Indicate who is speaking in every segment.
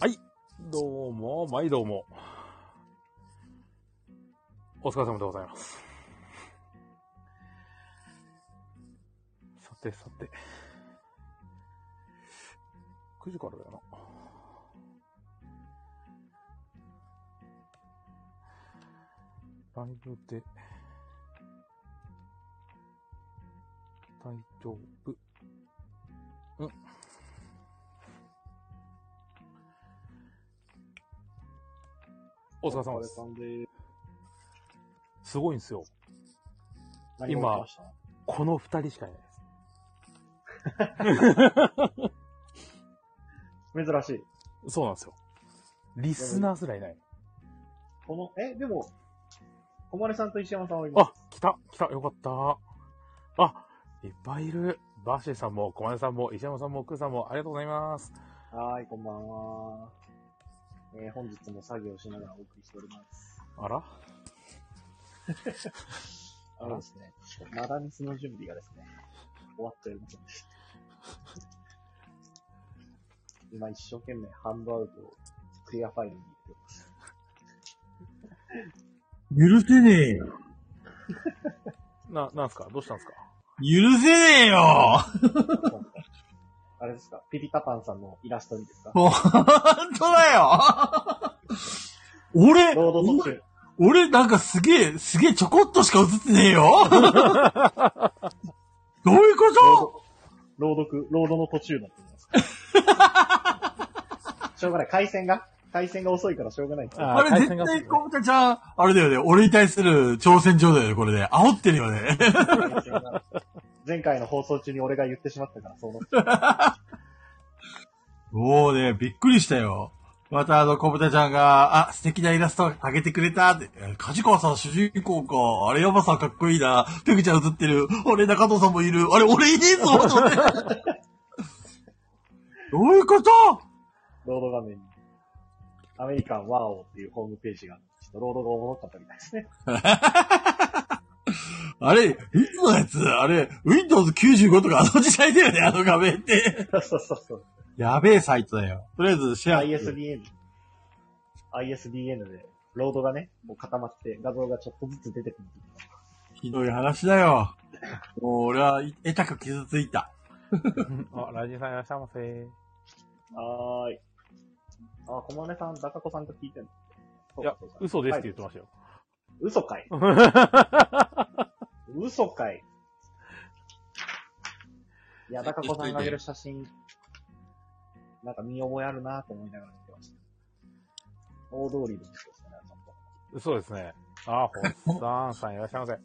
Speaker 1: はい。どうも、毎度も。お疲れ様でございます。さてさて。9時からだよな。ライブで、大丈夫。うん。お疲れ様です。すごいんですよ。今この二人しかいないです。
Speaker 2: 珍しい。
Speaker 1: そうなんですよ。リスナーすらいない。
Speaker 2: この、え、でも、小丸さんと石山さんはいます。
Speaker 1: あ、来た来たよかったあ、いっぱいいるバーシーさんも、小金さんも、石山さんも、クーさんも、ありがとうございます。
Speaker 2: はーい、こんばんは。えー本日も作業しながらお送りしております。
Speaker 1: あら
Speaker 2: あのですね、マダミスの準備がですね、終わっておりません でした。今一生懸命ハンドアウトをクリアファイルに入れてます。
Speaker 3: 許せねえよ。
Speaker 1: な、なんすかどうしたんすか
Speaker 3: 許せねえよ
Speaker 2: あれですかピリタパンさんのイラストにです か
Speaker 3: もう、ほんとだよ 俺、
Speaker 2: ロード特集。
Speaker 3: 俺なんかすげえ、すげえちょこっとしか映ってねえ よどういうこ
Speaker 2: 朗読、朗読の途中だったじゃないですか。 しょうがない。回線が、回線が遅いからしょうがない。
Speaker 3: と
Speaker 1: あ
Speaker 3: あれ絶対コブタちゃん、あれだよね、俺に対する挑戦状だよね、これで、ね。煽ってるよね。
Speaker 2: 前回の放送中に俺が言ってしまったから、そうなっちゃう
Speaker 3: もうね、びっくりしたよ。またあの、コブタちゃんが、あ、素敵なイラストあげてくれたって。え梶川さん主人公か。あれ、ヤマさんかっこいいな。ペグちゃん映ってる。あれ、中藤さんもいる。あれ、俺いねえぞと思って どういうこと
Speaker 2: ロード画面に。アメリカンワーオーっていうホームページが、ちょっとロードがおもろかったみたいですね。
Speaker 3: あれ、いつのやつあれ、Windows95 とかあの時代だよね、あの画面って。
Speaker 2: そうそうそう。
Speaker 3: やべえサイトだよ。とりあえずシェア。
Speaker 2: ISDN。ISDN で、ロードがね、もう固まって、画像がちょっとずつ出てくる。
Speaker 3: ひどい話だよ。もう俺は、得たく傷ついた。
Speaker 1: あ、ライジンさんいらっしゃいませ。
Speaker 2: はーい。あ、小金さん、ダカコさんと聞いてんのそう
Speaker 1: いや
Speaker 2: かそうか、
Speaker 1: 嘘ですって言ってましたよ。
Speaker 2: 嘘かい。 嘘かい。いや、高子さんが上げる写真、なんか見覚えあるなと思いながら見てました。大通りの人ですね、ちゃんと
Speaker 1: そうですね。あ、ホッサンさんいらっし ゃいませ。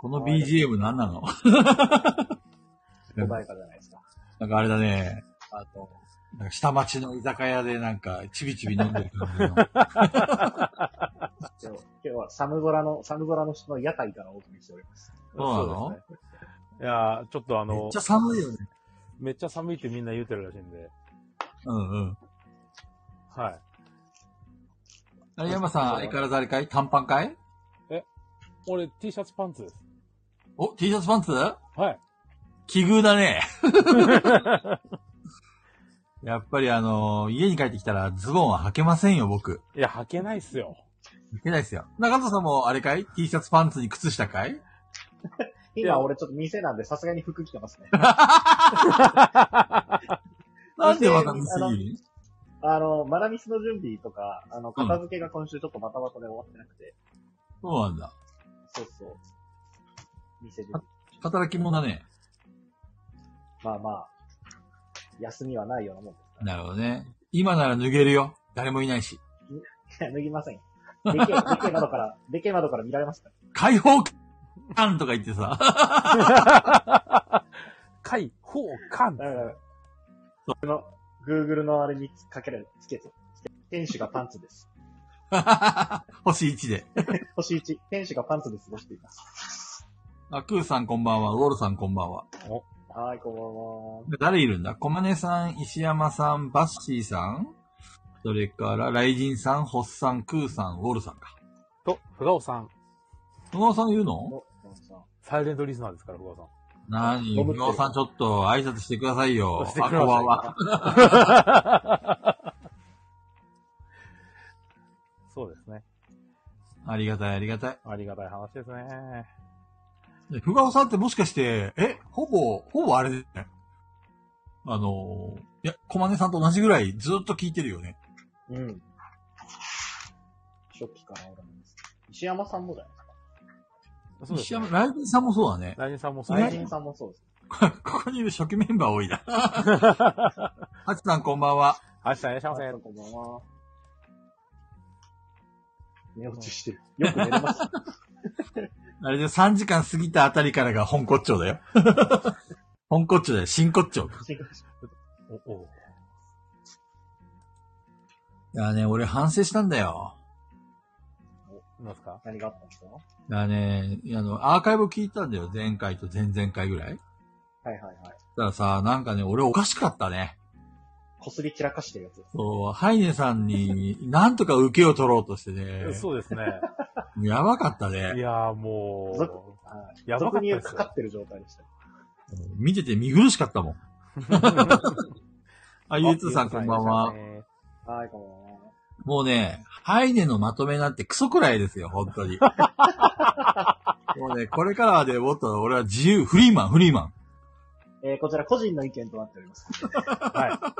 Speaker 3: この BGM 何なの
Speaker 2: 穏やかじゃないですか。
Speaker 3: なんかあれだね。
Speaker 2: あと、
Speaker 3: なんか下町の居酒屋でなんか、ちびちび飲んでる感じの。
Speaker 2: 今日今日は寒空の、寒空の人の屋台からお送りしております。
Speaker 3: そうなの
Speaker 1: ですねいやーちょっとあ
Speaker 3: め
Speaker 1: の
Speaker 3: っち、ゃ寒いよね。
Speaker 1: めっちゃ寒いってみんな言うてるらしいんで。
Speaker 3: うんうん。
Speaker 1: はい。
Speaker 3: あれ、山さん、相変わらずあれかい短パンかい
Speaker 1: 俺 T シャツパンツです。
Speaker 3: お、T シャツパンツ
Speaker 1: はい。
Speaker 3: 奇遇だね。やっぱりあのー家に帰ってきたらズボンは履けませんよ、僕。
Speaker 1: いや、履けないっす よ。
Speaker 3: 履けないですよ。中藤さんもあれかい ?T シャツパンツに靴下かい
Speaker 1: いや
Speaker 2: 今俺ちょっと店なんでさすがに服着てます ね。
Speaker 3: なんでわかんない
Speaker 2: あの、マラミスの準備とか、あの、片付けが今週ちょっとバタバタで終わってなくて、
Speaker 3: そうなんだ。
Speaker 2: そうそう。店で。
Speaker 3: 働き者だね。
Speaker 2: まあまあ、休みはないようなもんですから。
Speaker 3: なるほどね。今なら脱げるよ。誰もいないし。
Speaker 2: い や脱ぎませんよ。でけえ、 でけえ窓から、でけえ窓から見られますか
Speaker 3: 解放感とか言ってさ。
Speaker 1: 解放感
Speaker 2: ら。だから、その、Google のあれにかけられる、つけて、天使がパンツです。
Speaker 3: 星1で。
Speaker 2: 星1、天使がパンツで過ごしています。
Speaker 3: あ、クーさんこんばんは。ウォルさんこんばんは。
Speaker 2: はーい、こんばんは。
Speaker 3: 誰いるんだコマネさん、石山さん、バッシーさん、それから、ライジンさん、ホッさん、クーさん、ウォルさんか。
Speaker 1: と、ふがおさん。
Speaker 3: ふがおさん言うの
Speaker 2: お、こんばんは
Speaker 1: サイレントリスナーですから、ふがおさん。
Speaker 3: 何
Speaker 2: 飲むって
Speaker 3: ふがおさんちょっと挨拶してくださいよ。
Speaker 1: してください
Speaker 3: あこんばんは。ありがたい、ありがたい。
Speaker 1: ありがたい話ですね。
Speaker 3: でふがおさんってもしかして、え、ほぼ、ほぼあれだよね。あのー、いや、こまねさんと同じぐらいずっと聞いてるよね。
Speaker 2: うん。初期から俺もです。石山さんもじゃないですか。
Speaker 1: そうです、
Speaker 3: 石山、
Speaker 1: ね。
Speaker 3: ライブさんもそうだね。
Speaker 1: 大臣さんもそう
Speaker 2: 外
Speaker 1: です
Speaker 2: 人。さんもそうです。
Speaker 3: こ こにいる初期メンバー多い な。ハチさんこんばんは。
Speaker 1: あしさんいらっしゃい
Speaker 2: あ
Speaker 1: ませ。
Speaker 2: こんばんは。寝落ちしてる。よく寝れました。
Speaker 3: あれで3時間過ぎたあたりからが本骨頂だよ。 本骨頂だよ。新骨頂。
Speaker 1: お、お、
Speaker 3: いやね、俺反省したんだよ。
Speaker 1: なんですか
Speaker 2: 何があったんですかはい
Speaker 3: やね、あの、アーカイブ聞いたんだよ。前回と前々回ぐらい。
Speaker 2: いはいはい。
Speaker 3: たらさ、なんかね、俺おかしかったね。
Speaker 2: こすり散らかしてるやつです。
Speaker 3: そう、ハイネさんに、なんとか受けを取ろうとしてね。
Speaker 1: そうです ね。
Speaker 3: やばかった
Speaker 1: い
Speaker 3: ね。
Speaker 1: やーも
Speaker 2: はい。
Speaker 1: う、やばか
Speaker 2: 俗
Speaker 1: った
Speaker 2: に言う
Speaker 1: で
Speaker 2: か
Speaker 1: す
Speaker 2: か
Speaker 1: よ
Speaker 2: っ。てる状態でした。
Speaker 3: 見てて見苦しかったもん。あ、ゆうつさんこんばんは。
Speaker 2: はい、こんばんは。
Speaker 3: もうね、ハイネのまとめなんてクソくらいですよ、本当に。もうね、これからはね、もっと俺は自由、フリーマン、フリーマン。
Speaker 2: えー、こちら個人の意見となっております。
Speaker 1: は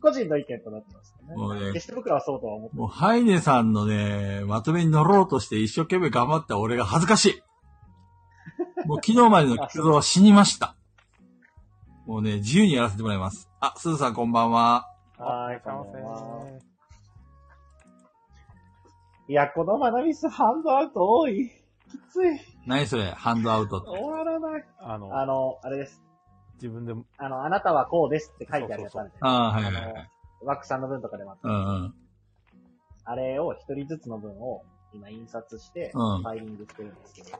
Speaker 2: 個人の意見となってますね。
Speaker 3: もうね
Speaker 2: 決して僕らはそうとは思って
Speaker 3: もうハイネさんのね、まとめに乗ろうとして一生懸命頑張った俺が恥ずかしい。もう昨日までの活動は死にました。もうね、自由にやらせてもらいます。あ、すずさんこんばんは。
Speaker 1: い。
Speaker 2: はい
Speaker 1: いらっしゃいま
Speaker 2: こんばん
Speaker 1: せ。
Speaker 2: いや、この学びスハンドアウト多い。きつい。
Speaker 3: 何それ、ハンドアウトって。
Speaker 2: 終わらない。
Speaker 1: あの、
Speaker 2: あの、あれです。
Speaker 1: 自分で、
Speaker 2: あの、あなたはこうですって書いてあるやつあるじゃ
Speaker 3: ああ、はい
Speaker 2: な
Speaker 3: はい
Speaker 2: ですか。
Speaker 3: いはい。
Speaker 2: あの、ワックさんの分とかでま
Speaker 3: う
Speaker 2: た、
Speaker 3: んうん。
Speaker 2: あれを一人ずつの分を今印刷して、フ
Speaker 3: うん
Speaker 2: ァイリングしてるんですけど、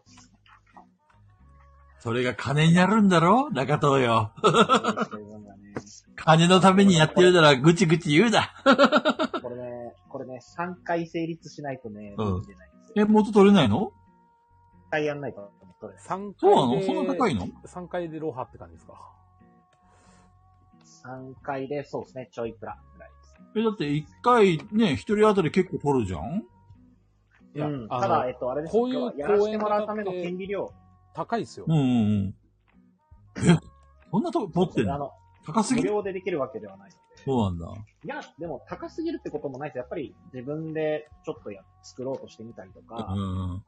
Speaker 3: それが金になるんだろ中藤よ。
Speaker 2: そういう分がね、
Speaker 3: 金のためにやってるならぐちぐち言うな。
Speaker 2: これね、これね、3回成立しないとね、
Speaker 3: うん
Speaker 2: できないんですよ。
Speaker 3: え、元取れないの
Speaker 2: 1回やんないと取れない。
Speaker 1: 3
Speaker 3: そ
Speaker 1: 回
Speaker 3: うなの
Speaker 1: で、
Speaker 3: そんな高いの
Speaker 1: ?3 回でロハって感じですか
Speaker 2: 3回で、そうですね、ちょいプラぐらいですね。
Speaker 3: え、だって一回ね、一人当たり結構取るじゃん
Speaker 1: いや、
Speaker 2: うん、ただ、
Speaker 1: あ
Speaker 2: え
Speaker 1: の、
Speaker 2: っと、あれです
Speaker 1: こういう
Speaker 2: 今日はやらせてもらうための
Speaker 1: 公演とかって
Speaker 2: 権利量。
Speaker 1: 高いですよ
Speaker 3: う。んうんうん。え、そんなとこ持ってん
Speaker 2: あ
Speaker 3: の
Speaker 2: の、
Speaker 3: 高す
Speaker 2: 無
Speaker 3: ぎる
Speaker 2: 料でできるわけではないので。
Speaker 3: そうなんだ。
Speaker 2: いや、でも高すぎるってこともないです。やっぱり自分でちょっとや作ろうとしてみたりと
Speaker 3: う
Speaker 2: か、
Speaker 3: んうん。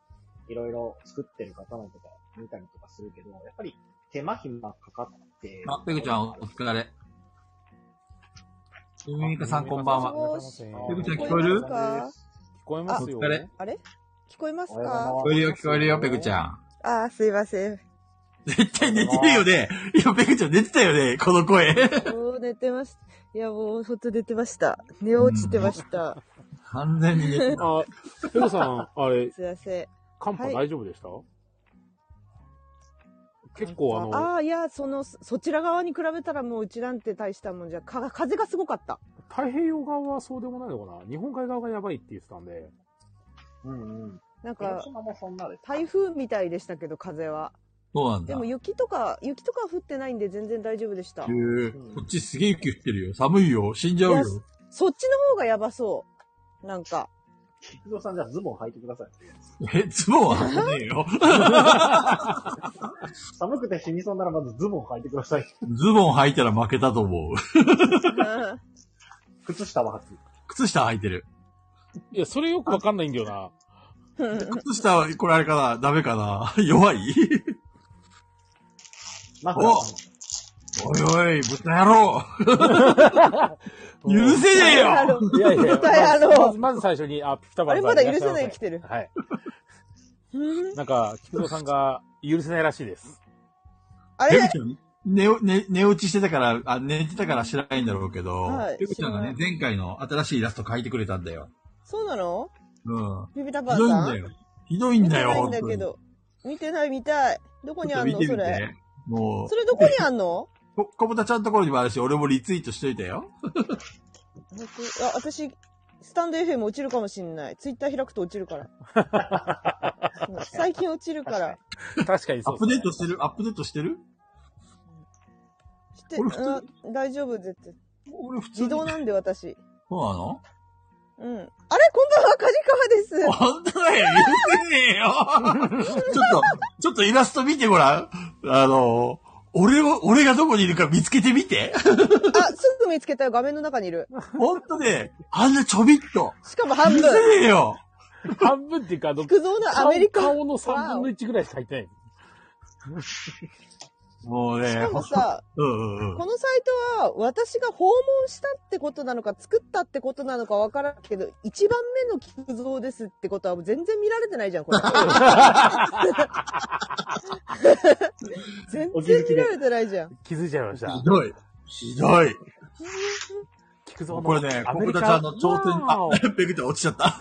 Speaker 2: いろいろ作ってる方のとか見たりとかするけど、やっぱり手間暇かかって。
Speaker 3: あ、ペグちゃんお疲れ。ウミミカさんこんばんは。
Speaker 1: は
Speaker 3: ペグちゃん
Speaker 1: 聞
Speaker 3: 聞こえる
Speaker 2: お疲れ様です
Speaker 1: こえますよ。
Speaker 3: お疲れ
Speaker 4: あれ聞こえます
Speaker 2: おはようござい
Speaker 4: か
Speaker 2: ま
Speaker 3: 聞こえるよ、聞こえるよ、ペグちゃん。
Speaker 4: あーすいません。
Speaker 3: 絶対寝てるよね。いや、ペグちゃん寝てたよね、この声。
Speaker 4: もう寝てます。いや、もうほんと寝てました。寝落ちてました。
Speaker 3: 完全に寝てた。
Speaker 1: あ、ペグさん、あれ、
Speaker 4: すいません。
Speaker 1: 寒波
Speaker 4: はい
Speaker 1: 大丈夫でした、結構あの、
Speaker 4: あーいや、その、そそちら側に比べたらもううちなんて大したもんじゃ、か風がすごかった。
Speaker 1: 太平洋側はそうでもないのかな日本海側がやばいって言ってたんで。
Speaker 2: うんうん。
Speaker 4: なんか
Speaker 2: 広、島もそんなです。
Speaker 4: 台風みたいでしたけど、風は。
Speaker 3: そうなんだ。
Speaker 4: でも
Speaker 3: へ
Speaker 4: 雪とか、雪とかは降ってないんで全然大丈夫でした。い
Speaker 3: えこっちすげえ雪降ってるよ。寒いよ。死んじゃう
Speaker 4: や
Speaker 3: よ。、
Speaker 4: そっちの方がやばそう。なんか。
Speaker 2: 菊蔵さんじゃあズボン履いてください。
Speaker 3: え、ズボンは履かねえよ。
Speaker 2: 寒くて死にそうならまずズボン履いてください。
Speaker 3: ズボン履いたら負けたと思う。
Speaker 2: 靴下は履く。
Speaker 3: 靴下履いてる。
Speaker 1: いや、それよくわかんないんだよな。
Speaker 3: 靴下は、これあれかなダメかな弱い
Speaker 2: マフラーは
Speaker 3: おいおい、豚野 郎許せねえ
Speaker 4: あ
Speaker 3: よ
Speaker 4: の
Speaker 1: いやいや、
Speaker 4: 答えあの
Speaker 1: まず、まず最初に、あ、ピピタパンさん
Speaker 4: あれまだ
Speaker 1: らっしゃいせ
Speaker 4: 許せない来てる
Speaker 1: はい。
Speaker 4: うん
Speaker 1: なんか、菊蔵さんが許せないらしいです。
Speaker 4: あ
Speaker 3: ペ
Speaker 4: れ
Speaker 3: グちゃん寝お、寝、寝落ちしてたから、あ、寝てたから知らないんだろうけど、
Speaker 4: はい
Speaker 3: ペグちゃんがね、
Speaker 4: 知
Speaker 3: 前回の新しいイラスト描いてくれたんだよ。
Speaker 4: そうなの
Speaker 3: うん。
Speaker 4: ビビタパ
Speaker 3: ひどい
Speaker 4: ン
Speaker 3: ん
Speaker 4: さん
Speaker 3: だよ。ひどいんだよ、
Speaker 4: 見てないんだけど。見てない見たい。どこ
Speaker 3: 本当に
Speaker 4: に
Speaker 3: ちょっと
Speaker 4: あ
Speaker 3: 見
Speaker 4: んの
Speaker 3: て
Speaker 4: そ
Speaker 3: み
Speaker 4: れ。
Speaker 3: て。も
Speaker 4: それどこにあんの
Speaker 3: う、こ、こぼたちゃんのところにもあるし、俺もリツイートしといたよ。
Speaker 4: 僕あ、私、スタンド FM 落ちるかもしんない。ツイッター開くと落ちるから。 うん最近落ちるから。
Speaker 1: 確かに
Speaker 3: ア
Speaker 1: そう、
Speaker 3: ップデートしてるアップデートしてる
Speaker 4: して、
Speaker 3: これ普通
Speaker 4: うん大丈夫絶対。
Speaker 3: 俺普通に
Speaker 4: 自動なんで私。
Speaker 3: そうなの
Speaker 4: うん。あれ、こんばんは、カジカワです。
Speaker 3: 本当だよ、許せねえよ。ちょっと、ちょっとイラスト見てごらん。あの、俺を、俺がどこにいるか見つけてみて。
Speaker 4: あ、すぐ見つけたよ、画面の中にいる。
Speaker 3: 本当ね、あんなちょびっと。
Speaker 4: しかも半
Speaker 3: 許
Speaker 4: 分。
Speaker 3: せねえよ。
Speaker 1: 半分っていうか、あの、
Speaker 4: 菊蔵のアメリカ。
Speaker 1: 顔顔の3分の1ぐらいしか入ってない。
Speaker 3: もうね
Speaker 4: しか、もさ、
Speaker 3: うんうんうん。
Speaker 4: このサイトは私が訪問したってことなのか作ったってことなのかわからんけど、一番目の菊蔵ですってことは全然見られてないじゃん、これ。全
Speaker 2: お気づ
Speaker 4: 然
Speaker 2: きで
Speaker 4: 見られてないじゃん。
Speaker 1: 気づいちゃいました
Speaker 3: ひ。どい。ひどい。
Speaker 1: 菊蔵の
Speaker 3: これね、
Speaker 1: ア
Speaker 3: コ
Speaker 1: メ
Speaker 3: ブ
Speaker 1: リカ
Speaker 3: タちゃんの頂点、あ
Speaker 1: わー、
Speaker 3: ペグって落ちちゃった。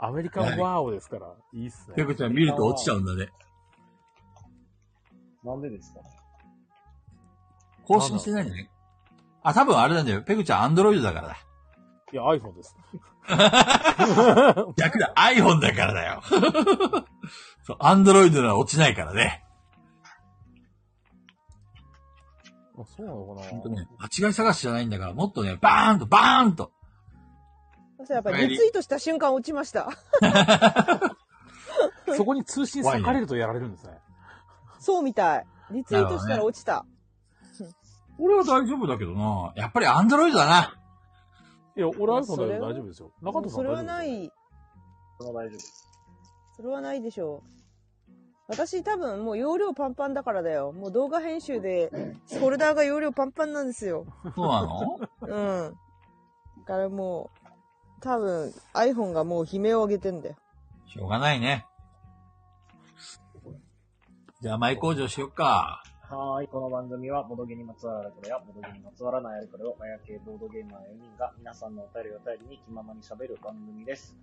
Speaker 1: おアメリカンワーオですから、いいっす
Speaker 3: ペ
Speaker 1: ね。
Speaker 3: グちゃん見ると落ちちゃうんだね。
Speaker 2: なんでですか
Speaker 3: 更新してないね。あ、多分あれなんだよ。ペグちゃんアンドロイドだからだ。
Speaker 1: いや、iPhone です。
Speaker 3: 逆だ、iPhone だからだよ。そう、アンドロイドなら落ちないからね。
Speaker 1: あそうなの
Speaker 3: ほん
Speaker 1: か
Speaker 3: と
Speaker 1: な
Speaker 3: ね、間違い探しじゃないんだから、もっとね、バーンと、バーンと。
Speaker 4: そしたらやっぱりリツイートした瞬間落ちました。
Speaker 1: そこに通信裂かれるとやられるんですね。
Speaker 4: そうみたい。リツイートしたら落ちた。
Speaker 3: 俺は大丈夫だけどな。やっぱりアンドロイドだな。
Speaker 1: いや、俺
Speaker 4: まあ
Speaker 1: iPhone だ
Speaker 4: それ
Speaker 1: よ、
Speaker 4: は
Speaker 1: 大丈夫ですよ。
Speaker 4: で
Speaker 1: 中
Speaker 4: も
Speaker 1: 田さん
Speaker 4: それは
Speaker 1: 大丈夫
Speaker 4: な
Speaker 1: ですよ。
Speaker 4: い。
Speaker 2: それは大丈夫です。
Speaker 4: それはないでしょう。私多分もう容量パンパンだからだよ。もう動画編集で、フォルダーが容量パンパンなんですよ。
Speaker 3: そう なの
Speaker 4: うん。だからもう、多分 iPhone がもう悲鳴を上げてんだよ。
Speaker 3: しょうがないね。じゃあ、前工場しよっか。
Speaker 2: はーい、この番組は、ボドゲにまつわるあれこれや、ボドゲにまつわらないあれこれを、マヤ系ボードゲーマー4人が、皆さんのお便りを頼りに気ままに喋る番組です。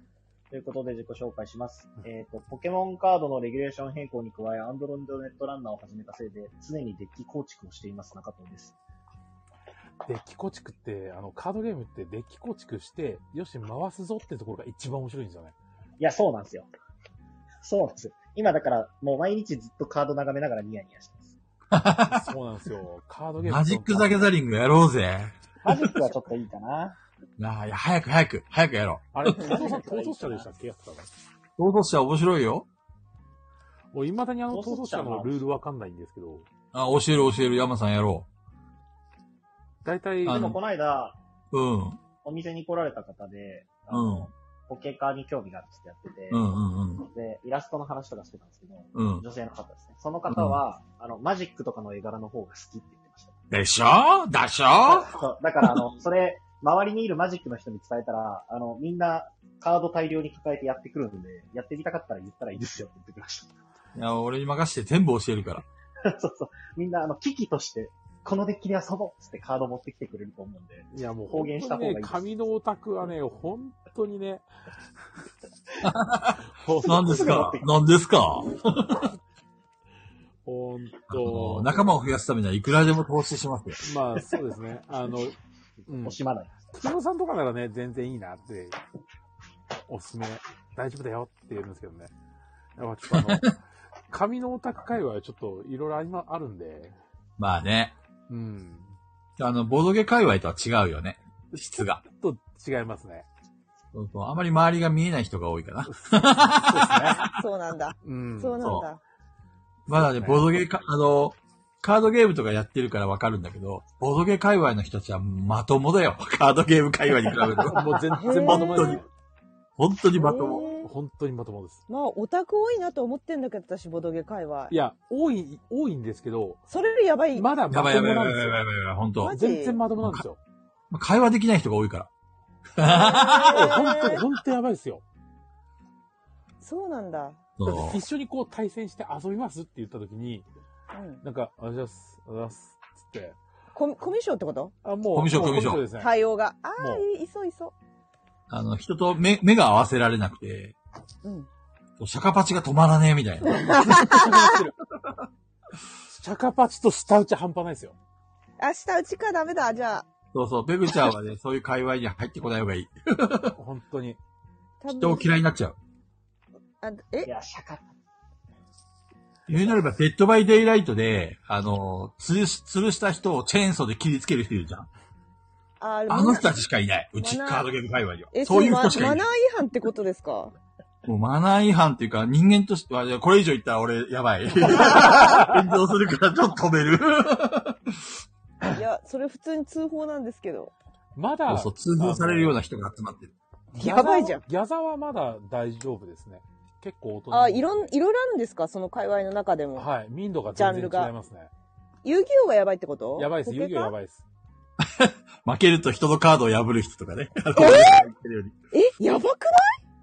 Speaker 2: ということで自己紹介します。えっ、と、ポケモンカードのレギュレーション変更に加え、アンドロイドネットランナーを始めたせいで、常にデッキ構築をしています、中藤です。
Speaker 1: デッキ構築って、あの、カードゲームってデッキ構築して、よし、回すぞってところが一番面白いんですよね。
Speaker 2: いや、そうなんですよ。そうなんですよ。今だから、もう毎日ずっとカード眺めながらニヤニヤしてます。
Speaker 1: そうなんですよ。カードゲーム。
Speaker 3: マジック・ザ・ギャザリングやろうぜ。
Speaker 2: マジックはちょっといいかな。
Speaker 3: なあ、いや、早く早く、早くやろ
Speaker 1: あれ、藤田さん、逃走者でしたっけやってたの
Speaker 3: う。労働者面白いよ。
Speaker 1: 俺、未だにあの、逃走者のルールわかんないんですけど、
Speaker 3: あ、教える教える、山さんやろ
Speaker 1: 大体、
Speaker 3: あ
Speaker 2: で
Speaker 3: の
Speaker 2: もこの間、
Speaker 3: う。うん。
Speaker 2: お店に来られた方で、あ
Speaker 3: う
Speaker 2: の
Speaker 3: ん。
Speaker 2: ポケカーに興味があるってやってて、
Speaker 3: うんうん
Speaker 2: で、イラストの話とかしてたんですけど、
Speaker 3: うん。うん。
Speaker 2: 女性の方ですね。その方は、あの、マジックとかの絵柄の方が好きって言ってました。
Speaker 3: でしょでしょ
Speaker 2: そうだから、あの、それ、周りにいるマジックの人に伝えたら、あの、みんな、カード大量に抱えてやってくるんで、やってみたかったら言ったらいい ですよって言ってきまし
Speaker 3: いや、俺に任せて全部教え るから。
Speaker 2: た。そうそう。みんな、あの、機器として、このデッキで遊ぼうっつってカード持ってきてくれると思うんで。
Speaker 1: いや、もう、
Speaker 2: 公言した方がいい
Speaker 1: ね、
Speaker 2: です
Speaker 1: 紙のオタクはね、本当にね、ほん
Speaker 3: 何ですか何ですか
Speaker 1: ほん
Speaker 3: あの
Speaker 1: と、
Speaker 3: 仲間を増やすためにはいくらでも投資しますよ。
Speaker 1: まあ、そうですね。あの、うん
Speaker 2: 惜。しまない。
Speaker 1: 菊蔵さんとかならね、全然いいなって、おすすめ、大丈夫だよって言うんですけどね。やっぱちょっとあの、紙のオタク界隈はちょっといろいろ今あるんで、
Speaker 3: まあね。
Speaker 1: うん。
Speaker 3: あの、ボードゲ界隈とは違うよね。質が。
Speaker 1: ちょっと違いますね。
Speaker 3: そうそうあまり周りが見えない人が多いかな。
Speaker 1: そうですね。
Speaker 4: そうなんだ。
Speaker 1: うん。
Speaker 4: そうなんだ。
Speaker 3: まだね、ボードゲか、あの、カードゲームとかやってるからわかるんだけど、ボードゲ界隈の人たちはまともだよ。カードゲーム界隈に比べると。
Speaker 1: もう全然まともですね。
Speaker 3: 本当にまとも。
Speaker 4: へー
Speaker 1: 本当にまともです。。
Speaker 4: まあ、オタク多いなと思ってんだけど、私、ボドゲ界はい
Speaker 1: や、多い、多いんですけど、
Speaker 4: それよりやばい。
Speaker 1: まだま
Speaker 3: や
Speaker 1: とも
Speaker 3: ばいやばいや
Speaker 1: な
Speaker 3: ば
Speaker 1: ん
Speaker 3: い
Speaker 1: で
Speaker 3: やば
Speaker 1: す
Speaker 3: いや
Speaker 1: よ。
Speaker 3: ばいやばい、本当
Speaker 4: マ。ジ
Speaker 1: 全然まともなんです よ。
Speaker 3: 会話できない人が多いから。
Speaker 1: 本当、
Speaker 4: へー
Speaker 1: 本当やばいですよ。
Speaker 4: そうなんだ。
Speaker 1: だっ
Speaker 3: そ
Speaker 1: て
Speaker 3: う
Speaker 1: 一緒にこう対戦して遊びますって言った時に、
Speaker 4: うん。
Speaker 1: なんか、ありがとうございます、ありがとうございます、つって。
Speaker 4: コミコミュ障ってこと
Speaker 1: あ、もう、
Speaker 3: コミュ障
Speaker 1: もう
Speaker 3: コミュ障
Speaker 1: ですね。
Speaker 4: 対応が。あ
Speaker 1: も
Speaker 4: あ、
Speaker 1: う
Speaker 4: いいいそういそ
Speaker 3: あの、人と目、目が合わせられなくて、
Speaker 4: う。うん。
Speaker 3: シャカパチが止まらねえみたいな。
Speaker 1: シャカパチと下打ち半端ないですよ。
Speaker 4: 明日、うちかダメだ、じゃあ。
Speaker 3: そうそう、ペグちゃんはね、そういう界隈に入ってこない方がいい。
Speaker 1: 本当に。
Speaker 4: 多分
Speaker 3: 人を嫌いになっちゃう。
Speaker 4: あ
Speaker 2: い
Speaker 4: え
Speaker 2: や、シャカ。
Speaker 3: 言うなれば、デッドバイデイライトで、あの、吊るし、吊るした人をチェーンソーで切りつける人いるじゃん。
Speaker 4: あー、でも
Speaker 3: あの人たちしかいない。うち
Speaker 4: マナー
Speaker 3: カードゲーム界隈には
Speaker 4: え、。そ
Speaker 3: そう
Speaker 4: れ
Speaker 3: いう
Speaker 4: ママナ
Speaker 3: 人
Speaker 4: ー
Speaker 3: し
Speaker 4: 違
Speaker 3: かいない。
Speaker 4: 反ってことですか
Speaker 3: もうマナー違反っていうか、人間としては、いやこれ以上言ったら俺、や ばい。炎上するから、ちょっと止める。
Speaker 4: いや、それ普通に通報なんですけど。
Speaker 1: ま
Speaker 3: そ
Speaker 1: だ、
Speaker 3: うそう、通報されるような人が集まってる。
Speaker 4: やばいじゃん
Speaker 1: ギャザーはまだ大丈夫ですね。結構大人。
Speaker 4: あー、いろん、いろいろあるんですかその界隈の中でも。
Speaker 1: はい。民度が全然
Speaker 4: ジャンルが
Speaker 1: 違いますね。
Speaker 4: 遊戯王がやばいってこと
Speaker 1: やばいです。
Speaker 4: ポケ
Speaker 1: 遊
Speaker 4: カ
Speaker 1: 戯王やばいです。
Speaker 3: 負けると人のカードを破る人とかね。
Speaker 4: え、やばくない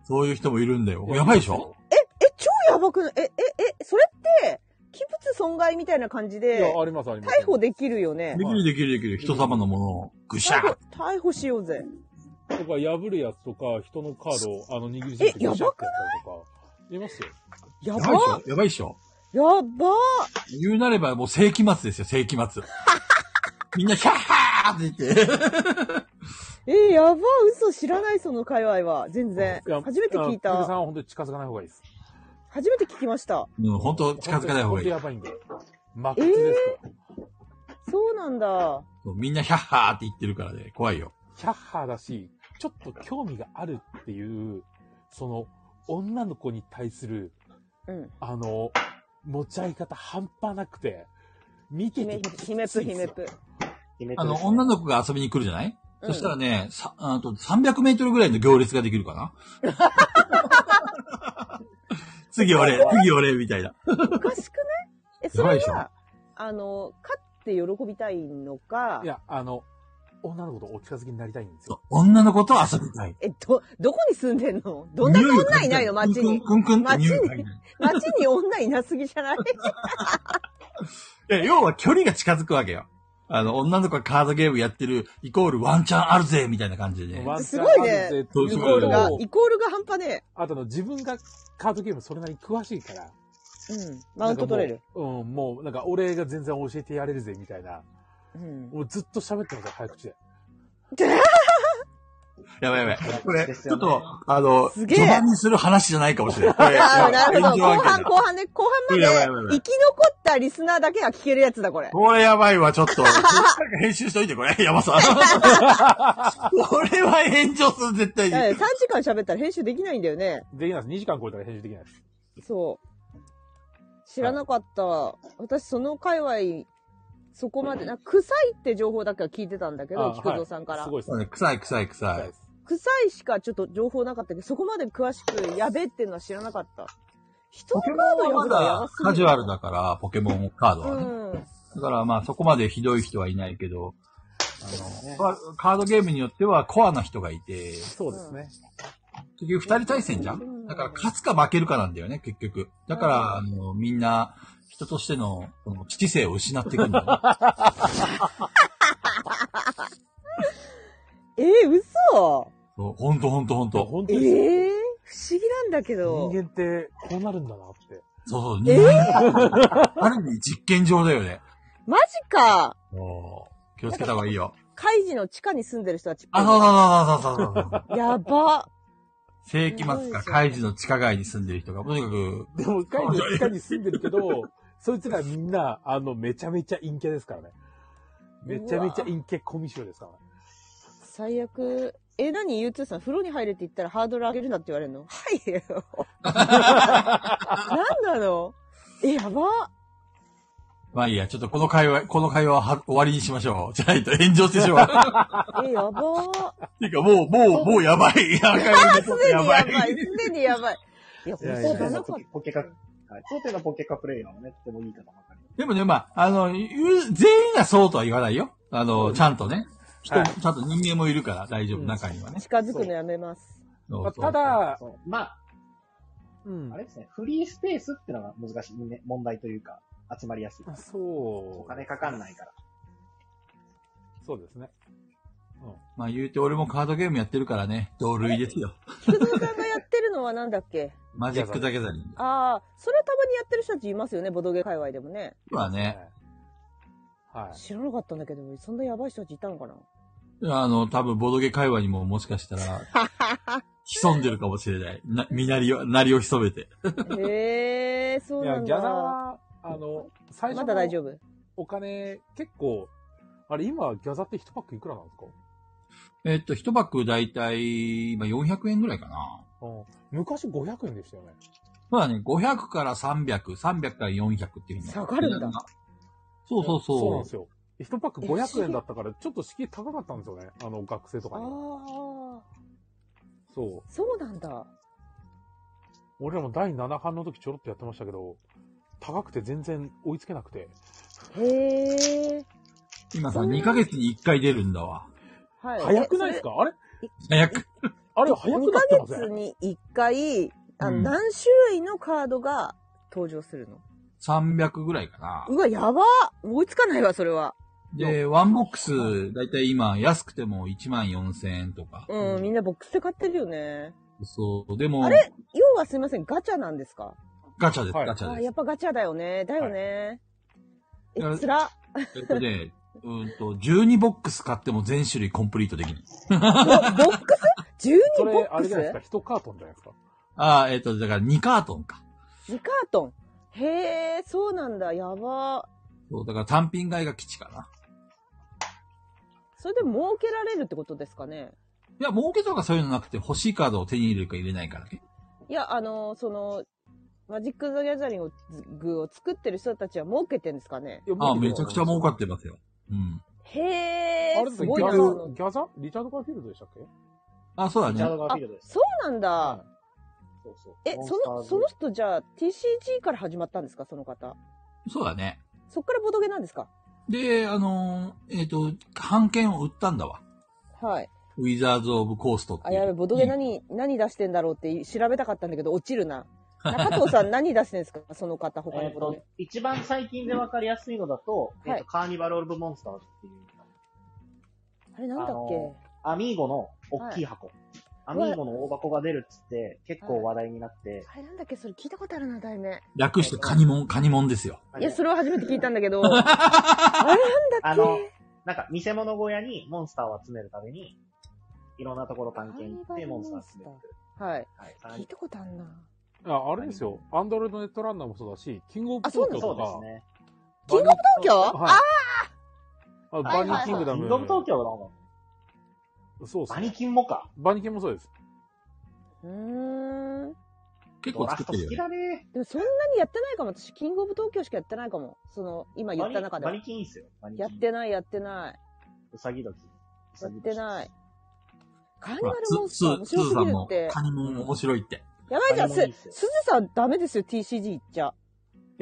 Speaker 3: そういう人もいるんだよ。やばいでしょ
Speaker 4: え、超やばくないえ、え、え、それって、器物損害みたいな感じ
Speaker 1: いや
Speaker 4: で、、
Speaker 1: あります、あります。
Speaker 4: 逮捕できるよね
Speaker 3: で。きるできるできる。人様のものを、ぐしゃ
Speaker 4: 逮
Speaker 3: ー
Speaker 4: 捕逮捕しようぜ。
Speaker 1: とか、破るやつとか、人のカードを、あの、握りしめて
Speaker 4: えやば
Speaker 1: ぐ
Speaker 4: くない
Speaker 1: しゃってやったりとか。いますよ。
Speaker 4: や
Speaker 3: やば
Speaker 4: ば
Speaker 3: いでしょやばいでしょ
Speaker 4: やばー
Speaker 3: 言うなればもう世紀末ですよ、世紀 末。みんな、ヒャッハーって言って。
Speaker 4: えーやばー嘘知らないその界隈は。全然
Speaker 1: いや。
Speaker 4: 初めて聞い
Speaker 1: あのペグさ
Speaker 4: た。
Speaker 1: んは本当に近づかない方がいいです。
Speaker 4: 初めて聞きました。
Speaker 3: うん、本当近づかない方がいい。
Speaker 1: 本当に本当にやばいんで。マックスですと。
Speaker 4: そうなんだ。
Speaker 3: そうみんな、ヒャッハーって言ってるからね、怖いよ。
Speaker 1: キャッハーだし、ちょっと興味があるっていう、その、女の子に対する、
Speaker 4: うん。
Speaker 1: あの、持ち上げ方半端なくて、見て
Speaker 4: 姫
Speaker 1: て
Speaker 4: プ、
Speaker 1: きつい
Speaker 4: 姫
Speaker 1: ん
Speaker 4: プ、
Speaker 1: です
Speaker 4: 姫
Speaker 1: よ
Speaker 4: プ。
Speaker 2: 決めて
Speaker 3: あ
Speaker 2: る
Speaker 3: の
Speaker 2: し、ね
Speaker 3: 女の子が遊びに来るじゃない、
Speaker 4: うん
Speaker 3: そしたらね、さあと300メートルぐらいの行列ができるかな 次俺、次俺、みたいな。
Speaker 4: おかしくないえ、そ
Speaker 3: やばい
Speaker 4: れ
Speaker 3: でしょ
Speaker 4: は、あの、勝って喜びたいのか
Speaker 1: い、や、あの、女の子とお近づきになりたいんです
Speaker 3: そう
Speaker 1: よ。
Speaker 3: 女の子と遊びたい。
Speaker 4: え、ど、どこに住んでんのどんな女いないの街に。
Speaker 3: クンクンクンって匂い
Speaker 4: 街
Speaker 3: 嗅
Speaker 4: に
Speaker 3: ぎたい
Speaker 4: 街に女いなすぎじゃない
Speaker 3: いや、要は距離が近づくわけよ。あの、女の子がカードゲームやってる、イコールワンチャンあるぜ、みたいな感じでね。
Speaker 1: ワンチ
Speaker 4: す
Speaker 1: ャン
Speaker 4: ごいね
Speaker 1: あるぜ
Speaker 3: そう
Speaker 4: イ
Speaker 3: そ
Speaker 4: コ
Speaker 3: う
Speaker 4: ールが
Speaker 1: と、
Speaker 4: イコールが半端ね
Speaker 1: あとの自分がカードゲームそれなりに詳しいから。
Speaker 4: え。うん。マウント取れる。
Speaker 1: うん、もうなんか俺が全然教えてやれるぜみたいな。
Speaker 4: うん。
Speaker 1: もうずっと喋ってますよ、早口で。
Speaker 3: やばいやばい。これ、
Speaker 2: です
Speaker 3: ち
Speaker 2: よ
Speaker 3: ょっ
Speaker 2: ね
Speaker 3: と、あの、
Speaker 4: すげえ
Speaker 3: 序盤にする話じゃないかもしれない。これ
Speaker 4: ああ、なるほど。
Speaker 3: 炎上
Speaker 4: 後
Speaker 3: 案件だ
Speaker 4: 半、後半ね、後半まで
Speaker 3: やばいやばいやばい
Speaker 4: 生き残ったリスナーだけが聞けるやつだ、これ。
Speaker 3: これやばいわ、ちょっと。編集しといて、これ。山 さん。これは炎上する、絶対に。
Speaker 4: 3時間喋ったら編集できないんだよね。
Speaker 1: できないです。2時間超えたら編集できないです。
Speaker 4: そう。知らなかった。私、その界隈、そこまで、なんか臭いって情報だけは聞いてたんだけ
Speaker 1: あ
Speaker 4: ど、
Speaker 1: ー
Speaker 4: 菊蔵さんか
Speaker 1: はい
Speaker 4: ら
Speaker 1: す。ごいです
Speaker 3: そう
Speaker 1: ね
Speaker 3: ね。臭い、臭い、臭
Speaker 1: はいい。
Speaker 4: 臭いしかちょっと情報なかったけど、そこまで詳しくやべえっていうのは知らなかった。人のカードや
Speaker 3: ま
Speaker 4: ばいやば
Speaker 3: だ
Speaker 4: すぎる
Speaker 3: カジュアルだから、ポケモンカードはね。
Speaker 4: う
Speaker 3: だ
Speaker 4: ん。
Speaker 3: からまあ、そこまでひどい人はいないけど、あの、カードゲームによってはコアな人がいて、
Speaker 1: そうですね。
Speaker 3: 結局二人対戦じゃんだから勝つか負けるかなんだよね、結局。だから、あの、みんな、人としての、この知性を失っていくんだよね。
Speaker 4: えー、嘘
Speaker 3: そうほんとほんとほんと。
Speaker 1: 本当
Speaker 4: え
Speaker 1: ですよ
Speaker 4: ー、不思議なんだけど
Speaker 1: 人。間ってこうなるんだなって。
Speaker 3: そうそう、
Speaker 4: え
Speaker 3: 人
Speaker 4: ー
Speaker 3: 間ある意味実験場だよね。
Speaker 4: マジか
Speaker 3: そう気をつけた方がいいよ。
Speaker 4: カイジの地下に住んでる人たち。
Speaker 3: あ、そうそうそうそうそうそうそ う。
Speaker 4: やば。
Speaker 3: 世紀末か、カイジの地下街に住んでる人が、とにかく、
Speaker 1: でも、カイの地下に住んでるけど、そいつらみんな、あの、めちゃめちゃ陰キャですからね。めちゃめちゃ陰キャコミュ障ですからね。
Speaker 4: 最悪。え、何 ?U2 さん、風呂に入れって言ったらハードル上げるなって言われるのはいよ。なんなのえ、やば。
Speaker 3: まあいいや、ちょっとこの会話、この会話はは終わりにしましょう。じゃないと炎上して しまう。
Speaker 4: え、やば。
Speaker 3: ていうか、もう、もう、もうや ばい。アーカイブ
Speaker 4: す
Speaker 3: 残って
Speaker 4: でにや
Speaker 3: い
Speaker 4: ばい。すでにやばい。いや、
Speaker 1: いやいや
Speaker 4: 本
Speaker 2: 当
Speaker 4: 当
Speaker 2: 店の
Speaker 4: だな
Speaker 2: ポケポケカ、はい、当店のポケカプレイヤーもね、とてもいい方ばかり。
Speaker 3: でもね、まあ、あの、言う全員がそうとは言わないよ。あの、ちゃんとね。人、
Speaker 1: はい
Speaker 3: ちゃんと人間もいるから大丈夫、
Speaker 1: うん
Speaker 3: 中にはね。
Speaker 4: 近づくのやめます。
Speaker 3: そう
Speaker 1: まあ
Speaker 3: そう
Speaker 1: た、だ、
Speaker 2: そう。まあ、
Speaker 1: うん
Speaker 2: あ。れですね、フリースペースってのが難しい、ね、問題というか、集まりやすい。
Speaker 1: そう。
Speaker 2: お金かかんないから。
Speaker 1: そうですね。
Speaker 3: まあ言うて俺もカードゲームやってるからね、同類ですよ。
Speaker 4: 菊蔵さんがやってるのはなんだっけ
Speaker 3: マジックだけだに。
Speaker 4: ああ、それはたまにやってる人たちいますよね、ボドゲ界隈でもね。
Speaker 3: 今はね、。
Speaker 1: はい。
Speaker 4: 知らなかったんだけど、そんなやばい人たちいたのかな
Speaker 3: あの、多分、ボドゲ会話にももしかしたら、潜んでるかもしれない。な、身なりを、なりを潜めて。
Speaker 4: へえ、そう
Speaker 1: い
Speaker 4: な
Speaker 1: や、
Speaker 4: ん
Speaker 1: ギャラ
Speaker 4: だ。
Speaker 1: は、あの、最
Speaker 4: ま
Speaker 1: 初
Speaker 4: だ大丈
Speaker 1: の
Speaker 4: 夫。
Speaker 1: お金、結構、あれ、今、ギャザって1パックいくらなんですか
Speaker 3: えっと、一パックだいたい、今400円ぐらいかな。
Speaker 1: うん。昔500円でしたよね。
Speaker 3: まあね、500から300、300から400っていうふうに
Speaker 4: 下がるんだ。
Speaker 3: そうそうそう。
Speaker 1: そうなんですよ。1パック500円だったから、ちょっと敷居高かったんですよね。あの、学生と
Speaker 4: あ
Speaker 1: かには。
Speaker 4: あ、
Speaker 1: そう。
Speaker 4: そうなんだ。
Speaker 1: 俺らも第7版の時ちょろっとやってましたけど、高くて全然追いつけなくて。
Speaker 4: へえ。
Speaker 3: 今さ、2ヶ月に1回出るんだわ。
Speaker 4: はい。
Speaker 1: 早くないですかあれ
Speaker 3: 早く。
Speaker 1: あれ
Speaker 4: えそれ
Speaker 1: 早くなってま
Speaker 4: 二
Speaker 1: せ
Speaker 4: ヶ月
Speaker 1: ん
Speaker 4: に1回、あの
Speaker 3: うん
Speaker 4: 何種類のカードが登場するの
Speaker 3: 300ぐらいかな
Speaker 4: う。わ、やば追いつかないわ、それは。
Speaker 3: で、ワンボックス、だいたい今、安くても1万4000円とか。
Speaker 4: うん、
Speaker 1: うん
Speaker 4: みんなボックスで買ってるよね。
Speaker 3: そう。でも
Speaker 4: あ、れ要はすいません、ガチャなんですか
Speaker 3: ガチャです、
Speaker 1: はい
Speaker 3: ガチャ
Speaker 4: あ
Speaker 3: で
Speaker 4: やっぱガチャだよね。だよね。
Speaker 3: はい
Speaker 4: え、つら。
Speaker 3: す。えっとね、 うんと、12ボックス買っても全種類コンプリートできない。
Speaker 4: うわボックス ?12
Speaker 1: そ
Speaker 4: ボ
Speaker 1: れ、
Speaker 4: ッ
Speaker 1: あ
Speaker 4: ク
Speaker 1: れ
Speaker 4: ス
Speaker 1: じゃないですか ?1 カートンじゃないですか
Speaker 3: ああ、えっと、だから2カートンか。
Speaker 4: ?2 カートン。へえ、そうなんだ。やば。
Speaker 3: そう、だから単品買いが基地かな。
Speaker 4: それで儲けられるってことですかね
Speaker 3: いや、儲けとかそういうのなくて、欲しいカードを手に入れるか入れないからね。
Speaker 4: いや、あの、その、マジック・ザ・ギャザリングを作ってる人たちは儲けてんですかね
Speaker 1: いや
Speaker 3: ああ、めちゃくちゃ儲か
Speaker 1: っ
Speaker 3: ってますよ。うん。
Speaker 4: へ
Speaker 1: あれ
Speaker 4: え、
Speaker 1: です
Speaker 4: す
Speaker 1: ね、
Speaker 4: ごい
Speaker 1: ギ
Speaker 4: な。
Speaker 1: ャ
Speaker 4: そ
Speaker 1: ザ
Speaker 4: う、
Speaker 1: ギャザリチャード・ガーフィールドでしたっけ
Speaker 3: あ、そうだ
Speaker 2: リチャード
Speaker 3: ね。
Speaker 2: ガーフィールドです。
Speaker 4: なんだ。
Speaker 2: そうそう。
Speaker 4: え、その、その人じゃあ TCG から始まったんですかその方。
Speaker 3: そうだね。
Speaker 4: そっからボドゲなんですか
Speaker 3: で、あのーえっ、と、版権を売ったんだわ。
Speaker 4: はい。
Speaker 3: ウィザーズ・オブ・コーストっていう。
Speaker 4: あ、やべ、ボドゲ
Speaker 3: いい
Speaker 4: 何、何出してんだろうって調べたかったんだけど、落ち るな。中藤さん何出してんですかその方、他
Speaker 2: え
Speaker 4: の
Speaker 2: っ
Speaker 4: ボド
Speaker 2: と
Speaker 4: ゲ。、
Speaker 2: 一番最近でわかりやすいのだと、えっ
Speaker 4: はい
Speaker 2: と、カーニバル・オブ・モンスターズっていう、
Speaker 4: あれなんだっ
Speaker 2: あ
Speaker 4: け
Speaker 2: のアミーゴの大きい箱。アミーゴの大箱が出るっつって、結構話題になって、
Speaker 4: あれなんだっけそれ聞いたことあるな、題名。
Speaker 3: 略してカニモン、カニモンですよ。
Speaker 4: いや、そ
Speaker 2: れ
Speaker 4: れは初めて聞いたんだ けど。あれな
Speaker 2: あ
Speaker 4: んだっ
Speaker 2: の、なんか、見せ物小屋にモンスターを集めるために、いろんなところ探検行ってモンスター集めてくる。
Speaker 4: けはい。
Speaker 2: はい。
Speaker 4: 聞いたことあるな。
Speaker 1: ああれですよ。アンドロイドネットランナーもそうだし、キングオブ
Speaker 4: あそうな
Speaker 1: 東京
Speaker 4: の
Speaker 2: そ
Speaker 1: と
Speaker 2: う
Speaker 1: か、
Speaker 2: ですね。
Speaker 4: キングオブ東
Speaker 1: バニ
Speaker 4: 京
Speaker 1: ー
Speaker 4: あ
Speaker 1: はい、
Speaker 4: は
Speaker 1: あ
Speaker 4: いはいはい
Speaker 1: バニー・キングダ
Speaker 2: キ
Speaker 1: ム。
Speaker 2: ングオブ東京の
Speaker 1: そうです
Speaker 2: バニ
Speaker 1: ね。
Speaker 2: キンもか。
Speaker 1: バニキンもそうです。
Speaker 4: うーん。
Speaker 3: 結
Speaker 2: ド
Speaker 3: 構
Speaker 2: ラ
Speaker 3: 作
Speaker 2: フ
Speaker 3: っ
Speaker 2: ト
Speaker 3: てる
Speaker 2: 好
Speaker 3: よ
Speaker 2: き
Speaker 3: ね。
Speaker 2: だね。
Speaker 4: でもそんなにやってないかも。私、キングオブ東京しかやってないかも。その、今言った中で
Speaker 2: バ
Speaker 4: は
Speaker 2: ニ。キンいいっすよ。バニキン。
Speaker 4: やってない、やってない。
Speaker 2: うさぎ時。う
Speaker 4: や
Speaker 2: さ
Speaker 4: っ
Speaker 2: ぎ時
Speaker 4: てない。。カーニ
Speaker 3: ほ
Speaker 4: バ
Speaker 3: ら
Speaker 4: ルモン
Speaker 3: す
Speaker 4: ス
Speaker 3: す
Speaker 4: ター面
Speaker 3: す
Speaker 4: 白
Speaker 3: ず
Speaker 4: す
Speaker 3: さ
Speaker 4: ぎ
Speaker 3: ん
Speaker 4: る
Speaker 3: も
Speaker 4: って。
Speaker 3: カニモン面白いって。
Speaker 4: やばいじゃん、
Speaker 2: カ
Speaker 4: す、
Speaker 2: ーニバルいいっす
Speaker 4: す
Speaker 2: よ
Speaker 4: ずさんダメですよ、TCG 行っちゃ。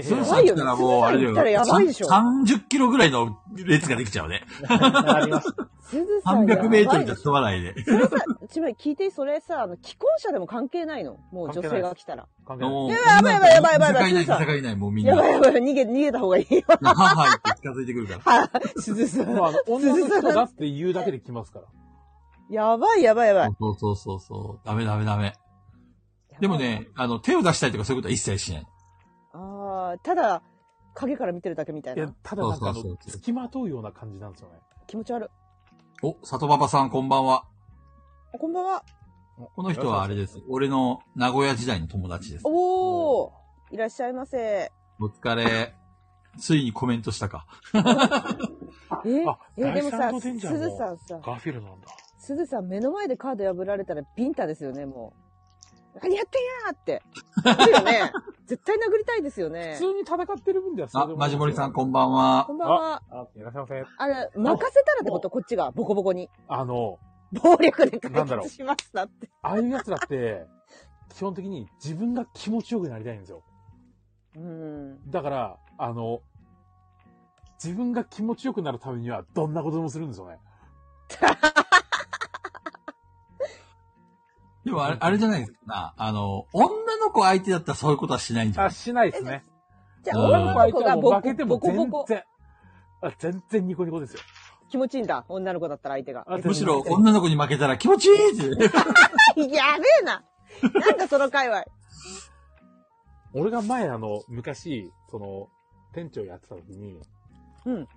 Speaker 3: すず
Speaker 4: や
Speaker 3: さ
Speaker 4: ば
Speaker 3: ん
Speaker 4: い
Speaker 3: 来
Speaker 4: よ
Speaker 3: た
Speaker 4: ね
Speaker 3: らもう、あれだよ。
Speaker 4: すずさん来たらやばいでしょ
Speaker 3: さん30キロぐらいの列ができちゃうね。
Speaker 2: あり ます。
Speaker 4: すずさんやば
Speaker 3: 300メ
Speaker 4: い
Speaker 3: ートルじ
Speaker 4: で
Speaker 3: ゃ
Speaker 4: しょ
Speaker 3: 済まないで。
Speaker 4: それさ、ちなみに聞いて、それさ、あの、既婚者でも関係ないのもう女性が来たら。
Speaker 1: 関係ない。
Speaker 3: もう、
Speaker 4: やばいやばいやばいやばいや
Speaker 3: 戦
Speaker 4: ばい
Speaker 3: えない、戦えない、もうみんな。
Speaker 4: や
Speaker 3: は
Speaker 4: ばいやばい、逃げ、逃げた方がいいよ。
Speaker 3: はって近づいてくるから。
Speaker 4: はぁすずさ。
Speaker 1: もうんあの、 女の人だって言うだけで来ますから。
Speaker 4: やばいやばいやばい。
Speaker 3: そうそうそうそう。ダメダメダメ。でもね、あの、手を出したりとかそういうことは一切しない。
Speaker 4: ああ、ただ、影から見てるだけみたい
Speaker 1: いや
Speaker 4: な。、
Speaker 1: ただなんかあ
Speaker 3: そうそう
Speaker 1: の
Speaker 3: そ、う
Speaker 1: 付きまとうような感じなんですよね。
Speaker 4: 気持ち悪い。
Speaker 3: お、里馬場さんこんばんは。
Speaker 4: あこんばんは。
Speaker 3: この人はあれです。俺の名古屋時代の友達です。
Speaker 4: おおいらっしゃいませ。
Speaker 3: お疲れ。ついにコメントしたか。
Speaker 4: えー
Speaker 1: あ、
Speaker 4: えーで
Speaker 1: 第
Speaker 4: もさ
Speaker 1: 三、の
Speaker 4: す
Speaker 1: 天じ
Speaker 4: ず
Speaker 1: ゃんもう
Speaker 4: さんさ、
Speaker 1: ガーフィールドなんだ。
Speaker 4: すずさん目の前でカード破られたらビンタですよね、もう。何やってんやーって。あるよね。絶対殴りたいですよね
Speaker 1: 普通。に戦ってる分では
Speaker 3: あ、マジモリさんこんばん
Speaker 4: こ
Speaker 3: は。
Speaker 4: んばんは。
Speaker 1: いらっしゃいませ。
Speaker 4: あれ、任せたらってことこっちが、ボコボコに。
Speaker 1: あの、
Speaker 4: 暴力で解
Speaker 1: なんだろう
Speaker 4: 決しましたって。
Speaker 1: ああいう奴らって、基本的に自分が気持ちよくなりたいんですよ。
Speaker 4: うん。
Speaker 1: だから、あの、自分が気持ちよくなるためには、どんなことでもするんですよね。
Speaker 3: でもあれ、あれじゃないですかな。あの、女の子相手だったらそういうことはしないんじゃな
Speaker 1: あ、
Speaker 3: い
Speaker 1: しないですね。
Speaker 4: じゃ
Speaker 3: うん
Speaker 4: あ、
Speaker 1: 女の
Speaker 4: 女
Speaker 1: 子
Speaker 4: の
Speaker 1: 相
Speaker 4: 子
Speaker 1: 手
Speaker 4: が
Speaker 1: はもう
Speaker 4: ボ
Speaker 1: 負けて
Speaker 4: コ
Speaker 1: も
Speaker 4: ボコボ
Speaker 1: 全
Speaker 4: コ。
Speaker 1: 然、あ全然ニコニコですよ。
Speaker 4: 気持ちいいんだ。女の子だったら相手が。
Speaker 1: あ
Speaker 4: え
Speaker 1: で
Speaker 3: むしろ
Speaker 1: うん
Speaker 3: 女の子に負けたら気持ちいい って。
Speaker 4: やべえな。なんだその界隈。
Speaker 1: 俺が前、あの、昔、その、店長やってた時に、
Speaker 4: うん。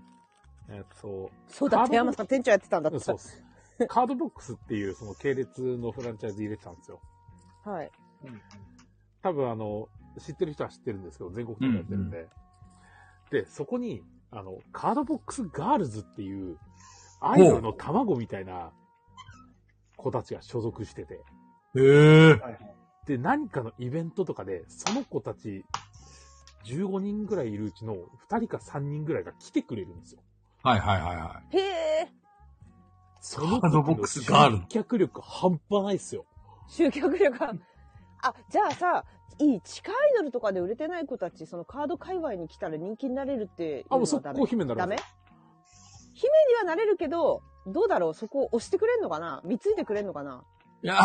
Speaker 1: えっと、
Speaker 4: そうだ、
Speaker 1: カード
Speaker 4: 手山さん店長やってたんだっ
Speaker 1: う
Speaker 4: て
Speaker 1: んそうっす。カードボックスっていうその系列のフランチャイズ入れてたんですよ。
Speaker 4: はい。
Speaker 2: うん
Speaker 1: 多分あの、知ってる人は知ってるんですけど、全国的にやってるんで。で、そこに、あの、カードボックスガールズっていう、アイドルの卵みたいな子たちが所属してて、
Speaker 3: へえ。
Speaker 2: はいはい。
Speaker 1: で、何かのイベントとかで、その子たち、15人ぐらいいるうちの2人か3人ぐらいが来てくれるんですよ。
Speaker 3: はいはいはいは
Speaker 4: へえ。
Speaker 1: その
Speaker 3: カードボックスガール。
Speaker 1: 集客力半端ないっすよ。
Speaker 4: 集客力が。あ、じゃあさ、いい、地下アイドルとかで売れてない子たち、そのカード界隈に来たら人気になれるっていう
Speaker 1: あ、も
Speaker 4: の
Speaker 1: う
Speaker 4: は
Speaker 1: 速
Speaker 4: ダメ
Speaker 1: 攻。姫になる
Speaker 4: ダ
Speaker 1: んです
Speaker 4: メ
Speaker 1: よ
Speaker 4: 姫にはなれるけど、どうだろうそこ押してくれんのかな貢いでくれんのかない
Speaker 3: いや、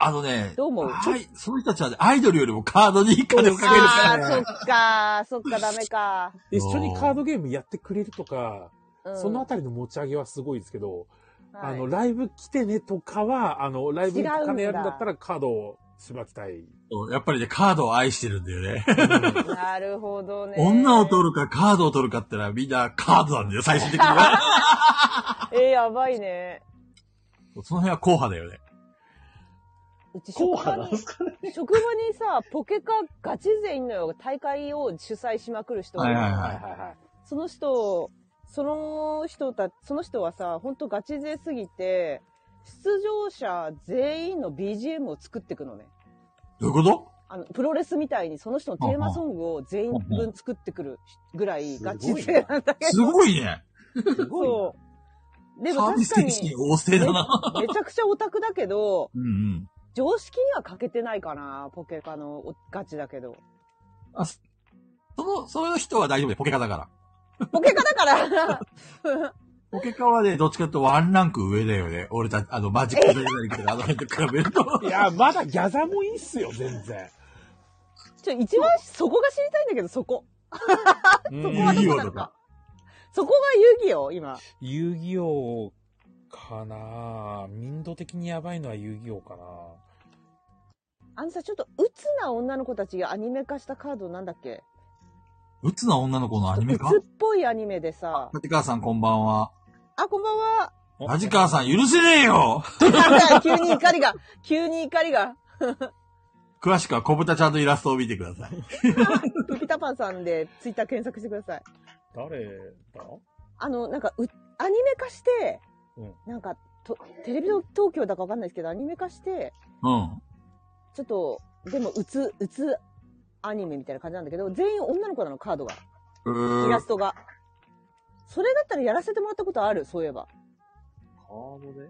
Speaker 3: あのね、
Speaker 4: どう思う
Speaker 3: はい、その人たちはね、アイドルよりもカードに金をかける
Speaker 4: あ
Speaker 3: か
Speaker 4: あー、
Speaker 3: ら
Speaker 4: そ
Speaker 3: ね。
Speaker 4: っかー、そっか、ダメか。
Speaker 1: 一緒にカードゲームやってくれるとか、
Speaker 4: うん
Speaker 1: そのあたりの持ち上げはすごいですけど、
Speaker 4: はい
Speaker 1: あの、ライブ来てねとかは、あの、ライブに金やるんだったらカードをしばきたい。
Speaker 3: そうやっぱりね、カードを愛してるんだよね。
Speaker 4: なるほどね。
Speaker 3: 女を取るかカードを取るかってのはみんなカードなんだよ、最終的には。
Speaker 4: えー、やばいね。
Speaker 3: その辺は硬派だよね。
Speaker 4: うち
Speaker 2: 後
Speaker 4: 職
Speaker 2: 半な
Speaker 4: 場
Speaker 2: んで
Speaker 4: に
Speaker 2: す、かね。
Speaker 4: 職場にさ、ポケカガチ勢いんのよ。大会を主催しまくる人が
Speaker 3: はいはい
Speaker 1: はい
Speaker 3: は
Speaker 1: はいはい。
Speaker 4: その人、その人た、その人はさ、ほんとガチ勢すぎて、出場者全員の BGM を作っていくのね。
Speaker 3: い。どういうこと
Speaker 4: あの、プロレスみたいにその人のテーマソングを全員分作ってくるぐらいガチ勢なんだけど。
Speaker 3: すごいね。
Speaker 1: すごいな。
Speaker 4: そう。で
Speaker 3: サ
Speaker 4: も
Speaker 3: ービ
Speaker 4: 確
Speaker 3: ス
Speaker 4: か
Speaker 3: 精
Speaker 4: に、
Speaker 3: 神旺盛だな。
Speaker 4: めちゃくちゃオタクだけど、
Speaker 3: うんうん。
Speaker 4: 常識には欠けてないかな、ポケカのおガチだけど。
Speaker 3: あそその、そういう人は大丈夫で、ポケカだから。
Speaker 4: ポケカだから、
Speaker 3: ポケカはね、どっちかというとワンランク上だよね。俺たち、あの、マジックダイナリックとかあの辺と比べると。
Speaker 1: いや、まだギャザもいいっすよ、全然。
Speaker 4: ちょ、一番そこが知りたいんだけど、そこ。 そこはど
Speaker 3: 遊戯
Speaker 4: こ
Speaker 3: 王
Speaker 4: なの
Speaker 3: とか
Speaker 4: か。そこが遊戯王、今。
Speaker 1: 遊戯王かな民度的にやばいのは遊戯王かな
Speaker 4: あのさ、ちょっと、うつな女の子たちがアニメ化したカードなんだっけ
Speaker 3: うつな女の子のアニメか
Speaker 4: うつっぽいアニメでさ、
Speaker 3: 立川さんこんばんは。
Speaker 4: あ、こんばんは。
Speaker 3: ラジカーさん許せねえよ
Speaker 4: 急に怒りが、急に怒りが。
Speaker 3: 詳しくは小豚ちゃんのイラストを見てください。
Speaker 4: ピピタパンさんでツイッター検索してください。
Speaker 1: 誰だ
Speaker 4: あの、なんか、う、アニメ化して、
Speaker 1: うん
Speaker 4: なんか、と、テレビ東京だかわかんないですけど、アニメ化して、
Speaker 3: うん。
Speaker 4: ちょっと、でも、うつ、うつアニメみたいな感じなんだけど、全員女の子なの、カードが。
Speaker 3: う
Speaker 4: イ
Speaker 3: ー
Speaker 4: ラ
Speaker 3: ん
Speaker 4: ス。トが。それだったらやらせてもらったことある、そういえば。
Speaker 2: カードで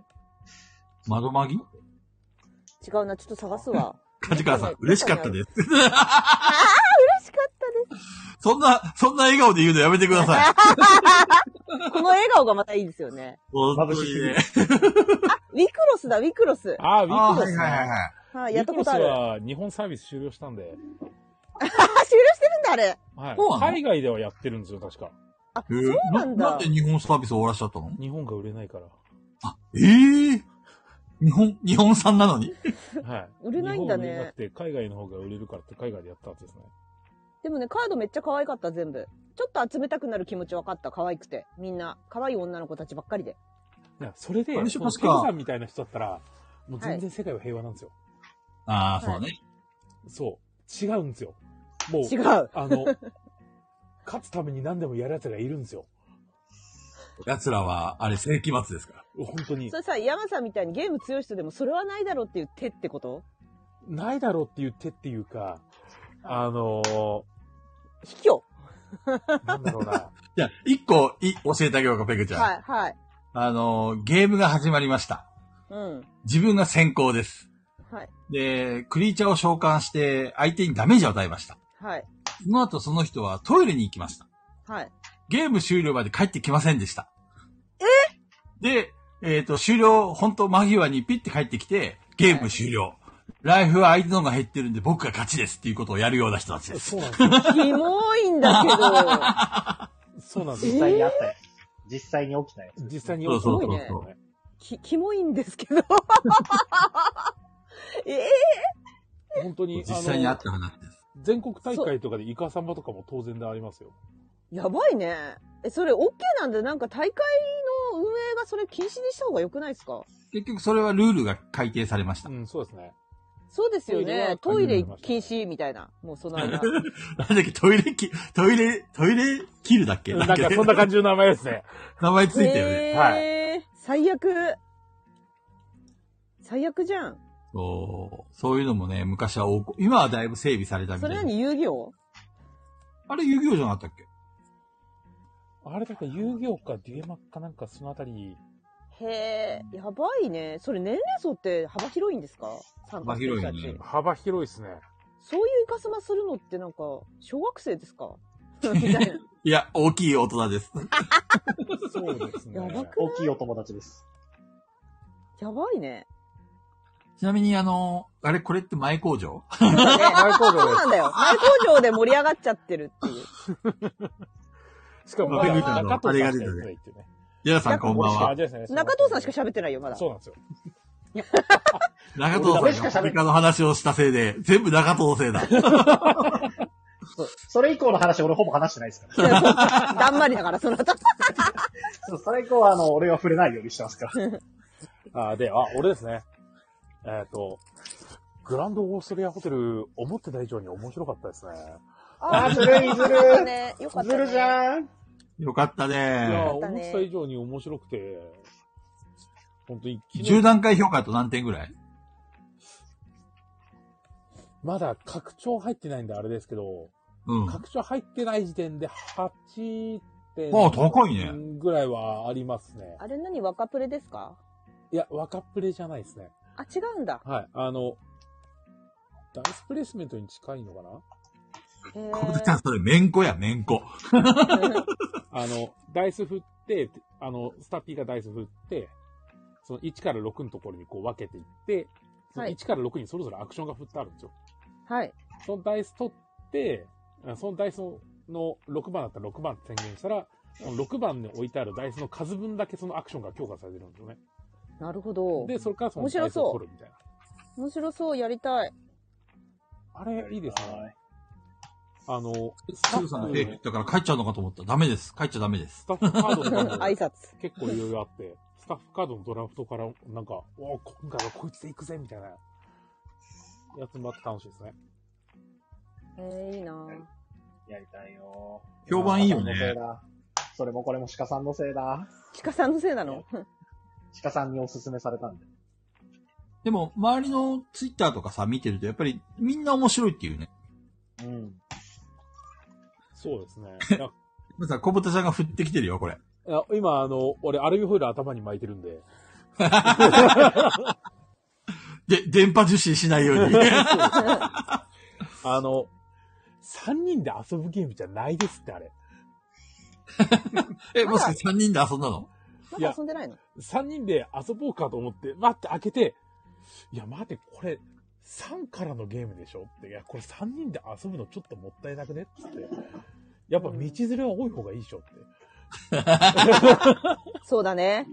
Speaker 3: 窓まぎ
Speaker 4: 違うな、ちょっと探 すわ。
Speaker 3: カジカさん、嬉しかったです。
Speaker 4: 嬉しかったで
Speaker 3: そんな、そんな笑顔で言うのやめてくだ さい。
Speaker 4: す。この笑顔がまたいいですよね。
Speaker 3: 本当
Speaker 2: 眩しす
Speaker 3: に
Speaker 2: ぎ
Speaker 3: ね
Speaker 2: る。
Speaker 4: ウィクロスだ、ウィクロス。
Speaker 1: あー、ウ
Speaker 3: あ
Speaker 1: ィク
Speaker 3: ー
Speaker 1: ロ
Speaker 3: はい
Speaker 1: ス
Speaker 3: はいはい
Speaker 1: ね。
Speaker 3: はい。
Speaker 4: はい、
Speaker 1: ウ
Speaker 4: や
Speaker 1: ィ
Speaker 4: った
Speaker 1: ク
Speaker 4: こ
Speaker 1: ロス
Speaker 4: とある。あ、
Speaker 1: は日本サービス終了したんで。
Speaker 4: 終了してるんだ、 あれ。
Speaker 1: はい
Speaker 3: そうなの
Speaker 1: 海外ではやってるんですよ、確か。
Speaker 4: あ、
Speaker 3: え
Speaker 4: そ
Speaker 3: ー
Speaker 4: うなんだ。
Speaker 3: なんで日本サービスを終わらしちゃったの
Speaker 1: 日本が売れないから。
Speaker 3: ええ日本、日本産なのに
Speaker 1: はい。
Speaker 4: 売れないんだね
Speaker 1: 日本売れなくて、海外の方が売れるからって海外でやったはずですね。
Speaker 4: でもね、カードめっちゃ可愛かった、全部。ちょっと集めたくなる気持ち分かった、可愛くて。みんな、可愛い女の子たちばっかりで。
Speaker 1: いや、それで、
Speaker 3: あれし
Speaker 1: そ
Speaker 3: ま
Speaker 1: の
Speaker 3: す
Speaker 1: ペ
Speaker 3: か
Speaker 1: グさんみたいな人だったら、もう全然世界は平和なんですよ。
Speaker 3: ああ、そうだね。
Speaker 1: そう。違うんですよ。もう、
Speaker 4: 違う。
Speaker 1: あの、勝つために何でもやる奴がいるんですよ。
Speaker 3: 奴らは、あれ、世紀末ですから。
Speaker 1: 本当に
Speaker 4: そ。れさ、山さんみたいにゲーム強い人でも、それはないだろうっていう手ってこと
Speaker 1: ないだろうって言ってっていうか、あの
Speaker 4: 卑怯。
Speaker 1: ー、なんだろう な。
Speaker 3: じゃあ、一個、い、教えてあげようか、ペグちゃん。
Speaker 4: はい、はい。
Speaker 3: あのー、ゲームが始まりました。
Speaker 4: うん。
Speaker 3: 自分が先行です。
Speaker 4: はい、
Speaker 3: で、クリーチャーを召喚して、相手にダメージを与えました。
Speaker 4: はい、
Speaker 3: その後、その人はトイレに行きました。
Speaker 4: はい。
Speaker 3: ゲーム終了まで帰ってきませんでした。えで、えっ、と、終了、本当間際にピッて帰ってきて、ゲーム終了。ライフは相手の方が減ってるんで僕が勝ちですっていうことをやるような人たちです。
Speaker 1: そうなんですよ。
Speaker 4: キモいんだけ ど。
Speaker 1: そうなんです
Speaker 2: 実
Speaker 1: よ。
Speaker 2: 際にあったやつ。実際に起きたやつ。
Speaker 1: 実際に
Speaker 3: そうそう
Speaker 4: す
Speaker 3: そ
Speaker 4: ごいうね
Speaker 3: そう、
Speaker 4: き、キモいんですけど。 ええ
Speaker 1: 本当に、
Speaker 3: 実際にあ
Speaker 1: あ
Speaker 3: っ
Speaker 1: の、
Speaker 3: た話です。
Speaker 1: 全国大会とかでイカサンバとかも当然でありますよ。
Speaker 4: やばいね。え、それ OK なんで、なんか大会の運営がそれ禁止にした方が良くないですか
Speaker 3: 結局それはルールが改定されました
Speaker 1: う。ん、そうですね。
Speaker 4: そうですよね。
Speaker 1: ト
Speaker 4: ト
Speaker 1: イ
Speaker 4: イ
Speaker 1: レは
Speaker 4: レ禁止みたいな。もうその
Speaker 3: な
Speaker 4: 間。
Speaker 3: んだっけ、トイレき、トイレ、トイレキルだっけ
Speaker 1: なんかそんな感じの名前ですね。
Speaker 3: 名前ついたよね。
Speaker 4: えー
Speaker 1: は
Speaker 4: 最悪。最悪じゃん。
Speaker 3: そう、そういうのもね、昔は多く、今はだいぶ整備されたみ
Speaker 4: そ
Speaker 3: た
Speaker 4: れ
Speaker 3: い
Speaker 4: 何遊戯王
Speaker 3: あれ、遊戯王じゃなかったっけ
Speaker 1: あれだから遊戯王かデュエマかなんかそのあたり、
Speaker 4: へえ、やばいね。それ年齢層って幅広いんですか参加する人た
Speaker 3: 幅
Speaker 4: ち
Speaker 3: 広いね
Speaker 1: 幅広いですね。
Speaker 4: そういうイカスマするのってなんか、小学生です かみたいな。
Speaker 3: いや、大きい大人です。
Speaker 1: そうですね。
Speaker 4: やばく
Speaker 2: 大きいお友達です。
Speaker 4: やばいね。
Speaker 3: ちなみに、あの、あれ、これって前工場
Speaker 4: そうだね
Speaker 1: 前工場
Speaker 4: そう
Speaker 1: で
Speaker 4: なんだよ。前工場で盛り上がっちゃってるっていう。
Speaker 1: す。しかも、
Speaker 4: バカみ
Speaker 1: 中
Speaker 4: たいな
Speaker 1: 中藤さんしか
Speaker 3: あれが出たね
Speaker 1: やってないっていうね。
Speaker 3: 皆さんこんばんは。
Speaker 4: 中藤さんしか
Speaker 1: ゃ
Speaker 4: 喋ってないよ、まだ。
Speaker 1: そうなんですよ。
Speaker 3: 中藤さんがアメリカの話をしたせいで、全部中藤せいだ。
Speaker 2: そうそれ以降の話、俺ほぼ話してないですから。
Speaker 4: だんまりだから、その後。
Speaker 2: そうそれ以降は、あの、俺は触れないようにしてますから。
Speaker 1: あーで、あ、俺ですね。えっ、と、グランドオーストリアホテル、思ってた以上に面白かったですね。
Speaker 2: あーずるいずるい
Speaker 4: よかったね。よかったね
Speaker 2: ずるじゃーん。
Speaker 3: よかった
Speaker 1: いやー、
Speaker 3: ね。
Speaker 4: よかった
Speaker 1: 思
Speaker 4: ね
Speaker 1: ってた以上に面白くて、本当に昨日
Speaker 3: 10段階評価と何点ぐらい
Speaker 1: まだ拡張入ってないんであれですけど、
Speaker 3: うん。
Speaker 1: 拡張入ってない時点で8点。
Speaker 3: ああ高いね
Speaker 1: ぐらいはありますね。
Speaker 4: あれ何若プレですか
Speaker 1: いや、若っプレじゃないですね。
Speaker 4: あ、違うんだ。
Speaker 1: はい。あの、ダイスプレイスメントに近いのかな
Speaker 4: へ
Speaker 3: 小豚ちゃん、それ、めんこや、めんこ。
Speaker 4: ー
Speaker 1: あの、ダイス振って、あの、スタッピーがダイス振って、その1から6のところにこう分けていって、その
Speaker 4: はい
Speaker 1: 1から6にそれぞれアクションが振ってあるんですよ。
Speaker 4: はい。
Speaker 1: そのダイス取って、あそのダイスの6番だったら6番って宣言したら、その6番に置いてあるダイスの数分だけそのアクションが強化されてるんですよね。
Speaker 4: なるほど。
Speaker 1: で、それからそのダイスを取るみたいな。
Speaker 4: 面白そう、やりたい。
Speaker 1: あれ、いいですね。
Speaker 2: は
Speaker 1: あの、スタ
Speaker 3: す
Speaker 1: ッ
Speaker 3: ぐさん、
Speaker 1: フ
Speaker 3: え、 言ったから帰っちゃうのかと思った。ダメです。帰っちゃダメです
Speaker 1: ス。タッフカードとか も
Speaker 4: 挨拶。
Speaker 1: 結構いろいろあって、 スタッフカードのドラフトから、なんか、おお、今回はこいつで行くぜみたいなやつもあって楽しいですね。
Speaker 4: えー、いいなぁ
Speaker 2: いやりたいよ
Speaker 3: 評判いいよね。
Speaker 2: それもこれも鹿さんのせいだ。
Speaker 4: 鹿さんのせいなの
Speaker 2: 鹿さんにおすすめされたんで。
Speaker 3: でも、周りのツイッターとかさ、見てると、やっぱり、みんな面白いっていうね。
Speaker 2: うん。
Speaker 1: そうですね。 いや
Speaker 3: まさ、小豚ちゃんが振ってきてるよ、これ。
Speaker 1: いや今、あの、俺、アルミホイル頭に巻いてるんで。
Speaker 3: で、電波受信しないように。
Speaker 1: あの、三人で遊ぶゲームじゃないですって、あれ。
Speaker 3: え、もしかして3人で遊んだの
Speaker 4: ま
Speaker 1: いや
Speaker 4: だ遊んでないの
Speaker 1: 三人で遊ぼうかと思って、待って開けて、いや、待って、これ、3からのゲームでしょって、いや、これ3人で遊ぶのちょっともったいなくねっつって。やっぱ道連れは多い方がいいでしょって。
Speaker 4: そうだね。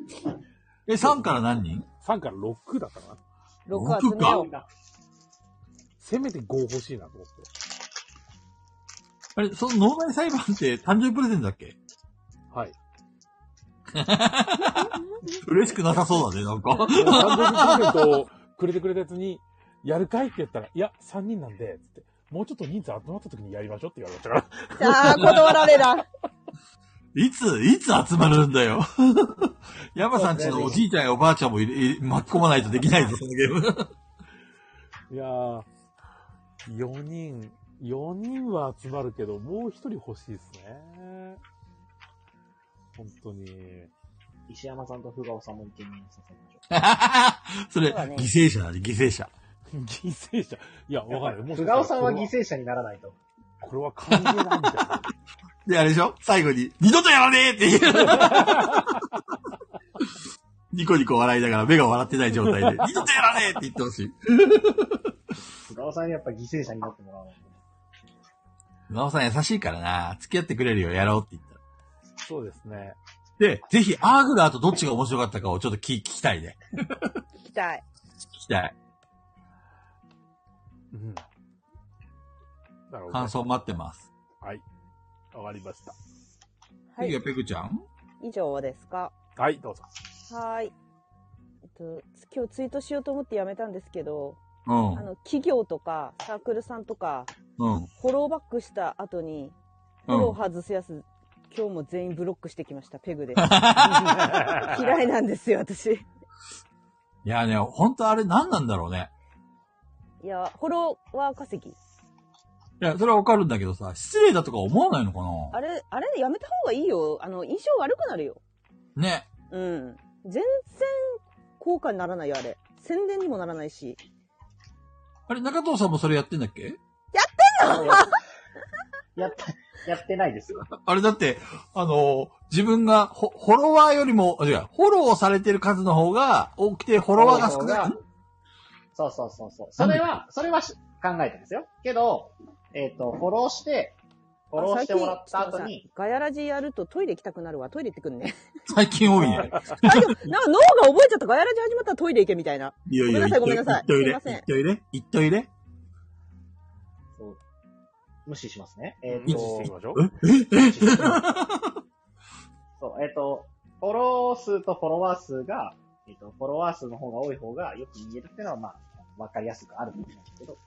Speaker 3: え、3から何人
Speaker 1: 3から6だったかな。
Speaker 4: 6集めよ
Speaker 3: 六
Speaker 4: う。
Speaker 1: せめて5欲しいなと思って。
Speaker 3: あれ、その農大裁判って誕生日プレゼントだっけ
Speaker 1: はい。
Speaker 3: 嬉しくなさそうだね、なんか。
Speaker 1: 誕生日プレゼントをくれてくれたやつに、やるかいって言ったら、いや、3人なんで、つって。もうちょっと人数集まった時にやりましょうって言われましたから。
Speaker 4: じゃあ、断られだ。
Speaker 3: いつ、いつ集まるんだよ。 ヤマさんちのおじいちゃんやおばあちゃんも入れ入れ巻き込まないとできないぞ、そのゲーム。
Speaker 1: いやー、4人、4人は集まるけど、もう1人欲しいですね。本当に。
Speaker 2: 石山さんとふがおさんも一見にさせましょ
Speaker 3: それ、
Speaker 4: そうだね
Speaker 3: 犠牲者だね、犠牲者。
Speaker 1: 犠牲者。いや、
Speaker 2: う。
Speaker 1: わかんない。もしかした
Speaker 2: ふが
Speaker 1: ら
Speaker 2: おさんは犠牲者にならないと。
Speaker 1: これは歓迎なんだよ。
Speaker 3: で、あれでしょ最後に、二度とやらねえっていう。ニコニコ笑いながら目が笑ってない状態で、二度とやらねえって言ってほしい。
Speaker 2: ふがおさんにやっぱ犠牲者になってもらわない
Speaker 3: 馬尾さん優しいからな、付き合ってくれるよ、やろうって言ったら。
Speaker 1: そうですね。
Speaker 3: で、ぜひ、アーグラーとどっちが面白かったかをちょっと聞聞きたいね。
Speaker 4: 聞きたい。
Speaker 3: 聞きたい。
Speaker 1: うん。なるほど
Speaker 3: 感。想待ってます。
Speaker 1: はい。わかりました。
Speaker 4: は
Speaker 3: 次
Speaker 4: い
Speaker 3: は。ペグちゃん
Speaker 4: 以上ですか。
Speaker 1: はい、どうぞ。
Speaker 4: はーい。と今日ツイートしようと思ってやめたんですけど、
Speaker 3: うん
Speaker 4: あ。の企業とかサークルさんとか
Speaker 3: うん。
Speaker 4: フォローバックした後にフォロー外すやつ、今日も全員ブロックしてきましたペグ で嫌いなんですよ私
Speaker 3: いやね、ほんとあれ何なんだろうね。
Speaker 4: いやフォロワー稼ぎ
Speaker 3: いや、それはわかるんだけどさ、失礼だとか思わないのか
Speaker 4: あれあれやめた方がいいよあの印象悪くなるよ
Speaker 3: なね。
Speaker 4: うん全然効果にならないよあれ宣伝にもならないし
Speaker 3: あれ、中藤さんもそれやってんだっけ
Speaker 2: やって、やってないですよ。
Speaker 3: あれだって、あのー自分がフォ、フォロワーよりも、あ違う、フォローされてる数の方が多くて、フォロワーが少ない。ん
Speaker 2: そうそうそうそう。それは、それはし考えてですよ。けど、えっ、と、フォローして、フォローしてもらった後
Speaker 4: 最近
Speaker 2: に
Speaker 4: ちょっとさ、ガヤラジやるとトイレ行きたくなるわトイレ行ってくんね
Speaker 3: 最近多いね。
Speaker 4: あでもなんか脳が覚えちゃったガヤラジ始まったらトイレ行けみたいない
Speaker 3: やいや、
Speaker 4: ごめんなさい
Speaker 3: 言っとい
Speaker 4: ごめんなさい
Speaker 3: れ。言っといれ。言っといれ。
Speaker 2: そう無視しますね。えっ、
Speaker 1: 無視していき
Speaker 2: と、
Speaker 1: ましょう。
Speaker 2: 無視しそう、えっ、と、フォロー数とフォロワー数が、えっ、と、フォロワー数の方が多い方がよく見えるっていうのは、まあ、わかりやすくあるんですけど、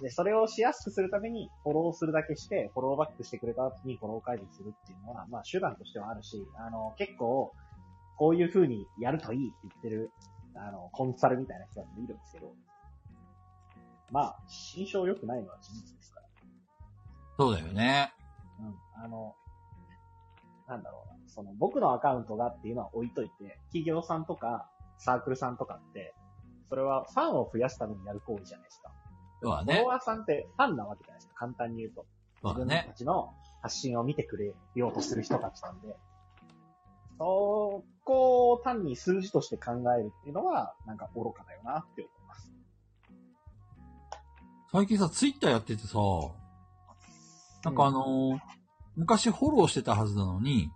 Speaker 2: で、それをしやすくするために、フォローするだけして、フォローバックしてくれた後にフォロー解除するっていうのは、まあ、手段としてはあるし、あの、結構、こういう風にやるといいって言ってる、あの、コンサルみたいな人たちもいるんですけど、まあ、心象良くないのは事実ですから。
Speaker 3: そうだよね。
Speaker 2: うん。あの、なんだろうな。その、僕のアカウントがっていうのは置いといて、企業さんとか、サークルさんとかって、それはファンを増やすためにやる行為じゃないですか。
Speaker 3: そうだ
Speaker 2: フォ
Speaker 3: ね
Speaker 2: ロ。ワーさんってファンなわけじゃないですか。簡単に言うと。
Speaker 3: そうだ
Speaker 2: 自分
Speaker 3: ね
Speaker 2: た。ちの発信を見てくれようとする人たちなんで、そこを単に数字として考えるっていうのは、なんか愚かだよなって思います。
Speaker 3: 最近さ、ツイッターやっててさ、なんかあのー昔フォローしてたはずなのに、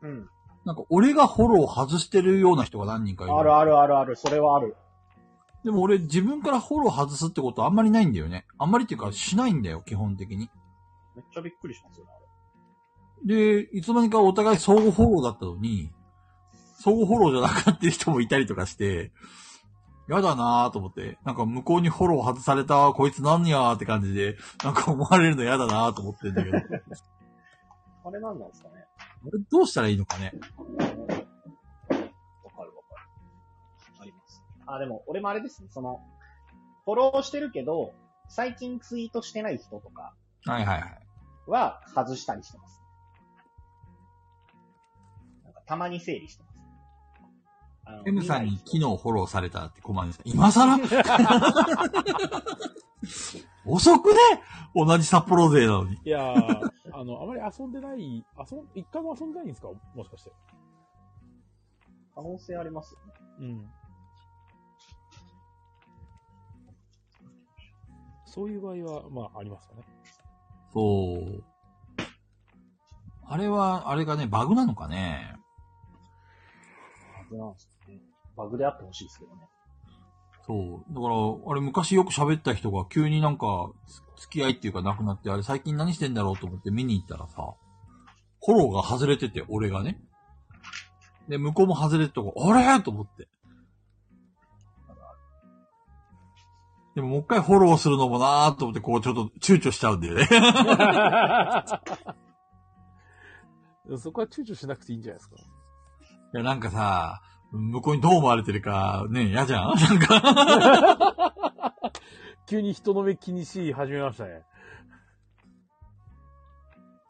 Speaker 2: うん。
Speaker 3: なんか俺がフォロー外してるような人が何人かいる。
Speaker 2: あるあるあるある、それはある。
Speaker 3: でも俺自分からフォロー外すってことあんまりないんだよね。あんまりっていうかしないんだよ、基本的に。
Speaker 2: めっちゃびっくりしますよね、あれ。
Speaker 3: で、いつの間にかお互い相互フォローだったのに、相互フォローじゃなかった人もいたりとかして、やだなぁと思って、なんか向こうにフォロー外された、こいつなんやーって感じで、なんか思われるのやだなぁと思ってんだけど、 あれ
Speaker 2: あれなんなんですかね。
Speaker 3: どうしたらいいのかね。
Speaker 2: わかるわかる。あります。あ、でも、俺もあれですね、その、フォローしてるけど、最近ツイートしてない人とか
Speaker 3: はいはいはい。
Speaker 2: は外したりしてます。なんかたまに整理してます。あの
Speaker 3: M さんに昨日
Speaker 2: 見
Speaker 3: フ
Speaker 2: ない
Speaker 3: ォローされたってコマンです。今更 遅くね同じ札幌勢なのに。
Speaker 1: いやー、あの、あまり遊んでない、遊ん、一回も遊んでないんですかもしかして。
Speaker 2: 人可能性ありますよね。
Speaker 1: うん。そういう場合は、まあ、ありますよね。
Speaker 3: そう。あれは、あれがね、バグなのかね。
Speaker 2: バグなんですね。バグであってほしいですけどね。
Speaker 3: そう。だから、あれ昔よく喋った人が急になんか、付き合いっていうかなくなって、あれ最近何してんだろうと思って見に行ったらさ、フォローが外れてて、俺がね。で、向こうも外れてたから、あれと思って。でももう一回フォローするのもなーと思って、こうちょっと躊躇しちゃうんだよね。
Speaker 1: そこは躊躇しなくていいんじゃないですか。
Speaker 3: いや、なんかさ、向こうにどう思われてるか、ね、嫌じゃんなんか。
Speaker 1: 急に人の目気にし始めましたね。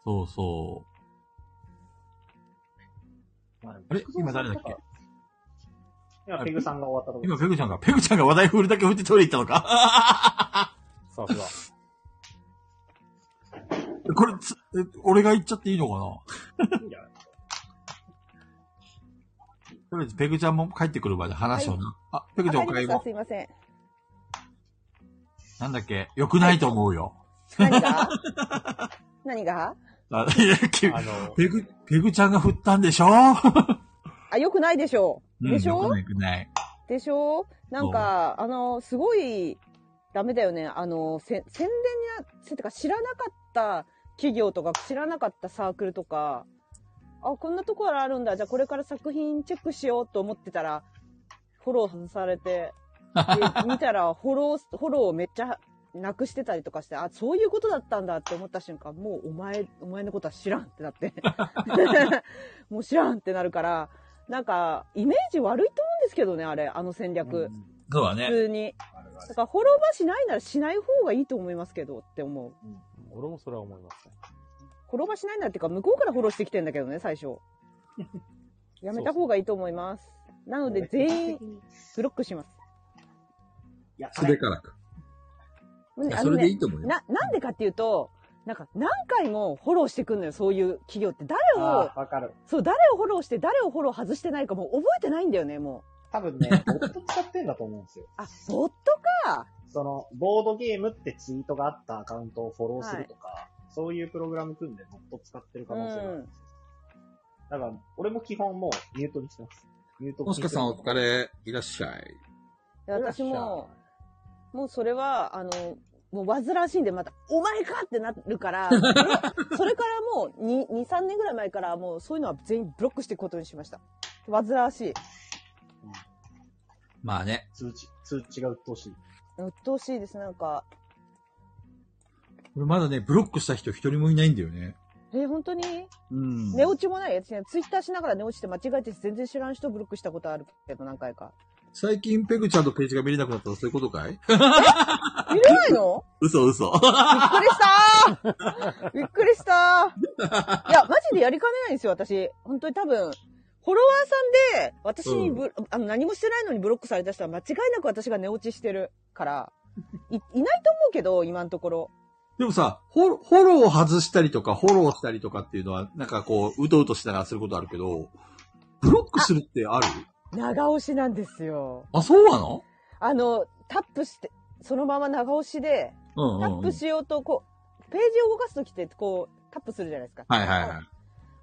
Speaker 3: そうそう。
Speaker 2: まあ
Speaker 3: あれ今誰だっけ
Speaker 2: 今、ペグさんが終わったところ
Speaker 3: 今、ペグちゃんが、ペグちゃんが話題振るだけ振ってトイレ行ったのか
Speaker 1: さすが。
Speaker 3: これつ、え俺が行っちゃっていいのかな
Speaker 2: ですいいんじゃないですか。
Speaker 3: とりあえず、ペグちゃんも帰ってくるまで話をな。あ、ペグちゃん
Speaker 4: わ
Speaker 3: お
Speaker 4: か
Speaker 3: 帰
Speaker 4: り
Speaker 3: り
Speaker 4: ました
Speaker 3: も。
Speaker 4: すいません
Speaker 3: なんだっけ良くないと思うよ。
Speaker 4: 何が 何が
Speaker 3: あ、いや、け
Speaker 1: あの、
Speaker 3: ペグ、ペグちゃんが振ったんでしょ
Speaker 4: あ、良くないでしょう。
Speaker 3: うん、
Speaker 4: でし
Speaker 3: 良
Speaker 4: ょ
Speaker 3: くない、良くない。
Speaker 4: でしょなんか、あの、すごい、ダメだよね。あの、せ宣伝にな、せてか知らなかった企業とか、知らなかったサークルとか、あ、こんなところあるんだ。じゃあこれから作品チェックしようと思ってたら、フォロー外されて、で見たらフォロー、フォローをめっちゃなくしてたりとかして、あ、そういうことだったんだって思った瞬間、もうお前、お前のことは知らんってなって。 もう知らんってなるから、なんか、イメージ悪いと思うんですけどね、あれ、あの戦略。
Speaker 3: そうだ
Speaker 4: 普
Speaker 3: ね。
Speaker 4: 通に。
Speaker 2: あるあ
Speaker 4: だ
Speaker 2: る
Speaker 4: から、フォローはしないならしない方がいいと思いますけどって思う。
Speaker 1: 俺もそれは思いますね。
Speaker 4: フォローはしないならっていうか、向こうからフォローしてきてんだけどね、最初。 やめた方がいいと思います。なので、全員、ブロックします。
Speaker 2: いや、
Speaker 3: それからか。いや
Speaker 4: あ
Speaker 3: そ
Speaker 4: の
Speaker 3: れ
Speaker 4: ね
Speaker 3: でいいと思うよ。
Speaker 4: な、なんでかっていうと、なんか何回もフォローしてくんのよ、そういう企業って。誰
Speaker 2: あ
Speaker 4: を
Speaker 2: ー、わかる。
Speaker 4: そう、誰をフォローして、誰をフォロー外してないかもう覚えてないんだよね、も
Speaker 2: 多分 ね、ボット使ってんだと思うんですよ。
Speaker 4: う。あ、ボットか。
Speaker 2: その、ボードゲームってツイートがあったアカウントをフォローするとか、そういうプログラム組んでボット使ってる可能性があるんですよ。だから、俺も基本もうミュートにしてます。ミュート
Speaker 3: もしかさんお疲
Speaker 2: れ。
Speaker 3: れ、いらっしゃい。
Speaker 4: で私も、もうそれは、あの、もう煩わしいんで、また、お前かってなる から、それそれからもう2、2、3年ぐらい前から、もうそういうのは全員ブロックしていくことにしました。煩わしい。
Speaker 3: まあね。
Speaker 2: 通知、通知が鬱陶しい。
Speaker 4: 鬱陶しいです、なんか。
Speaker 3: 俺まだね、ブロックした人一人もいないんだよね。
Speaker 4: え、本当に
Speaker 3: うん。
Speaker 4: 寝落ちもないやつね。ツイッターしながら寝落ちて間違えて全然知らん人ブロックしたことあるけど、何回か。
Speaker 3: 最近ペグちゃんのページが見れなくなったのそういうことかい
Speaker 4: いれないの
Speaker 3: 嘘嘘。
Speaker 4: びっくりしたーびっくりしたーいや、マジでやりかねないんですよ、私。本当に多分。フォロワーさんで、私にブ、あの、何もしてないのにブロックされた人は間違いなく私が寝落ちしてるから、い、いないと思うけど、今のところ。
Speaker 3: でもさ、フォローフォローを外したりとか、フォローしたりとかっていうのは、なんかこう、うとうとしながらすることあるけど、ブロックするってある
Speaker 4: 長押しなんですよ。
Speaker 3: あそうなの
Speaker 4: あの、タップして、そのまま長押しで、
Speaker 3: うん
Speaker 4: タ
Speaker 3: うん
Speaker 4: ッ
Speaker 3: うん。は
Speaker 4: プ
Speaker 3: い
Speaker 4: しようと、こう、ページを動かすときって、こう、タップするじゃないですか。
Speaker 3: はいはい。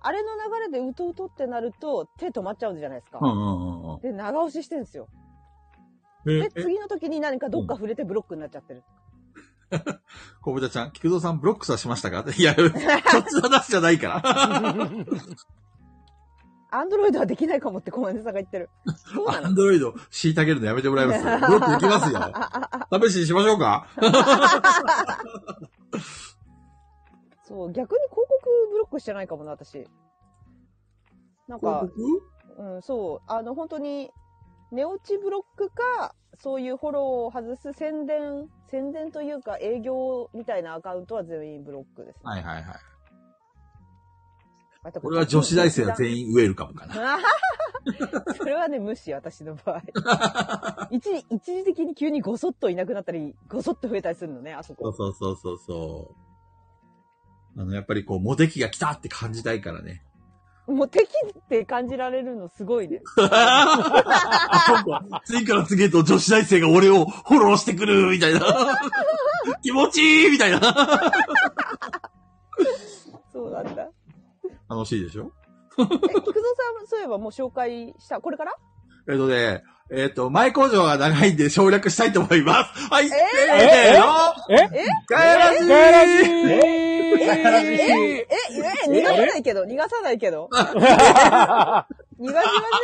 Speaker 4: あれの流れでうとうとってなると、手止まっちゃうじゃないですか。
Speaker 3: うんうんうんうん
Speaker 4: で、長押ししてるんですよ。
Speaker 3: え
Speaker 4: で、。次の時に何かどっか触れてブロックになっちゃってる。
Speaker 3: 小豚ちゃん、菊蔵さんブロックさしましたか いや、そっちの話じゃないから。
Speaker 4: アンドロイドはできないかもってコマネさんが言っ てる。そうな
Speaker 3: ア
Speaker 4: の
Speaker 3: ンドロイド、虐げるのやめてもらいます。ブロックできますよ。試しにしましょうか
Speaker 4: そう、逆に広告ブロックしてないかもな、私。なんか
Speaker 3: 広、告
Speaker 4: うん、そう、あの、本当に、寝落ちブロックか、そういうフォローを外す宣伝、宣伝というか営業みたいなアカウントは全員ブロックですね。
Speaker 3: はいはいはい。
Speaker 4: あと
Speaker 3: これは女子大生は全員ウェルカムかな。
Speaker 4: あはは はそれはね、無視、私の場合。一時、一時的に急にごそっといなくなったり、ごそっと増えたりするのね、あそ
Speaker 3: そう
Speaker 4: こ。
Speaker 3: そうそうそうそう。あの、やっぱりこう、モテ期が来たって感じたいからね。
Speaker 4: もう敵って感じられるのすごいね。
Speaker 3: 次から次へと女子大生が俺をフォローしてくるみたいな。 気持ちいいみたいな。
Speaker 4: そうなんだ。
Speaker 3: 楽しいでしょ
Speaker 4: え、菊蔵さん、そういえばもう紹介した、これから
Speaker 3: えっとね、えっと、前工場が長いんで省略したいと思い ます。はい、せ
Speaker 1: え
Speaker 3: ーの
Speaker 1: え
Speaker 3: 帰ら
Speaker 1: ガ
Speaker 3: ず
Speaker 1: ラ
Speaker 3: ー
Speaker 1: ジー
Speaker 4: え、え、逃がさないけど、逃がさないけど。逃がしま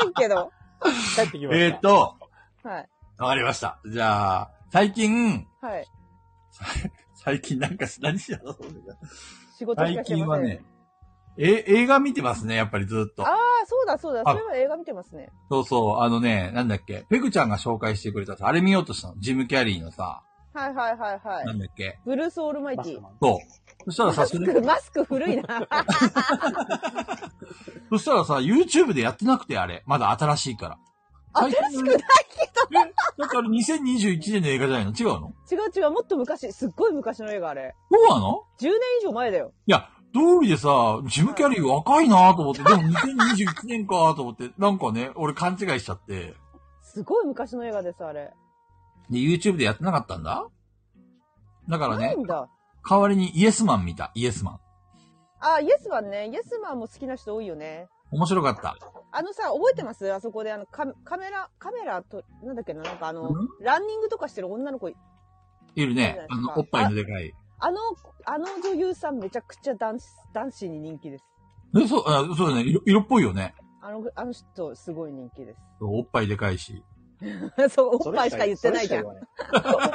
Speaker 4: せんけど。
Speaker 1: 帰ってきました。
Speaker 3: えっと、
Speaker 4: はい。
Speaker 3: わかりました。じゃあ、最近、
Speaker 4: はい。
Speaker 3: 最近なんか何しよう
Speaker 4: 仕事し
Speaker 3: 最
Speaker 4: かしてません。
Speaker 3: 近はね、え、映画見てますね、やっぱりずっと。
Speaker 4: ああ、そうだそうだ。それは映画見てますね。
Speaker 3: そうそう、あのね、なんだっけ、ペグちゃんが紹介してくれたさ、あれ見ようとしたの。ジム・キャリーのさ、
Speaker 4: はいはいはいはい
Speaker 3: な。んだっけ。
Speaker 4: ブルース・オールマイテ
Speaker 2: マス
Speaker 4: ィ
Speaker 2: ク。マン。
Speaker 3: そう。そしたらさ、それ
Speaker 4: マスク古いな。
Speaker 3: そしたらさ、YouTube でやってなくて、あれ。まだ新しいから。
Speaker 4: 新しくな
Speaker 3: だ
Speaker 4: い
Speaker 3: ってあれ2021年の映画じゃないの違うの
Speaker 4: 違う違う、もっと昔、すっごい昔の映画あれ。
Speaker 3: そうなの
Speaker 4: 10年以上前だよ。
Speaker 3: いや、どういう意味でさ、ジム・キャリー若いなと思って、でも2021年かと思って、なんかね、俺勘違いしちゃって。
Speaker 4: すごい昔の映画です、あれ。
Speaker 3: で、YouTube でやってなかったんだだから
Speaker 4: な
Speaker 3: ね
Speaker 4: い、んだ。
Speaker 3: 代わりにイエスマン見た、イエスマン。
Speaker 4: あ、イエスマンね。イエスマンも好きな人多いよね。
Speaker 3: 面白かった。
Speaker 4: あのさ、覚えてますあそこで、あの、カカメラ、カメラと、なんだっけな、なんかあの
Speaker 3: ん、
Speaker 4: ランニングとかしてる女の子、
Speaker 3: いるね
Speaker 4: そう。です
Speaker 3: あ
Speaker 4: か
Speaker 3: の、おっぱいのでかい。
Speaker 4: あの、あの女優さんめちゃくちゃ男子、男子に人気です。
Speaker 3: え、そう、あそうだね色。色っぽいよね。
Speaker 4: あの、あの人、すごい人気です。
Speaker 3: おっぱいでかいし。
Speaker 4: そう、おっぱいしか言ってないじゃん。おっ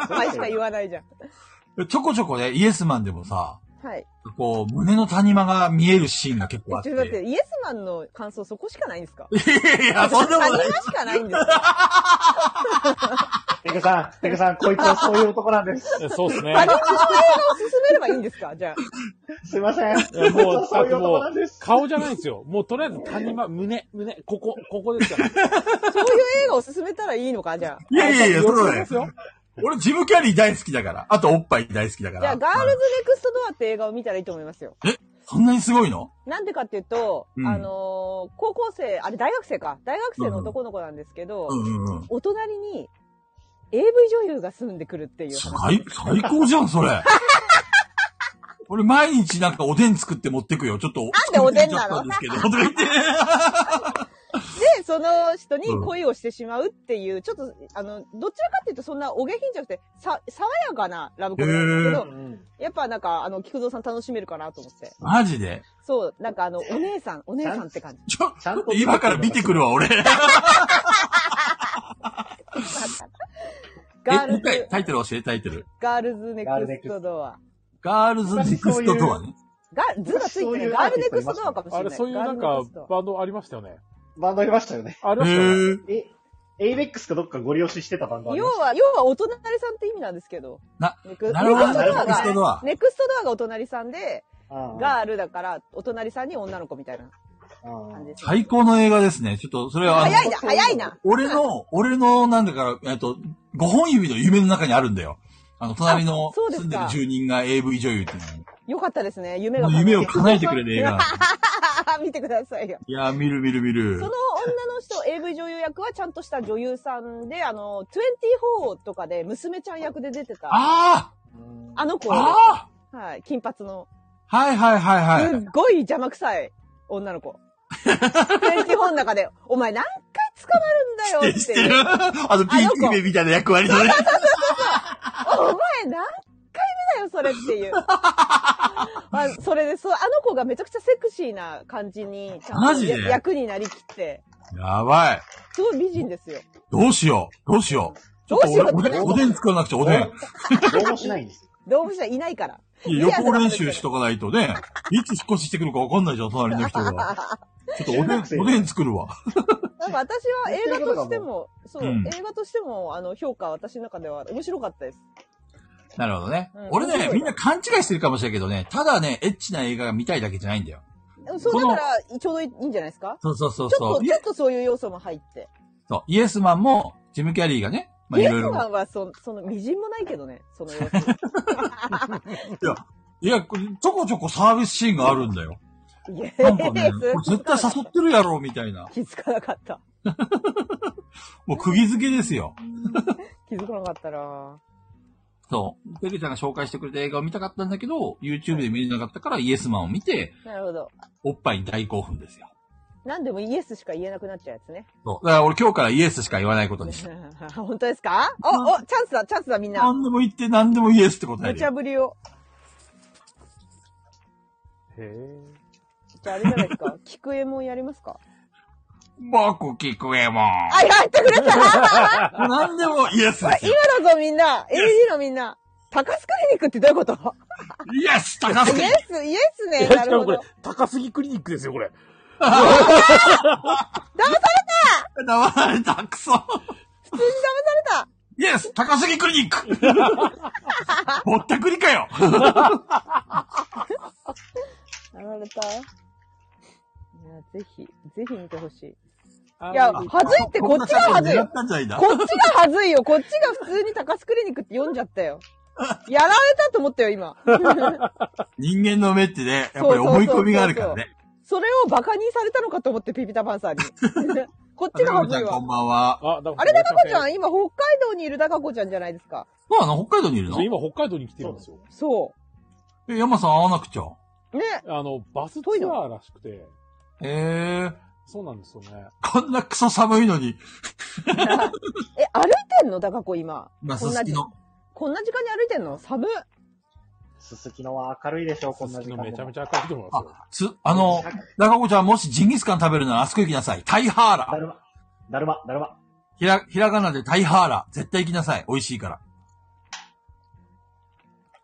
Speaker 4: ぱいしか言わないじゃん。
Speaker 3: ちょこちょこね、イエスマンでもさ、
Speaker 4: はい。
Speaker 3: こう、胸の谷間が見えるシーンが結構あっ
Speaker 4: ち
Speaker 3: て。
Speaker 4: ょ
Speaker 3: い
Speaker 4: っと待って、イエスマンの感想そこしかないんですか
Speaker 3: や いや、そんなことな
Speaker 4: 谷間
Speaker 3: い。
Speaker 4: しかないんですよ。
Speaker 2: ペグさん、ペグさん、こいつはそういう男なんです。
Speaker 1: そうですね。
Speaker 4: 谷間の映画を進めればいいんですかじゃあ。
Speaker 2: すいません。
Speaker 1: いや
Speaker 2: こいつ
Speaker 1: も
Speaker 2: は
Speaker 1: う、
Speaker 2: そ
Speaker 1: だ
Speaker 2: う
Speaker 1: っ
Speaker 2: いう
Speaker 1: ても
Speaker 2: 男なんで
Speaker 1: う、
Speaker 2: す。
Speaker 1: 顔じゃないんですよ。もうとりあえず谷間、胸、胸、ここ、ここです から。
Speaker 4: そういう映画を進めたらいいのかじゃあ。
Speaker 3: いやいやいや、そ
Speaker 1: 横
Speaker 3: んなことな
Speaker 1: で
Speaker 3: い
Speaker 1: す。よ。
Speaker 3: 俺、ジムキャリー大好きだから。あと、おっぱい大好きだから。
Speaker 4: じゃあ、ガールズネクストドアって映画を見たらいいと思いますよ。
Speaker 3: そんなにすごいの
Speaker 4: なんでかっていうと、
Speaker 3: うん
Speaker 4: あのー高校生、あれ大学生か。大学生の男の子なんですけど、
Speaker 3: うんうんうん。
Speaker 4: お隣に AV 女優が住んでくるっていう。
Speaker 3: 最、最高じゃん、そ れ。俺、毎日なんかおでん作って持ってくよ。ちょっと。
Speaker 4: んでおでんなの
Speaker 3: 作ってみちゃったんですけど、とか 言って。
Speaker 4: で、その人に恋をしてしまうっていう、ちょっと、あの、どちらかっていうとそんなお下品じゃなくて、さ、爽やかなラブコメなんですけ
Speaker 3: へ
Speaker 4: ど
Speaker 2: う、ん
Speaker 4: やっぱなんか、あの、菊蔵さん楽しめるかなと思って。
Speaker 3: マジで。
Speaker 4: そう、なんか あの、お姉さん、お姉さんって感じ。
Speaker 3: ちょ、
Speaker 2: ちゃんと
Speaker 3: 今から見てくるわ、俺。 え、
Speaker 4: ガー
Speaker 3: もう
Speaker 4: ル
Speaker 3: 一回
Speaker 4: ズ、
Speaker 3: タイトル教え、タイトル。
Speaker 4: ガールズネクストドア。
Speaker 3: ガールズネクストドアね。
Speaker 4: ガールズがついてるガールネクストドアかもしれ
Speaker 1: あ
Speaker 4: な
Speaker 1: れ、
Speaker 4: い。
Speaker 1: そういうなん
Speaker 4: ガ
Speaker 1: か
Speaker 4: ールネクスト、ドア
Speaker 1: バンドありましたよね。
Speaker 2: バンドいましたよね。
Speaker 1: ありま
Speaker 3: へ
Speaker 1: したよね。
Speaker 3: ー。
Speaker 2: え、エイベックスかどっかご利用ししてたバンドあり
Speaker 4: 要
Speaker 2: ました
Speaker 4: は、要はお隣さんって意味なんですけど。
Speaker 3: な
Speaker 4: ネク
Speaker 3: なるほど、
Speaker 4: ネクストド
Speaker 3: ネ
Speaker 4: ア
Speaker 3: クスト
Speaker 4: が、
Speaker 3: ドア。
Speaker 4: ネクストドアがお隣さんで、
Speaker 2: うん
Speaker 4: ガールだから、お隣さんに女の子みたいな
Speaker 2: うん
Speaker 4: 感じです。
Speaker 3: 最高の映画ですね。ちょっと、それは、あの
Speaker 4: 早いな、早いな。
Speaker 3: 俺の、俺の、なんだか、えっと、5本指の夢の中にあるんだよ。あの、隣の
Speaker 4: あそうです
Speaker 3: 住
Speaker 4: か
Speaker 3: んでる住人が AV 女優っていう
Speaker 4: よかったですね。夢
Speaker 3: のも
Speaker 4: が
Speaker 3: う
Speaker 4: 叶
Speaker 3: 夢を
Speaker 4: って。
Speaker 3: 叶えてくれる映画。
Speaker 4: 見てくださいよ。
Speaker 3: いやー、見る見る見
Speaker 4: そ
Speaker 3: る
Speaker 4: の。女の人、AV 女優役はちゃんとした女優さんで、あの、24とかで娘ちゃん役で出てた、あ
Speaker 3: あ
Speaker 2: うん
Speaker 4: の子
Speaker 3: あ、ああ
Speaker 4: はい、金髪の、
Speaker 3: はいはいはい
Speaker 4: す
Speaker 3: は
Speaker 4: っ
Speaker 3: い。
Speaker 4: ごい邪魔くさい女の子。24の中で、お前何回捕まるんだよっ
Speaker 3: 知
Speaker 4: て
Speaker 3: って
Speaker 4: いう
Speaker 3: る。あの、ピー
Speaker 4: あの
Speaker 3: キ
Speaker 4: 子
Speaker 3: メみたいな役割のね。
Speaker 4: お前何回目だよ、それって いう。あそれで、そう、あの子がめちゃくちゃセクシーな感じに、ちゃんと
Speaker 3: マジで
Speaker 4: や役になりきって、
Speaker 3: やばい。
Speaker 4: すごい美人ですよ。
Speaker 3: どうしよう。どうしよう。ちょ
Speaker 4: ど
Speaker 3: っ
Speaker 4: う
Speaker 3: と
Speaker 4: しよ
Speaker 3: 俺、
Speaker 4: う
Speaker 3: お
Speaker 4: って
Speaker 3: でん、おでん作らなくちゃ、おでん。
Speaker 2: どうもしないんです。
Speaker 4: 動物園いないから。
Speaker 3: いや、予行練習しとかないと ね。いつ引っ越ししてくるかわかんないじゃん、隣の人が。ちょっとお
Speaker 2: 中学
Speaker 3: で
Speaker 2: 生
Speaker 3: ん、おでん作るわ。
Speaker 4: なんか私は映画としても、そう、
Speaker 3: うん
Speaker 4: 映画としても、あの、評価、私の中では面白かったです。
Speaker 3: なるほどね
Speaker 4: うん。
Speaker 3: 俺
Speaker 4: 面白い
Speaker 3: ね、
Speaker 4: わ
Speaker 3: みんな勘違いしてるかもしれないけどね、ただね、エッチな映画が見たいだけじゃないんだよ。
Speaker 4: そう、
Speaker 3: こ
Speaker 4: だ
Speaker 3: の
Speaker 4: から、ちょうどいいんじゃないですか
Speaker 3: そうそうそう
Speaker 4: ちょ
Speaker 3: そ
Speaker 4: っ
Speaker 3: う。
Speaker 4: と、
Speaker 3: イ
Speaker 4: ちょ
Speaker 3: エ
Speaker 4: っとそういう要素も入って。
Speaker 3: そうイエスマンも、ジム・キャリーがね、まあ
Speaker 4: イ
Speaker 3: い
Speaker 4: エ
Speaker 3: ろ
Speaker 4: ス
Speaker 3: いろ。
Speaker 4: マンは、そその、みじんもないけどね、その要素。
Speaker 3: いや、これちょこちょこサービスシーンがあるんだよ。
Speaker 4: イエ
Speaker 3: なんか ね、これ
Speaker 4: ス
Speaker 3: 絶対誘ってるやろ、みたいな。
Speaker 4: 気づかなかった。
Speaker 3: もう釘付けですよ。
Speaker 4: 気づかなかったな
Speaker 3: そう。ペケちゃんが紹介してくれた映画を見たかったんだけど、YouTube で見れなかったから、イエスマンを見て、
Speaker 4: なるほど。
Speaker 3: おっぱいに大興奮ですよ。
Speaker 4: 何でもイエスしか言えなくなっちゃうやつね。
Speaker 3: そう。だから俺今日からイエスしか言わないことにした。
Speaker 4: 本当ですかお、お、チャンスだ、チャンスだ、みんな。
Speaker 3: 何でも言って何でもイエスって答え
Speaker 4: 無
Speaker 3: る
Speaker 4: 茶
Speaker 3: よ。
Speaker 4: ぶりを。
Speaker 1: へえ。
Speaker 4: じゃあ、あれじゃないです か。聞くえもんやりますか
Speaker 3: 僕聞くえもん。
Speaker 4: あ、やってくれた
Speaker 3: もう何でもイエスですよ。
Speaker 4: 今だぞみんな !AD のみんな高須クリニックってどういうこと
Speaker 3: イエス高
Speaker 4: イ
Speaker 3: 杉
Speaker 4: エス、イエス
Speaker 1: い
Speaker 4: ね。
Speaker 1: や、
Speaker 4: な
Speaker 1: し
Speaker 4: る
Speaker 1: かも
Speaker 4: ほ
Speaker 1: これ
Speaker 4: ど。、
Speaker 1: 高杉クリニックですよ、これ。
Speaker 3: 騙された、くそ。
Speaker 4: 普通に騙さ
Speaker 3: イエス高杉クリニッ クぼったくりかよ
Speaker 4: れたやられたいや、ぜひ、ぜひ見てほしい。
Speaker 1: あの
Speaker 4: いや、はずいってこっちがはずい
Speaker 3: こんな感じで狙ったんじゃないんだ
Speaker 4: こっちがはずいよこっちが普通に高須クリニックって読んじゃったよ。やられたと思ったよ、今。
Speaker 3: 人間の目ってね、やっぱり思い込みがあるからね。
Speaker 4: それをバカにされたのかと思って、ピピタパンサーに。こっちがは
Speaker 3: 高子ち
Speaker 4: ず
Speaker 3: ゃ
Speaker 4: い
Speaker 3: んこ
Speaker 4: わ
Speaker 3: ん。ばんは。
Speaker 1: あ、だから
Speaker 4: あれ、高子ちゃ
Speaker 1: ん
Speaker 4: ん、今、北海道にいる高子ちゃんじゃないですか。
Speaker 3: そうなの北海道にいるの
Speaker 1: 今、北海道に来てるんですよ。
Speaker 4: そ
Speaker 3: え、山さん会わなくちゃ。
Speaker 4: う。ね。
Speaker 1: あの、バスツアーらしくて、
Speaker 3: ええー、
Speaker 1: そうなんですよね。
Speaker 3: こんなクソ寒いのに、
Speaker 4: え、歩いてんの高子今。
Speaker 3: マススキの。
Speaker 4: こんな時間に歩いてんの寒っ。
Speaker 2: すすきのは明るいでしょう、こんな時
Speaker 1: 鈴木
Speaker 2: 間
Speaker 1: の
Speaker 2: も。
Speaker 1: めちゃめちゃ明るいと思いますよ。
Speaker 3: つ、あの、中子ちゃんもしジンギスカン食べるならあそこ行きなさい。タイハー
Speaker 2: だ
Speaker 3: ラ。
Speaker 2: るま、だるま、だるま。
Speaker 3: ひら、ひらがなでタイハーラ。絶対行きなさい。美味しいから。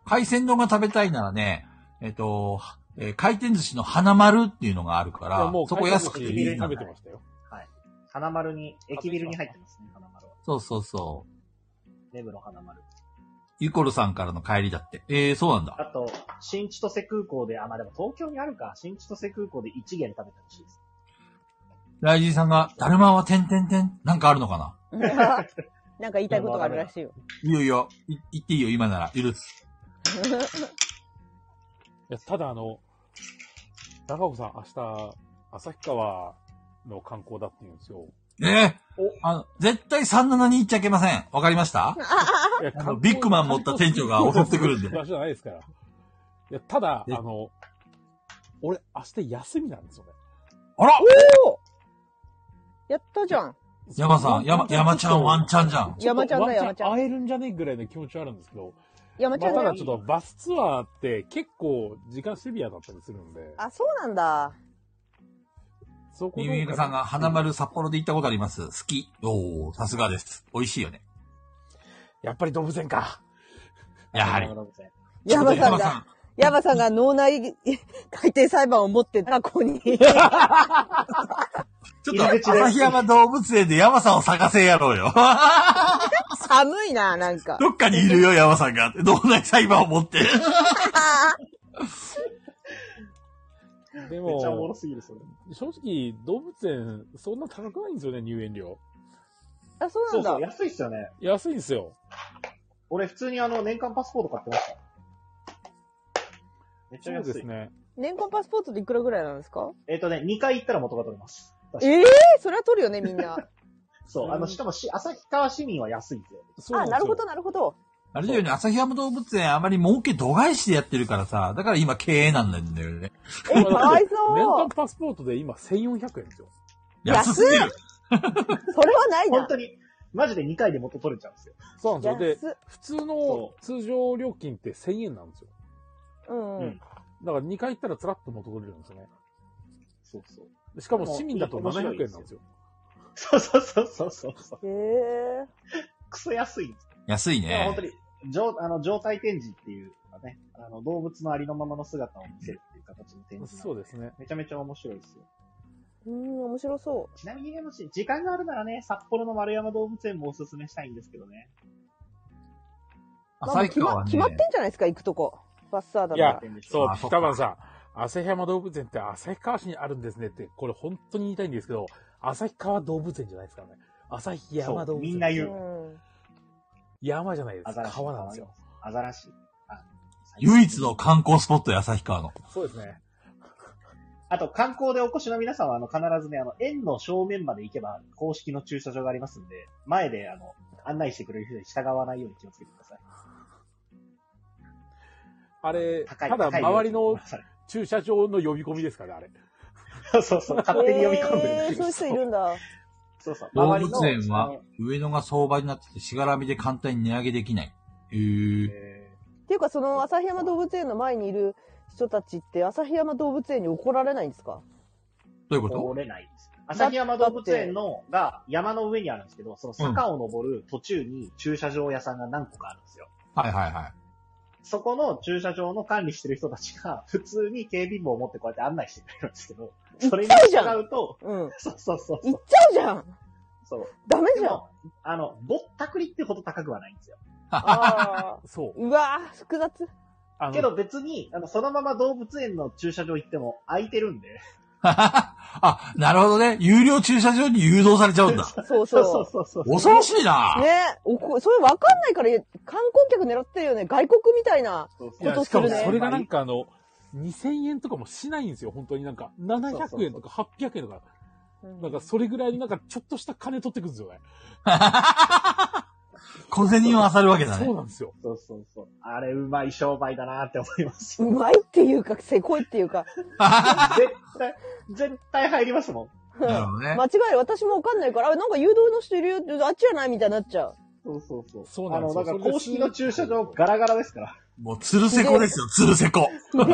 Speaker 3: 海鮮丼が食べたいならね、えっと、えー回転寿司の花丸っていうのがあるから、
Speaker 1: もう
Speaker 3: そこ安くていい
Speaker 1: 食
Speaker 3: な
Speaker 1: べ。てましたよ。
Speaker 2: はい。花丸に、駅ビルに入ってますね、花丸は。
Speaker 3: そうそうそう。
Speaker 2: 根室花丸。
Speaker 3: ゆこるさんからの帰りだって。ええー、そうなん
Speaker 2: あ
Speaker 3: だ。
Speaker 2: と、新千歳空港で、あ、まあでも東京にあるか、新千歳空港で一元食べてほしいです。
Speaker 3: ライジンさんが、だるまはてんてんてん、なんかあるのかな
Speaker 4: なんか言いたいことがあるらしいよ。
Speaker 3: いいよいいよ、い言っていいよ、今なら。許す。
Speaker 1: いやただあの、中岡さん、明日、旭川の観光だって言うんですよ。
Speaker 3: ねえあの、絶対37に行っちゃいけません。わかりました
Speaker 1: いや
Speaker 3: あのビッグマン持った店長が襲ってくるんで
Speaker 1: 場所じゃないですから。いや、ただ、あ
Speaker 3: え
Speaker 1: の、俺、明日休みなんですよね。
Speaker 3: あら
Speaker 4: やったじゃん。
Speaker 3: 山さん、山、山ちゃん、ワンちゃんじゃん。
Speaker 1: ちょっと
Speaker 4: 山ちゃんだよ
Speaker 1: ワン会えるんじゃねえぐらいの気持ちはあるんですけど、
Speaker 4: 山ち
Speaker 1: ま
Speaker 4: ゃ
Speaker 1: あ、
Speaker 4: ん
Speaker 1: た
Speaker 4: だ
Speaker 1: だ
Speaker 4: よ
Speaker 1: ちょっとバスツアーって結構時間シビアだったりするんで、
Speaker 4: あ、そうなんだ。
Speaker 1: そこ
Speaker 3: みみゆかさんが、花丸札幌で行ったことあります。好き。おー、さすがです。美味しいよね。
Speaker 1: やっぱり動物園か。
Speaker 3: やはり。
Speaker 2: 花丸動物園
Speaker 4: 山さん
Speaker 3: 山
Speaker 4: が。ヤバさんが脳内 改定裁判を持って過去に。
Speaker 3: ちょっと、
Speaker 2: 入り口です
Speaker 3: 旭山動物園で山さんを探せやろうよ。
Speaker 4: 寒いな、なんか。
Speaker 3: どっかにいるよ、山さんが。どんな裁判を持って。
Speaker 1: で
Speaker 2: めっちゃおもろ
Speaker 1: も、
Speaker 2: すぎる、それ。
Speaker 1: 正直、動物園、そんな高くないんですよね、入園料。
Speaker 4: あ、そうな
Speaker 2: そ
Speaker 4: ん
Speaker 2: うそう、
Speaker 4: だ。
Speaker 2: 安いっすよね。
Speaker 1: 安いんですよ。
Speaker 2: 俺普通にあの、年間パスポート買ってました。めっちゃ
Speaker 1: そう
Speaker 2: 安い。
Speaker 1: ですね。
Speaker 4: 年間パスポートでいくらぐらいなんですか
Speaker 2: えっ、とね、2回行ったら元が取れます。確か
Speaker 4: ええそれは取るよね、みんな。
Speaker 2: そう、あの、しかもし、旭川市民は安いぜ。
Speaker 1: そう
Speaker 4: あ、
Speaker 1: んですよ
Speaker 4: なるほど、なるほど。
Speaker 3: あれだよね、旭山動物園あまり儲け度外視でやってるからさ、だから今経営なんだよね。
Speaker 4: え、かわいそう。
Speaker 1: 年間パスポートで今1400円ですよ。
Speaker 3: 安すぎる。
Speaker 4: それはない
Speaker 2: 本
Speaker 4: な。
Speaker 2: 当に、マジで2回で元取れちゃうんですよ。
Speaker 1: そうなんですよ。で
Speaker 4: 安、
Speaker 1: 普通の
Speaker 2: そ
Speaker 1: 通常料金って1000円なんですよ。
Speaker 4: うん
Speaker 2: う
Speaker 4: うんん。
Speaker 1: だから2回行ったらつらっと元取れるんですよね。
Speaker 2: そうそう。
Speaker 1: でしかも市民だと
Speaker 2: でも
Speaker 1: 700円なんですよ。
Speaker 2: そうそうそうそうそうそう。
Speaker 4: へえ
Speaker 2: クソ安いんです
Speaker 3: 安い
Speaker 2: だから
Speaker 3: ね
Speaker 2: 本当。に、状あの状態展示っていうかね、あの動物のありのままの姿を見せるっていう形の展示な
Speaker 1: そ
Speaker 2: の
Speaker 1: う
Speaker 2: で。
Speaker 1: ですね。
Speaker 2: めちゃめちゃ面白いですよ。
Speaker 4: うん、面白そ
Speaker 2: ちなみに、もし時間があるならね、札幌の丸山動物園もおすすめしたいんですけどね。
Speaker 4: う。
Speaker 3: 旭
Speaker 4: 決
Speaker 3: 川
Speaker 4: ま
Speaker 3: は
Speaker 4: 決
Speaker 3: ね
Speaker 4: まっ。てんじゃないですか、行くとこ。バスサーだっ
Speaker 1: い
Speaker 4: た
Speaker 1: や
Speaker 4: ら。
Speaker 1: そう
Speaker 3: あ、
Speaker 1: ピ
Speaker 3: そっ
Speaker 1: タ
Speaker 3: か
Speaker 1: マンさん、旭山動物園って旭川市にあるんですねって、これ本当に言いたいんですけど、旭川動物園じゃないですからね。旭山動
Speaker 2: そう
Speaker 1: 物園。
Speaker 2: みんな言う
Speaker 4: うん。
Speaker 1: 山じゃないで
Speaker 2: ア
Speaker 1: す。
Speaker 2: ザラシ。
Speaker 1: 川なんですよ。。
Speaker 2: アザラシ。あ
Speaker 3: 唯一の。観光スポットや旭川の。
Speaker 1: そうですね。
Speaker 2: あと、観光でお越しの皆さんは、あの、必ずね、あの、園の正面まで行けば、公式の駐車場がありますんで、前で、あの、案内してくれる人に従わないように気をつけてください。
Speaker 1: あれ、
Speaker 2: 高い。
Speaker 1: ただ
Speaker 2: 高い
Speaker 1: 周りの
Speaker 2: ごめんなさい
Speaker 1: 駐車場の呼び込みですからね、あれ。
Speaker 2: そうそう、勝手に呼び込んでるんだけ
Speaker 4: えーそう
Speaker 2: ど。
Speaker 4: いう人いるんだ。
Speaker 2: そうそう。
Speaker 3: 動
Speaker 2: 周
Speaker 3: 物
Speaker 2: りの
Speaker 3: 園は、上野が相場になってて、しがらみで簡単に値上げできない。へ
Speaker 2: え
Speaker 3: ー。
Speaker 2: ー
Speaker 4: っていうか、その、旭山動物園の前にいる人たちって、旭山動物園に怒られないんですか
Speaker 3: どういうこと
Speaker 2: 通れないです。旭山動物園のが山の上にあるんですけど、その坂を登る途中に駐車場屋さんが何個かあるんですよ。
Speaker 3: はいはいはい。
Speaker 2: そこの駐車場の管理してる人たちが普通に警備部を持ってこうやって案内してくれるんですけど、それに
Speaker 4: 行っちゃうじゃん
Speaker 2: 従うと、
Speaker 4: うん。
Speaker 2: そうそうそうそう
Speaker 4: 行っ。ちゃうじゃん
Speaker 2: そう
Speaker 4: ダメ
Speaker 2: で
Speaker 4: じゃん
Speaker 2: も、あの、ぼったくりってほど高くはないんですよ。
Speaker 4: あー
Speaker 1: そう。
Speaker 4: うわー、複雑。
Speaker 1: あの
Speaker 2: けど別に、あの、そのまま動物園の駐車場行っても空いてるんで。
Speaker 3: あ、なるほどね。有料駐車場に誘導されちゃうんだ。
Speaker 4: そう
Speaker 2: そ
Speaker 4: そうう。
Speaker 2: そうそうそう。
Speaker 3: 恐ろしいな、
Speaker 4: ねおこそれ分かんないから、観光客狙ってるよね。外国みたいな。
Speaker 2: そうそう
Speaker 1: いや、
Speaker 4: こと
Speaker 1: しかも
Speaker 4: するね
Speaker 1: それがなんかあの、2000円とかもしないんですよ、本当になんか。700円とか800円とか。なんかそれぐらいのなんかちょっとした金取ってくるんですよね。
Speaker 3: 小銭を漁るわけだ
Speaker 1: そう
Speaker 3: ね。
Speaker 1: なんですよ。
Speaker 2: そうそうそう。あれ、うまい商売だなって思います。
Speaker 4: うまいっていうか、せこいっていうか。
Speaker 2: 絶 対、絶対入りますもん。
Speaker 3: なるほどね
Speaker 4: 間違い、私も分かんないから、あ、なんか誘導の人いるよ。あっちじゃないみたいになっちゃう。
Speaker 2: そうそうそう。
Speaker 1: そうなんですよ
Speaker 2: あの、
Speaker 1: そ
Speaker 2: だか
Speaker 1: れ
Speaker 2: ら
Speaker 1: で
Speaker 2: 公式の駐車場ガラガラですから。
Speaker 3: もう、つるせこですよ、つるせこ。
Speaker 4: で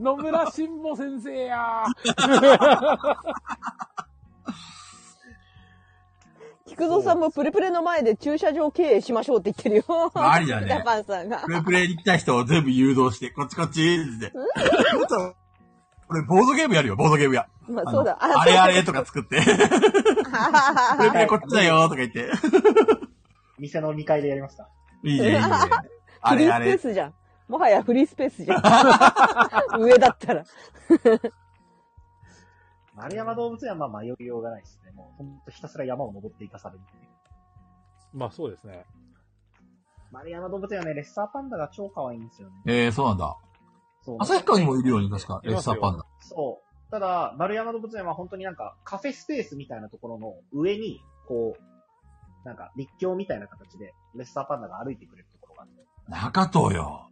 Speaker 1: 野村慎吾先生 やー
Speaker 4: 聞菊蔵さんもプレプレの前で駐車場経営しましょうって言ってるよ。
Speaker 3: ありだね
Speaker 4: ダパンさ んが
Speaker 3: プ。レプレに来た人を全部誘導して、こっちこっちって。俺、ボードゲームやるよ、ボードゲームや。
Speaker 4: まあ
Speaker 3: あ
Speaker 4: そう
Speaker 3: の
Speaker 4: だ。
Speaker 3: あれあれとか作って、プレプレこっちだよとか言って。
Speaker 2: 店の2階でやりました。
Speaker 3: いいね、いいね。あ
Speaker 4: フリ
Speaker 3: れ
Speaker 4: ー
Speaker 3: あ
Speaker 4: スペー
Speaker 3: れ。
Speaker 4: スじゃん。もはやフリースペースじゃ ん。上だったら。
Speaker 2: 丸山動物園はまあ迷いようがないですね。もうほんとひたすら山を登っていかされるっていう。
Speaker 1: まあそうですね。
Speaker 2: 丸山動物園はね、レッサーパンダが超可愛いんですよね。
Speaker 3: えー、そうなんだ。
Speaker 2: そう。
Speaker 3: 旭川にもいるよね、確か。
Speaker 1: い
Speaker 3: レッ
Speaker 1: ます
Speaker 3: サ
Speaker 1: よ
Speaker 3: ーパンダ。
Speaker 2: そう。ただ、丸山動物園は本当になんかカフェスペースみたいなところの上に、こう、なんか立教みたいな形でレッサーパンダが歩いてくれるところがあって。
Speaker 3: 中東よ。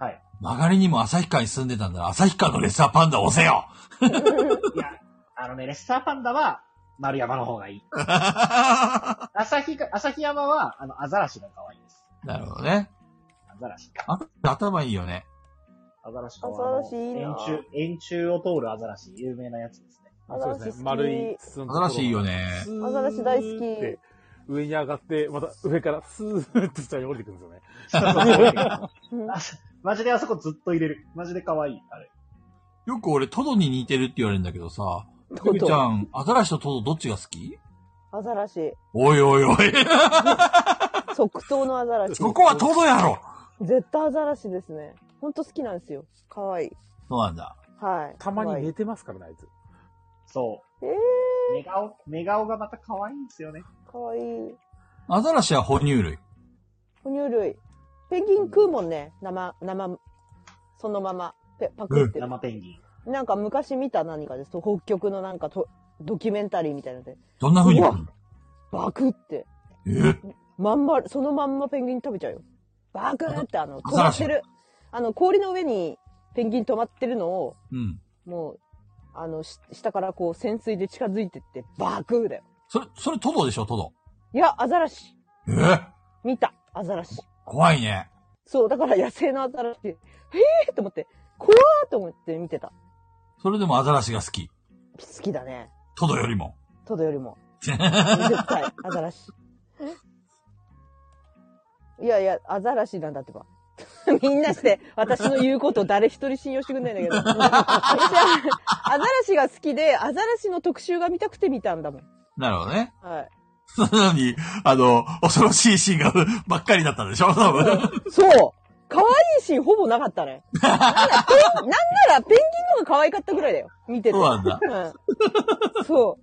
Speaker 2: はい。
Speaker 3: 曲がりにも旭川に住んでたんだら、旭川のレッサーパンダを押せよ
Speaker 2: いや、あのね、レッサーパンダは丸山の方がいい。
Speaker 3: な
Speaker 2: 旭か、旭山は、あの、アザラシが可愛いです。
Speaker 3: るほどね。
Speaker 2: アザラシ。
Speaker 3: あ頭いいよね。
Speaker 2: アザラシか
Speaker 4: アザラシいいな
Speaker 2: 円柱、円柱を通るアザラシ、有名なやつですね。
Speaker 4: アザ
Speaker 1: そ
Speaker 4: ラ
Speaker 1: う
Speaker 4: シ
Speaker 1: ですね。
Speaker 4: 好
Speaker 1: 丸
Speaker 4: き
Speaker 1: い。筒のところ
Speaker 3: 新しいよね。
Speaker 1: スーッて。
Speaker 4: アザラシ大好き
Speaker 1: 上に上がって、また上からスーッと下に降りてくるんですよね。
Speaker 4: うん
Speaker 2: マジであそこずっと入れる。マジで可愛い、あれ。
Speaker 3: よく俺、トドに似てるって言われるんだけどさ、
Speaker 4: ト
Speaker 3: ト
Speaker 4: ド
Speaker 3: ドちゃん、アザラシとトドどっちが好き
Speaker 4: アザラシ。
Speaker 3: おいおいおい。
Speaker 4: 即答のアザラシ。
Speaker 3: そこはトドやろ
Speaker 4: 絶対アザラシですね。ほんと好きなんですよ。かわいい。
Speaker 3: そうなんだ。
Speaker 4: はい。
Speaker 1: たま
Speaker 4: 可愛
Speaker 1: に
Speaker 4: い
Speaker 1: 寝てますからね、あいつ。
Speaker 2: そ
Speaker 4: え
Speaker 2: う。寝顔、寝顔がまた可愛いんですよね。
Speaker 4: ー、かわいい。
Speaker 3: アザラシは哺乳類。
Speaker 4: 哺乳類。ペンギン食うもんね。生、生、そのまま。ペパクって、
Speaker 2: 生ペンギン。
Speaker 4: なんか昔見た何かです。北極のなんかとドキュメンタリーみたいなので。
Speaker 3: どんな風に食
Speaker 4: バクって。
Speaker 3: うのえ
Speaker 4: まんま、そのまんまペンギン食べちゃうよ。バクってあの、
Speaker 3: ア
Speaker 4: 止
Speaker 3: ザ
Speaker 4: ま
Speaker 3: ラ
Speaker 4: っ
Speaker 3: シ
Speaker 4: てる。あの、氷の上にペンギン止まってるのを、
Speaker 3: うん。
Speaker 4: もう、あの、し下からこう潜水で近づいてって、バクだよ。
Speaker 3: それ、それトドでしょ、トド。
Speaker 4: いや、アザラシ。
Speaker 3: え
Speaker 4: 見た。アザラシ。
Speaker 3: 怖いね。
Speaker 4: そう、だから野生のアザラシ。へえーと思って、怖ーと思って見てた。
Speaker 3: それでもアザラシが好き。
Speaker 4: 好きだね。
Speaker 3: トドよりも。
Speaker 4: トドよりも。絶対、アザラシ。いやいや、アザラシなんだってば。 みんなして、私の言うことを誰一人信用してくんないんだけど。私はアザラシが好きで、アザラシの特集が見たくて見たんだもん。
Speaker 3: なるほどね。
Speaker 4: はい。
Speaker 3: そののに、あの、恐ろしいシーンが ばっかりだったんでしょ多分。
Speaker 4: そう可愛いシーンほぼなかったね。なんならペン、なんならペンギンの方が可愛かったぐらいだよ。見てて。
Speaker 3: そうなんだ。
Speaker 4: うんそ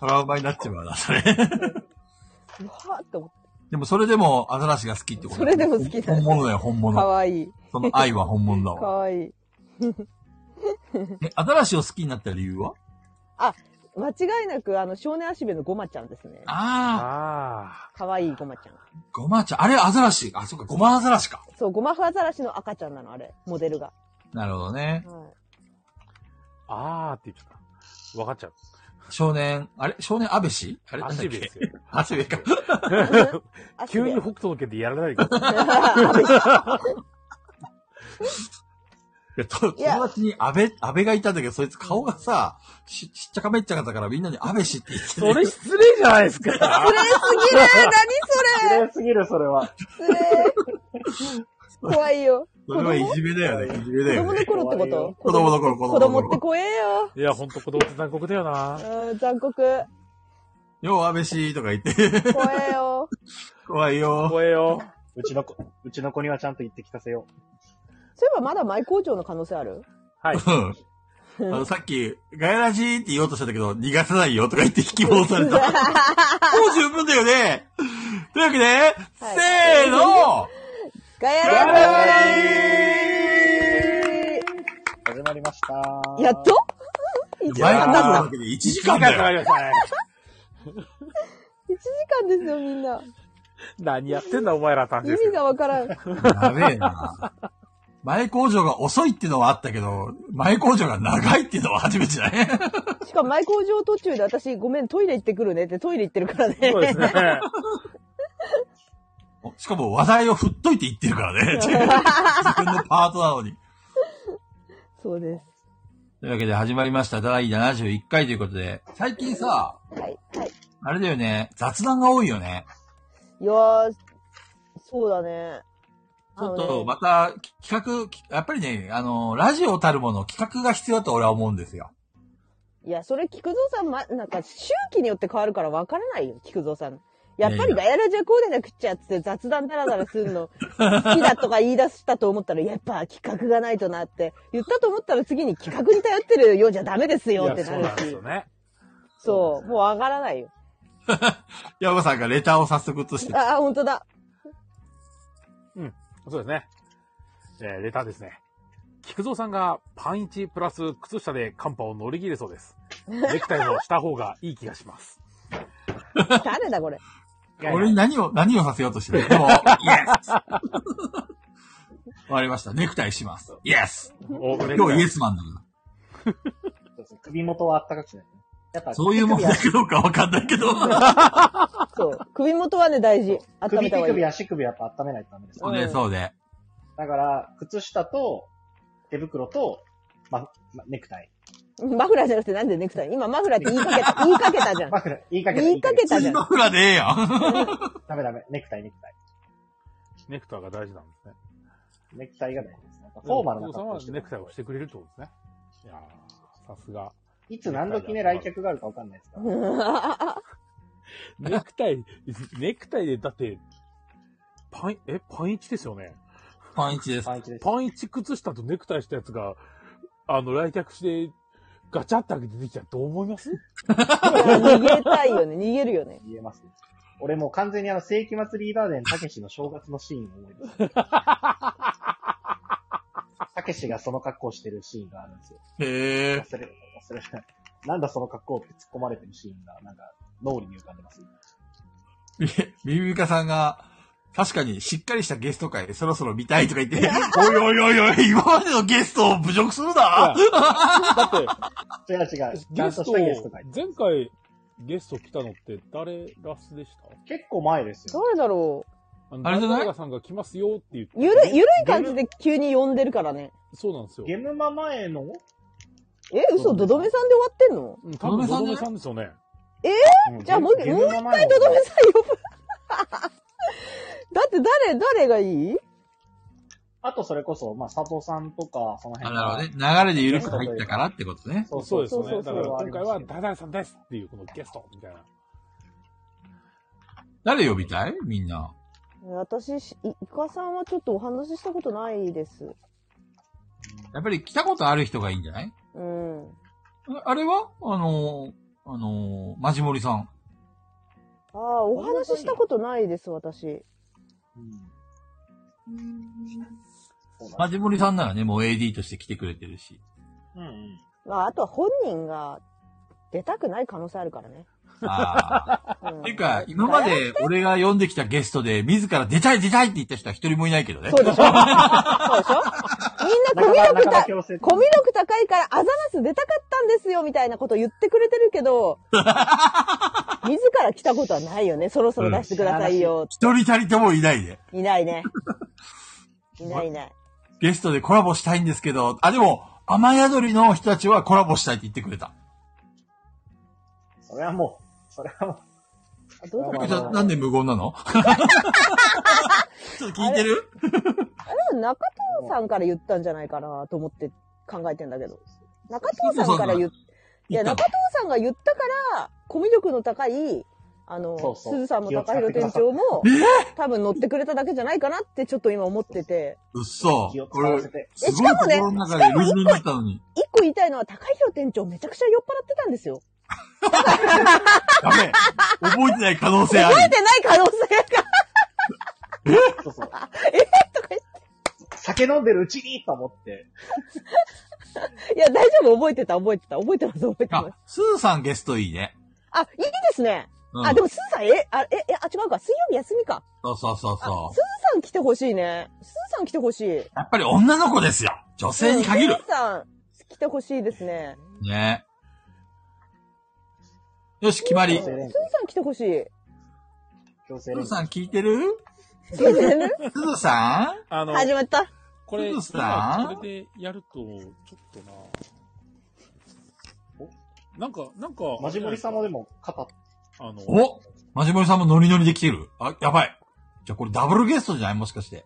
Speaker 3: トラウマになっちまうな、それ。
Speaker 4: う。わーって思っ
Speaker 3: でもそれでもアザラシが好きってこと
Speaker 4: それでも好きだ
Speaker 3: 本
Speaker 4: ね
Speaker 3: 物だよ、本
Speaker 4: て。か
Speaker 3: 物。
Speaker 4: わいい。
Speaker 3: その愛は本物だ
Speaker 4: か
Speaker 3: わ。
Speaker 4: わいい。
Speaker 3: え、アザラシを好きになった理由は
Speaker 4: 間違いなく、あの、少年足部のゴマちゃんですね。
Speaker 3: ああ、
Speaker 1: あ
Speaker 4: かわいいゴマちゃん。
Speaker 3: ごまちゃん。あれアザラシ。あ、そっか、ごまアザラシか。
Speaker 4: そう、ゴマフアザラシの赤ちゃんなの、あれ、モデルが。
Speaker 3: なるほどね。
Speaker 4: は
Speaker 1: あ、あーって言っちゃった。わかっちゃう。
Speaker 3: 少年、あれ少年安倍氏あれなんだ
Speaker 1: 足
Speaker 3: っ
Speaker 1: 部で
Speaker 3: け
Speaker 1: すよ。
Speaker 3: 足部か。
Speaker 4: い。
Speaker 1: 急に
Speaker 4: 足 で
Speaker 1: 北斗の拳でやらないでください
Speaker 3: いや、と
Speaker 4: いや
Speaker 3: 友達に安倍、安倍がいたんだけど、そいつ顔がさ、し、ちっちゃかめっちゃかったからみんなに安倍氏って言って
Speaker 1: そ
Speaker 3: る
Speaker 1: れ失礼じゃないですか。
Speaker 4: 失礼すぎる
Speaker 2: 綺麗すぎる、それは。
Speaker 4: 何それ失礼怖いよ。
Speaker 3: それはいじめだよね。いじめだよ
Speaker 4: 子供の
Speaker 3: ね。
Speaker 4: 頃っ
Speaker 2: 怖
Speaker 4: てこ
Speaker 2: いよ
Speaker 4: と
Speaker 3: 子供の頃、子供
Speaker 4: 子供
Speaker 3: の
Speaker 4: って
Speaker 3: 頃。
Speaker 4: 怖え よ。
Speaker 1: いや、ほんと子供って残酷だよな。
Speaker 4: うん、残酷。
Speaker 3: よう安倍氏とか言って、
Speaker 4: 怖えよ。
Speaker 3: 怖いよ。
Speaker 1: 怖えよ。
Speaker 2: うちの子、うちの子にはちゃんと言って聞かせよう。
Speaker 4: そういえばまだ前工場の可能性ある
Speaker 1: はい。
Speaker 3: うん。あの、さっき、ガヤラジーって言おうとしたんだけど、逃がさないよとか言って引き戻され た。もう十分だよね。というわけで、せーの
Speaker 4: ガヤ
Speaker 3: ガヤ
Speaker 4: ラ
Speaker 3: ラジー
Speaker 2: 始まりました。
Speaker 4: やっと ?1 時
Speaker 3: 前
Speaker 4: 間
Speaker 3: から
Speaker 4: だ
Speaker 3: な
Speaker 4: った
Speaker 3: わ。けで1時間だ
Speaker 1: かか
Speaker 3: よ。
Speaker 1: りましたね。
Speaker 4: 1時間ですよ、みんな。
Speaker 1: 何やってんだ、お前ら、単
Speaker 4: 意
Speaker 1: 純です
Speaker 4: 味
Speaker 1: け
Speaker 4: が
Speaker 1: ど。
Speaker 4: わからん。
Speaker 3: やべえな。前工場が遅いっていうのはあったけど、前工場が長いっていうのは初めてだね。
Speaker 4: しかも前工場途中で私、ごめん、トイレ行ってくるねってトイレ行ってるからね。
Speaker 1: そうですね。
Speaker 3: しかも話題を振っといて言ってるから ね。自分のパートなのに。
Speaker 4: そうで
Speaker 3: というわけで始まりました第71回ということで、最近さ、
Speaker 4: す。はい、はい。
Speaker 3: あれだよね。雑談が多いよね。
Speaker 4: いやー、そうだね。
Speaker 3: ちょっ
Speaker 4: あの
Speaker 3: と、
Speaker 4: ね
Speaker 3: また、企画、きやっぱりね、あの、ラジオたるもの、企画が必要だと俺は思うんですよ。
Speaker 4: いや、それ、菊蔵さん、ま、なんか、周期によって変わるから分からないよ、菊蔵さん。やっぱりガヤラジャこうでなくっちゃっつって雑談ダラダラするの好きだとか言い出したと思ったらやっぱ企画がないとなって言ったと思ったら次に企画に頼ってるようじゃダメですよ ってなる
Speaker 1: いやそうなんです
Speaker 4: し
Speaker 1: よね。
Speaker 4: そうもう上がらないよ
Speaker 3: ヤマさんがレターを早速として。
Speaker 4: ああ本当だ
Speaker 1: そうですね。えーレターですね。菊蔵さんがパンイチプラス靴下で寒波を乗り切れそうです。ネクタイをした方がいい気がします。
Speaker 4: 誰だこれ
Speaker 1: いやいや
Speaker 3: 俺に何を、何をさせようとして るでも、イエスわかりました。ネクタイします。イエス
Speaker 1: おネクタ
Speaker 3: 今日イ
Speaker 1: イ
Speaker 3: エスマンだか
Speaker 2: そうそう首元はあったかくしないとね。やっぱ
Speaker 3: ら。そういうもん
Speaker 2: 手首
Speaker 3: だかどうかわかんないけど。
Speaker 4: そう首元はね大事
Speaker 2: 首、
Speaker 4: 温め
Speaker 2: 手
Speaker 4: た方がいい
Speaker 2: 首、足首やっぱ温めないとダメです
Speaker 3: そ
Speaker 2: よ。
Speaker 3: うね、そうで。
Speaker 2: だから、靴下と、手袋と、ま、まネクタイ。
Speaker 4: マフラーじゃなくてなんでネクタイ今マフラーって言いかけ た、言いかけたじゃん
Speaker 2: マ。フラー、言いかけた。
Speaker 4: 言いかけたじ
Speaker 3: 辻
Speaker 4: ゃん
Speaker 3: の。フラでええやん。
Speaker 2: ダメダメ。ネクタイ、ネクタイ。
Speaker 1: ネクタイが大事なんですね。
Speaker 2: ネクタイが大事です。なんかフォーマルな
Speaker 1: 菊蔵さ
Speaker 2: 格
Speaker 1: ん
Speaker 2: 好
Speaker 1: は
Speaker 2: して
Speaker 1: ネクタイをしてくれるってことですね。いやー、さすが。
Speaker 2: いつ何時ね、来客があるかわかんないですから。
Speaker 1: ネクタイ、ネクタイで、だって、パン、え、パンイチですよね。
Speaker 3: パンイチです。
Speaker 2: パンイチです。
Speaker 1: パンイチ靴下とネクタイしたやつが、あの、来客して、ガチャって開けて出てきたらどう思います
Speaker 4: 逃げたいよね。逃げるよね。
Speaker 2: 言えます、俺もう完全にあの、世紀末リーダー伝たけしの正月のシーンを思い出す。たけしがその格好してるシーンがあるんですよ。
Speaker 3: へ
Speaker 2: 忘
Speaker 3: え。
Speaker 2: れ、忘れない。なんだその格好って突っ込まれてるシーンが、なんか、脳裏に浮かんでます。
Speaker 3: ビビビカさんが、確かにしっかりしたゲスト会そろそろ見たいとか言 って、おいおいおいおい、今までのゲストを侮辱するな
Speaker 1: だって、
Speaker 2: 違う違う。ちゃん
Speaker 1: ゲス
Speaker 2: とし
Speaker 1: ト
Speaker 2: たゲストがいる、
Speaker 1: 前回ゲスト来たのって誰ラスでした
Speaker 2: 結構前ですよ。
Speaker 4: 誰だろ
Speaker 1: あ
Speaker 3: あれじゃない
Speaker 1: ガさんが来ますよって言って。
Speaker 4: う。ゆるい、ゆるい感じで急に呼んでるからね。
Speaker 1: そうなんですよ。
Speaker 2: ゲムマ前の
Speaker 4: え、嘘、ドドメさんで終わってんの
Speaker 1: うん多分、と
Speaker 3: とど
Speaker 1: ど
Speaker 3: め
Speaker 1: め
Speaker 3: さ
Speaker 1: さんですよね。
Speaker 4: え
Speaker 1: うん
Speaker 4: じゃあもう、
Speaker 2: ゲ
Speaker 4: も
Speaker 2: ム
Speaker 4: う
Speaker 2: マ前の
Speaker 4: ドドメさん呼ぶ。 だって誰、誰がいい
Speaker 2: あとそれこそ、まあ、佐藤さんとか、その
Speaker 3: あ
Speaker 2: 辺
Speaker 3: な
Speaker 2: が
Speaker 3: るほどね。流れで緩く入ったからってことね。
Speaker 2: そう
Speaker 1: そう
Speaker 2: そう
Speaker 1: です
Speaker 2: そう
Speaker 1: よ
Speaker 2: そ
Speaker 1: ね。だ
Speaker 2: う。
Speaker 1: から今回は、
Speaker 2: だ
Speaker 1: ダダさんですっていう、このゲストみたいな。
Speaker 3: 誰呼びたいみんな。
Speaker 4: 私、しいイカさんはちょっとお話ししたことないです。
Speaker 3: やっぱり来たことある人がいいんじゃない
Speaker 4: うん。
Speaker 3: あれはあのー、あのー、マジモリさん。
Speaker 4: ああ、お話ししたことないです、私。
Speaker 2: そうだ
Speaker 3: マジモリさんならね、もう AD として来てくれてるし。
Speaker 2: うんうん。
Speaker 4: まあ、あとは本人が出たくない可能性あるからね。
Speaker 3: あ
Speaker 4: う
Speaker 3: あ。
Speaker 4: ん
Speaker 3: ていうか、今まで俺が呼んできたゲストで、自ら出たい出たいって言った人は一人もいないけどね。
Speaker 4: そうでしょそうでしょみんなコミュ力
Speaker 2: 中田
Speaker 4: た、
Speaker 2: 強制
Speaker 4: コミュ力高いから、アザマス出たかったんですよ、みたいなこと言ってくれてる けど、自ら来たことはないよね。そろそろ出してくださいよ。
Speaker 3: 一人たりともいないで。
Speaker 4: いないね。いないいない。
Speaker 3: ゲストでコラボしたいんですけど、あ、でも、雨宿りの人たちはコラボしたいって言ってくれた。
Speaker 2: それはもう、それはもう、
Speaker 4: あどう
Speaker 2: あ
Speaker 4: だ
Speaker 2: の
Speaker 4: ろ
Speaker 2: ー
Speaker 4: う
Speaker 3: じゃあなんで無言なの ちょっと聞いてる
Speaker 4: 多分中藤さんから言ったんじゃないかなと思って考えてんだけど。中藤さんから言っ、い
Speaker 3: 言
Speaker 4: や、
Speaker 3: った
Speaker 4: 中藤さんが言ったから、コミュ力の高い、あ
Speaker 2: そう
Speaker 4: の、
Speaker 2: そう
Speaker 4: 鈴さんも高弘店長も、多分乗ってくれただけじゃないかなってちょっと今思ってて。
Speaker 3: うっそ
Speaker 2: 気を。使わ
Speaker 3: 俺
Speaker 2: せ、て。
Speaker 3: す
Speaker 4: し
Speaker 3: ごい
Speaker 4: かもね
Speaker 3: 心の中でルズルになったのに。
Speaker 4: 一個言いたいのは、高弘店長めちゃくちゃ酔っ払ってたんですよ。
Speaker 3: ダメ。覚えてない可能性あ
Speaker 4: 覚え
Speaker 3: る。
Speaker 4: てない可能性が。
Speaker 2: そうそう。
Speaker 4: えとか言っ
Speaker 2: 酒飲んでるうちにと思って。
Speaker 4: て。いや、大丈夫。覚えてた、覚えてた。覚えてます、覚えてます
Speaker 3: あ。、スーさんゲストいいね。
Speaker 4: あ、いいですね。
Speaker 3: うん、
Speaker 4: あ、でも、すずさん、え、あ、え、え、あ、違うか。水曜日休みか。
Speaker 3: そうそうそう
Speaker 4: あ、す
Speaker 3: そ
Speaker 4: ずさん来てほしいね。すずさん来てほしい。
Speaker 3: う。やっぱり女の子ですよ。女性に限
Speaker 4: うん
Speaker 3: る
Speaker 4: す。ずさん来てほしいですね。
Speaker 3: ね。よし、決まり。
Speaker 4: す
Speaker 3: ス
Speaker 4: ずさん来てほしい。
Speaker 2: 強制
Speaker 3: ー
Speaker 2: 連
Speaker 3: さん
Speaker 2: 行。
Speaker 3: 聞いてる
Speaker 4: すずさん
Speaker 3: スーさん
Speaker 1: あの、
Speaker 4: 始まった。
Speaker 1: これ、
Speaker 3: どう
Speaker 1: 今
Speaker 3: した
Speaker 1: それでやると、ちょっとななんか、なんか、
Speaker 2: マジモリさんもでも、肩、
Speaker 1: あの、
Speaker 3: おマジモリさんもノリノリで来てる。あ、やばい。じゃあこれダブルゲストじゃないもしかして。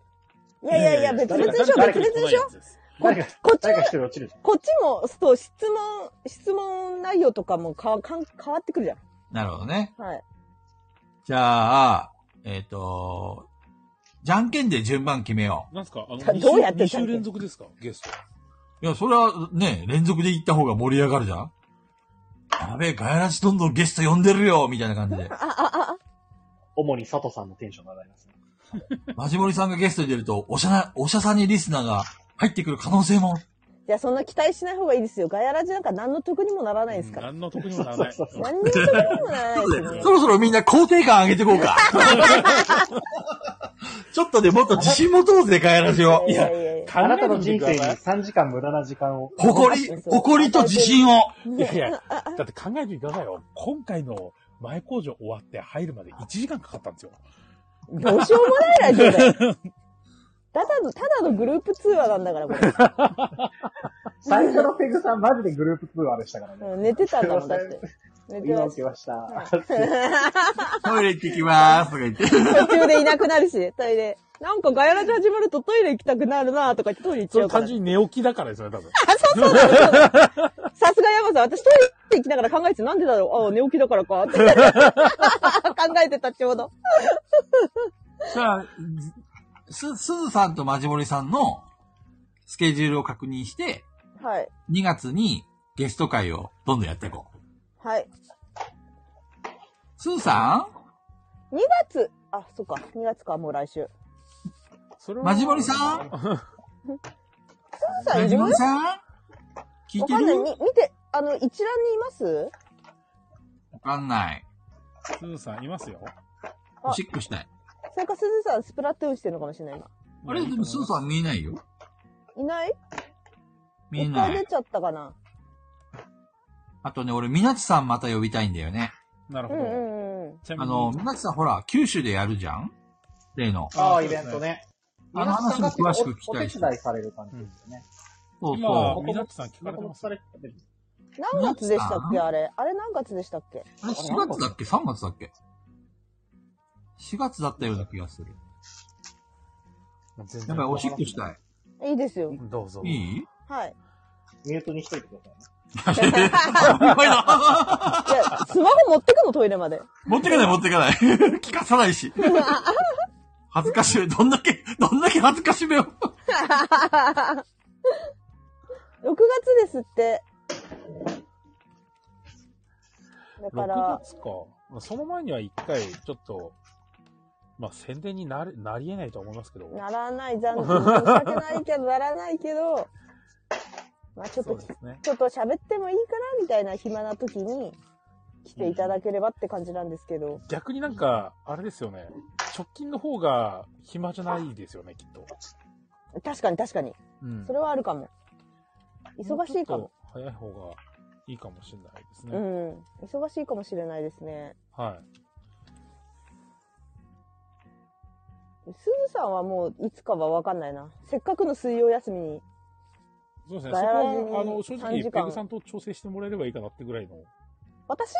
Speaker 4: いやいやいや、別々でしょ、
Speaker 2: 誰
Speaker 4: 別
Speaker 2: か
Speaker 4: 々でしょ
Speaker 1: 誰か来ないやつす
Speaker 2: 誰か、
Speaker 4: ここっち
Speaker 2: 誰
Speaker 4: も
Speaker 2: か一、人落ちる。
Speaker 4: こっちも、そう、質問、質問内容とかもかかん変わってくるじゃ
Speaker 3: なるほどね。
Speaker 4: ん。はい。
Speaker 3: じゃあ、えっ、と、じゃんけんで順番決めよ
Speaker 1: なんすかあの、
Speaker 4: さ
Speaker 1: 二週
Speaker 4: どうやって
Speaker 1: 二
Speaker 4: ちゃん
Speaker 1: 週
Speaker 4: と
Speaker 1: 連続ですかゲスト。
Speaker 3: う。いや、それはね、連続で行った方が盛り上がるじゃんやべえ、ガヤラシどんどんゲスト呼んでるよみたいな感じで
Speaker 4: あ、。あ、あ、
Speaker 2: 主に佐藤さんのテンションが上がりますね。
Speaker 3: マジモリさんがゲストに出ると、おしゃな、おしゃさんにリスナーが入ってくる可能性も。
Speaker 4: じゃあそんな期待しない方がいいですよ。ガヤラジなんか何の得にもならないですから。
Speaker 1: 何の得にもならない。
Speaker 2: そうそう
Speaker 4: 何にも得にもならないですよ ね
Speaker 3: そ。ろそろみんな肯定感上げてこ うか。ちょっとね、もっと自信持とうぜ、ガヤラジを。
Speaker 4: いやいやいや。
Speaker 1: 考
Speaker 2: あな
Speaker 1: え
Speaker 2: た
Speaker 1: て
Speaker 2: の
Speaker 1: みて
Speaker 2: 人
Speaker 1: くだ
Speaker 2: 生に
Speaker 1: さい
Speaker 2: 3時間無駄な時間を。
Speaker 3: 誇り、誇りと自信を。
Speaker 1: いやいや、だって考えてみてくださいよ。今回の前工場終わって入るまで1時間かかったんですよ。
Speaker 4: どうしようもないラジオだよ。ただの、ただのグループ通話なんだから、これ
Speaker 2: 最初のペグさんマジでグループ通話でしたからね。
Speaker 4: うん。寝てたんだ、
Speaker 2: すいま
Speaker 4: 私だ
Speaker 2: せ
Speaker 4: っ
Speaker 2: ん
Speaker 4: て。寝て
Speaker 2: 今
Speaker 4: ま
Speaker 2: 起
Speaker 4: し
Speaker 2: きました。
Speaker 3: トイレ行ってきますとか言って。
Speaker 4: た。途中でいなくなるし、トイレ。なんかガヤラジ始まるとトイレ行きたくなるなとか言ってトイレ行っ
Speaker 1: そ
Speaker 4: ちゃ
Speaker 1: れ
Speaker 4: うから
Speaker 1: 単。純に寝起きだからですよね、多分。
Speaker 4: さすが山さん、私トイレ行きながら考えてたなんでだろうああ、寝起きだから か。って考えてたちょうど。
Speaker 3: さあ、す、すずさんとマジモリさんのスケジュールを確認して、
Speaker 4: はい。
Speaker 3: 2月にゲスト会をどんどんやっていこう。
Speaker 4: はい。
Speaker 3: すずさ
Speaker 4: 2月、あ、そっか、2月か、もう来週。
Speaker 1: それ
Speaker 3: ん
Speaker 1: は
Speaker 3: マジモリさん
Speaker 4: すずさん
Speaker 3: マ
Speaker 4: い
Speaker 3: ジ
Speaker 4: る
Speaker 3: モリ
Speaker 4: わ
Speaker 3: さん聞いて
Speaker 4: かんない。
Speaker 3: る
Speaker 4: み
Speaker 3: わ
Speaker 4: 見て、あの、一覧にいます
Speaker 3: かんない。
Speaker 1: すずさんいますよ。
Speaker 4: あ
Speaker 3: おしっこしたい。
Speaker 4: それか、すずさん、スプラトゥーンしてるのかもしれない、今。
Speaker 3: あれ、でもすずさん見えないよ。
Speaker 4: いない
Speaker 3: 見え
Speaker 4: 一
Speaker 3: な
Speaker 4: 回出
Speaker 3: い。
Speaker 4: ちゃったかな。
Speaker 3: あとね、俺、みなちさんまた呼びたいんだよね。
Speaker 1: なる
Speaker 4: う
Speaker 1: ほ
Speaker 4: ん
Speaker 1: ど。
Speaker 4: うんうん。
Speaker 1: ちなみ
Speaker 3: あ
Speaker 1: に
Speaker 3: の、みなちさんほら、九州でやるじゃん例の。
Speaker 2: ああ、イベントね。
Speaker 3: あの話も詳しく聞きたい
Speaker 2: お手伝いされる感じですよね。
Speaker 3: そう
Speaker 1: 今
Speaker 3: そ
Speaker 1: みなっちさん聞かれてます
Speaker 2: されてる。
Speaker 4: 何月でしたっ
Speaker 3: み
Speaker 4: けあれ。あれ何月でしたっけ
Speaker 3: う。あれ、4月だっけ ?3 月だっけ ?4 月だったような気がする。
Speaker 1: 全
Speaker 3: や
Speaker 1: 然
Speaker 3: っぱりおしっこしたい。
Speaker 4: いいですよ。
Speaker 1: どうぞ。
Speaker 3: い い
Speaker 4: はい。
Speaker 2: ミュートにしといてくださいね。
Speaker 3: やばいな
Speaker 4: いや、スマホ持ってくの、トイレまで。
Speaker 3: 持ってかない持ってかない。 聞かさない し。恥ずかしめ、どんだけ、どんだけ恥ずかしめを。
Speaker 4: 6月ですって。だか
Speaker 1: 6
Speaker 4: ら、
Speaker 1: 月か。その前には一回、ちょっと、まあ、宣伝になれ、なり得ないとは思いますけど。
Speaker 4: ならない、残念。申し訳ないけど、ならない けど、まあちょっ
Speaker 1: そ
Speaker 4: と
Speaker 1: う、ですね。
Speaker 4: ちょっと喋ってもいいかなみたいな暇な時に来ていただければって感じなんですけど。
Speaker 1: 逆になんか、あれですよね。直近の方が暇じゃないですよね、きっと。
Speaker 4: 確かに確かに。
Speaker 1: うん
Speaker 4: それはあるかも。忙しいか
Speaker 1: う
Speaker 4: も。
Speaker 1: ちょっと早い方がいいかもしれないですね。
Speaker 4: うん。忙しいかもしれないですね。
Speaker 1: は
Speaker 4: すずさんはもういつかはわかんないな。せっかくの水曜休みに。
Speaker 1: い。そうですね。そ
Speaker 4: ガ
Speaker 1: こ
Speaker 4: ヤラジに
Speaker 1: は、あの、正
Speaker 4: 3
Speaker 1: 直、
Speaker 4: 時
Speaker 1: ペ
Speaker 4: 間
Speaker 1: グさんと調整してもらえればいいかなってぐらいの。
Speaker 4: 私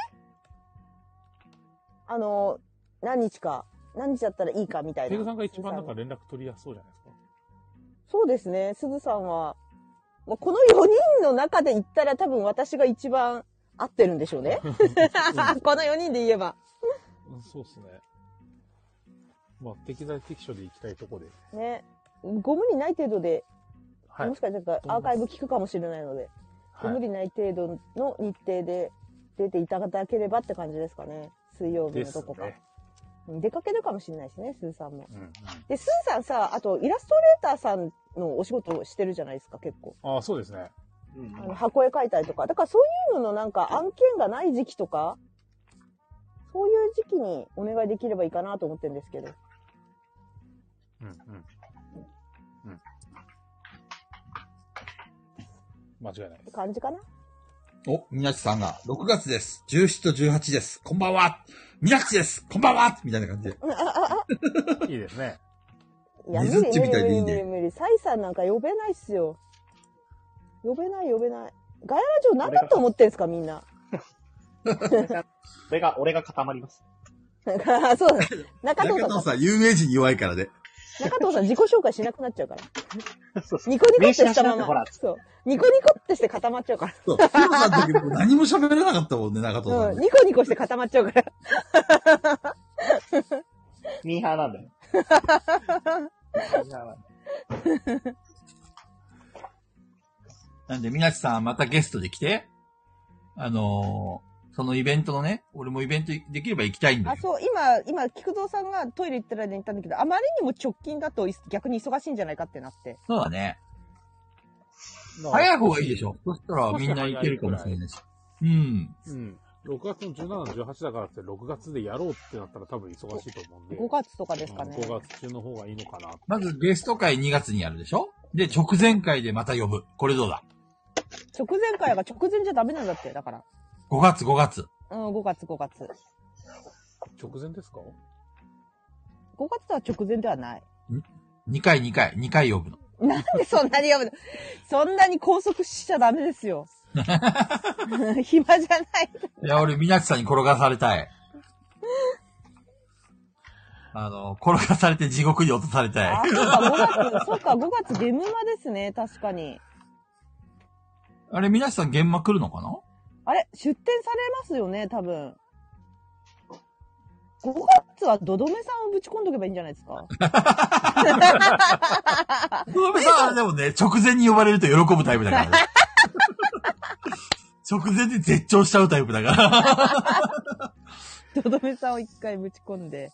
Speaker 4: あの、何日か、何日だったらいいかみたいな。
Speaker 1: ペグさんが一番なん
Speaker 4: す
Speaker 1: か
Speaker 4: ずさん
Speaker 1: 連絡取りやすそうじゃないですか。
Speaker 4: そうですね、すずさんは。もうこの4人の中で言ったら多分私が一番合ってるんでしょう ね。この4人で言えば。
Speaker 1: うん、そうですね。まあ、適材適所で行きたいとこで。
Speaker 4: ね。ご無理ない程度で、
Speaker 1: はい
Speaker 4: も。しかしたらアーカイブ聞くかもしれないので、ご無理ない程度の日程で出ていただければって感じですかね。水曜日
Speaker 1: で
Speaker 4: の
Speaker 1: す
Speaker 4: どこか。
Speaker 1: ね。
Speaker 4: うん出かけるかもしれないしね、すずさんも。
Speaker 1: うんうん。
Speaker 4: で、すずさんさ、あとイラストレーターさんのお仕事をしてるじゃないですか、結構。
Speaker 1: ああ、そうですね。
Speaker 2: うん
Speaker 4: あの箱絵描いたりとか。だからそういうののなんか案件がない時期とか、そういう時期にお願いできればいいかなと思ってるんですけど。
Speaker 1: うんうん。うん。間違いないです。
Speaker 4: 感じかな
Speaker 5: お、みなちさんが、6月です。17と18です。こんばんは。みなちです。こんばんは。みたいな感じで。
Speaker 1: いいですね。
Speaker 4: いや、無
Speaker 5: ね
Speaker 4: 理
Speaker 5: ずっち
Speaker 4: 無
Speaker 5: みた
Speaker 4: 理
Speaker 5: い
Speaker 4: 無
Speaker 5: でいいね
Speaker 4: 理無理無理。サイさんなんか呼べないっすよ。呼べない呼べない。ガヤラジオ何だと思ってんすか、みんな。
Speaker 2: それが、俺が固まり ます。
Speaker 4: あそうだ。中
Speaker 5: 中
Speaker 4: 藤さん
Speaker 5: 藤、さん、有名人に弱いからね。
Speaker 4: 中藤さん自己紹介しなくなっちゃうから。
Speaker 2: そうそう
Speaker 4: ニコニコってした
Speaker 2: 名
Speaker 4: ま
Speaker 2: 刺出しなくてほ
Speaker 4: ま
Speaker 2: ら。
Speaker 4: そう。ニコニコってして固まっちゃうから。
Speaker 5: そう。ヒロさんの時もう何も喋れなかったもんね、中藤さ
Speaker 4: うんん。
Speaker 5: ね。
Speaker 4: ニコニコして固まっちゃうから。
Speaker 2: ミーハーなんだよ。ミーハーなんだよ
Speaker 3: なんで、みなちさん、またゲストで来て。あのーそのイベントのね、俺もイベントできれば行きたいんだ
Speaker 4: あ、
Speaker 3: よ。
Speaker 4: そう、今、今、菊蔵さんがトイレ行ってる間に言ったんだけど、あまりにも直近だと逆に忙しいんじゃないかってなって。
Speaker 3: そうだね。
Speaker 1: まあ
Speaker 3: 早い方がいいでしょ。そしたらみんな行けるかもしれないし。うん。
Speaker 1: うん。6月の17、18だからって6月でやろうってなったら多分忙しいと思うんで。
Speaker 4: 5月とかですかね。
Speaker 1: うん5月中の方がいいのかな。
Speaker 3: まずゲスト会2月にやるでしょで、直前会でまた呼ぶ。これどうだ
Speaker 4: 直前会が直前じゃダメなんだって、だから。
Speaker 3: ?5 月5月。
Speaker 4: うん、5月5月。
Speaker 1: 直前ですか
Speaker 4: 5月とは直前ではない。
Speaker 3: 2回2回、2回呼ぶの。
Speaker 4: なんでそんなに呼ぶのそんなに拘束しちゃダメですよ。 暇じゃない。
Speaker 3: いや、俺、みなちさんに転がされたい。あの、転がされて地獄に落とされた
Speaker 4: あ、
Speaker 3: い。
Speaker 4: そうか、5月、そうか、5月ゲムマですね、確かに。
Speaker 3: あれ、みなちさん現場来るのかな
Speaker 4: あれ、出店されますよね、多分。5月はドドメさんをぶち込んどけばいいんじゃないですか。
Speaker 3: ドドメさん、あれでもね、直前に呼ばれると喜ぶタイプだからね。直前で絶頂しちゃうタイプだから。
Speaker 4: ドドメさんを一回ぶち込んで。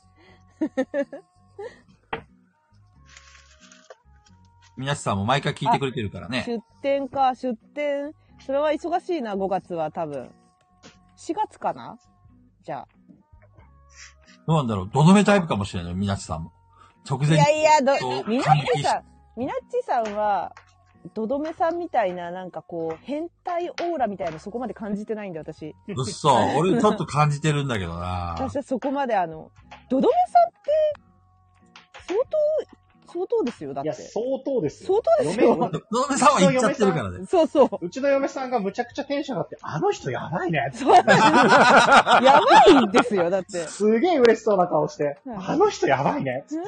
Speaker 3: みなちさんも毎回聞いてくれてるからね。
Speaker 4: 出店か、出店。それは忙しいな、5月は多分。4月かなじゃあ。
Speaker 3: どうなんだろう。ドドメタイプかもしれないよ、みなちさんも。直前
Speaker 4: い
Speaker 3: に
Speaker 4: やいや、
Speaker 3: そう
Speaker 4: ど、みなっ
Speaker 3: 感
Speaker 4: ち
Speaker 3: 激
Speaker 4: さ
Speaker 3: し
Speaker 4: ん、みなっちさんは、どどめさんみたいな、なんかこう、変態オーラみたいな、そこまで感じてないんで、私。
Speaker 3: うっそ。俺ちょっと感じてるんだけどな。
Speaker 4: 私はそこまで、あの、どどめさんって、相当、相当ですよ、だっ
Speaker 2: いや、
Speaker 4: て。
Speaker 2: 相当ですよ。
Speaker 4: 相当ですよ
Speaker 2: 嫁
Speaker 3: ドドメさんは言っちゃってるからね。
Speaker 4: そうそう。
Speaker 2: うちの嫁さんがむちゃくちゃテンション上がって、あの人やばいね。
Speaker 4: そうな んですやばいんですよ、だって。
Speaker 2: すげえ嬉しそうな顔して、
Speaker 4: うん
Speaker 2: あの人やばいね。つって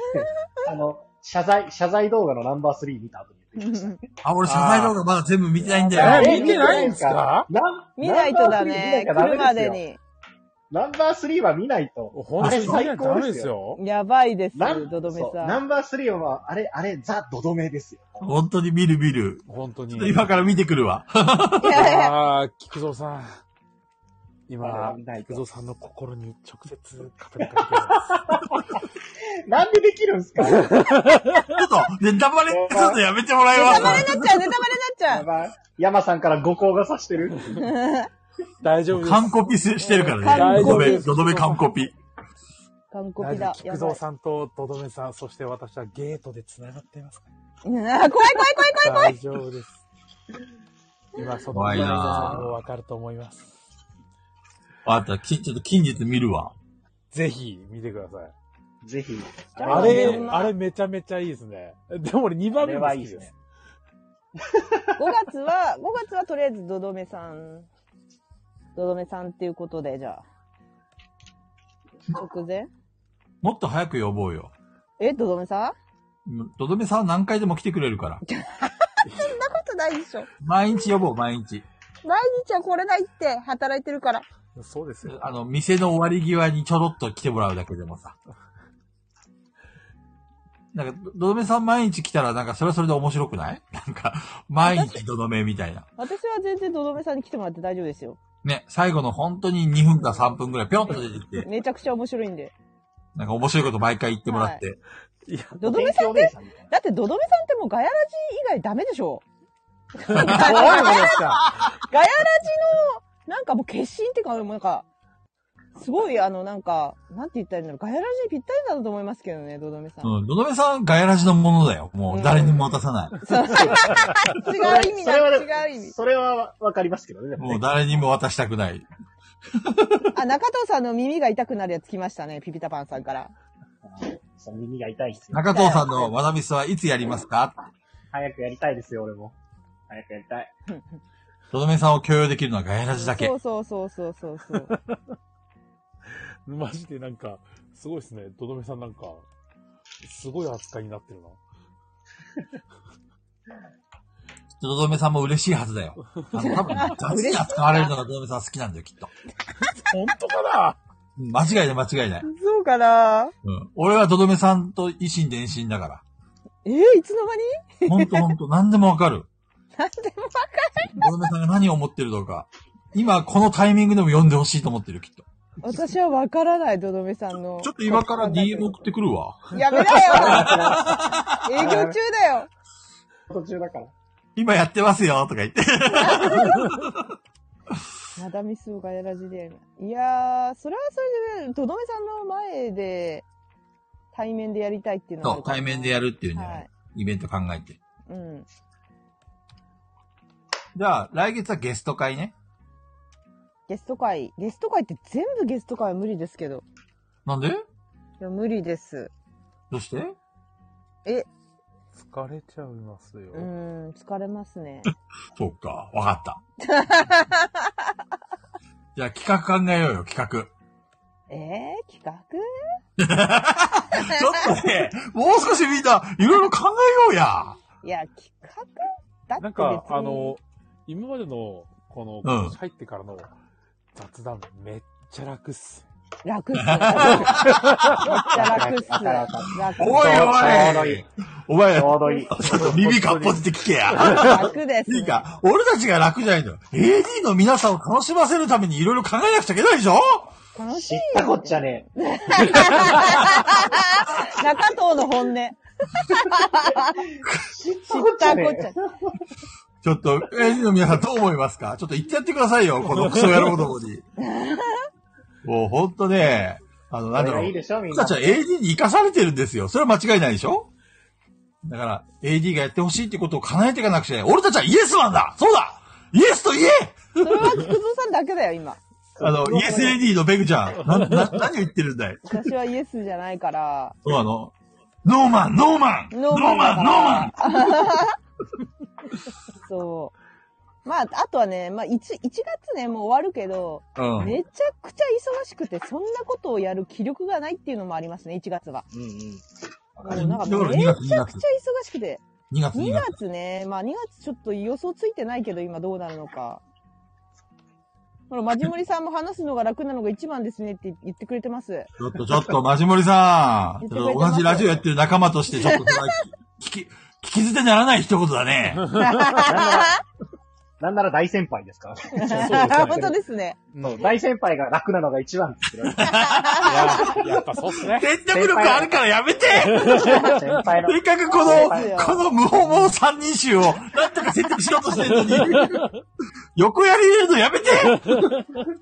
Speaker 2: あの、謝罪、謝罪動画のナンバー3見た後に言ってきました。
Speaker 3: あ、俺謝罪動画まだ全部見てないんだよ。
Speaker 1: あ
Speaker 2: え
Speaker 1: 見てないんですか
Speaker 2: な
Speaker 4: 見ないとだね。
Speaker 2: ナンバー
Speaker 4: 来る
Speaker 2: スリー見なき
Speaker 4: ま
Speaker 2: ゃ
Speaker 4: で
Speaker 2: ダメですよ。
Speaker 4: に。
Speaker 2: ナンバー3は見ないと。
Speaker 1: 本当に
Speaker 2: あれ最
Speaker 1: ダ
Speaker 2: 高
Speaker 1: メ
Speaker 2: で
Speaker 1: ですすよ。
Speaker 4: やばいです
Speaker 2: ナン、
Speaker 4: どどめ
Speaker 2: そうナ
Speaker 4: さん。
Speaker 2: ンバー3は、あれ、あれ、ザ・ドドメですよ。
Speaker 3: 本当に見る見る。
Speaker 1: 本当に。
Speaker 3: 今から見てくるわ。
Speaker 4: いやいや、
Speaker 1: ああ、菊蔵さん。
Speaker 2: あ
Speaker 1: 今
Speaker 2: れ見ない、と
Speaker 1: 菊蔵さんの心に直接語りかけてます。
Speaker 2: なんでできるんすか
Speaker 3: ちょっと、ネタバレ、ちょっとやめてもらえま
Speaker 4: ネタ
Speaker 3: す
Speaker 4: バレに なっちゃう、ネタバレになっちゃ
Speaker 2: や
Speaker 4: う。
Speaker 2: ばい。山さんから誤光がさしてる。
Speaker 1: 大丈夫です。
Speaker 3: 完コピしてるからね。
Speaker 4: 完
Speaker 3: ご
Speaker 4: コ
Speaker 1: ピ
Speaker 3: めん、どどめ完コピ。
Speaker 4: 完コ
Speaker 1: 大
Speaker 4: ピ
Speaker 1: 丈
Speaker 4: だ
Speaker 1: 夫。菊
Speaker 4: やばい
Speaker 1: 蔵。さんととどめさん、そして私はゲートで繋がっていますか
Speaker 4: うんあー怖い怖 い怖い怖
Speaker 1: ら
Speaker 4: い。
Speaker 1: 大丈夫です。今、そこ
Speaker 3: 怖
Speaker 1: に
Speaker 3: い
Speaker 1: いる皆
Speaker 3: なぁ
Speaker 1: さんもわかると思います。
Speaker 3: あった、き、ちょっと近日見るわ。
Speaker 1: ぜひ、見てください。
Speaker 2: ぜひ。
Speaker 1: あ
Speaker 4: じゃ
Speaker 1: れ、
Speaker 4: あ
Speaker 1: あれめちゃめちゃいいですね。でも俺2番目も好きです。
Speaker 2: あれはいいですね
Speaker 4: 5月は、5月はとりあえずどどめさん、どどめさんっていうことで、じゃあ。直前
Speaker 3: もっと早く呼ぼうよ。
Speaker 4: え、どどめさん
Speaker 3: どどめさんは何回でも来てくれるから。
Speaker 4: そんなことないでしょ。
Speaker 3: 毎日呼ぼう、毎日。
Speaker 4: 毎日は来れないって働いてるから。
Speaker 1: そうですよ。
Speaker 3: あの、店の終わり際にちょろっと来てもらうだけでもさ。なんか、どどめさん毎日来たら、なんか、それはそれで面白くないなんか、毎日どどめみたいな。
Speaker 4: 私は全然どどめさんに来てもらって大丈夫ですよ。
Speaker 3: ね、最後の本当に2分か3分くらい、ぴょんと出てきて、
Speaker 4: めちゃくちゃ面白いんで。
Speaker 3: なんか面白いこと毎回言ってもらって。
Speaker 1: いや、
Speaker 4: どどめさん
Speaker 2: お姉さんみたいな。
Speaker 4: だってどどめさんってもうガヤラジ以外ダメでしょ。
Speaker 1: 怖いものですか。
Speaker 4: ガヤラジの、なんかもう決心っていうか、もうなんか、すごいあの、なんか、なんて言ったらいいんだろう。ガヤラジにぴったりだと思いますけどね、どどめさん。
Speaker 3: うん、どどめさん、ガヤラジのものだよ。もう、誰にも渡さない。
Speaker 4: そう違う意味
Speaker 2: それは
Speaker 4: だ、
Speaker 2: それは
Speaker 4: 違う意味。
Speaker 2: それはわかりますけどね。でも
Speaker 3: もう、
Speaker 2: ね
Speaker 3: 誰にも渡したくない。
Speaker 4: あ、中藤さんの耳が痛くなるやつ来ましたね、ピピタパンさんから。
Speaker 2: その耳が痛いですよ。
Speaker 3: 中藤さんのわなびすはいつやりますか
Speaker 2: 早くやりたいですよ、俺も。早くやりたい。
Speaker 3: とどめさんを許容できるのはガヤラジだけ
Speaker 4: そ。うそうそうそうそうそう。
Speaker 1: マジでなんか、すごいですね。とどめさんなんか、すごい扱いになってるな。
Speaker 3: とどめさんも嬉しいはずだよ。 あの、多分、雑に扱われるのがとどめさん好きなんだよ、きっと。
Speaker 1: 本当かな
Speaker 3: うん間違いない、間違いない。
Speaker 4: そうかな
Speaker 3: うん。俺はとどめさんと維新伝心だか
Speaker 4: えー、いつの間に
Speaker 3: ら。ほんとほんと、何でもわかる。
Speaker 4: なんでも
Speaker 3: とどめさんが何を思ってるのか。今、このタイミングでも読んでほしいと思ってる、きっと。
Speaker 4: 私はわからない、どどめさんの。
Speaker 3: ちょっと今から DM 送ってくるわ。
Speaker 4: やめなよ営業中だよ
Speaker 2: 途中だから。
Speaker 3: 今やってますよ、とか言って。
Speaker 4: まだミスをガヤラジでやるな。いやー、それはそれでね、とどめさんの前で、対面でやりたいっていうのは
Speaker 3: そ
Speaker 4: ある
Speaker 3: う、
Speaker 4: かな
Speaker 3: 対面でやるっていうね、
Speaker 4: はい
Speaker 3: イベント考えて。
Speaker 4: うん。
Speaker 3: じゃあ、来月はゲスト会ね。
Speaker 4: ゲスト会。ゲスト会って全部ゲスト会は無理ですけど。
Speaker 3: なんで
Speaker 4: いや、無理です。
Speaker 3: どうして
Speaker 1: 疲れちゃいますよ。
Speaker 4: うーん、疲れます ね。
Speaker 3: そうか、わか った。じゃあ、企画考えようよ、企画。
Speaker 4: えー、企画
Speaker 3: ちょっとね、もう少しみんな、いろいろ考えようや。
Speaker 4: いや、企画だ
Speaker 1: なん
Speaker 4: って別に。
Speaker 1: か、あの、、今までの、この、今年入ってからの雑談、めっちゃ楽っ す。
Speaker 4: 楽 っす。めっちゃ楽っす。楽
Speaker 3: おいおいお前
Speaker 2: ち、ょうどいい。
Speaker 3: ちょっと 耳かっぽじて聞けや。
Speaker 4: 楽です。
Speaker 3: いいか、俺たちが楽じゃないのよ。AD の皆さんを楽しませるためにいろいろ考えなくちゃいけないでしょ
Speaker 4: 楽し
Speaker 2: 知
Speaker 4: い
Speaker 2: ったこっちゃねえ。
Speaker 4: 中藤の 本音。
Speaker 2: 知っ
Speaker 4: 知ったこっちゃ。
Speaker 3: ちょっと、AD の皆さんどう思いますかちょっと言ってやってくださいよ、このクソ野郎どもに。もうほんとね、あの、なんだ
Speaker 2: これがい
Speaker 3: ろ
Speaker 2: うい。でしょ、みん
Speaker 3: 僕
Speaker 2: な
Speaker 3: た。ちは AD に生かされてるんですよ。それは間違いないでしょだから、AD がやってほしいってことを叶えていかなくちゃいけない。俺たちはイエスマンだそうだイエスと言え
Speaker 4: それは菊蔵さんだけだよ、今。
Speaker 3: あの、イエス AD のベグちゃ ん。な、な、何を言ってるんだい
Speaker 4: 私はイエスじゃないから。
Speaker 3: そうあの、ノーマン、ノーマン
Speaker 4: ノーマンだから。そう。まあ、あとはね、まあ、1、1月ね、もう終わるけど、
Speaker 3: ノーマンうん。
Speaker 4: めちゃくちゃ忙しくて、そんなことをやる気力がないっていうのもありますね、1月は。
Speaker 2: うんうん。
Speaker 4: もうなんか
Speaker 3: だから
Speaker 4: め
Speaker 3: 2
Speaker 4: ちゃ
Speaker 3: 月、
Speaker 4: く
Speaker 3: 2
Speaker 4: ちゃ忙
Speaker 3: 月。
Speaker 4: しくて。
Speaker 3: 2月、
Speaker 4: 2
Speaker 3: 2月。
Speaker 4: 月ね、まあ2月ちょっと予想ついてないけど、今どうなるのか。ほら、まじもりさんも話すのが楽なのが一番ですねって言ってくれてます。
Speaker 3: ちょっと、ちょっと、マジモリさん。
Speaker 4: 言っ
Speaker 3: ち
Speaker 4: てくれ
Speaker 3: ょってと
Speaker 4: ます
Speaker 3: 同じラジオやってる仲間として、ちょっとそれは、聞き、聞き捨てならない一言だ ね。
Speaker 2: なんなら、なんなら大先輩ですから。
Speaker 4: 本当ですね。
Speaker 2: そう、大先輩が楽なのが一番って 言ってる
Speaker 1: いや、やっぱそうっすね。
Speaker 3: 説得力あるからやめて
Speaker 2: 先輩 の
Speaker 3: せっかくこ
Speaker 4: そ
Speaker 3: の
Speaker 4: うですよ、
Speaker 3: この無法者三人衆を、なんとか説得しようとしてるのに、 横やり入れるのやめて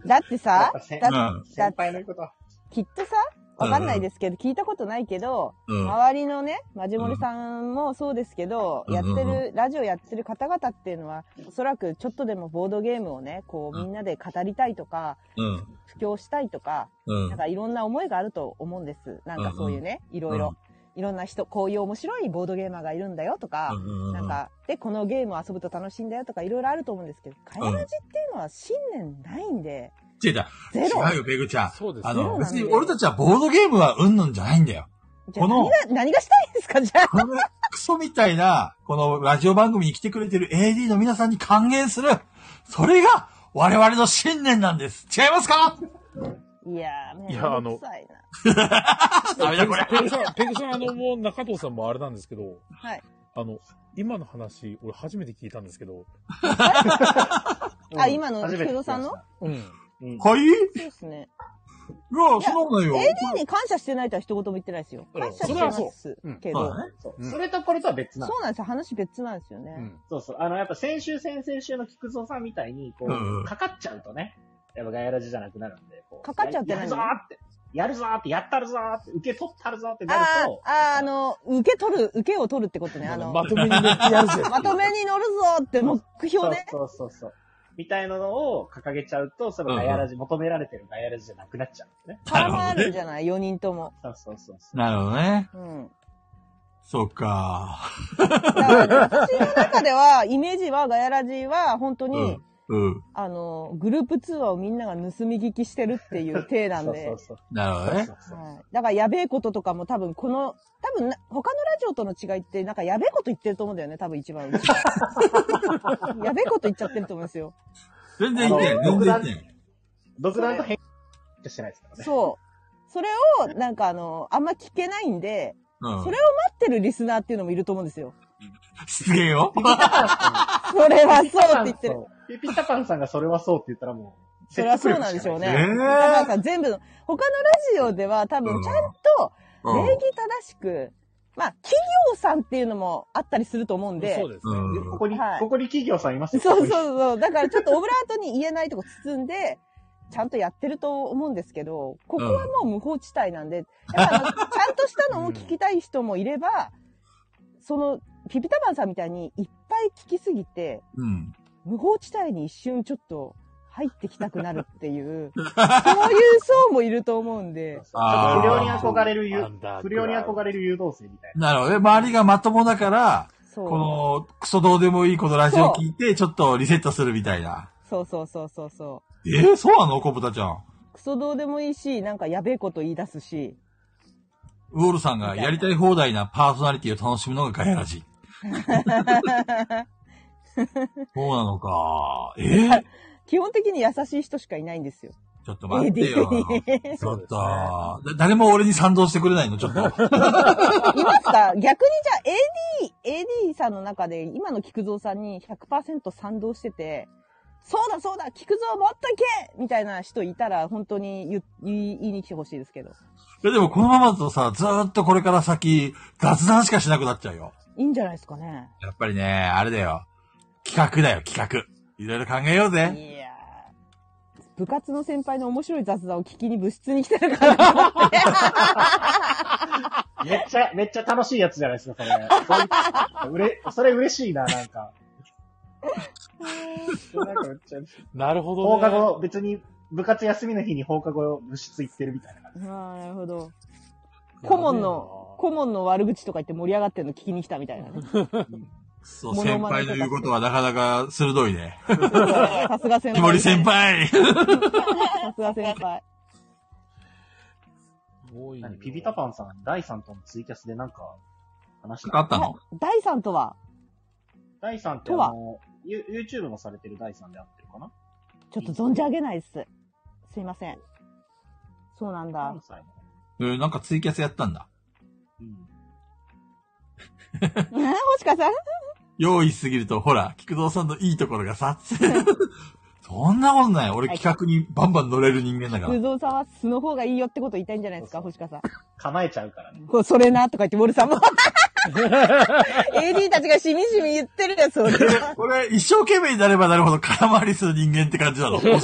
Speaker 4: だってさ、
Speaker 3: う
Speaker 4: だ
Speaker 3: ん。
Speaker 2: 先輩の言うことは。
Speaker 4: きっとさ、わかんないですけど、聞いたことないけど、
Speaker 3: うん。
Speaker 4: 周りのね、まじもりさんもそうですけど、
Speaker 3: うん
Speaker 4: やって
Speaker 3: うん
Speaker 4: る、ラジオやってる方々っていうのは、おそらくちょっとでもボードゲームをね、こうみんなで語りたいとか、
Speaker 3: うん。
Speaker 4: 布教したいとか、
Speaker 3: うん
Speaker 4: なん。かいろんな思いがあると思うんです。なんかそういうね、いろいろ。いろんな人、こういう面白いボードゲーマーがいるんだよとか、
Speaker 3: うん
Speaker 4: なんか、で、このゲームを遊ぶと楽しいんだよとか、いろいろあると思うんですけど、カヤラジっていうのは信念ないんで、
Speaker 3: 違う違う
Speaker 4: ゼロ
Speaker 3: 違うよ、ペグちゃん。
Speaker 1: そうですね
Speaker 3: あ
Speaker 4: ゼロ
Speaker 3: の、
Speaker 4: なんだよ
Speaker 3: 別に俺たちはボードゲームはうんぬんじゃないんだよ。
Speaker 4: じゃあ
Speaker 3: この
Speaker 4: 何が、何がしたいんですかじゃあ。
Speaker 3: このクソみたいな、このラジオ番組に来てくれてる AD の皆さんに還元する。それが、我々の信念なんです。違いますか
Speaker 4: いやー、め
Speaker 1: い
Speaker 4: ん
Speaker 1: やあの
Speaker 4: どくさいな。
Speaker 3: ダメだ、これ。
Speaker 1: ペグさん、ペグさん、あの、もう中藤さんもあれなんですけど、
Speaker 4: はい。
Speaker 1: あの、今の話、俺初めて聞いたんですけど、
Speaker 4: あ、今の、
Speaker 2: 初
Speaker 4: 菊
Speaker 2: めて聞きま
Speaker 4: 蔵
Speaker 2: した
Speaker 4: さんの
Speaker 1: うん。
Speaker 2: うん。
Speaker 3: はいいや、
Speaker 4: そうですね。
Speaker 3: そんなことないよ。
Speaker 4: AD に感謝してないとは一言も言ってないですよ。
Speaker 1: うん
Speaker 4: 感謝して
Speaker 1: それ
Speaker 4: ま
Speaker 1: はそう
Speaker 4: す
Speaker 1: うん
Speaker 4: け
Speaker 3: そう
Speaker 4: ど
Speaker 3: だ。ね。
Speaker 2: そう
Speaker 1: うん
Speaker 2: それとこれとは別な
Speaker 4: そ
Speaker 2: の。
Speaker 4: うなんですよ。話別なんですよね。
Speaker 2: そうそう。あの、やっぱ先週、先々週の菊蔵さんみたいに、こ
Speaker 3: うんうん
Speaker 2: う、かかっちゃうとね、やっぱガヤラジじゃなくなるんで、こう。
Speaker 4: かかっちゃうって
Speaker 2: や
Speaker 4: 何
Speaker 2: やるぞーって。やるぞーって、やったるぞーって、受け取ったるぞーってなる
Speaker 4: あ
Speaker 2: と。
Speaker 4: あ、ああ、あの、受け取る、受けを取るってことね。あの、
Speaker 1: まとめに乗ってやるぜ。
Speaker 4: まとめに乗るぞって目標ね。
Speaker 2: そうそうそうそう。みたいなのを掲げちゃうと、そのガヤラジ、求められてるガヤラジじゃな くなっちゃうんですね。
Speaker 4: 絡まるんじゃない ?4 人とも。
Speaker 2: そうそうそうそう。
Speaker 3: なるほどね。
Speaker 4: うん。
Speaker 3: そうか。
Speaker 4: だから私の中では、イメージは、ガヤラジは、本当に、
Speaker 3: うんうん。
Speaker 4: あの、グループ通話をみんなが盗み聞きしてるっていう体なん
Speaker 2: そう
Speaker 4: で。
Speaker 2: そうそう。
Speaker 3: なるほどね。
Speaker 4: はい。だからやべえこととかも多分この、多分な他のラジオとの違いってなんかやべえこと言ってると思うんだよね、多分一番 うちやべえこと言っちゃってると思うんですよ。
Speaker 3: 全然いってん、
Speaker 2: あの
Speaker 3: 全然いってん。
Speaker 2: 独断と変化してないですからね。
Speaker 4: そう。それを、なんかあの、あんま聞けないんで、
Speaker 3: うん
Speaker 4: それを待ってるリスナーっていうのもいると思う んですよ。
Speaker 3: 失礼よ。
Speaker 4: それはそうって言ってる。
Speaker 2: る。ピピタパンさんがそれはそうって言ったらもう、
Speaker 4: それはそうなんでしょう
Speaker 3: え
Speaker 4: ね。だから
Speaker 3: え
Speaker 4: さ全部の、他のラジオでは多分ちゃんと
Speaker 3: うん
Speaker 4: 礼儀正しく、まあ、企業さんっていうのもあったりすると思うんで、
Speaker 1: そうですね。
Speaker 3: う
Speaker 2: こ
Speaker 3: ん
Speaker 2: こに、
Speaker 4: はい
Speaker 2: ここに企業さんいます
Speaker 4: そ
Speaker 2: よ
Speaker 4: うそうそう。だからちょっとオブラートに言えないとこ包んで、ちゃんとやってると思うんですけど、ここはもう無法地帯なんで、だからあのちゃんとしたのを聞きたい人もいれば、その、ピピタパンさんみたいにいっぱい聞きすぎて、
Speaker 3: うん。
Speaker 4: 無法地帯に一瞬ちょっと入ってきたくなるっていう、そういう層もいると思うんで、
Speaker 3: あー
Speaker 2: 不良に憧れるゆ
Speaker 1: アンダー、グ
Speaker 2: 不
Speaker 1: ラ
Speaker 2: 良
Speaker 1: ウン
Speaker 2: に
Speaker 1: ド
Speaker 2: 憧れる誘導生みたいな。
Speaker 3: なるほどね。周りがまともだから、
Speaker 4: そう。
Speaker 3: この、クソどうでもいいこのラジオ聞いて、ちょっとリセットするみたいな。
Speaker 4: そうそうそうそうそ
Speaker 3: えー、そうなのコブタちゃん。
Speaker 4: う。クソどうでもいいし、なんかやべえこと言い出すし、
Speaker 3: ウォールさんがやりたい放題なパーソナリティを楽しむのがガヤラジ。そうなのか。えー、
Speaker 4: 基本的に優しい人しかいないんですよ。
Speaker 3: ちょっと待ってよ。ちょっと、だ誰も俺に賛同してくれないのちょっと。
Speaker 4: いますか 逆にじゃあ AD、AD さんの中で今の菊蔵さんに100%賛同してて、そうだそうだ菊蔵もっといけみたいな人いたら本当に言言い言いに来てほしいですけど。
Speaker 3: いやでもこのままだとさ、ずーっとこれから先、雑談しかしなくなっちゃうよ。
Speaker 4: いいんじゃないですかね。
Speaker 3: やっぱりね、あれだよ。企画だよ、企画。いろいろ考えよう
Speaker 4: い
Speaker 3: ぜ。
Speaker 4: やー部活の先輩の面白い雑談を聞きに部室に来て るからと思って。
Speaker 2: めっちゃ、めっちゃ楽しいやつじゃないですか、それ。そういうれ、それ嬉しいな、なんか。なんかめっちゃ
Speaker 1: なるほど、ね。
Speaker 2: 放課後、別に部活休みの日に放課後部室行ってるみたいな感
Speaker 4: あーなるほど。顧問の、顧問の悪口とか言って盛り上がってるの聞きに来たみたい なね。
Speaker 3: そう、
Speaker 4: モ
Speaker 3: 先
Speaker 4: ノマネ
Speaker 3: 輩
Speaker 4: と
Speaker 3: の
Speaker 4: か
Speaker 3: 言うことはなかなか鋭いね。
Speaker 4: さすが先輩。
Speaker 3: 木森先輩
Speaker 4: さすが先輩。
Speaker 1: 多い
Speaker 2: じ。
Speaker 1: な
Speaker 2: 何ピピタパンさん、第3とのツイキャスでなんか、話してた。
Speaker 3: あったの
Speaker 4: 第3とは、
Speaker 2: 第3ってあ
Speaker 4: とは
Speaker 2: の、ユ YouTube もされてる第3であってるかな
Speaker 4: ちょっと存じ上げないっす。すいません。そうなんだ
Speaker 2: 関。西の。
Speaker 3: うん、なんかツイキャスやったんだ。
Speaker 2: うん。
Speaker 4: 星川さん
Speaker 3: 用意しすぎると、ほら、菊蔵さんのいいところが さ、そんなことない。俺
Speaker 4: はい
Speaker 3: 企画にバンバン乗れる人間だから
Speaker 4: 空。蔵さんは素の方がいいよってこと言いたいんじゃないですか、
Speaker 2: そう
Speaker 4: 星川さん。
Speaker 2: 構えちゃうからね。
Speaker 4: こうそれなとか言って、ウォル さんも。AD たちがしみじみ言ってるやつ、俺。
Speaker 3: 俺、一生懸命になればなるほど空回りする人間って感じなの。
Speaker 4: そうみ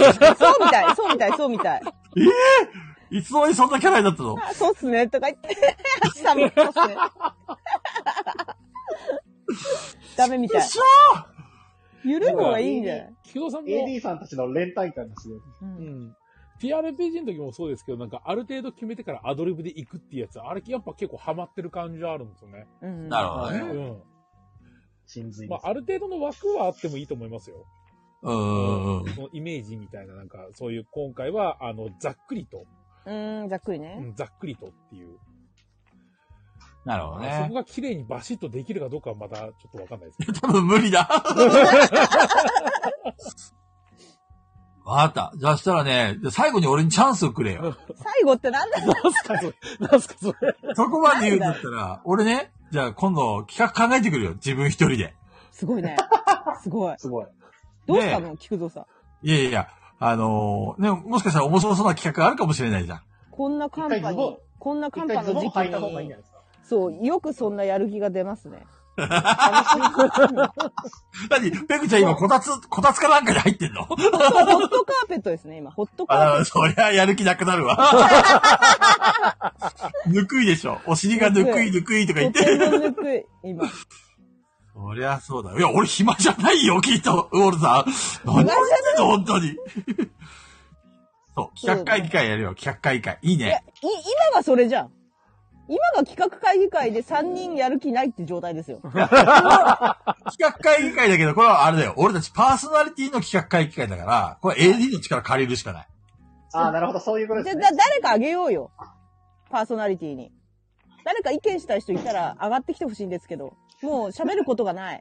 Speaker 4: たい、そうみたい、そうみたい。
Speaker 3: いつの間にそんなキャラになったの
Speaker 4: あ、そうっすね、とか言 って。下もそうっすね。ダメみたい。緩い方がいいんじゃない
Speaker 1: 菊蔵さんも、
Speaker 2: AD さんたちの連帯感がすごい。
Speaker 1: うん。TRPG の時もそうですけど、なんかある程度決めてからアドリブで行くっていうやつ、あれやっぱ結構ハマってる感じはあるんですよね。
Speaker 4: うん
Speaker 3: なるほど
Speaker 1: う
Speaker 3: ね。
Speaker 1: ん。
Speaker 2: 真髄
Speaker 1: ま
Speaker 2: です
Speaker 1: あ、ある程度の枠はあってもいいと思いますよ。
Speaker 3: うんうんうん。
Speaker 1: そのイメージみたいな、なんか、そういう、今回は、あの、ざっくりと、
Speaker 4: うん、ざっくり
Speaker 1: う
Speaker 4: ね。
Speaker 1: んざっくりとっていう。
Speaker 3: なるほ
Speaker 1: そ
Speaker 3: ど
Speaker 1: こ
Speaker 3: ね。
Speaker 1: が綺麗にバシッとできるかどうかはまたちょっとわかんないですけど。
Speaker 3: 多分無理 だ。わかった。じゃあしたらね、じゃあ最後に俺にチャンスをくれよ。
Speaker 4: 最後ってなんだろ
Speaker 1: なんすかそれなんすかそれ
Speaker 3: そこまで言うんだったら、俺ね、じゃあ今度企画考えてくるよ。自分一人で。
Speaker 4: うすごいね。すごい。
Speaker 2: すごい。
Speaker 4: どうしたの菊蔵さん。
Speaker 3: いやいやいや、あのーね、もしかしたら面白そうな企画あるかもしれないじゃん。
Speaker 4: こんな寒
Speaker 2: 一回
Speaker 4: 波
Speaker 2: ズボ
Speaker 4: に
Speaker 2: ン、
Speaker 4: こんな
Speaker 2: 一
Speaker 4: 寒波
Speaker 2: 回ズ
Speaker 4: の
Speaker 2: ボン
Speaker 4: 時期
Speaker 2: 履いた方がいいんじゃない
Speaker 4: に、
Speaker 2: ですか。
Speaker 4: そう、よくそんなやる気が出ますね。
Speaker 3: 何ペグちゃん今、こたつ、こたつかなんかに入ってんの
Speaker 4: そうホットカーペットですね、今。ホットカー
Speaker 3: あそりゃやる気なくなる わ。ぬくいでしょ。お尻がぬくいぬくいとか
Speaker 4: ペ
Speaker 3: 言
Speaker 4: ッ
Speaker 3: っ
Speaker 4: ト。とて
Speaker 3: て。
Speaker 4: もぬくい、今。
Speaker 3: そりゃそうだ。いや、俺暇じゃないよ、きっと、ウォルさん。何を言ってんの、本当に。そう、企画会議会やるよ、企画会議会。いい
Speaker 4: いや、い
Speaker 3: ね。、
Speaker 4: 今はそれじゃん。今が企画会議会で3人やる気ないって状態ですよ。
Speaker 3: 企画会議会だけど、これはあれだよ。俺たちパーソナリティの企画会議会だから、これ AD の力借りるしかない。
Speaker 2: ああ、なるほど、そういうことで す
Speaker 4: じゃ、
Speaker 2: ね
Speaker 4: だ。誰かあげようよ。パーソナリティに。誰か意見したい人いたら上がってきてほしいんですけど。もう喋ることがない。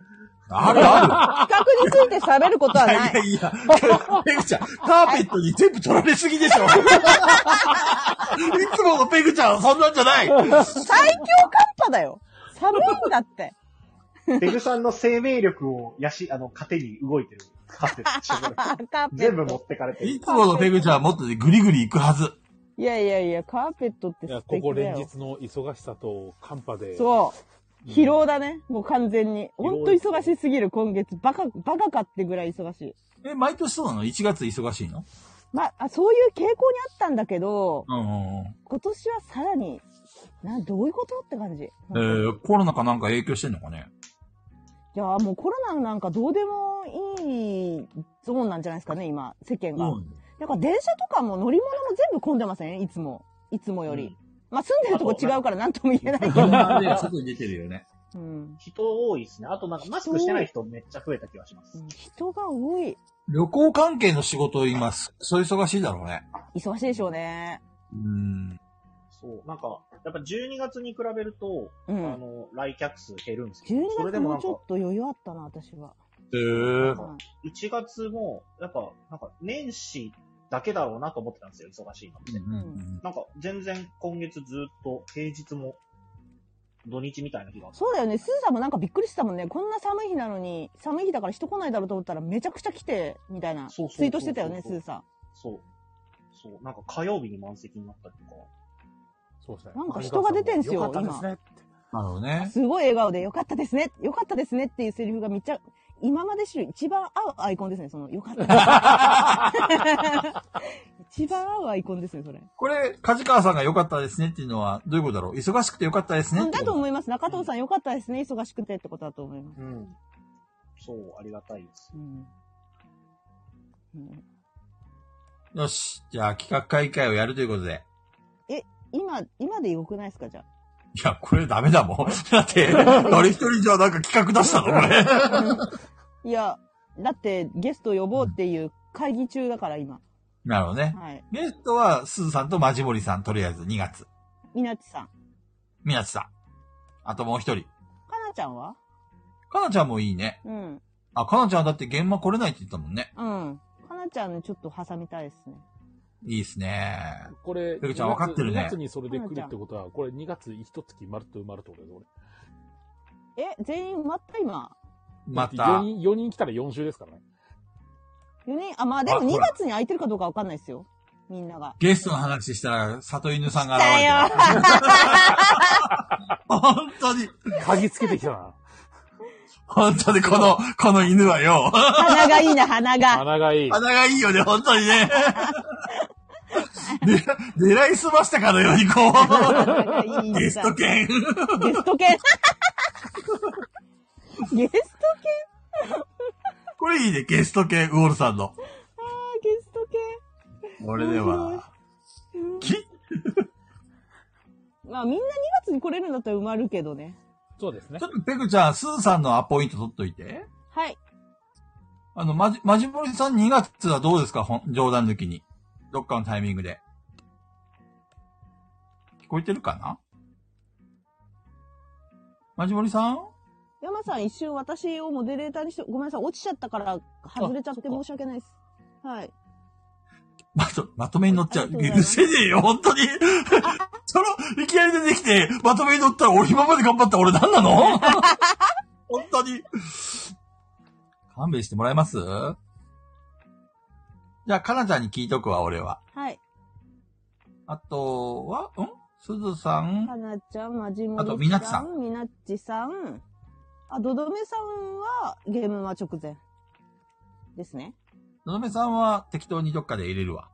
Speaker 3: ある あ
Speaker 4: 企画について喋ることは
Speaker 3: る。い
Speaker 4: な
Speaker 3: や
Speaker 4: い。
Speaker 3: いや、ペグちゃん、カーペットに全部取られすぎでしょ。いつものペグちゃんはそんなんじゃない。
Speaker 4: 最強寒波だよ。寒いんだって。
Speaker 2: ペグさんの生命力をやし、あの、糧に動いてる。糧
Speaker 4: あカーペ
Speaker 2: 全部
Speaker 4: ッ
Speaker 2: 持
Speaker 4: ト。
Speaker 2: ってかれて
Speaker 3: い
Speaker 2: る。
Speaker 3: つものペグちゃんはもっとグリグリ行くはず。
Speaker 4: いやいやいや、カーペットって
Speaker 1: いや
Speaker 4: 素
Speaker 1: ここ
Speaker 4: 敵だ
Speaker 1: 連
Speaker 4: よ。
Speaker 1: 日の忙しさと寒波で。
Speaker 4: そう。
Speaker 1: うん
Speaker 4: 疲労だね。もう完全に。
Speaker 1: 疲労
Speaker 4: ほんと忙しすぎる、今月。バカ、バカかってぐらい忙しい。
Speaker 3: え、毎年そうなの ?1 月忙しいの
Speaker 4: まあ、そういう傾向にあったんだけど、
Speaker 3: うんうんうん。
Speaker 4: 今年はさらに、な、どういうことって感じ。
Speaker 3: えー、コロナかなんか影響してんのかね
Speaker 4: いやもうコロナなんかどうでもいいゾーンなんじゃないですかね、今、世間が。
Speaker 3: うん。
Speaker 4: なんか電車とかも乗り物も全部混んでませんいつも。いつもより。まあ住んでるとこ違うから何とも言えないけど。
Speaker 3: で 外に出てるよね。
Speaker 4: うん。
Speaker 2: 人多いですね。あとなんかマスクしてない人めっちゃ増えた気がします。
Speaker 4: 人が多い。
Speaker 3: 旅行関係の仕事今、そう忙しいだろうね。
Speaker 4: 忙しいでしょうね。
Speaker 3: うん。
Speaker 2: そう。なんか、やっぱ12月に比べると、
Speaker 4: う
Speaker 2: あ
Speaker 4: ん。
Speaker 2: の、来客数減るんですけ
Speaker 4: 12
Speaker 2: ど、それでも
Speaker 4: 月も
Speaker 2: な
Speaker 4: うんち
Speaker 2: か
Speaker 4: ょ、っと余裕あったな、私は。
Speaker 3: え
Speaker 4: う
Speaker 3: ー。
Speaker 4: ん
Speaker 2: 1月も、やっぱ、なんか、年始だけだろうなと思ってたんですよ、忙しいのって。
Speaker 3: うん
Speaker 2: なんか、全然今月ずっと、平日も、土日みたいな日があって。
Speaker 4: そうだよね。スーさんもなんかびっくりしてたもんね。こんな寒い日なのに、寒い日だから人来ないだろうと思ったらめちゃくちゃ来て、みたいな。
Speaker 2: そうそうそうそう
Speaker 4: ツイートしてたよね、スーさん。
Speaker 2: そう。そう。なんか、火曜日に満席になったりとか。
Speaker 1: そうですね。
Speaker 4: なんか人が出てんすよ
Speaker 1: かったですね。
Speaker 3: なるほどね。
Speaker 4: すごい笑顔で、よかったですね、よかったですねっていうセリフがめっちゃ、今まで知る一番合うアイコンですね、その、よかった です。一番合うアイコンですね、それ。
Speaker 3: これ、梶川さんが良かったですねっていうのは、どういうことだろう忙しくて良かったですねって
Speaker 4: だ
Speaker 3: こと
Speaker 4: 思います。中藤さんよかったですね、忙しくてってことだと思います。
Speaker 2: うん。そう、ありがたいです
Speaker 4: う。ん。うん
Speaker 3: よし。じゃあ、企画会議会をやるということで。
Speaker 4: 今、今でよくないですか、じゃ
Speaker 3: いや、これダメだもん。 だって、誰一人じゃなんか企画出したのこれ。
Speaker 4: あ。いや、だって、ゲスト呼ぼうっていう会議中だから、今。
Speaker 3: なるほどね。
Speaker 4: はい。
Speaker 3: ゲストは、すずさんとまじもりさん、とりあえず2月。
Speaker 4: みなちさん。
Speaker 3: みなちさん。あともう一人。
Speaker 4: かなちゃんは
Speaker 3: かなちゃんもいいね。
Speaker 4: うん。
Speaker 3: あ、かなちゃんだって現場来れないって言ったもんね。
Speaker 4: うん。かなちゃんね、ちょっと挟みたいですね。
Speaker 3: いいっすね。
Speaker 1: これ、
Speaker 3: ペグちゃんわかってるね
Speaker 1: 2月にそれで来るってことは、これ2月一月まるっと埋まるってことです、俺。
Speaker 4: え、全員埋まった今。
Speaker 3: ま
Speaker 1: 4
Speaker 3: た。
Speaker 1: 人、4人来たら4週ですからね。
Speaker 4: 4人、あ、まあでも
Speaker 3: あほ
Speaker 4: 2
Speaker 3: ら
Speaker 4: 月に空いてるかどうかわかんないですよ。みんなが。
Speaker 3: ゲストの話したら、里犬さんが現れ
Speaker 4: だ
Speaker 3: て
Speaker 4: よ
Speaker 3: た。本当に、
Speaker 1: 鍵つけてきたな。
Speaker 3: 本当にこの、この犬はよ。
Speaker 4: 鼻がいいな、鼻が。
Speaker 1: 鼻がいい。
Speaker 3: 鼻がいいよね、本当にね。で狙いすましたかのようにこう、
Speaker 4: 鼻がいい
Speaker 3: ゲ
Speaker 4: ゲ
Speaker 3: スト犬。
Speaker 4: ゲスト犬。ゲスト犬
Speaker 3: これいいね、ゲスト犬、ウォルさんの。
Speaker 4: あーゲスト
Speaker 3: これでは。き
Speaker 4: 犬。まあみんな2月に来れるんだったら埋まるけどね。
Speaker 1: そうですね
Speaker 3: ちょ。っとペグちゃん、スーさんのアポイント取っといて。
Speaker 4: はい。
Speaker 3: あの、まじ、まじもりさん2月はどうですかほん冗談抜きに。どっかのタイミングで。聞こえてるかなまじもりさん
Speaker 4: 山さん一瞬私をモデレーターにして、ごめんなさい、落ちちゃったから外れちゃって
Speaker 1: あそっか
Speaker 4: 申し訳ないです。はい。
Speaker 3: まと、まとめに乗っちゃ
Speaker 4: あ
Speaker 3: う。
Speaker 4: りがと
Speaker 3: 許
Speaker 4: うございます
Speaker 3: せねえよ、本当に。その、いきなり出てきて、まとめに乗ったら、俺今まで頑張った俺何なの本当に。勘弁してもらえますじゃあ、かなちゃんに聞いとくわ、俺は。
Speaker 4: はい。
Speaker 3: あとは、んすずさん
Speaker 4: かなちゃん、まじもり
Speaker 3: あとみなっちさん
Speaker 4: みなっちさん。あ、どどめさんは、ゲームは直前。ですね。
Speaker 3: のどめさんは適当にどっかで入れるわ。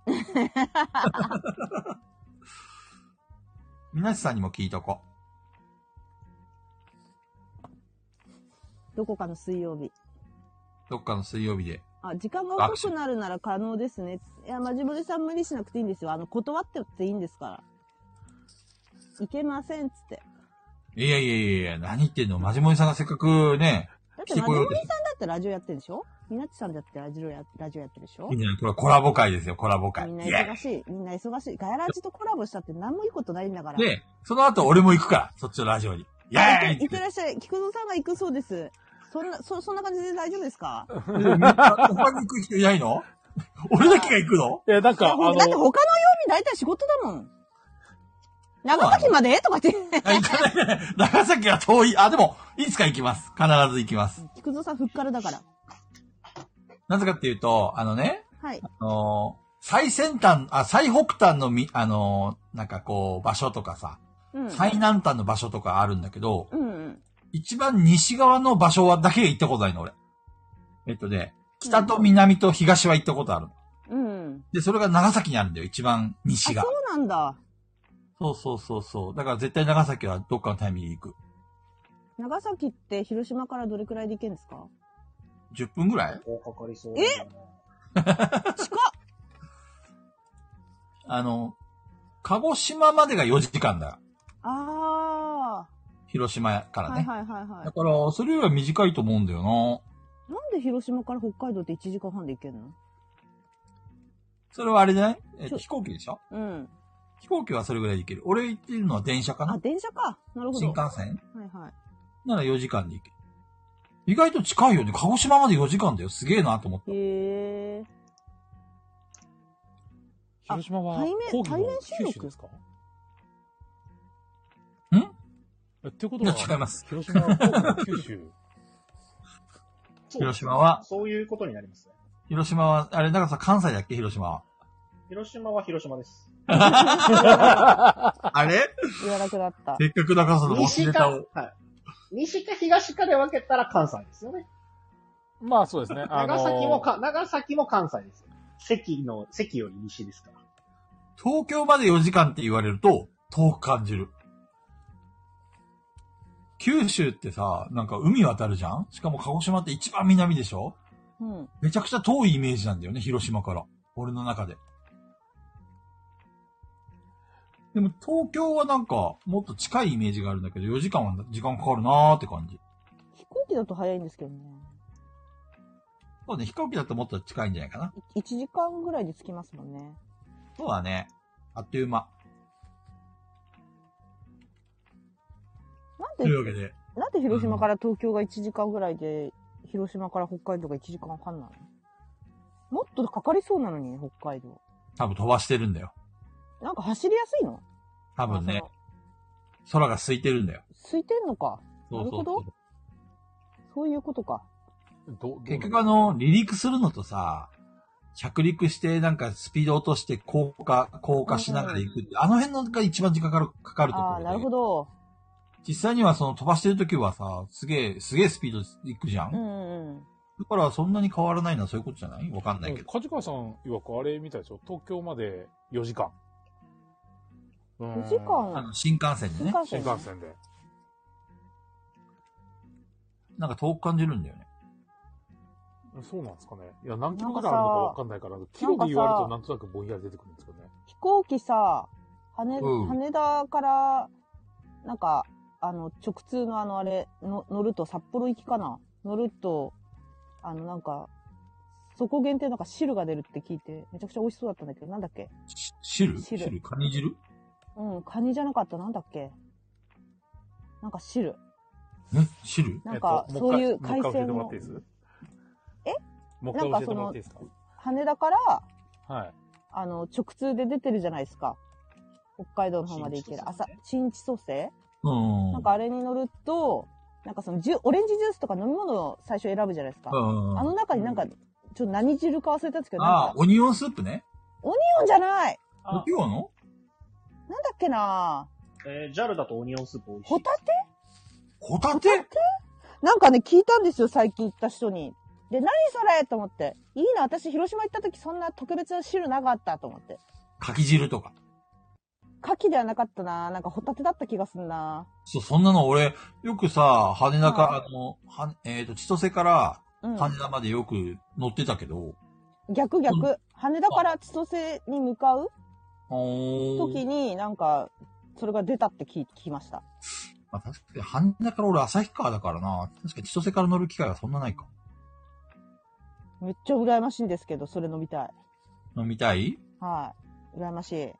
Speaker 3: みなしさんにも聞いとこ。
Speaker 4: どこかの水曜日。
Speaker 3: どっかの水曜日で。
Speaker 4: あ、時間が遅くなるなら可能ですね。いや、まじもりさん無理しなくていいんですよ。あの、断ってっていいんですから。いけませんっつって。
Speaker 3: いやいやいやいや、何言ってんのマジモリさんがせっかくね、
Speaker 4: だっ
Speaker 3: 来て
Speaker 4: て、マ
Speaker 3: こ
Speaker 4: ジ
Speaker 3: よ
Speaker 4: モ
Speaker 3: うと
Speaker 4: リ
Speaker 3: し
Speaker 4: さん
Speaker 3: て
Speaker 4: だってラジオやってるでしょみなっちさんだってラジオやラジオやってるでしょ
Speaker 3: いいんじゃないこれはコラボ会ですよ、コラボ会。
Speaker 4: みんな
Speaker 3: イエ
Speaker 4: 忙しい。みんな忙しい。ガヤラジとコラボしたって何もいいことないんだから。
Speaker 3: イで、その後俺も行くから、そっちのラジオに。イエ
Speaker 4: あ
Speaker 3: ーイ
Speaker 4: い
Speaker 3: って
Speaker 4: いってらっしゃい。菊蔵さんが行くそうです。そんな、そ、そんな感じで大丈夫ですか
Speaker 3: 他に行く人いないの俺だけが行くの
Speaker 1: いや、なんか、あ
Speaker 4: だって他の曜
Speaker 1: の、
Speaker 4: 日大体仕事だもん。長崎までとかって。
Speaker 3: あ行かない。長崎は遠い。あ、でも、いつか行きます。必ず行きます。
Speaker 4: 菊蔵さんふっからだから。
Speaker 3: なぜかっていうと、あのね、
Speaker 4: はい。
Speaker 3: あのー最先端、あ、最北端のみ、あのーなんかこう、場所とかさ、
Speaker 4: うん。
Speaker 3: 最南端の場所とかあるんだけど、
Speaker 4: うんうん。
Speaker 3: 一番西側の場所はだけ行ったことないの、俺。えっとね、北と南と東は行ったことある。
Speaker 4: うん。
Speaker 3: で、それが長崎にあるんだよ、一番
Speaker 4: あ、そ
Speaker 3: 西が。
Speaker 4: うなんだ。
Speaker 3: そうそうそうそう。だから絶対長崎はどっかのタイミングで行く。
Speaker 4: 長崎って広島からどれくらいで行けるんですか
Speaker 3: 10分ぐらい
Speaker 2: こうかかりそうだな。
Speaker 3: あの、鹿児島までが4時間だ。
Speaker 4: あ
Speaker 3: 広島か
Speaker 4: あ、
Speaker 3: らね。
Speaker 4: はいはいはいはい。
Speaker 3: だから、それよりは短いと思うんだよな。
Speaker 4: なんで広島から北海道って1時間半で行けるの
Speaker 3: それはあれじゃないえっ
Speaker 4: そ
Speaker 3: と、
Speaker 4: う
Speaker 3: 飛行機でしょ
Speaker 4: うん。
Speaker 3: 飛行機はそれぐらいで行ける。俺行ってるのは電車か
Speaker 4: あ、
Speaker 3: な
Speaker 4: 電車か。なるほ
Speaker 3: 新
Speaker 4: ど。
Speaker 3: 幹線
Speaker 4: はいはい。
Speaker 3: なら4時間で行ける。意外と近いよね。鹿児島まで4時間だよ。すげえなと思った。
Speaker 4: へえ。
Speaker 1: 広島は
Speaker 4: あ対面
Speaker 1: 講義の
Speaker 4: 対面収録
Speaker 1: 九州ですか
Speaker 3: ん
Speaker 1: えってことは、
Speaker 3: いや違います。
Speaker 1: 広島は講義の九 州。
Speaker 2: そう
Speaker 3: 広島は、
Speaker 2: そういうことになりますね。
Speaker 3: 広島は、あれ、だからさ、関西だっけ広島は。
Speaker 2: 広島は広島です。
Speaker 3: あれ
Speaker 4: 言わなくなった。
Speaker 3: せっかくだからその、忘
Speaker 2: 西
Speaker 3: れ
Speaker 2: か、
Speaker 3: た
Speaker 2: は
Speaker 3: を
Speaker 2: い。 西か東かで分けたら関西ですよね。
Speaker 1: まあそうですね。あの
Speaker 2: 長崎もか、長崎も関西ですよ。関の、関より西ですから。
Speaker 3: 東京まで4時間って言われると、遠く感じる。九州ってさ、なんか海渡るじゃんしかも鹿児島って一番南でしょ
Speaker 4: うん。
Speaker 3: めちゃくちゃ遠いイメージなんだよね、広島から。俺の中で。でも東京はなんか、もっと近いイメージがあるんだけど、4時間は時間かかるなーって感じ。
Speaker 4: 飛行機だと早いんですけどね。
Speaker 3: そうね、飛行機だともっと近いんじゃないかな。
Speaker 4: 1時間ぐらいで着きますもんね。
Speaker 3: そうだね。あっという間。
Speaker 4: なん
Speaker 3: と
Speaker 4: で
Speaker 3: いうわけで。
Speaker 4: なんで広島から東京が1時間ぐらいで、広島から北海道が1時間半なのもっとかかりそうなのに、北海道。
Speaker 3: 多分飛ばしてるんだよ。
Speaker 4: なんか走りやすいの
Speaker 3: 多
Speaker 4: 多
Speaker 3: 分ね、。空が空いてるんだよ。
Speaker 4: 空いてんのか。
Speaker 3: そうそう
Speaker 4: なるほどそういうことか。
Speaker 1: ど
Speaker 3: 結局あ、の、離陸するのとさ、着陸してなんかスピード落として降下、降下しながら行くって、あの辺のが一番時間かかる、かかるところ
Speaker 4: ああ、
Speaker 3: で。
Speaker 4: なるほど。
Speaker 3: 実際にはその飛ばしてる時はさ、すげえ、すげえスピードで行くじゃん、
Speaker 4: うん
Speaker 3: だ
Speaker 4: うんうん。なん
Speaker 3: からそんなに変わらないのはそういうことじゃないわかんないけど。
Speaker 1: 梶川さん曰くあれみたいでしょ東京まで4時間。4
Speaker 4: 4時
Speaker 3: あ
Speaker 4: 間。
Speaker 3: の、新幹線でね。
Speaker 1: 新幹線で。
Speaker 3: なんか遠く感じるんだよね。
Speaker 1: そうなんですかね。いや、何キロぐらいあるのかわかんないから、キロで言われるとなんとなくぼんやり出てくるんですよね。
Speaker 4: 飛行機さ、羽、
Speaker 3: うん
Speaker 4: 羽田から、なんか、あの、直通のあの、あれ、の乗ると、札幌行きかな乗ると、あの、なんか、そこ限定なんか汁が出るって聞いて、めちゃくちゃ美味しそうだったんだけど、なんだっけ
Speaker 3: し汁
Speaker 4: 汁
Speaker 3: 汁カニ汁
Speaker 4: うん、カニじゃなかった、なんだっけなんか汁。
Speaker 3: え汁
Speaker 4: なんか、
Speaker 1: えっと
Speaker 4: そういう
Speaker 1: もう一回もう一回
Speaker 4: 海
Speaker 1: 教え
Speaker 4: 鮮
Speaker 1: てもらっ
Speaker 4: の
Speaker 1: ていいです
Speaker 4: え
Speaker 1: もう一回教えてもらっていいですか
Speaker 4: 羽田から、
Speaker 1: はい。
Speaker 4: あの、直通で出てるじゃないですか。北海道の方まで行ける。朝、新千歳
Speaker 3: うん。
Speaker 4: なんかあれに乗ると、なんかそのジュ、オレンジジュースとか飲み物を最初選ぶじゃないですか
Speaker 3: う。ん。
Speaker 4: あの中になんか、ちょっと何汁か忘れたんですけど、なん
Speaker 3: あ
Speaker 4: か、
Speaker 3: オニオンスープね。
Speaker 4: オニオンじゃない
Speaker 2: あ
Speaker 3: オニオンの
Speaker 4: なんだっけな
Speaker 2: えー、JAL だとオニオンスープ美味しい。
Speaker 4: ホタテ
Speaker 3: ホタテ
Speaker 4: なんかね、聞いたんですよ、最近行った人に。で、何それと思って。いいな、私広島行った時そんな特別な汁なかったと思って。
Speaker 3: かき汁とか。
Speaker 4: 牡蠣ではなかったななんかホタテだった気がすんな
Speaker 3: そう、そんなの俺、よくさ、羽田から、
Speaker 4: は
Speaker 3: あの、は、えっ、と、千歳から
Speaker 4: うん。
Speaker 3: 羽田までよく乗ってたけど、
Speaker 4: 逆逆。羽田から千歳に向かう
Speaker 3: おー
Speaker 4: 時に、なんか、それが出たって聞聞きました。
Speaker 3: まあ確かに、半田から俺旭川だからな。確かに千歳から乗る機会はそんなないか。
Speaker 4: めっちゃ羨ましいですけど、それ飲みたい。
Speaker 3: 飲みたい
Speaker 4: はい。羨ましい。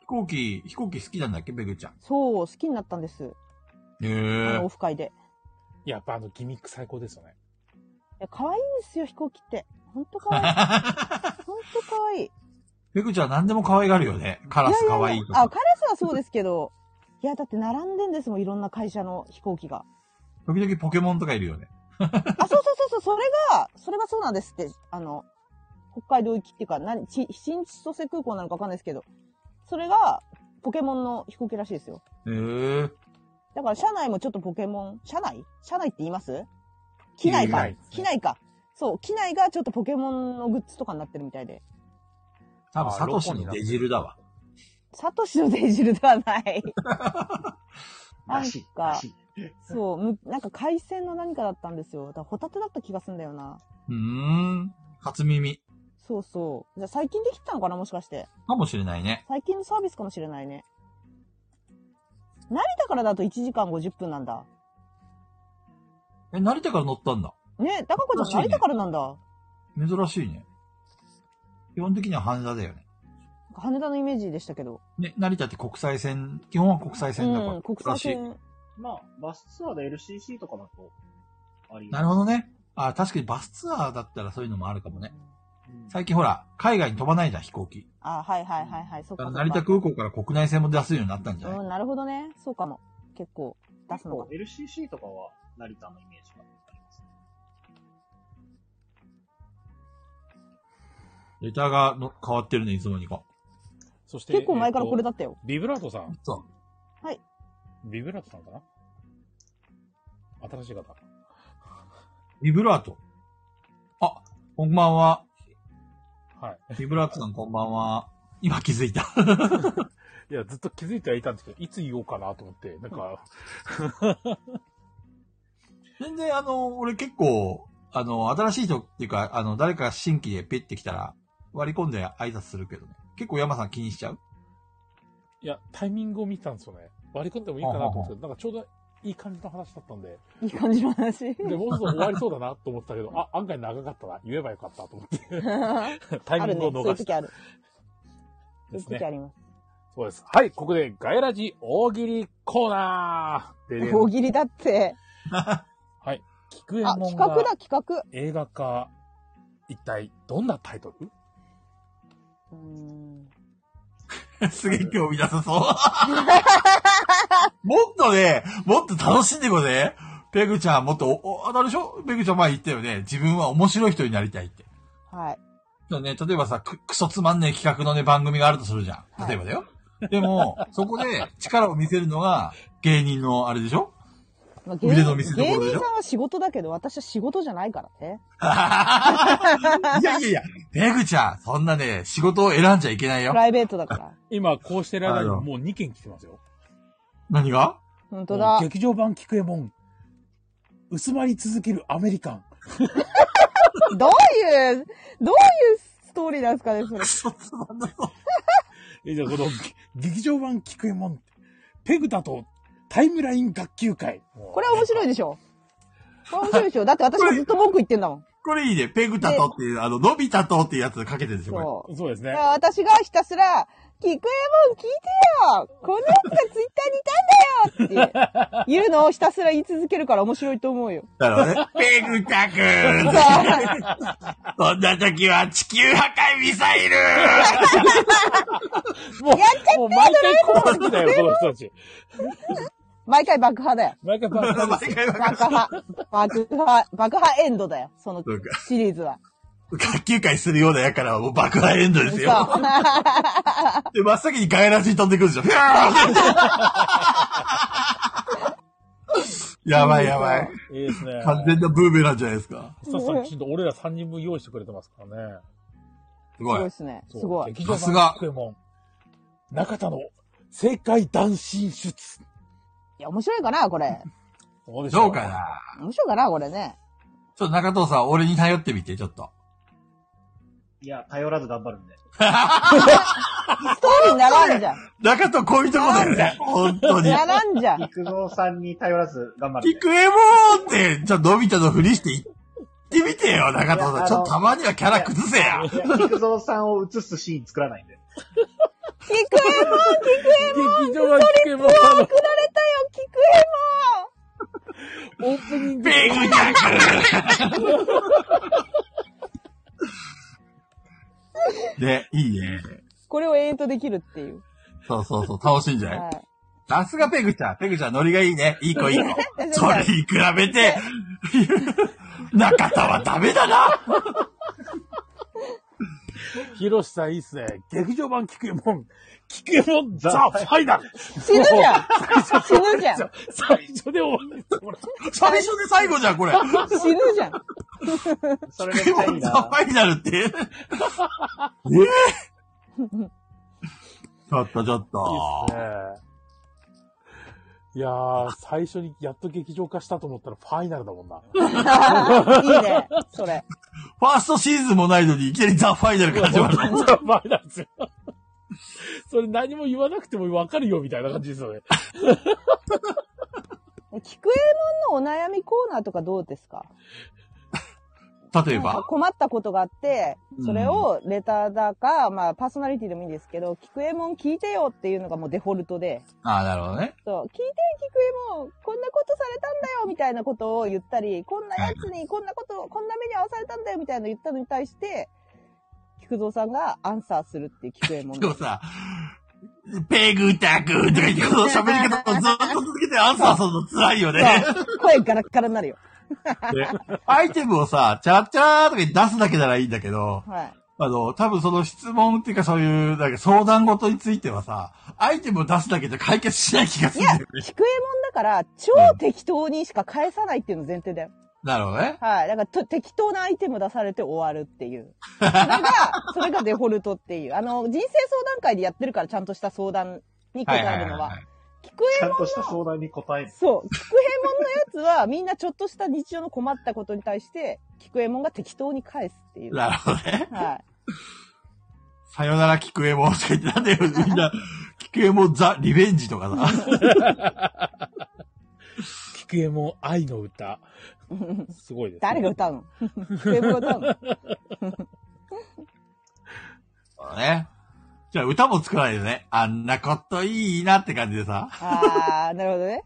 Speaker 3: 飛行機、飛行機好きなんだっけベグちゃん。
Speaker 4: そう、好きになったんです。
Speaker 3: へえ
Speaker 4: あのオフ会で。
Speaker 1: やっぱあのギミック最高ですよね。
Speaker 4: いや、可愛いんですよ、飛行機って。ほんと 可愛い。ほんと可愛い。
Speaker 3: ペグちゃん何でも可愛がるよね。カラス可愛いと
Speaker 4: やややあ、
Speaker 3: か。
Speaker 4: カラスはそうですけど、いや、だって並んでんですもん、いろんな会社の飛行機が。
Speaker 3: 時々ポケモンとかいるよね。
Speaker 4: あ、そうそうそうそう、それが、それがそうなんですって、あの、北海道行きっていうか、何、ち新千歳空港なのかわかんないですけど、それが、ポケモンの飛行機らしいですよ。
Speaker 3: へえ
Speaker 4: だから、車内もちょっとポケモン、車内車内って言います機内か
Speaker 1: 言いま。すね
Speaker 4: 機内か。そう、機内がちょっとポケモンのグッズとかになってるみたいで。
Speaker 3: 多分サトシのデジルだわ。
Speaker 4: サトシのデジルでは ない。な
Speaker 2: ら
Speaker 4: ん
Speaker 2: しい。ら
Speaker 4: か
Speaker 2: し、い。
Speaker 4: そう、むなんか海鮮の何かだったんですよ。だからホタテだった気がすんだよな。
Speaker 3: うーん。初耳。
Speaker 4: そうそう。じゃあ最近できたのかなもしかして。
Speaker 3: かもしれないね。
Speaker 4: 最近のサービスかもしれないね。成田からだと1時間50分なんだ。
Speaker 3: え、成田から乗ったんだ。
Speaker 4: ね、高子ちゃん成田からなんだ。
Speaker 3: 珍しいね。基本的には半田だよね。
Speaker 4: 羽田のイメージでしたけど。
Speaker 3: ね、成田って国際線、基本は国際
Speaker 4: う
Speaker 3: 線だから。
Speaker 4: ん、国際
Speaker 3: らし
Speaker 4: 線。
Speaker 2: まあ、バスツアーで LCC とかだと、あり
Speaker 3: い。なるほどね。あ、確かにバスツアーだったらそういうのもあるかもね。
Speaker 2: うん
Speaker 3: 最近ほら、海外に飛ばないじゃん、飛行機。
Speaker 4: あ、はいはいはいはい。そうかそうか。
Speaker 3: 成田空港から国内線も出すようになったんじゃない、
Speaker 4: うん、なるほどね。そうかも。結構出すの
Speaker 2: そ
Speaker 4: が
Speaker 2: う。LCC とかは成田のイメージがありますね。
Speaker 3: レターがの変わってるね、いつもにか。
Speaker 1: そして、
Speaker 4: 結構前からこれ
Speaker 1: だ。
Speaker 4: だったよ。
Speaker 1: ビブラートさん。
Speaker 3: そ
Speaker 4: はい。
Speaker 1: ビブラートさんかな新しい方。
Speaker 3: う。ビブラート。あ、こんばんは。
Speaker 1: はい。
Speaker 3: ビブラートさんこんばんは。今気づいた。
Speaker 1: いや、ずっと気づいてはいたんですけど、いつ言おうかなと思って、なんか、
Speaker 3: 全然あの、俺結構、あの、新しい人っていうか、あの、誰か新規でペッてきたら、割り込んで挨拶するけどね。結構山さん気にしちゃう
Speaker 1: いや、タイミングを見てたんですよね。割り込んでもいいかなと思ってたけど、なんかちょうどいい感じの話だったんで、
Speaker 4: いい感じの 話。
Speaker 1: で、 もうすぐ終わりそうだなと思ってたけど、あ、案外長かったな、言えばよかったと思って、
Speaker 4: あ
Speaker 1: タイミ
Speaker 4: る
Speaker 1: ン
Speaker 4: ね。
Speaker 1: グを
Speaker 4: そ
Speaker 1: 逃
Speaker 4: ういう
Speaker 1: し
Speaker 4: 時
Speaker 1: た
Speaker 4: ある。そう
Speaker 1: で
Speaker 4: いう
Speaker 1: す
Speaker 4: 時
Speaker 1: ね。
Speaker 4: あります。
Speaker 1: そうです。はい、ここでガヤラジ大喜利コーナーでね、
Speaker 4: 大喜利だって。
Speaker 1: はい、菊右衛
Speaker 4: あ、
Speaker 1: 門
Speaker 4: 企画
Speaker 1: が
Speaker 4: だ、企画。
Speaker 1: 映画化、一体どんなタイトル
Speaker 4: うーん。
Speaker 3: すげえ興味なさそう。もっとね、もっと楽しんでこうぜ。ペグちゃんもっと、おおあれでしょペグちゃん前言ったよね。自分は面白い人になりたいって。
Speaker 4: はい。
Speaker 3: だね、例えばさ、く、くそつまんねえ企画のね、番組があるとするじゃん。例えばだよ。でも、そこで力を見せるのが芸人のあれでしょ
Speaker 4: まあ、芸
Speaker 3: 腕の
Speaker 4: 人
Speaker 3: 見せ所でしょ
Speaker 4: 芸人さんは仕事だけど、私は仕事じゃないからね。
Speaker 3: いやいやいや、ペグちゃん、そんなね、仕事を選んじゃいけない
Speaker 4: プ
Speaker 3: よ。
Speaker 4: ライベートだから。
Speaker 1: 今、こうしてる間に
Speaker 3: あの
Speaker 1: もう2件来てますよ。
Speaker 3: 何が
Speaker 4: 本当だ
Speaker 1: もう。劇場版菊右衛門。薄まり続けるアメリカン。
Speaker 4: どういう、どういうストーリーなんですかね、それ
Speaker 3: く。そつまんなそう。
Speaker 1: え、じゃあこ の、劇場版菊右衛門。ペグタとタイムライン学級会。
Speaker 4: これは面白いでしょ。これ面白いでしょ。だって私がずっと文句言ってんだ もん。
Speaker 3: これいいね。ペグタとっていう、あの、のび太とっていうやつかけてるんですよ、これ。
Speaker 4: そう。
Speaker 1: そうですね
Speaker 4: だか。ら私がひたすら、聞くえもん聞いてよこのやつがツイッターにいたんだよっていうのをひたすら言い続けるから面白いと思うよ。
Speaker 3: だからね。ペグタくん
Speaker 4: さ
Speaker 3: そんな時は地球破壊ミサイル
Speaker 1: もう、もう毎回こう好きだよ、この人たち。
Speaker 4: 毎回爆破だよ。
Speaker 1: 毎回爆発
Speaker 3: 毎回わか
Speaker 4: 爆破。爆破、爆破エンドだよ。その
Speaker 3: そうか
Speaker 4: シリーズは。
Speaker 3: る学級会するようなやからはもう爆破エンドですよ。
Speaker 4: そ
Speaker 3: で、真っ先にガイラジに飛んでくるんですよ。ふわー やばいやばい。
Speaker 1: いいですね。
Speaker 3: 完全なブーメランじゃないですか。
Speaker 1: スタッフさんきちんと俺ら3人分用意してくれてますからね。
Speaker 3: すご
Speaker 4: うで
Speaker 3: い。
Speaker 4: すね。
Speaker 1: そう
Speaker 4: すごい。
Speaker 1: 劇場
Speaker 3: さすが
Speaker 1: 版菊右衛門。中田の正解男進出。
Speaker 4: いや、面白いかな、これ。
Speaker 1: どうでしょう
Speaker 3: そうかな。
Speaker 4: 面白いかな、これね。
Speaker 3: ちょっと中藤さん、俺に頼ってみて、ちょっと。
Speaker 2: いや、頼らず頑張るんで。
Speaker 4: ストーリーにならんじゃん。
Speaker 3: 中とこういうとこだよね。本当 に。
Speaker 4: 並んじゃん。
Speaker 2: 菊蔵さんに頼らず頑張るんで。
Speaker 3: 菊右衛門って、じゃあ、のび太のふりしていってみてよ、中藤
Speaker 2: い
Speaker 3: さ
Speaker 2: や
Speaker 3: ん。ちょっとたまにはキャラ崩せや。
Speaker 2: いや菊蔵さんを映すシーン作らないんで。
Speaker 4: 菊右衛門、
Speaker 1: 劇場は聞けば、あの、
Speaker 4: 菊右衛門
Speaker 1: オープニング
Speaker 3: ビッグジャックで、いい ね。
Speaker 4: これを永遠とできるっていう。
Speaker 3: そうそうそう、楽しいんじゃ ない
Speaker 4: はい。
Speaker 3: さすがペグちゃん。ペグちゃんノリがいいね。いい子いい子。
Speaker 4: 先生
Speaker 3: それに比べて、中田はダメだな
Speaker 1: ヒロシさんいいっすね。劇場版聞くもん。聞くもん、ザ・ファイナル。
Speaker 4: 死ぬじ ゃん死ぬじゃん
Speaker 1: 最初で終わりそうな
Speaker 3: 最初で最後じゃん、これ。
Speaker 4: 死ぬじゃん
Speaker 2: それめっち
Speaker 3: ペ
Speaker 2: ゃい
Speaker 3: グ
Speaker 2: い
Speaker 3: ちゃんフ
Speaker 2: な。
Speaker 3: ァイナルって。ええちょっとちょっと。
Speaker 1: ねいやー、最初にやっと劇場化したと思ったらファイナルだも んな。
Speaker 4: いいね、 それ。
Speaker 3: ファーストシーズンもないのに、いきなりザ・ファイナルから 始まった。
Speaker 1: ザ・ファイナルですよ。それ何も言わなくてもわかるよみたいな感じですよね。
Speaker 4: 菊右衛門のお悩みコーナーとかどうですか
Speaker 3: 例え
Speaker 4: なん
Speaker 3: ば
Speaker 4: か。困ったことがあって、それをレターだか、まあパーソナリティでもいいんですけど、菊右衛門聞いてよっていうのがもうデフォルトで、
Speaker 3: ああ、なるほどね。
Speaker 4: そう、聞いて菊右衛門、こんなことされたんだよみたいなことを言ったり、こんなやつにこんなことを、こんな目に遭わされたんだよみたいなの言ったのに対して、菊蔵さんがアンサーするっていう菊右衛門
Speaker 3: で
Speaker 4: の
Speaker 3: も。さ、ペグタクとか言って、この喋り方をずっと続けてアンサーするの辛いよね。
Speaker 4: そう声ガラッガラになるよ。
Speaker 3: アイテムをさ、チャッチャーとかに出すだけならいいんだけど、
Speaker 4: はい。
Speaker 3: あの、多分その質問っていうかそういう、なんか相談事についてはさ、アイテムを出すだけじゃ解決しない気がす
Speaker 4: い
Speaker 3: るん
Speaker 4: や、
Speaker 3: だよね。
Speaker 4: 菊右衛門だから、超適当にしか返さないっていうの前提だよ。
Speaker 3: なるほどね。
Speaker 4: はい。だからと、適当なアイテム出されて終わるって いう。それが、それがデフォルトっていう。あの、人生相談会でやってるから、ちゃんとした相談に答
Speaker 3: はいは
Speaker 4: え
Speaker 3: い
Speaker 4: る
Speaker 3: はい
Speaker 4: の
Speaker 3: は
Speaker 4: は。
Speaker 3: い。
Speaker 4: 菊右衛
Speaker 2: ちゃんとした相談に答える。
Speaker 4: そう。菊右衛門のやつは、みんなちょっとした日常の困ったことに対して、菊右衛門が適当に返すっていう。は
Speaker 3: なるほどね。
Speaker 4: い。
Speaker 3: さよなら菊右衛門とか言って、なんでみんな、菊右衛門ザ・リベンジとか さ。
Speaker 1: 菊右衛門愛の歌。すごいです、
Speaker 4: 誰が歌うの菊右衛門が 歌うの
Speaker 3: そうね。じゃあ歌も作らないでね。あんなこといいなって感じでさ。
Speaker 4: あー、なるほどね。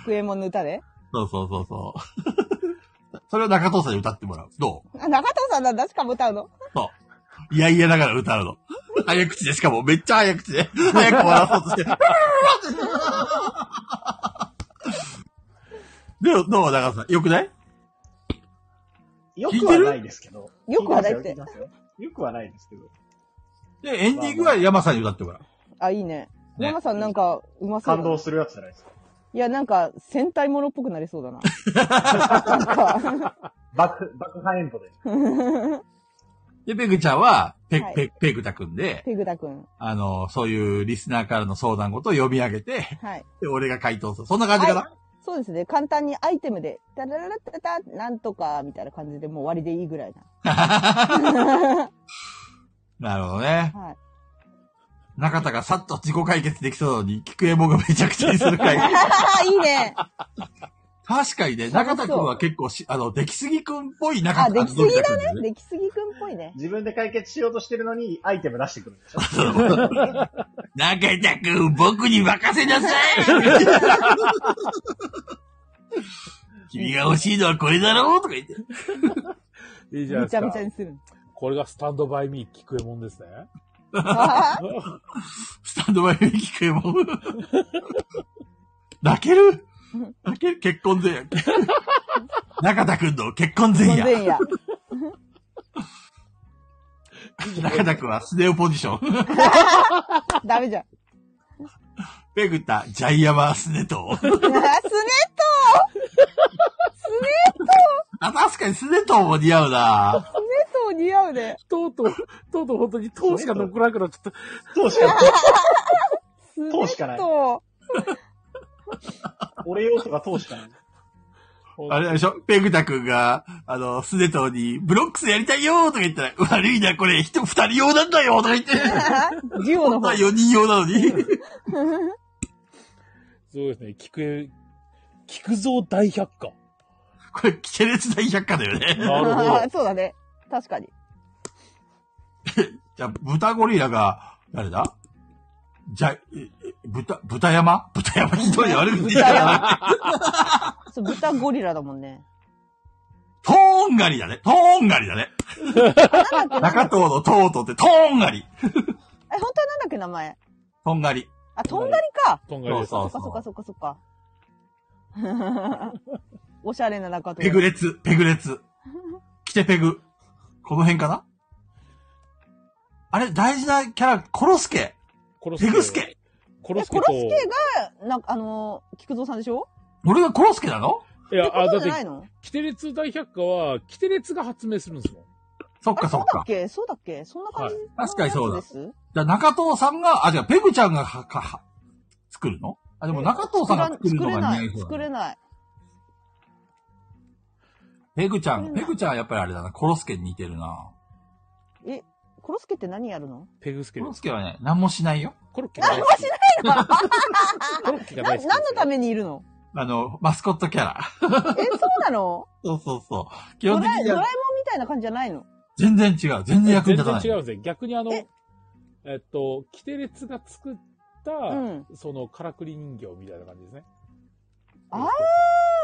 Speaker 4: 菊右衛門の歌で。
Speaker 3: そうそうそうそう。 それを中藤さんに歌ってもらう。どう
Speaker 4: あ、中藤さんなんだ、しかも歌うの
Speaker 3: そう。いやいやながら歌うの。早口で、しかもめっちゃ早口で。早く終わらそうとして。 でも、どう中藤さん。よくない
Speaker 2: よくはないですけど。
Speaker 4: よくはないって
Speaker 2: 聞ますよ。聞きますよよくはないですけど。
Speaker 3: で、エンディングは山さんに歌ってもらう。
Speaker 4: あ、いいね。
Speaker 3: ね
Speaker 4: 山さんなんか、うまそうだ
Speaker 2: 感
Speaker 4: な
Speaker 2: 動するやつじゃないですか。
Speaker 4: いや、なんか、戦隊ものっぽくなりそうだな。なんか、
Speaker 2: 爆、爆破エンドで。
Speaker 3: で、ペグちゃんは、ペ
Speaker 4: はい
Speaker 3: ペペグタくんで、
Speaker 4: ペグタ君。
Speaker 3: あの、そういうリスナーからの相談事を読み上げて、
Speaker 4: はい。
Speaker 3: で、俺が回答する。そんな感じかな、
Speaker 4: そうですね。簡単にアイテムで、タラララタタ、なんとか、みたいな感じでもう終わりでいいぐらい
Speaker 3: なるほどね。
Speaker 4: な。はい。
Speaker 3: 中田がさっと自己解決できそうなのに、菊右衛門がめちゃくちゃにする回。
Speaker 4: あいいね。
Speaker 3: 確かにね、中田くんは結構し、あの、出来すぎくんっぽい中
Speaker 4: あ、
Speaker 3: 田く
Speaker 4: 出
Speaker 3: ん
Speaker 4: 来すぎだ
Speaker 3: だ
Speaker 4: ね。。出来すぎくんっぽいね。
Speaker 2: 自分で解決しようとしてるのに、アイテム出してくるん でしょ。
Speaker 3: 中田くん、僕に任せなさい 君が欲しいのはこれだろうとか言って。
Speaker 1: いいじゃない
Speaker 4: め
Speaker 1: で
Speaker 4: ちゃ
Speaker 1: す
Speaker 4: め
Speaker 1: か
Speaker 4: ちゃ。にする。
Speaker 1: これがスタンドバイミー菊右衛門ですね。
Speaker 4: あ
Speaker 3: スタンドバイミー聞くよ、もう。泣ける泣ける結婚前夜。中田くんの結婚 前
Speaker 4: ー
Speaker 3: 夜。
Speaker 4: 前夜。
Speaker 3: 中田くんはスネオポジション。
Speaker 4: ダメじゃん。
Speaker 3: ペグタ、ジャイアマースネトー。
Speaker 4: あスネッ
Speaker 3: あ、確かにスネトーも似合うな
Speaker 4: トー似合うね。
Speaker 1: とうとう、とうとう本当に塔しか残らなくなっちゃっ
Speaker 2: そうしかない
Speaker 4: スネ
Speaker 2: 塔しかない
Speaker 4: ット
Speaker 2: 俺要素が通しかない。
Speaker 3: あれでしょペグタ君が、あの、スネトに、ブロックスやりたいよーとか言ったら、悪いな、これ、人、二人用なんだよーとか言って、
Speaker 4: デュオ
Speaker 3: 本当
Speaker 4: の方
Speaker 3: は。四人用なのに。
Speaker 1: そうですね、菊江、菊蔵大百科。
Speaker 3: これ、キテレツ大百科だよね。
Speaker 1: なるほど
Speaker 4: あー。 そうだね。確かに。
Speaker 3: じゃあ、豚ゴリラが、誰だじゃ、ええ豚、豚山豚山ひどい悪口言ったな。
Speaker 4: そう、豚ゴリラだもんね。
Speaker 3: トーンガリだね。トーンガリだね。
Speaker 4: なんだっけ、
Speaker 3: 中東のトートってトーンガリ。
Speaker 4: え、本当はなんだっけ、名前。
Speaker 3: トンガリ。
Speaker 4: あ、とんがりか。
Speaker 1: とんがり です。
Speaker 3: そ
Speaker 4: そうっ
Speaker 3: そ
Speaker 4: か
Speaker 3: う
Speaker 4: そっかそっかそっか。 おしゃれな中と。
Speaker 3: ペグレツ、ペグレツ。キテペグ。この辺かなあれ、大事なキャラ、コロスケ。
Speaker 1: 殺
Speaker 3: ペグスケ。
Speaker 1: コロ
Speaker 4: え、
Speaker 1: スケ
Speaker 4: コロ
Speaker 1: と、
Speaker 4: スケが、なんか、あのー、菊蔵さんでしょ
Speaker 3: 俺がコロスケなの
Speaker 1: い
Speaker 4: って
Speaker 1: や、
Speaker 4: こ
Speaker 1: あ、だ
Speaker 4: と
Speaker 1: っ
Speaker 4: じゃない
Speaker 1: て、
Speaker 4: の
Speaker 1: キテレツ大百科は、キテレツが発明するんですもん。
Speaker 3: そっ
Speaker 4: あれ、
Speaker 3: か
Speaker 4: そ
Speaker 3: そうっ
Speaker 4: だっ
Speaker 3: か。
Speaker 4: けそうだっけそんな感じ
Speaker 1: は
Speaker 3: 確かにそうだ
Speaker 4: のやつです
Speaker 3: じゃあ中藤さんが、あ、じゃあペグちゃんがは、か、は、作るのあ、でも中藤さんが作るのが似合いそうだ
Speaker 4: 作
Speaker 3: ね
Speaker 4: れない。
Speaker 3: ペグちゃん、
Speaker 4: 作れ
Speaker 3: ペ
Speaker 4: な
Speaker 3: グ
Speaker 4: い
Speaker 3: ちゃんはやっぱりあれだな、コロスケに似てるな。
Speaker 4: 作れないえ、コロスケって何やる の
Speaker 1: ペグスケ
Speaker 3: コ
Speaker 1: で
Speaker 3: ロ
Speaker 1: す。
Speaker 3: スケはね、何もしないよ。
Speaker 1: コロッケが大好き。コロッケが
Speaker 4: な、
Speaker 1: 大好
Speaker 4: 何の
Speaker 1: き。
Speaker 4: ためにいるの
Speaker 3: あの、マスコットキャラ。
Speaker 4: え、そうなの
Speaker 3: そうそうそう。基
Speaker 4: ドラ
Speaker 3: 本
Speaker 4: ド
Speaker 3: 的に
Speaker 4: ラえもんみ
Speaker 3: は
Speaker 4: たいな感じじゃないの
Speaker 3: 全然違う。全然役に立たない。
Speaker 1: 全然違うんですね。逆にあの、
Speaker 4: え
Speaker 1: えっと、キテレツが作った、
Speaker 4: うん
Speaker 1: その、からくり人形みたいな感じですね。
Speaker 4: ああ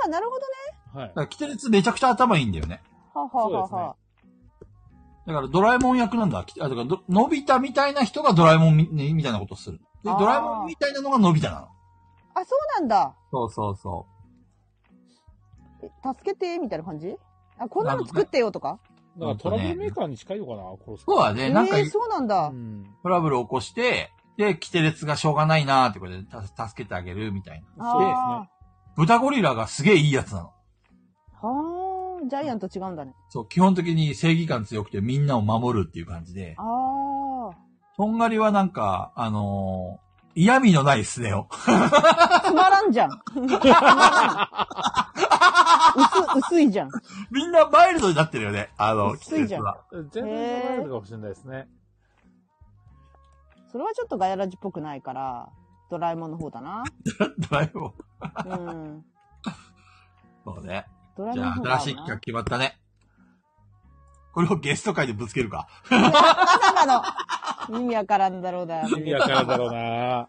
Speaker 4: あ、なるほどね。
Speaker 1: はい
Speaker 3: だか。ら、キテレツめちゃくちゃ頭いいんだよね。
Speaker 4: はあ、はあはあはあ
Speaker 3: だから、ドラえもん役なんだ。きあ、だからど、のび太みたいな人がドラえもんみ,、みたいなことする。で、
Speaker 4: あー
Speaker 3: ドラえもんみたいなのがのび太なの。
Speaker 4: あ、そうなんだ。
Speaker 3: そうそうそ
Speaker 4: え助けて、みたいな感じあ、こんなの作ってよとか。
Speaker 1: だからトラブルメーカーに近いのかな、コロスケ。
Speaker 3: そうだ
Speaker 4: え
Speaker 3: ね。なんか、
Speaker 4: ー、そうなんだ
Speaker 1: う。ん。
Speaker 3: トラブル起こして、で、キテレツがしょうがないなーってことで、た助けてあげるみたいな。
Speaker 1: そうですね
Speaker 4: あ。
Speaker 3: 豚ゴリラがすげえいいやつなの。
Speaker 4: ーはあ、ジャイアンと違うんだね。
Speaker 3: そう、基本的に正義感強くてみんなを守るっていう感じで
Speaker 4: あ、あ。
Speaker 3: とんがりはなんか、あのー嫌味のないスネ夫。
Speaker 4: つまらんじゃん。つまらん薄、薄いじゃん。
Speaker 3: みんなマイルドになってるよね。あの、キ
Speaker 4: 薄
Speaker 3: テレ
Speaker 4: い
Speaker 3: ツ
Speaker 4: じゃん
Speaker 3: は。
Speaker 1: 全然違うのかもしれないですね。
Speaker 4: それはちょっとガヤラジっぽくないから、ドラえもんの方だな。
Speaker 3: ドラえもん。
Speaker 4: うん。
Speaker 3: そうね。
Speaker 4: ドラえ
Speaker 3: じ
Speaker 4: もん
Speaker 3: ゃ
Speaker 4: の
Speaker 3: あ
Speaker 4: 方、
Speaker 3: 新しい企画決まったね。これをゲスト会でぶつけるか。
Speaker 4: 画。まさかの意味わからんだろうだ。
Speaker 1: 意味わからんだろうな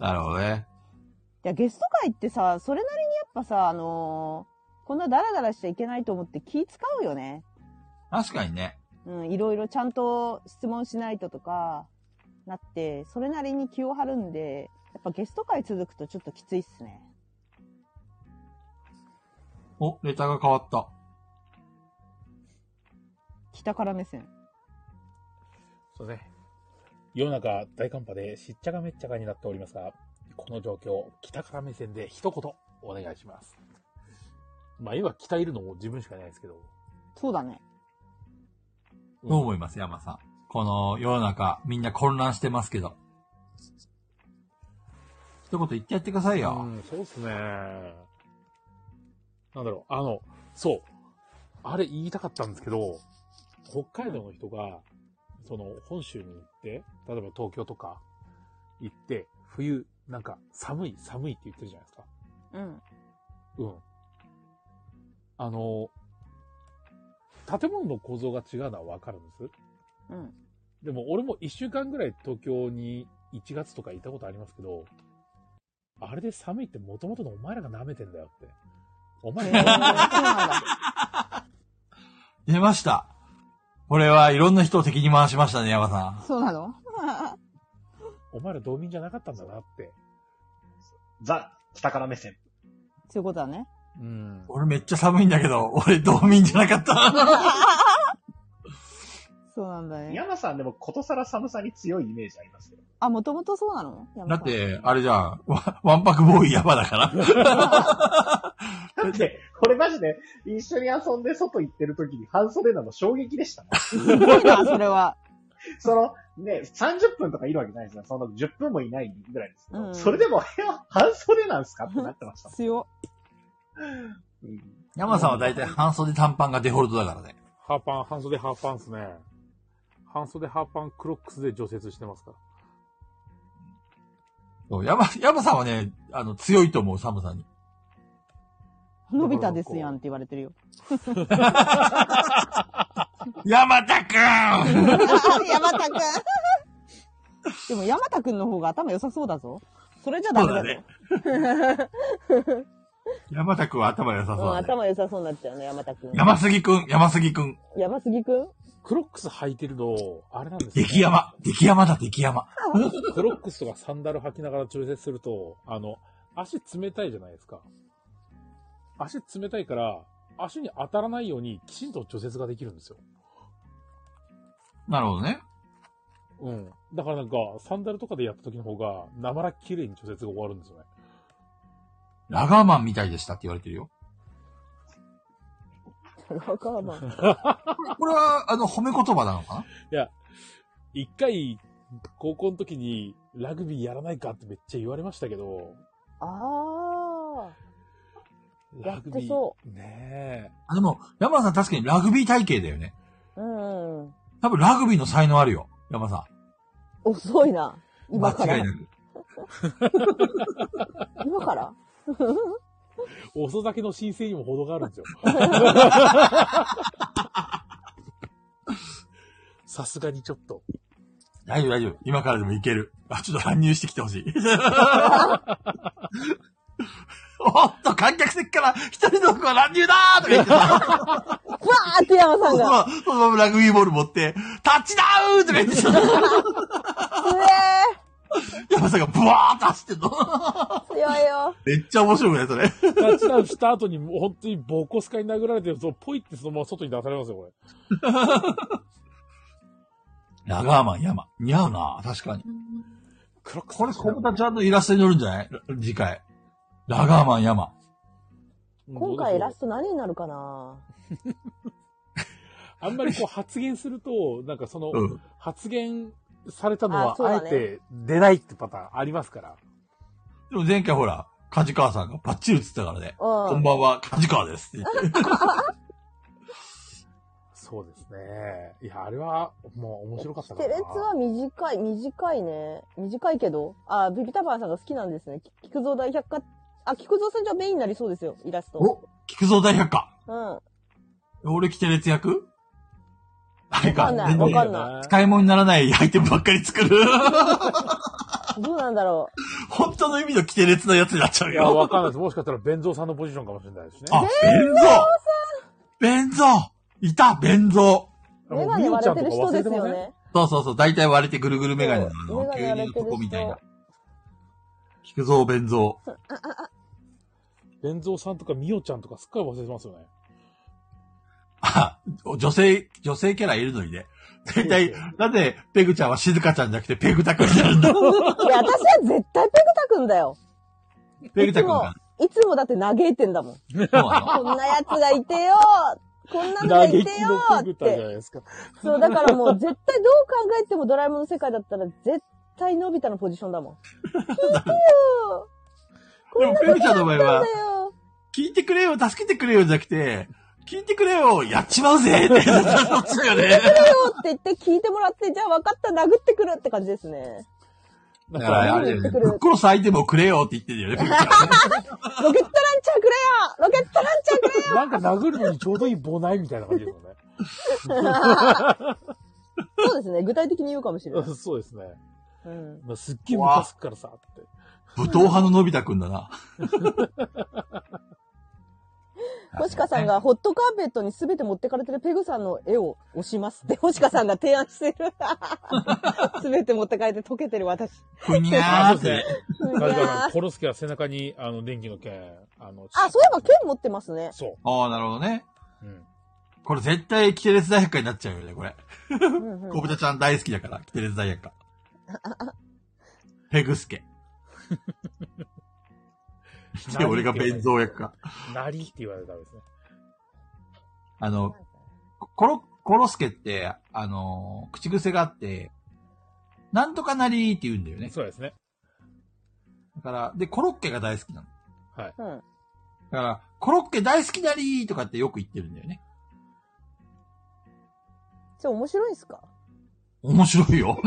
Speaker 3: なるほどね。
Speaker 4: いや、ゲスト会ってさ、それなりにやっぱさ、あのーこんなダラダラしちゃいけないと思って気使うよね。
Speaker 3: 確かにね。
Speaker 4: うん、いろいろちゃんと質問しないととか、なって、それなりに気を張るんで、やっぱゲスト会続くとちょっときついっすね。
Speaker 3: お、レターが変わった。
Speaker 4: 北から目線。
Speaker 1: そうね。世の中大寒波でしっちゃかめっちゃかになっておりますが、この状況、北から目線で一言お願いします。まあ今北いるのも自分しかいないですけど。
Speaker 4: そうだね。
Speaker 3: どう思います、山さん。この世の中、みんな混乱してますけど。一言言ってやってくださいよ。
Speaker 1: うん、そうっすね。なんだろう、あの、そう。あれ言いたかったんですけど、北海道の人が、その、本州に行って、例えば東京とか行って、冬、なんか、寒い、寒いって言ってるじゃないですか。
Speaker 4: うん。
Speaker 1: うん。あの、建物の構造が違うのはわかるんです。
Speaker 4: うん。
Speaker 1: でも俺も一週間ぐらい東京に1月とかいたことありますけど、あれで寒いってもともとのお前らが舐めてんだよって。お前ら
Speaker 4: そう
Speaker 1: が、
Speaker 4: なんだ。
Speaker 3: 出ました。これはいろんな人を敵に回しましたね、山さ
Speaker 4: そうなの
Speaker 1: お前ら道民じゃなかったんだなって。
Speaker 2: ザ、北から目線。
Speaker 4: そういうことだね。
Speaker 1: うん
Speaker 3: ん。。俺めっちゃ寒いんだけど、俺道民じゃなか った。
Speaker 4: そうなんだね。
Speaker 2: 山さんでもことさら寒さに強いイメージありますよ。
Speaker 4: あ、もともとそうなの
Speaker 3: だっ、て、あれじゃん、わわんぱくボーイ山だから。
Speaker 2: だって、これマジで一緒に遊んで外行ってる時に半袖なの衝撃でしたね。
Speaker 4: 山さんすごいな、それは。
Speaker 2: その、ね、30分とかいるわけないですよ。その10分もいないぐらいですけど、
Speaker 4: うん
Speaker 2: それでも部屋半袖なんすかってなってました。
Speaker 4: 強。
Speaker 2: うん
Speaker 3: 山さんは大体半袖短パンがデフォルトだからね。
Speaker 1: ハーパン、半袖ハーパンっすね。半袖ハーパンクロックスで除雪してますから。
Speaker 3: そう山、山さんはね、あの、強いと思う、寒さに。
Speaker 4: 伸びたですやんって言われてるよ。
Speaker 3: 山田く ん
Speaker 4: 山田くん でも山田くんの方が頭良さそうだぞ。それじゃダメだ
Speaker 3: そうだ
Speaker 4: ね
Speaker 3: ね。山田くんは頭良さ
Speaker 4: う
Speaker 3: そ
Speaker 4: ん、
Speaker 3: うだね。
Speaker 4: 頭良さそうになっちゃうね、山田くん。
Speaker 3: 山杉くん、山杉くん。
Speaker 4: 山杉くん
Speaker 1: クロックス履いてると、あれなんですよ
Speaker 3: 出来山。出来山だ、出来山。
Speaker 1: クロックスとかサンダル履きながら調節すると、あの、足冷たいじゃないですか。足冷たいから、足に当たらないようにきちんと除雪ができるんですよ。
Speaker 3: なるほどね。
Speaker 1: うん。だからなんか、サンダルとかでやった時の方が、なまら綺麗に除雪が終わるんですよね。
Speaker 3: ラガーマンみたいでしたって言われてるよ。
Speaker 4: わからない。
Speaker 3: これは、あの、褒め言葉なのか
Speaker 1: 一回、高校の時に、ラグビーやらないかってめっちゃ言われましたけど、
Speaker 4: あや
Speaker 1: ラ
Speaker 4: っ
Speaker 1: グ
Speaker 4: て
Speaker 1: ビー。。
Speaker 4: そう
Speaker 1: ねえ。
Speaker 3: なでも、山田さん確かにラグビー体型だよね。
Speaker 4: あ。うんうん。
Speaker 3: 多分ラグビーの才能あるよ。山さ
Speaker 4: 遅いな。
Speaker 3: ん。
Speaker 4: 今から。
Speaker 3: 間違いなく。
Speaker 4: 今から
Speaker 1: 遅酒の申請にも程がある んですよ。さすがにちょっと。
Speaker 3: 大丈夫、大丈夫。今からでもいける。あ、ちょっと乱入してきてほしい。 おっと、観客席から一人の子が乱入だーとか言ってた。
Speaker 4: わーって山さ
Speaker 3: そ
Speaker 4: ん
Speaker 3: のま
Speaker 4: が。
Speaker 3: まそのままラグビーボール持って、タッチダウンとか言って た。
Speaker 4: う
Speaker 3: 山さんがブワーッと走ってんの。
Speaker 4: えー強いよ。
Speaker 3: めっちゃ面白くないそれ。
Speaker 1: タッチダウンした後に、もう本当にボコスカに殴られてると、ポイってそのまま外に出されますよ、これ。
Speaker 3: ラガーマン山。似合うな確かに。
Speaker 1: クロック
Speaker 3: これ、コブタちゃんのイラストに載るんじゃない次回。ラガーマン山。
Speaker 4: 今回ラ
Speaker 1: ラ
Speaker 4: スト何になるかな
Speaker 1: あんまりこう発言すると、なんかその、
Speaker 3: うん。
Speaker 1: 発言されたのは
Speaker 4: あ、そう
Speaker 1: あ
Speaker 4: だ
Speaker 1: え
Speaker 4: ね
Speaker 1: て出ないってパターンありますから。
Speaker 3: でも前回ほら、梶川さんがバッチリ映ってたからね。こ
Speaker 4: うんん。
Speaker 3: ばんは、梶川ですって言って。
Speaker 1: そうですね。いや、あれは、もう面白かったか
Speaker 4: テ
Speaker 1: らな
Speaker 4: レツは短い、短いね。短いけど。あ、ビビタバンさんが好きなんですね。き菊蔵大百科。あ、菊蔵さんじゃメインになりそうですよ、イラスト。
Speaker 3: お菊蔵大百科。
Speaker 4: うん。
Speaker 3: 俺来て列役あれ
Speaker 4: わか
Speaker 3: か、
Speaker 4: んない
Speaker 3: 全
Speaker 4: わか
Speaker 3: 然
Speaker 4: んな
Speaker 3: 使い物にならないアイテムばっかり作る。
Speaker 4: どうなんだろ
Speaker 3: 本当の意味の規定列のやつになっちゃう
Speaker 1: いや、
Speaker 3: よ。
Speaker 1: わかんないです。もしかしたら、弁蔵さんのポジションかもしれない ですね。
Speaker 3: あ、弁蔵弁蔵いた、弁蔵
Speaker 4: う。メガネ割れてる人ですよね。
Speaker 3: そうそうそう、大体割れてぐるぐるメガネのあ
Speaker 4: メ
Speaker 3: の、
Speaker 4: ガネ
Speaker 3: 牛乳
Speaker 4: 割れ
Speaker 3: の
Speaker 4: て
Speaker 3: と
Speaker 4: る
Speaker 3: こみたい
Speaker 4: 人
Speaker 3: な。。菊蔵弁蔵。
Speaker 1: 弁蔵さんとかみおちゃんとかすっかり忘れてますよね。
Speaker 3: あ、女性、女性キャラいるのにね。大体、なぜペグちゃんは静香ちゃんじゃなくてペグタくんになるん だ
Speaker 4: いや、私は絶対ペグタくんだよ。
Speaker 3: ペグ
Speaker 4: いつ
Speaker 3: タくん
Speaker 4: も
Speaker 3: が。、
Speaker 4: いつもだって嘆いてんだもん。
Speaker 3: そうな の
Speaker 4: こんなやつがいてよこんなのが
Speaker 1: 嘆
Speaker 4: いて
Speaker 1: き
Speaker 4: よ
Speaker 1: のペグ
Speaker 4: っ
Speaker 1: タじゃ
Speaker 4: て。
Speaker 1: ないですか。
Speaker 4: そう、だからもう絶対どう考えてもドラえもんの世界だったら絶対のび太のポジションだもん。
Speaker 3: でもペグちゃんの場合
Speaker 4: そう
Speaker 3: は
Speaker 4: だ、よ。
Speaker 3: 聞いてくれよ、助けてくれよじゃなくて、聞いてくれよ、やっちまうぜ って、そっちだよね。
Speaker 4: って言って聞いてもらって、じゃあ分かった、殴ってくるって感じですね。
Speaker 1: だ
Speaker 3: だ
Speaker 1: か、
Speaker 3: からら、あれだよね、ぶっ殺す相手もくれよって言ってるよね、ペグちゃんね。
Speaker 4: ロケットランチャーくれよロケットランチャーくれよ
Speaker 1: なんか殴るのにちょうどいい棒ないみたいな感じですよね。
Speaker 4: そうですね、具体的に言うかもしれない。
Speaker 1: そうですね。
Speaker 4: うん。
Speaker 1: まあ、すっげえムカつくからさ、って。
Speaker 3: 武闘派ののび太くんだな。
Speaker 4: 星香さんがホットカーペットに全て持ってかれてるペグさんの絵を押します って、星香さんが提案してる。 全て持ってかれて溶けてる私。
Speaker 3: ふにゃーっ
Speaker 1: そうで
Speaker 3: て。
Speaker 1: あれだから、
Speaker 4: あ、
Speaker 1: コロスケは背中に、あの、電気の剣、あの、
Speaker 4: そういえば剣持ってます ね。
Speaker 1: そ
Speaker 3: ああ、なるほどね。
Speaker 1: う。うん。
Speaker 3: これ絶対、キテレツ大百科になっちゃうよね、これ。
Speaker 4: うんうん
Speaker 3: 小豚ちゃん大好きだから、キテレツ大百 科。ペグスケ。で、俺が弁蔵役か。
Speaker 1: なりって言われたんですね。
Speaker 3: あの、コロ、コロスケって、あのー口癖があって、なんとかなりーって言うんだよね。
Speaker 1: そうですね。
Speaker 3: だから、で、コロッケが大好きなの。
Speaker 1: はい。
Speaker 4: うん
Speaker 3: だから、コロッケ大好きだりーとかってよく言ってるんだよね。
Speaker 4: それ面白いんすか
Speaker 3: 面白いよ。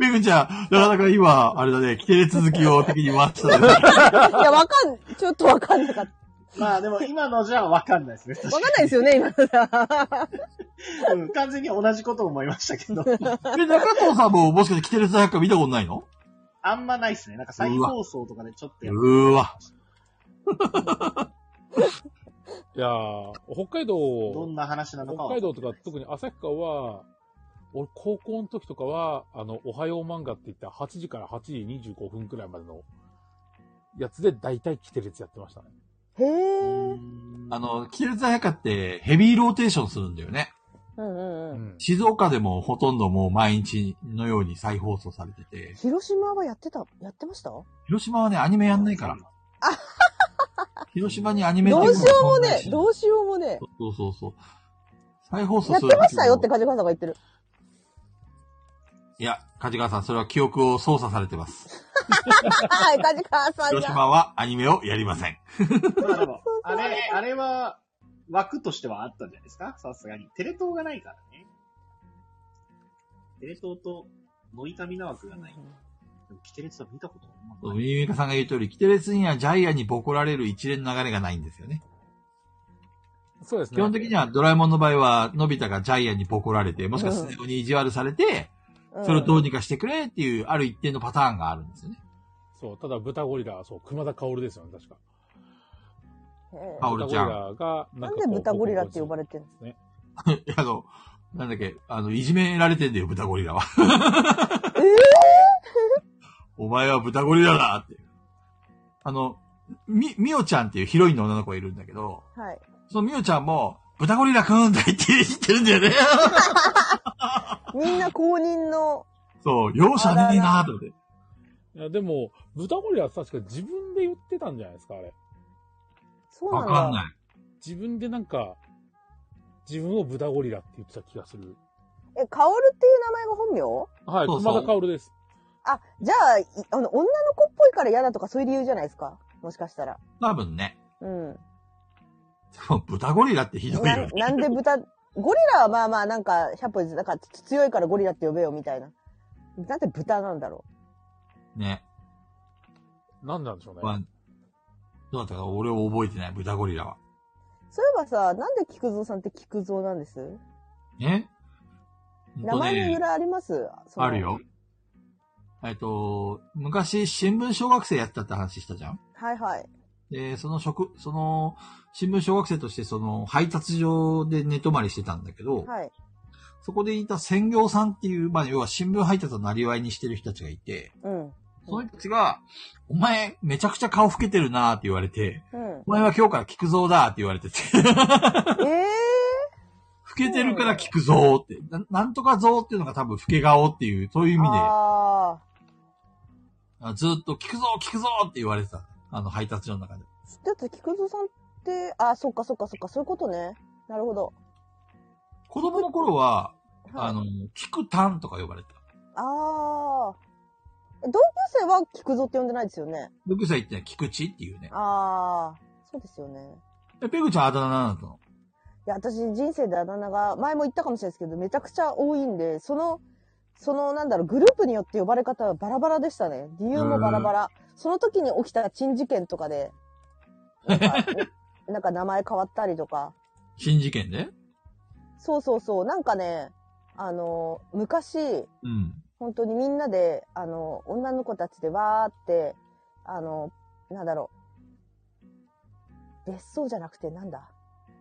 Speaker 3: ペグちゃん、なかなか今、あれだね、規定続きを的に回ってたね。
Speaker 4: いや、わかん、ちょっとわかんなかった。
Speaker 2: まあでも今のじゃわかんないですね。
Speaker 4: わかんないですよ ね、今のさ。
Speaker 2: うん完全に同じことを思いましたけど。
Speaker 3: で、中藤さんももしかして規定続き見たことないの
Speaker 2: あんまないですね。なんか再放送とかでちょっとやっ
Speaker 3: うーわ。
Speaker 1: いやー、北海
Speaker 2: ど
Speaker 1: 道
Speaker 2: ん、な話なのかは
Speaker 1: 北海道とか特に旭川は、俺高校の時とかは、あの、おはよう漫画って言った8時から8時25分くらいまでのやつで大体来てるやつやってましたね。
Speaker 4: へえ。
Speaker 2: う
Speaker 4: う
Speaker 2: ん
Speaker 4: ん
Speaker 3: あの、キテルツ百科ってヘビーローテーションするんだよね。
Speaker 4: うん
Speaker 1: う
Speaker 4: うん。
Speaker 1: ん。
Speaker 3: 静岡でもほとんどもう毎日のように再放送されてて、
Speaker 4: 広島はやってた、やってました
Speaker 3: 広島はね、アニメやんない から。広島にアニメ
Speaker 4: どうしようもねえ、ど
Speaker 3: う
Speaker 4: うしようもね
Speaker 3: そうそうそう。再放
Speaker 4: え。
Speaker 3: 送
Speaker 4: やっ
Speaker 3: する
Speaker 4: てましたよって梶川さんが言ってる。
Speaker 3: いや、梶川さん、それは記憶を操作されてます。
Speaker 4: はい、梶川さん
Speaker 3: 広
Speaker 4: が。
Speaker 3: 島はアニメをやりません。
Speaker 2: まあでもあれ、あれは枠としてはあったんじゃないですかさすがに。テレ東がないからね。テレ東とノイタミナ枠がない。でも、キテレツは見たことあんまない。
Speaker 3: ミミカさんが言う通り、キテレツにはジャイアンにボコられる一連の流れがないんですよね。
Speaker 1: そうですね。
Speaker 3: 基本的にはドラえもんの場合は、のび太がジャイアンにボコられて、もしかしてスネ夫に意地悪されて、
Speaker 4: うん
Speaker 3: それをどうにかしてくれっていう、ある一定のパターンがあるんですよね。
Speaker 1: そう、ただ豚ゴリラ、そう、熊田薫ですよね、確か。
Speaker 4: へえ
Speaker 3: あ俺
Speaker 1: 豚ゴ
Speaker 3: ち
Speaker 1: リ
Speaker 3: ゃん
Speaker 1: ラが、な
Speaker 4: なんで豚ゴリラって呼ば
Speaker 1: れ
Speaker 4: れてるんです
Speaker 3: いやあの、なんだっけ、あの、いじめられてんだよ、豚ゴリラは。
Speaker 4: え
Speaker 3: お前は豚ゴリラだって。あの、み、みおちゃんっていうヒロインの女の子がいるんだけど、
Speaker 4: かはい。
Speaker 3: そのみおちゃんも、豚ゴリラくんって言って言ってるんだよね。
Speaker 4: みんな公認の、
Speaker 3: そう、容赦ねえなーと思って。
Speaker 1: いや、でも、豚ゴリラは確か自分で言ってたんじゃないですか、あれ。
Speaker 4: そう
Speaker 3: わか
Speaker 4: なんんだ。
Speaker 3: ない。
Speaker 1: 自分でなんか、自分を豚ゴリラって言ってた気がする。
Speaker 4: え、カオルっていう名前が本名
Speaker 1: はい、
Speaker 3: そうそう
Speaker 1: 熊田薫です。
Speaker 4: あ、じゃあい、あの、女の子っぽいから嫌だとかそういう理由じゃないですかもしかしたら。
Speaker 3: 多分ね。
Speaker 4: うん。
Speaker 3: でも豚ゴリラってひどい
Speaker 4: な
Speaker 3: よね。
Speaker 4: なんで豚、ゴリラはまあまあなんか、百歩譲ってなんかつ強いからゴリラって呼べよみたいな。なんで豚なんだろ
Speaker 3: ね。
Speaker 1: なんなんでしょうね。
Speaker 3: まあどうだったか俺を覚えてない、豚ゴリラは。
Speaker 4: う。そういえばさ、なんで菊蔵さんって菊蔵なんです、
Speaker 3: ねほん
Speaker 4: 名
Speaker 3: とね
Speaker 4: 前の由来ありますその
Speaker 3: あるよ。。えっと、昔、新聞小学生やってたって話したじゃん
Speaker 4: はいはい。
Speaker 3: で、その職、その、新聞小学生として、その、配達所で寝泊まりしてたんだけど、
Speaker 4: はい。
Speaker 3: そこでいた専業さんっていう、まあ、要は新聞配達のなりわいにしてる人たちがいて、
Speaker 4: うん。
Speaker 3: その人たちが、お前、めちゃくちゃ顔老けてるなーって言われて、
Speaker 4: うん。
Speaker 3: お前は今日から菊蔵だーって言われてて、
Speaker 4: ええ
Speaker 3: 老けてるから菊蔵って、ななんとか蔵っていうのが多分老け顔っていう、そういう意
Speaker 4: ー。
Speaker 3: 味で、
Speaker 4: あ
Speaker 3: あずっと聞くぞ聞くぞって言われてた。あの配達所の中で。
Speaker 4: ー。だって菊蔵さんって、あ、そっかそっかそっか、そういうことね。なるほど。
Speaker 3: 子供の頃は、
Speaker 4: はい
Speaker 3: あの、菊丹とか呼ばれてた。
Speaker 4: ああ。同級生は菊蔵って呼んでないですよね。
Speaker 3: 僕さん言ってた菊池っていうね。
Speaker 4: ああ。そうですよね。
Speaker 3: え、ペグちゃんあだ名なんだったの
Speaker 4: いや、私人生であだ名が、前も言ったかもしれないですけど、めちゃくちゃ多いんで、その、その、なんだろう、グループによって呼ばれ方はバラバラでしたね。理由もバラバラ。その時に起きた珍事件とかで、なんかなんか名前変わったりとか。
Speaker 3: 新事件で
Speaker 4: そうそうそう。なんかね、あの、昔、
Speaker 3: うん。
Speaker 4: 本当にみんなで、あの、女の子たちでわーって、あの、なんだろう。別荘じゃなくて、なんだ。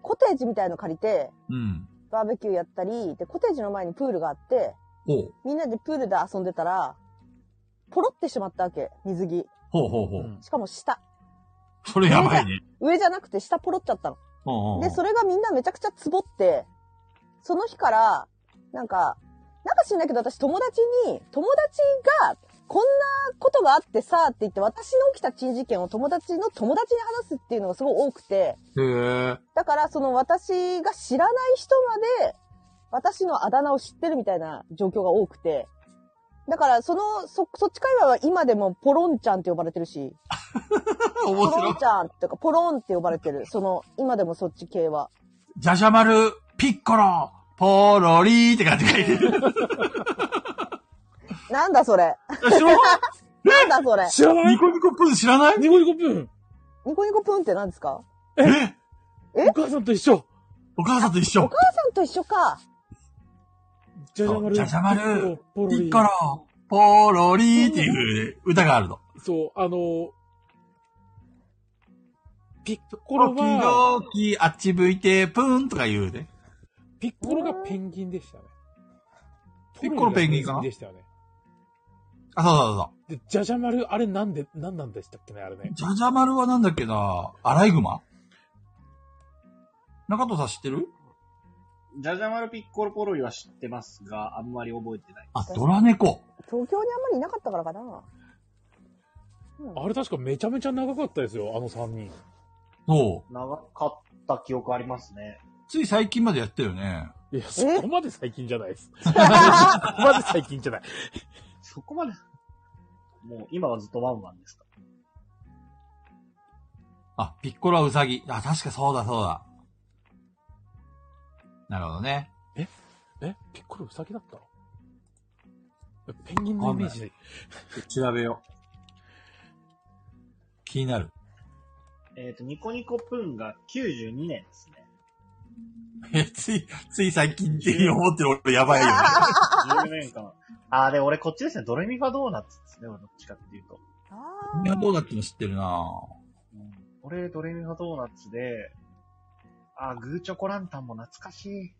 Speaker 4: コテージみたいの借りて、
Speaker 3: うん。
Speaker 4: バーベキューやったり、で、コテージの前にプールがあって、
Speaker 3: ほう。
Speaker 4: みんなでプールで遊んでたら、ポロってしまったわけ、水着。
Speaker 3: ほうほうほう。
Speaker 1: うん
Speaker 4: しかも下。
Speaker 3: それやばいね。
Speaker 4: 上じゃなくて下ポロっちゃったの。
Speaker 3: ほうほう
Speaker 4: で、それがみんなめちゃくちゃツボって、その日から、なんか、なんか知んないけど私友達に、友達が、こんなことがあってさ、って言って、私の起きた珍事件を友達の友達に話すっていうのがすごい多くて、
Speaker 3: へえ。
Speaker 4: だからその私が知らない人まで、私のあだ名を知ってるみたいな状況が多くて、だから、その、そ、そっち界隈は今でもポロンちゃんって呼ばれてるし、ポ
Speaker 3: 面白
Speaker 4: ロ
Speaker 3: い
Speaker 4: ンち。ゃんとか、ポロンって呼ばれてる。その、今でもそっち系は。
Speaker 3: じゃじゃ丸、ピッコロ、ポロリーって感じがいる。
Speaker 4: なんだそれ。
Speaker 3: 知ら
Speaker 4: なんだそれ。
Speaker 1: 知ら
Speaker 3: な
Speaker 1: ないい
Speaker 3: ニコニコプー知らない
Speaker 1: ニコニコプーン
Speaker 4: ニコニコプーンって何ですか
Speaker 3: え
Speaker 4: え
Speaker 1: お母さんと一緒
Speaker 3: お母さんと一
Speaker 4: お
Speaker 3: 緒。
Speaker 4: 母さんと一緒か。
Speaker 1: じゃじゃ丸。
Speaker 3: じゃじゃ丸
Speaker 1: ポロ
Speaker 3: ピ
Speaker 1: リ
Speaker 3: ッコ。ロ、ポロリーっていう歌があるの。
Speaker 1: そう、あの、ピッコ
Speaker 3: ポ
Speaker 1: ロ
Speaker 3: ロキ
Speaker 1: は、
Speaker 3: ドキ、あっち向いて、プーンとか言うね。
Speaker 1: ピッコロがペンギンでしたね。
Speaker 3: ピッコロペンギンかな
Speaker 1: ポロリがでしたよね。
Speaker 3: あ、そうそうそうそ
Speaker 1: で、じゃじゃ丸、あれなんで、なんなんでしたっけね、あれね
Speaker 3: う。。じゃじゃ丸はなんだっけなアライグマ中藤さん知ってる
Speaker 2: ジャジャマルピッコロポロリは知ってますが、あんまり覚えてない。
Speaker 3: あ、ドラ猫。
Speaker 4: 東京にあんまりいなかったからかな。うん
Speaker 1: あれ確かめちゃめちゃ長かったですよ、あの3人。
Speaker 3: そう。
Speaker 2: 長かった記憶ありますね。
Speaker 3: つい最近までやったよね。
Speaker 1: いや、そこまで最近じゃないです。そこまで最近じゃない。
Speaker 2: そこまで。もう今はずっとワンワンですか。
Speaker 3: あ、ピッコロはウサギ。あ、確かそうだそうだ。なるほどね。
Speaker 1: え、ピッコロウサギだったのペンギンのイメージで。
Speaker 5: 調べよ
Speaker 3: 気になる。
Speaker 2: えっ、と、ニコニコプーンが92年ですね。
Speaker 3: え、つい、つい最近って思ってる俺やばいよ、ね。
Speaker 2: 10年間。 あー、で、俺こっちですね。ドレミファドーナツですね。俺どっちかっていうと。
Speaker 4: あ
Speaker 3: い
Speaker 4: ー
Speaker 3: や、どうなっても知ってるな
Speaker 2: うん、俺、ドレミファドーナツで、あー、グーチョコランタンも懐かしい。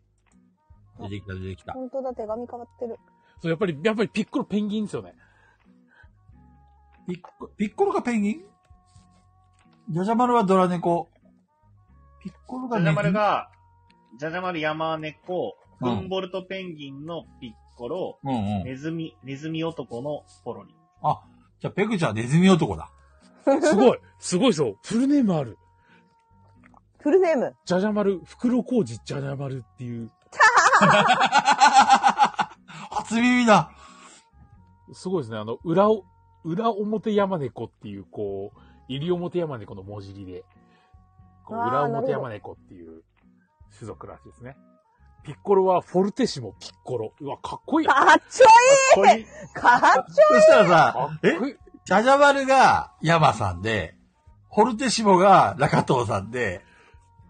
Speaker 3: 出てきた出てきた。
Speaker 4: 本当だ、手紙変わってる。
Speaker 1: そう、やっぱり、やっぱりピッコロペンギンですよね。
Speaker 3: ピッコピッコロがペンギンジャジャマルはドラ猫。ピッコロ
Speaker 2: ジ
Speaker 3: が
Speaker 2: ャ
Speaker 3: ネ
Speaker 2: ジャ
Speaker 3: ズミ
Speaker 2: マルが、ジャジャマル山猫、
Speaker 3: う
Speaker 2: フ
Speaker 3: ん
Speaker 2: ンボルトペンギンのピッコロ、
Speaker 3: うんうん。
Speaker 2: ネズミ、ネズミ男のポロリ。
Speaker 3: あ、じゃあペグちゃんはネズミ男だ。
Speaker 1: すごいすごいそう。フルネームある。
Speaker 4: フルネーム。
Speaker 1: じゃじゃ丸、袋小路じゃじゃ丸っていう、
Speaker 3: 初耳だ
Speaker 1: すごいですね。あの、裏を、裏表山猫っていう、こう、入り表山猫の文字入りで、こう
Speaker 4: あー
Speaker 1: 裏表山猫っていう種族らしいですね。ピッコロはフォルテシモピッコロ。うわ、かっこいい。か
Speaker 4: かっちょ
Speaker 1: っこいい。
Speaker 4: いいかっち
Speaker 3: そしたらさ、
Speaker 1: かっこいい。
Speaker 3: ジャジャマルが山さんで、ホルテシモが中藤さんで、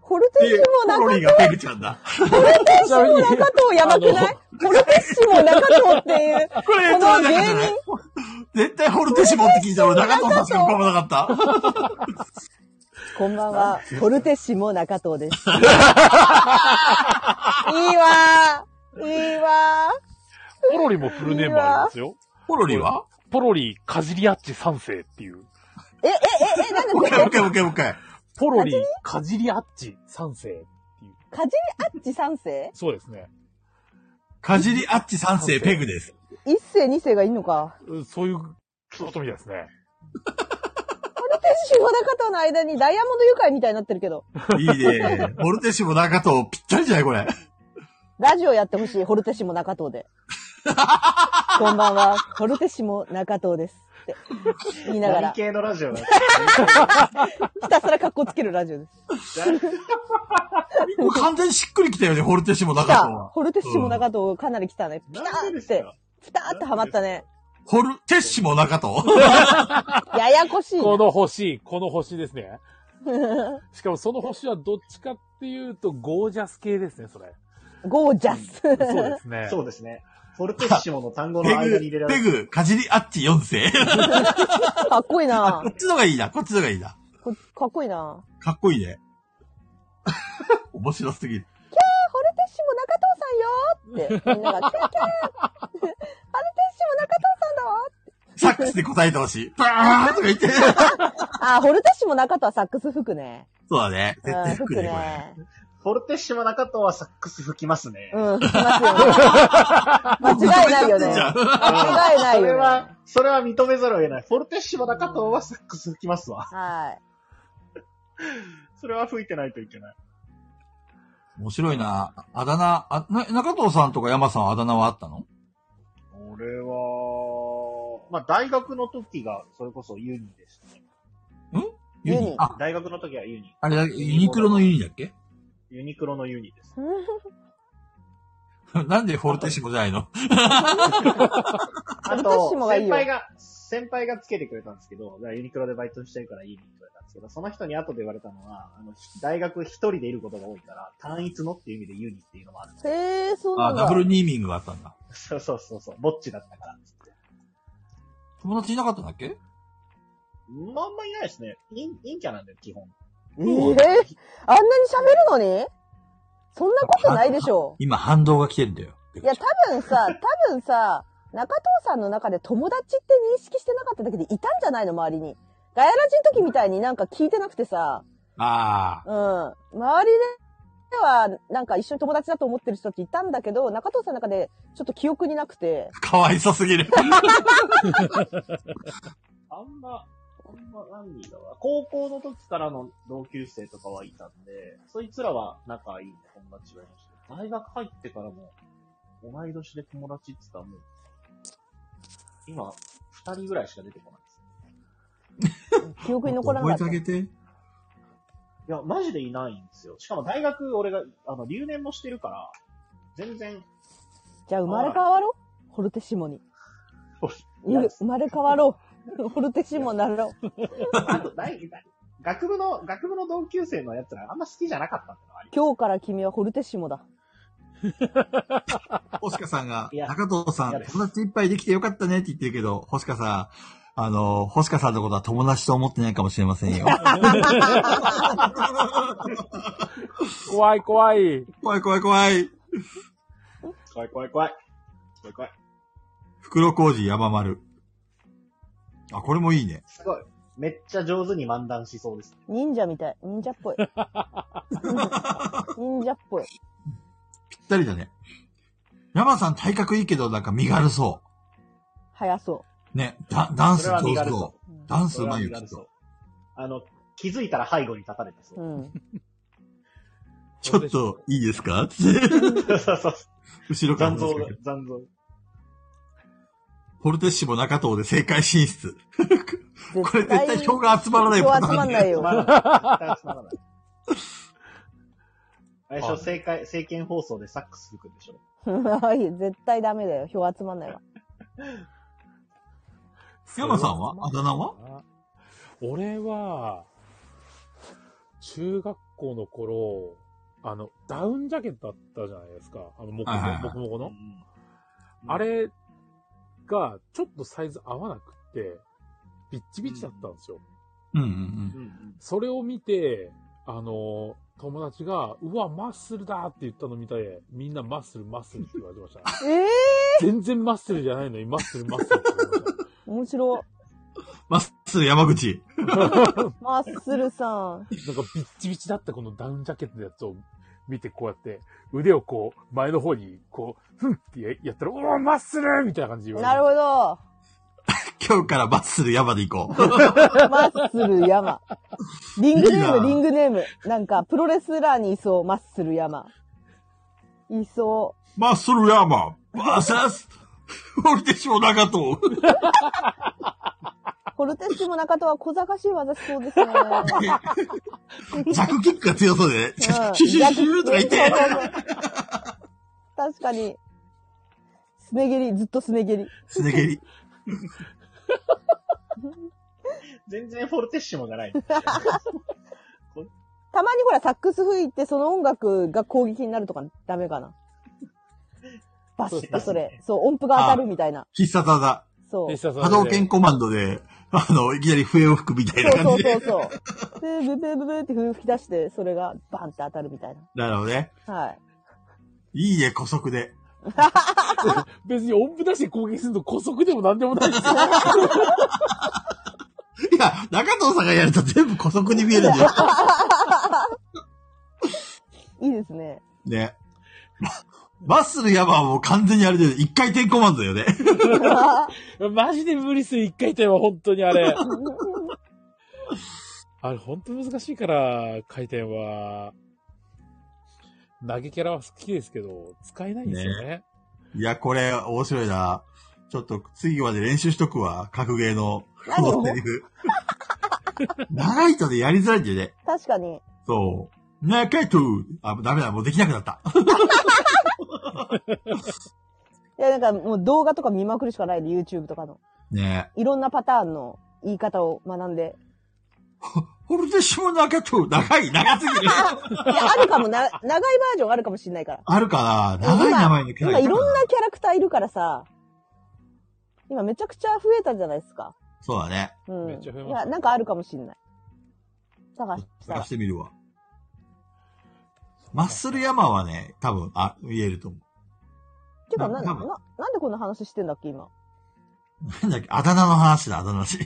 Speaker 4: ホルテッシ
Speaker 3: ポ
Speaker 4: モ中
Speaker 3: ロリ
Speaker 4: 藤、
Speaker 3: がペグちゃんだ。
Speaker 1: ちなみに
Speaker 4: 中藤やばくないホルテッシモ中藤って いう、
Speaker 3: これ
Speaker 4: この芸人、
Speaker 3: 絶対ホルテシモって聞いたら俺中藤さんしか浮かばなかった。
Speaker 4: こんばんは、ホルテッシモ中 藤です。いいわーいいわ
Speaker 1: ポロリもフルネームありますよ。
Speaker 3: ポロリは
Speaker 1: ポロリ、カジリアッチ三世っていう。
Speaker 4: ーえ、え、え、え、なんで
Speaker 3: もう一回もう一回もう一回もう一回。
Speaker 1: ポロリ、カジリアッチ三世っていう。
Speaker 4: かじりあっち三世
Speaker 1: そうですね。
Speaker 3: かじりあっち三世ペグです。
Speaker 4: 一世二世がいいのか。
Speaker 1: うんそういうことみたいですね。
Speaker 4: ホ ルテッシモ中藤の間にダイヤモンド愉快みたいになってるけど。
Speaker 3: いいね。ホルテシモ中藤ぴったりじゃないこれ。
Speaker 4: ラジオやってほしい、ホルテシモ中藤で。こんばんは、ホルテシモ中藤です。って言いなが
Speaker 2: 何
Speaker 4: ら、
Speaker 2: 系のラ ジオだね
Speaker 4: ひたすら格好つけるラジオです。
Speaker 3: もう完全にしっくりきたよね、ホルテシモ中
Speaker 4: 来
Speaker 3: 藤
Speaker 4: た
Speaker 3: は。
Speaker 4: ホルテシモ中藤かなり来たね。ピタ
Speaker 2: なんで
Speaker 4: ー
Speaker 2: で
Speaker 4: っ
Speaker 2: す
Speaker 4: て
Speaker 2: か、
Speaker 4: ピターってハマったね。
Speaker 3: ホルテシモ中藤。
Speaker 4: ややこしいな。
Speaker 1: この星、この星ですね。 しかもその星はどっちかっていうと、ゴージャス系ですね、それ。
Speaker 4: ゴージャス。
Speaker 1: そうですね。
Speaker 2: そうですね。フォルテッシモの単語の
Speaker 3: ペ
Speaker 2: 間に
Speaker 3: グ
Speaker 2: 入れら、れ
Speaker 3: ペ
Speaker 2: る。
Speaker 3: グ、かじりあっち4世。
Speaker 4: かっこいいな
Speaker 3: こっちのがいいな、こっちのがいいな。
Speaker 4: こかっこいいな
Speaker 3: かっこいいね。 面白すぎる。
Speaker 4: ホルテッシモ中藤さんよーって、みんなが、キャーキャーホルテッシモ中藤さんだわ
Speaker 3: サックスで答えてほしい。 バーとか言って。
Speaker 4: あ、ホルテッシモ中藤はサックス吹くね。
Speaker 3: そうだね。
Speaker 4: う
Speaker 3: 絶対
Speaker 4: ん、
Speaker 3: 服
Speaker 4: 吹
Speaker 3: ね、
Speaker 4: く
Speaker 3: これ。
Speaker 4: ね。
Speaker 2: フォルテッシモ中藤はサックス吹きますね。
Speaker 4: うん、吹きますよね。 間違いないよね。
Speaker 3: じゃ
Speaker 4: 間
Speaker 3: あ
Speaker 4: 違いない
Speaker 2: それ
Speaker 4: よね。
Speaker 2: は、それは認めざるを得ない。フォルテッシモ中藤はサックス吹きますわ。
Speaker 4: はい。
Speaker 2: それは吹いてないといけない。
Speaker 3: 面白いな。あだ名、あ、な、中藤さんとか山さんはあだ名はあったの
Speaker 2: 俺は、まあ、大学の時が、それこそユニでしたね。
Speaker 3: ユ
Speaker 4: ユ
Speaker 3: ニ
Speaker 4: ニ。
Speaker 3: あ、
Speaker 2: 大学の時はユニ。
Speaker 3: あれだ、ユニクロのユニだっけ
Speaker 2: ユニクロのユニです。
Speaker 3: なんでフォルテッシモじゃないの
Speaker 2: あ
Speaker 4: 私
Speaker 2: と、
Speaker 4: もがい
Speaker 2: 先
Speaker 4: いよ
Speaker 2: 輩が、先輩がつけてくれたんですけど、だからユニクロでバイトしてるからいいって言われたんですけど、その人に後で言われたのは、あの、大学一人でいることが多いから、単一のっていう意味でユニっていうの もある。
Speaker 4: へえ、そうな
Speaker 3: あ、
Speaker 4: ん
Speaker 3: ダブル
Speaker 4: だ。
Speaker 3: ニーミングがあったんだ。
Speaker 2: そうそうそうそう、ぼっちだったからっつって。
Speaker 3: 友達いなかったんだっけ
Speaker 2: まああんまいないですね。陰陰キャなんだよ、基本。
Speaker 4: えー、あんなに喋るのにそんなことないでしょ
Speaker 3: 今反動が来てんだよ。
Speaker 4: いや、多分 さ、多分さ、中藤さんの中で友達って認識してなかっただけでいたんじゃないの周りに。ガヤラジの時みたいになんか聞いてなくてさ、
Speaker 3: ああ。
Speaker 4: うん。周りでは、なんか一緒に友達だと思ってる人っていたんだけど、中藤さんの中でちょっと記憶になくて。
Speaker 3: かわいそすぎ る。
Speaker 2: あんま、あんま何人だわ。高校の時からの同級生とかはいたんで、そいつらは仲いい友達はいました。大学入ってからも、同い年で友達って言ったらもう、今、二人ぐらいしか出てこないです。
Speaker 4: 記憶に残らなかった。
Speaker 3: 覚えてあげて。
Speaker 2: いや、マジでいないんですよ。しかも大学、俺が、あの、留年もしてるから、全然、
Speaker 4: じゃあ生まれ変わろうホルテシモに。
Speaker 2: いや
Speaker 4: 生まれ変わろう。ホルテシモになろう。
Speaker 2: あと、大学部の、学部の同級生のやつらあんま好きじゃなかったってのはあり
Speaker 4: 今日から君はホルテシモだ。
Speaker 3: 星香さんが
Speaker 2: い、や
Speaker 3: 中藤さ
Speaker 2: いや
Speaker 3: ん、友達いっぱいできてよかったねって言ってるけど、星香さん、あの、星香さんのことは友達と思ってないかもしれま せんよ。
Speaker 1: 怖い怖い。
Speaker 3: 怖い怖い怖い。
Speaker 2: 怖い怖い怖い。怖い怖い。
Speaker 3: 袋小路山丸。あ、これもいいね。
Speaker 2: すごい。めっちゃ上手に漫談しそうです。
Speaker 4: 忍者みたい。忍者っ ぽい。忍者っぽい。
Speaker 3: ぴったりだね。山さん体格いいけど、なんか身軽そ。
Speaker 4: 早そう
Speaker 3: ね、ダダンス
Speaker 2: それは
Speaker 3: 上
Speaker 2: 身
Speaker 3: 手
Speaker 2: 軽
Speaker 3: そ。
Speaker 2: そう
Speaker 4: う。
Speaker 3: ダンス
Speaker 2: そうれは
Speaker 3: まいよ、
Speaker 2: 身
Speaker 3: きっ
Speaker 2: 軽そう
Speaker 3: と。
Speaker 2: あの、気づいたら背後に立たれてそうう。
Speaker 4: ん。
Speaker 3: ちょっと、いいです かって
Speaker 2: そうそうそう。
Speaker 3: 後ろから
Speaker 2: 残
Speaker 3: 話
Speaker 2: 像
Speaker 3: し
Speaker 2: が
Speaker 3: かける。、
Speaker 2: 残像。
Speaker 3: ホルテッシモ中藤で正解進出。
Speaker 4: 絶
Speaker 3: これ絶対票が集まらない
Speaker 4: 票
Speaker 3: パターンだよ
Speaker 4: 集まんない
Speaker 2: つま らな
Speaker 4: よ。
Speaker 2: い。絶対つまらない。最初、政界、政見放送でサックス吹くんでしょ。
Speaker 4: はい絶対ダメだよ。票集まんないわ。
Speaker 3: 山さんはあだ名は
Speaker 1: 俺は、中学校の頃、あの、ダウンジャケットあったじゃないですか。あの、もこ
Speaker 3: はいはいはい
Speaker 1: もこもこの。
Speaker 2: うん
Speaker 1: あれが、ちょっとサイズ合わなくって、ビッチビチだったんですよ。
Speaker 3: うんうんう。
Speaker 2: うんんうん。
Speaker 1: それを見て、あの、友達が、うわ、マッスルだって言ったの見たで、みんなマッスル、マッスルって言われてました。
Speaker 4: ええ
Speaker 1: 全然マッスルじゃないのに、マッスル、マッスルって言われまし
Speaker 4: 面白
Speaker 3: まっすぐ山口。
Speaker 4: い。マッスルさん。
Speaker 1: た。なんかビッチビチだったこのダウンジャケットのやつを見て、こうやって、腕をこう、前の方に、こう、ふんってややったら、おー、マッスルみたいな感じで言わ
Speaker 4: なる
Speaker 1: れ
Speaker 4: ほど。
Speaker 3: 今日からまっすぐ山で行こう。
Speaker 4: マッスル山。リングネー
Speaker 3: いいな
Speaker 4: ム、リングネーム。なんか、プロレスラーにいそう、マッスル山。いそ
Speaker 3: まっすぐ山、バーサス、ホルテッシモ中藤。
Speaker 4: う。ホルテッシモ中とは小賢しい技しそうですね。
Speaker 3: ジャックキックが強そうで、ね、シュシュシュシュとか言って。
Speaker 4: 確かに。すね蹴り、ずっとすね蹴り。
Speaker 3: すね蹴り。
Speaker 2: 全然フォルテッシモじゃない。
Speaker 4: たまにほら、サックス吹いて、その音楽が攻撃になるとかダメかな。バシッとそれ。そう、音符が当たるみたいな。
Speaker 3: 必殺技。
Speaker 4: そ
Speaker 1: て。
Speaker 4: う。
Speaker 1: で
Speaker 4: そ
Speaker 1: したそれ
Speaker 3: 波
Speaker 1: で
Speaker 3: 動拳コマンドで、あの、いきなり笛を吹くみたいな
Speaker 4: うそ
Speaker 3: 感
Speaker 4: う
Speaker 3: じ
Speaker 4: そ
Speaker 3: で
Speaker 4: う。そう。で、ブブブブって吹き出して、それがバンって当たるみたい
Speaker 3: なるほどね。
Speaker 4: な。はい。
Speaker 3: いいね、古速で。
Speaker 1: 別に音符出して攻撃すると、古速でもなんでもないですよ。
Speaker 3: いや、中藤さんがやると全部古速に見えるんだよ。
Speaker 4: いいです ね。
Speaker 3: ね。まマッスルヤバはもう完全にあれで、一回転コマンドだよね。
Speaker 1: マジで無理する、一回転は、本当にあれ。 あれ、本当難しいから、回転は。投げキャラは好きですけど、使えないんですよね。
Speaker 3: いや、これ、面白いな。ちょっと次まで練習しとくわ。格ゲーの、こ
Speaker 4: 何を
Speaker 3: のセリフ。長いとね、やりづらいんだよね。
Speaker 4: 確かに。
Speaker 3: そう。中井と、あ、ダメだ、もうできなくなった。
Speaker 4: いや、なんかもう動画とか見まくるしかないで、YouTube とかの。
Speaker 3: ねえ。
Speaker 4: いろんなパターンの言い方を学んで。
Speaker 3: ホルデシモ中井と、長い、長すぎ る。
Speaker 4: いや、あるかもな、 長いバージョンあるかもしれないから。
Speaker 3: あるかな長い名前のキャラ
Speaker 4: 今
Speaker 3: クタ
Speaker 4: い
Speaker 3: ー
Speaker 4: ろんなキャラクターいるからさ、今めちゃくちゃ増えたじゃないですか。
Speaker 3: そうだね。
Speaker 4: うん。
Speaker 1: めっちゃ増えま
Speaker 4: い
Speaker 1: した
Speaker 4: や、なんかあるかもしんない。探した
Speaker 3: 探
Speaker 4: ら
Speaker 3: し。てみるわ。マッスル山はね、多分、あ、言えると思
Speaker 4: てか、な、
Speaker 3: 多
Speaker 4: な、
Speaker 3: 分
Speaker 4: なんでこんな話してんだっけ、今。
Speaker 3: う。なんだっけ、あだ名の話だ、あだ名の 話。
Speaker 4: あ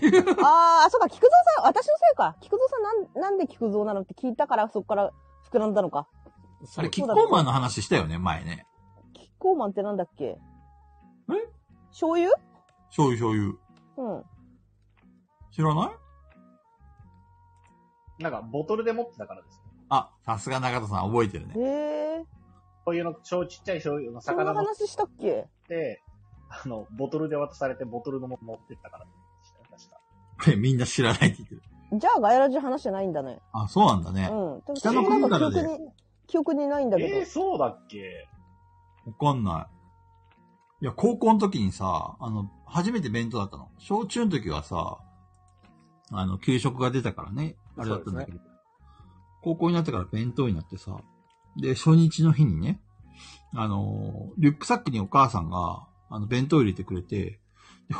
Speaker 4: ー、そうか、菊蔵さん、私のせいか。菊蔵さん、なん、なんで菊蔵なのって聞いたから、そこから膨らんだのか。
Speaker 3: あれ、キ
Speaker 1: そ
Speaker 3: ッ
Speaker 1: う
Speaker 3: コーマンの話したよね、前ね。
Speaker 4: キッコーマンってなんだっけえ醤油
Speaker 3: 醤油、醤油。
Speaker 4: うん。
Speaker 3: 知らない
Speaker 2: なんか、ボトルで持ってたからです。
Speaker 3: あ、さすが中田さん、覚えてるね。
Speaker 4: へえ。
Speaker 2: こういうの、超ちっちゃい醤油の
Speaker 4: そんな
Speaker 2: 魚持っ
Speaker 4: 話したっけ
Speaker 2: て、あの、ボトルで渡されて、ボトルのもの持ってったからでしたよ。確か。
Speaker 3: これ みんな知らないって言ってる。
Speaker 4: じゃあ、ガヤラジ話じゃないんだね。
Speaker 3: あ、そうなんだ
Speaker 4: う
Speaker 3: ね。
Speaker 4: ん。でも
Speaker 3: 北
Speaker 2: の国
Speaker 4: なん
Speaker 3: か
Speaker 4: 記
Speaker 3: らで
Speaker 4: 憶に、記憶にないんだけど。
Speaker 2: えー、そうだっけ
Speaker 3: わかんない。いや、高校の時にさ、あの、初めて弁当だったの。小中の時はさ、あの、給食が出たからね、あれだったんだけど、高校になってから弁当になってさ、で、初日の日にね、あの、リュックサックにお母さんが、あの、弁当入れてくれて、で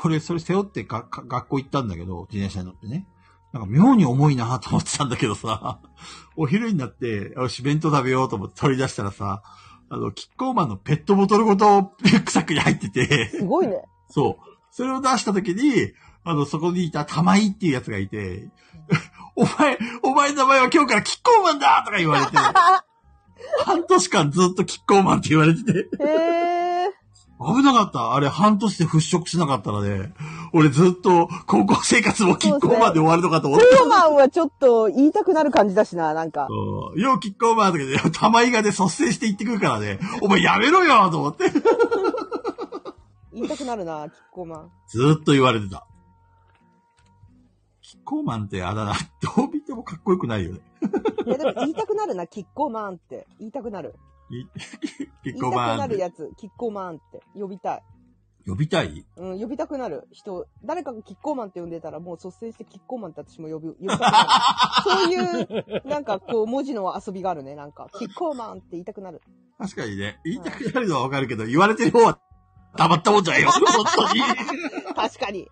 Speaker 3: 俺、それ背負ってがか学校行ったんだけど、自転車に乗ってね。なんか妙に重いなと思ってたんだけどさ、お昼になって、よし、弁当食べようと思って取り出したらさ、あの、キッコーマンのペットボトルごと リュックサックに入ってて、
Speaker 4: すごいね。
Speaker 3: そう。それを出した時に、あの、そこにいた玉井っていうやつがいて、 お前、お前の名前は今日からキッコーマンだとか言われて、半年間ずっとキッコーマンって言われてて、
Speaker 4: へ え。
Speaker 3: 危なかった。あれ、半年で払拭しなかったらね、俺ずっと高校生活もキッコーマンで終わるのかと思って
Speaker 4: トーマンはちょっと言いたくなる感じだしな、なんか。
Speaker 3: うんようキッコーマンとかで、玉井がね、率先して行ってくるからね、お前やめろよと思って、ず
Speaker 4: 言いたくなるな、キッコーマン。
Speaker 3: っと言われてた。キッコーマンってあだ名、どう見てもかっこよくないよね。
Speaker 4: いや、でも言いたくなるな、キッコーマンって。言いたくなる。
Speaker 3: キ
Speaker 4: 言
Speaker 3: ッ
Speaker 4: い
Speaker 3: コ
Speaker 4: た
Speaker 3: ー
Speaker 4: く
Speaker 3: マ
Speaker 4: な
Speaker 3: ン
Speaker 4: る。やつ、キッコーマンって。呼びたい。
Speaker 3: 呼びたい
Speaker 4: うん、呼びたくなる人。誰かがキッコーマンって呼んでたら、もう率先してキッコーマンって私も呼び、呼びたくなる。そういう、なんかこう、文字の遊びがあるね。なんか、キッコーマンって言いたくなる。
Speaker 3: 確かにね、言いたくなるのはわかるけど、言われてる方は黙ったもんじゃ ないよ、本当に。
Speaker 4: 確かに。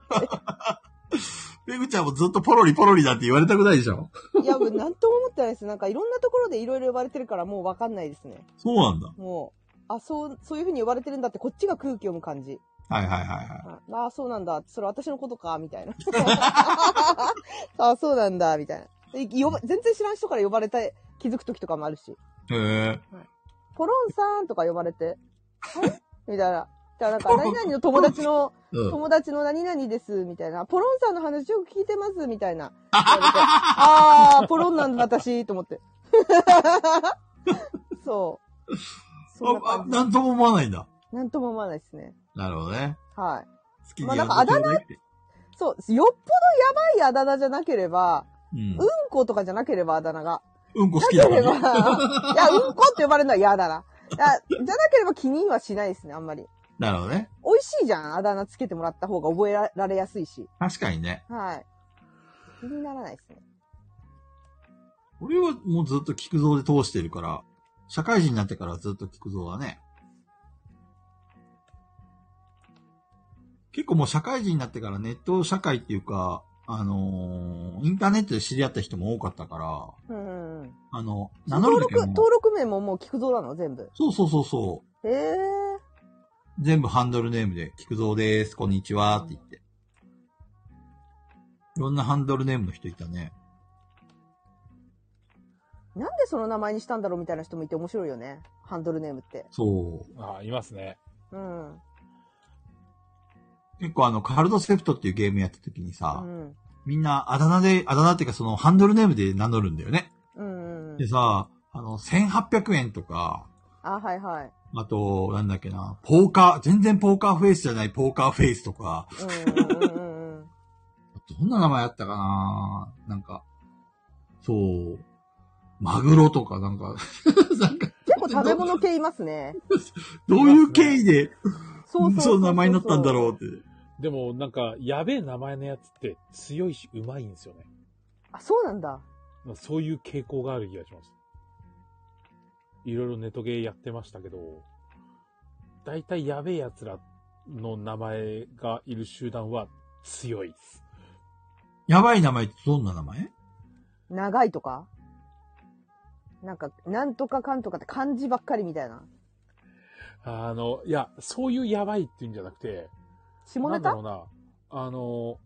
Speaker 3: ペグちゃんもずっとポロリポロリだって言われたくないでしょ。
Speaker 4: いや、もうなんとも思ってないです。なんかいろんなところでいろいろ呼ばれてるから、もうわかんないですね。
Speaker 3: そうなんだ。
Speaker 4: もう、あ、そう、そういう風に呼ばれてるんだって、こっちが空気読む感じ。
Speaker 3: はいはいはいはい。
Speaker 4: ああ、そうなんだ。それ私のことか、みたいな。 ああ、そうなんだ、みたいな。で呼ば全然知らん人から呼ばれた気づく時とかもあるし。
Speaker 3: へえ。
Speaker 4: ポロンさんとか呼ばれて、えみたいな。じゃあなんか、何々の友達の、
Speaker 3: うん。
Speaker 4: 友達の何々です、みたいな。ポロンさんの話よく聞いてます、みたいな。言われてああ、ポロンなんだ、私、と思って。 そう。そんな
Speaker 3: あ、あ
Speaker 4: 感じ。
Speaker 3: なんとも思わないんだ。
Speaker 4: なんとも思わないですね。
Speaker 3: なるほどね。
Speaker 4: はい。
Speaker 3: 好きに
Speaker 4: まあ
Speaker 3: や
Speaker 4: なん
Speaker 3: っ
Speaker 4: かあ
Speaker 3: て
Speaker 4: だ
Speaker 3: ちょうだいって
Speaker 4: そう、よっぽどやばいあだ名じゃなければ、
Speaker 3: うん
Speaker 4: うん。ことかじゃなければあだ名が。
Speaker 3: うんこ好き
Speaker 4: な
Speaker 3: だ
Speaker 4: け
Speaker 3: も
Speaker 4: れ
Speaker 3: んね
Speaker 4: ば、いや、うんこって呼ばれるのは嫌だな。いやじゃなければ気にはしないですね、あんまり。
Speaker 3: なるほどね。
Speaker 4: 美味しいじゃん、あだ名つけてもらった方が覚えられやすいし。
Speaker 3: 確かにね。
Speaker 4: はい。気にならないですね。
Speaker 3: 俺はもうずっと菊蔵で通してるから、社会人になってからずっと菊蔵だね。結構もう社会人になってからネット社会っていうか、あのーインターネットで知り合った人も多かったから、
Speaker 4: うんうんうん。
Speaker 3: あの、名乗
Speaker 4: 登
Speaker 3: るだけ
Speaker 4: 録、
Speaker 3: はもう
Speaker 4: 登録名ももう菊蔵なの、全部。
Speaker 3: そうそうそうそ
Speaker 4: へえ。
Speaker 3: う。全部ハンドルネームで、菊蔵です、こんにちはって言って。いろんなハンドルネームの人いたね。
Speaker 4: なんでその名前にしたんだろうみたいな人もいて面白いよね。ハンドルネームって。
Speaker 3: そう。
Speaker 1: ああ、いますね。
Speaker 4: うん。
Speaker 3: 結構あの、カルドセプトっていうゲームやった時に
Speaker 4: う
Speaker 3: さ、
Speaker 4: ん。
Speaker 3: みんなあだ名で、あだ名っていうかそのハンドルネームで名乗るんだよね。
Speaker 4: うんうんうん
Speaker 3: で。さ、あの、1800円とか、
Speaker 4: あ、はいはい。
Speaker 5: あと、なんだっけな、ポーカー、全然ポーカーフェイスじゃないポーカーフェイスとか、
Speaker 4: うんうんうん うん。
Speaker 5: どんな名前あったかななんか、そう、マグロとかなん か、なんか、
Speaker 4: 結構食べ物系いますね。
Speaker 5: どういう経緯で、
Speaker 4: そうそう
Speaker 5: そう名前になったんだろうって。
Speaker 1: でも、なんか、やべえ名前のやつって強いし、うまいんですよね。
Speaker 4: あ、そうなんだ。
Speaker 1: まあそういう傾向がある気がします。いろいろネトゲーやってましたけど、だいたいやべえ奴らの名前がいる集団は強いです。
Speaker 5: やばい名前ってどんな名前
Speaker 4: 長いとかなんか、なんとかかんとかって漢字ばっかりみたいな。
Speaker 1: あの、いや、そういうやばいっていうんじゃなくて、
Speaker 4: 下
Speaker 1: な
Speaker 4: ネ
Speaker 1: んだ
Speaker 4: タ
Speaker 1: ろうな、あの、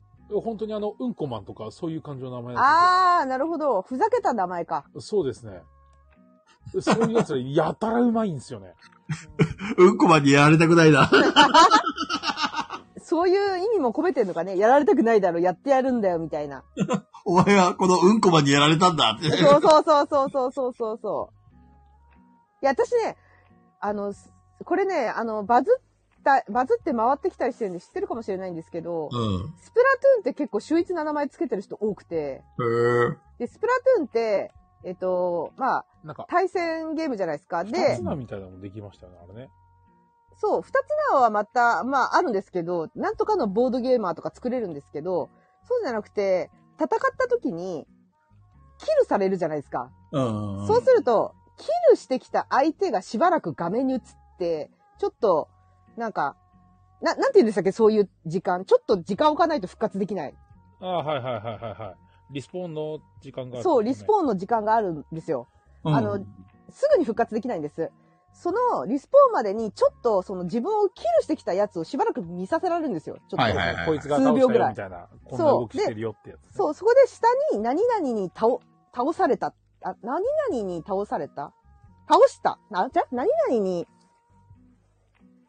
Speaker 1: 本当にあの、うんこマンとかそういう感じの名前なんで
Speaker 4: あー、なるほど。ふざけた名前か。
Speaker 1: すよ。そうですね。そういう奴らやたらうまいんです よね。
Speaker 5: うんこまでやられたくないな。
Speaker 4: そういう意味も込めてんのかね。やられたくないだろ、やってやるんだよ、みたいな。
Speaker 5: お前はこのうんこまでやられたんだって。
Speaker 4: そうそうそうそうそうそうそうそう。いや、私ね、あの、すこれね、あの、バズった、バズって回ってきたりしてるんで知ってるかもしれないんですけど、
Speaker 5: うん。
Speaker 4: スプラトゥーンって結構秀逸な名前つけてる人多くて、
Speaker 5: へー
Speaker 4: で、スプラトゥーンって、えっと、まあ、
Speaker 1: なんか、
Speaker 4: 対戦ゲームじゃないですか。
Speaker 1: 二
Speaker 4: で
Speaker 1: つ、なみたいなのもできましたよね、あれね。
Speaker 4: そう、二つ縄はまた、まああるんですけど、なんとかのボードゲーマーとか作れるんですけど、そうじゃなくて、戦った時に、キルされるじゃないですか。
Speaker 5: うん。
Speaker 4: そうすると、キルしてきた相手がしばらく画面に映って、ちょっと、なんか、な、なんて言うんでしたっけそういう時間。ちょっと時間を置かないと復活できない。
Speaker 1: ああ、はいはいはいはいはい。リスポーンの時間がある、
Speaker 4: そう、リス
Speaker 1: ーン。
Speaker 4: ポーンの時間があるんですよ。
Speaker 5: うん
Speaker 4: あの、すぐに復活できないんです。そのリスポーンまでにちょっとその自分をキルしてきたやつをしばらく見させられるんですよ。ちょっと。
Speaker 5: はいはいはい
Speaker 1: こいつが倒
Speaker 4: 数秒
Speaker 1: した
Speaker 4: ぐ
Speaker 1: よ
Speaker 4: らい
Speaker 1: みたいな、こんな
Speaker 4: そう
Speaker 1: 動きしてるよってやつ、。
Speaker 4: そうう、そこで下に何々に倒、倒された。あ、何々に倒された倒した。な、じゃ何々に、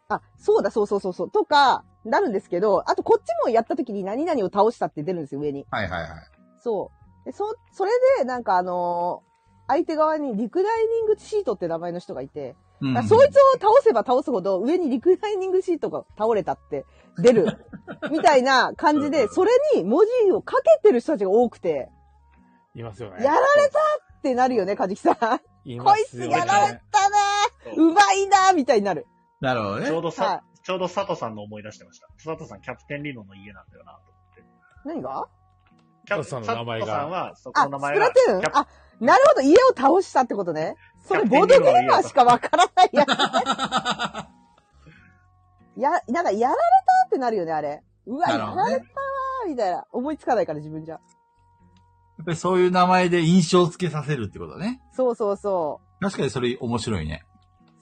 Speaker 4: あ、そうだ、そうそうそうそう、とか、なるんですけど、あとこっちもやった時に何々を倒したって出るんですよ、上に。
Speaker 5: はいはいはい。
Speaker 4: そう。で、そ、それで、なんかあのー相手側にリクライニングシートって名前の人がいて、
Speaker 5: う
Speaker 4: だからそいつを倒せば倒すほど上にリクライニングシートが倒れたって出る。みたいな感じで、それに文字をかけてる人たちが多くて、
Speaker 1: いますよね。
Speaker 4: やられたってなるよね、カジキさん。
Speaker 1: い
Speaker 4: こ
Speaker 1: ま
Speaker 4: い
Speaker 1: す
Speaker 4: つ
Speaker 1: よね
Speaker 4: やられたな
Speaker 2: そう
Speaker 4: うまいなみたいになる。
Speaker 5: なるほど
Speaker 2: ちょう
Speaker 5: ね。
Speaker 2: どさ、
Speaker 4: は
Speaker 2: ちょうど佐藤さんの思い出してました。佐藤さん、キャプテンリノの家なんだよな、と思って。
Speaker 4: 何が
Speaker 2: キャプ
Speaker 1: 佐藤さんの名前が
Speaker 2: 佐藤さんは、そこ
Speaker 4: あ、
Speaker 2: の
Speaker 4: ス
Speaker 2: 名前
Speaker 4: プラ
Speaker 2: が
Speaker 4: ト。ゥーン
Speaker 2: キャプ
Speaker 4: あ、なるほど、家を倒したってことね。それ、
Speaker 2: キャ
Speaker 4: ボー
Speaker 2: プテ
Speaker 4: ド
Speaker 2: ン
Speaker 4: ゲーマ
Speaker 2: リノの家を
Speaker 4: ー
Speaker 2: 倒
Speaker 4: しかわからないやつね。や、なんか、やられたってなるよね、あれ。うわ、
Speaker 5: な
Speaker 4: や
Speaker 5: るほ
Speaker 4: ら
Speaker 5: どね
Speaker 4: れたーみたいな。思いつかないから、自分じゃ。
Speaker 5: やっぱりそういう名前で印象付けさせるってことね。
Speaker 4: そうそうそう。
Speaker 5: 確かにそれ面白いね。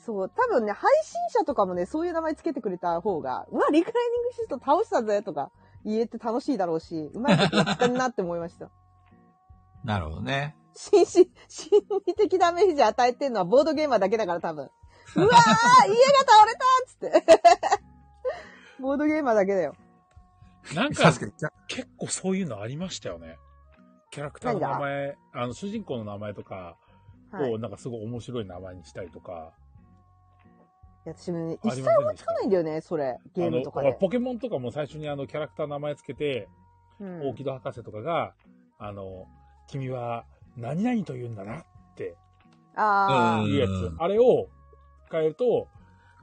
Speaker 4: そう、多分ね、配信者とかもね、そういう名前つけてくれた方が、うわ、リクライニングシスト倒したぜとか言えて楽しいだろうし、うまいことやったなって思いました。
Speaker 5: なるほどね。
Speaker 4: 心身、心理的ダメージ与えてんのはボードゲーマーだけだから多分。うわー家が倒れたっつって。 ボードゲーマーだけだよ。
Speaker 1: なんか
Speaker 5: 確、かに。
Speaker 1: 結構そういうのありましたよね。キャラクターの名前、あの、主人公の名前とか
Speaker 4: は
Speaker 1: を、
Speaker 4: い。
Speaker 1: なんかすごい面白い名前にしたりとか、
Speaker 4: 私もね、
Speaker 1: あ
Speaker 4: 一
Speaker 1: り
Speaker 4: 切
Speaker 1: ません
Speaker 4: 思
Speaker 1: で
Speaker 4: い
Speaker 1: し
Speaker 4: つ
Speaker 1: た
Speaker 4: かないんだよね、それ。ゲームとか
Speaker 1: あの
Speaker 4: で。
Speaker 1: ポケモンとかも最初にあの、キャラクターの名前つけて、
Speaker 4: うん
Speaker 1: 大木戸博士とかが、あの、君は何々と言うんだなって
Speaker 4: あ
Speaker 5: うん
Speaker 1: いうやつ。あれを変えると、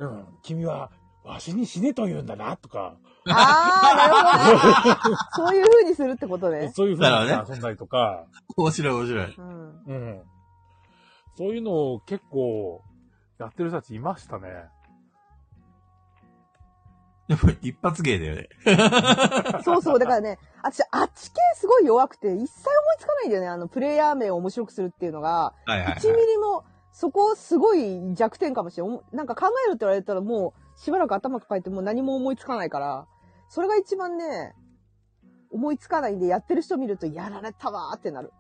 Speaker 1: うん、君はわしに死ねと言うんだなとか、
Speaker 4: あ。ああ、なるほどね。 そういう風にするってことね。
Speaker 1: そういう風に
Speaker 5: なる
Speaker 1: して遊んだりとか、
Speaker 5: 面白い面白い。
Speaker 4: うん。
Speaker 1: うん。そういうのを結構やってる人たちいましたね。
Speaker 5: やっぱり一発芸だよね。
Speaker 4: そうそう、だからね、私、あっち系すごい弱くて、一切思いつかないんだよね、あの、プレイヤー名を面白くするっていうのが、
Speaker 5: はいはい、はい。
Speaker 4: 1ミリも、そこすごい弱点かもしれん。おもなんか考えろって言われたらもう、しばらく頭抱えてもう何も思いつかないから、それが一番ね、思いつかないんで、やってる人見ると、やられたわーっ てなる。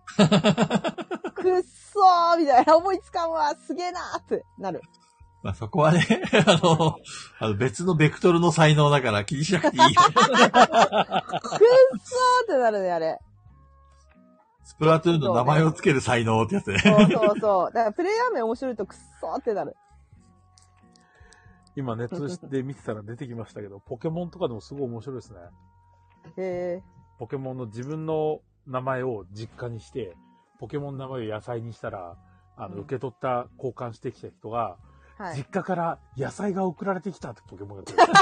Speaker 4: くっそーみたいな、思いつかんわーすげえなーってなる。
Speaker 5: まあそこはね、 あの、あの別のベクトルの才能だから気にしなくていいよ。
Speaker 4: くっそーってなるね、あれ。
Speaker 5: スプラトゥーンの名前をつける才能ってやつね。
Speaker 4: そうそうそう。だから、プレイヤー名面白いと、くっそーってなる。
Speaker 1: 今ネットで見てたら出てきましたけど、ポケモンとかでもすごい面白いですね。
Speaker 4: へえ。
Speaker 1: ポケモンの自分の名前を実家にして、ポケモンの名前を野菜にしたら、あの、
Speaker 4: うん
Speaker 1: 受け取った、交換してきた人が、
Speaker 4: はい。い
Speaker 1: 実家から野菜が送られてきたってポケモンが来る。
Speaker 4: やー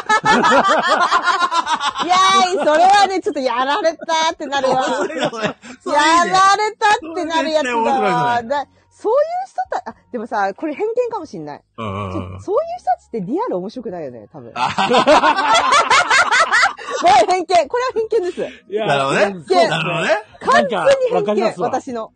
Speaker 4: い、それはね、ちょっとやられたってなるわ。
Speaker 3: それそれそれ
Speaker 4: や
Speaker 3: いいね
Speaker 4: られたってなるやつだわ。
Speaker 3: それ絶対面白い
Speaker 4: だそういう人た、あ、でもさ、これ偏見かもしんない。
Speaker 3: うん
Speaker 4: ち
Speaker 3: う
Speaker 4: ょ
Speaker 3: んうん
Speaker 4: そういう人たちってリアル面白くないよね、多分。これは偏見。これは偏見です。
Speaker 1: いや
Speaker 3: なるほどね
Speaker 1: そうです
Speaker 3: なるほどね。
Speaker 4: 完
Speaker 1: なんかわ
Speaker 4: 全
Speaker 1: か
Speaker 4: に偏
Speaker 1: ります
Speaker 4: 見、
Speaker 1: わ
Speaker 4: 私の。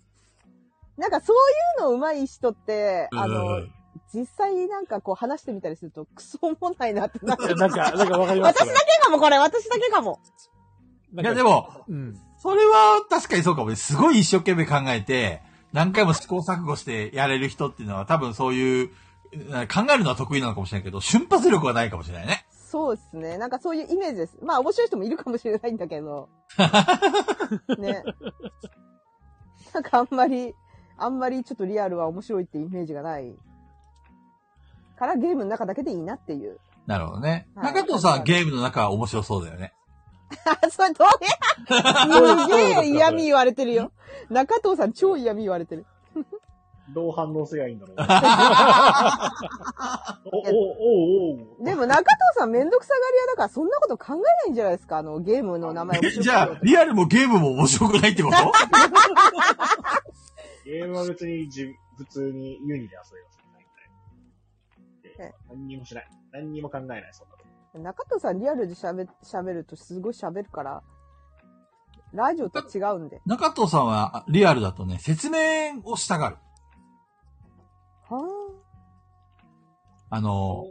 Speaker 4: なんかそういうの上手い人って、あ
Speaker 3: う
Speaker 4: の
Speaker 3: ん、
Speaker 4: 実際になんかこう話してみたりすると、クソもないなってな る。
Speaker 1: なんか、なんかわかりま
Speaker 4: 私
Speaker 1: す
Speaker 4: だけかも、これ。私だけかも。
Speaker 1: い
Speaker 3: いや、で、も、
Speaker 1: うん。
Speaker 3: それは確かにそうかもね。すごい一生懸命考えて、何回も試行錯誤してやれる人っていうのは多分そういう、えー考えるのは得意なのかもしれないけど、瞬発力はないかもしれないね。
Speaker 4: そうですね。なんかそういうイメージです。まあ面白い人もいるかもしれないんだけど。 ね。なんかあんまり、あんまりちょっとリアルは面白いってイメージがない。からゲームの中だけでいいなっていう。
Speaker 3: なるほどね。
Speaker 4: はい
Speaker 3: 中藤さん、ゲームの中は面白そうだよね。
Speaker 4: あ、それどうやすげえ嫌味言われてるよ。中藤さん超嫌味言われ てる。
Speaker 2: どう反応すりゃいいんだろう。お、お、お、お、お。
Speaker 4: でも中藤さんめんどくさがり屋だからそんなこと考えないんじゃないですかあのゲームの名前面白く
Speaker 3: じ
Speaker 4: な
Speaker 3: ゃ
Speaker 4: い
Speaker 3: あ、リアルもゲームも面白くないってこと
Speaker 2: ゲームは別にじ、普通にユニで遊びます、ね。
Speaker 4: え
Speaker 2: で何にもしない。何にも考えない、そんなこと。
Speaker 4: 中藤さんリアルで喋喋るとすごい喋るから、ラジオと違うんで。
Speaker 3: 中藤さんは、あリアルだとね、説明をしたがる。
Speaker 4: は
Speaker 3: あの、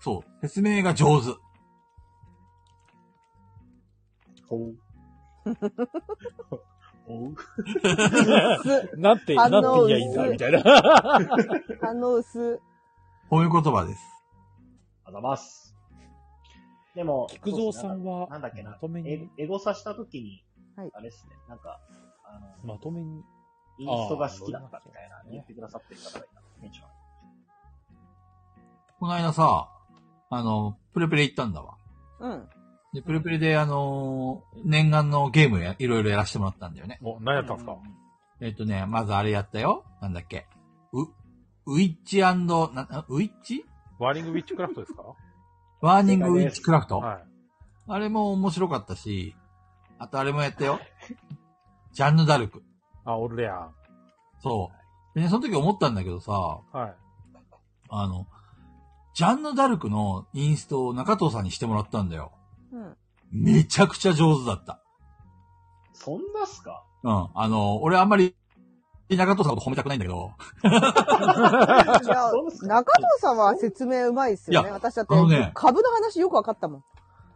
Speaker 3: そう、説明が上手。
Speaker 2: ほう。ほう。
Speaker 4: あ。す、
Speaker 1: なんて、な
Speaker 4: 反
Speaker 1: ん
Speaker 4: 応
Speaker 1: て言いゃいいんだ、
Speaker 4: 薄い
Speaker 1: みたいな。
Speaker 4: 反応薄。
Speaker 3: こういう言葉です。
Speaker 2: あざます。でも、
Speaker 1: 菊蔵さんは、
Speaker 2: なんだっけな
Speaker 1: まとめ
Speaker 2: え
Speaker 1: に、
Speaker 2: エゴサしたときに、
Speaker 4: はい
Speaker 2: あれですね、なんか、あの、
Speaker 1: まとめに、
Speaker 2: インストが好きだったみたいな
Speaker 1: あ、ー
Speaker 2: 言ってくださってる方がいたんですね、一応
Speaker 3: この間さ、あの、プレプレ行ったんだわ。
Speaker 4: うん。
Speaker 3: で、プレプレで、あのー念願のゲームや、いろいろやらせてもらったんだよね。
Speaker 1: お、何やったんすか
Speaker 2: う
Speaker 3: えっ、とね、まずあれやったよ。なんだっけ。う、ウィッチな、なウィッチ
Speaker 1: ワーリングウィッチクラフトですか
Speaker 3: ワーニングウィッチクラフト、
Speaker 1: はい。
Speaker 3: あれも面白かったし、あとあれもやったよ。ジャンヌ・ダルク。
Speaker 1: あ、オルレアン。
Speaker 3: そう。でね、その時思ったんだけどさ、
Speaker 1: はい。
Speaker 3: あの、ジャンヌ・ダルクのインストを中藤さんにしてもらったんだよ。
Speaker 4: うん。
Speaker 3: めちゃくちゃ上手だった。
Speaker 2: そんなっすか
Speaker 3: うん。あの、俺あんまり、中藤さんのこと褒めたくないんだけど、
Speaker 4: いや、
Speaker 2: そうですか
Speaker 4: 中藤さんは説明うまいっすよ
Speaker 3: い
Speaker 4: ね。
Speaker 3: や
Speaker 4: 私だって
Speaker 3: あのね、
Speaker 4: 株の話よくわかったもん。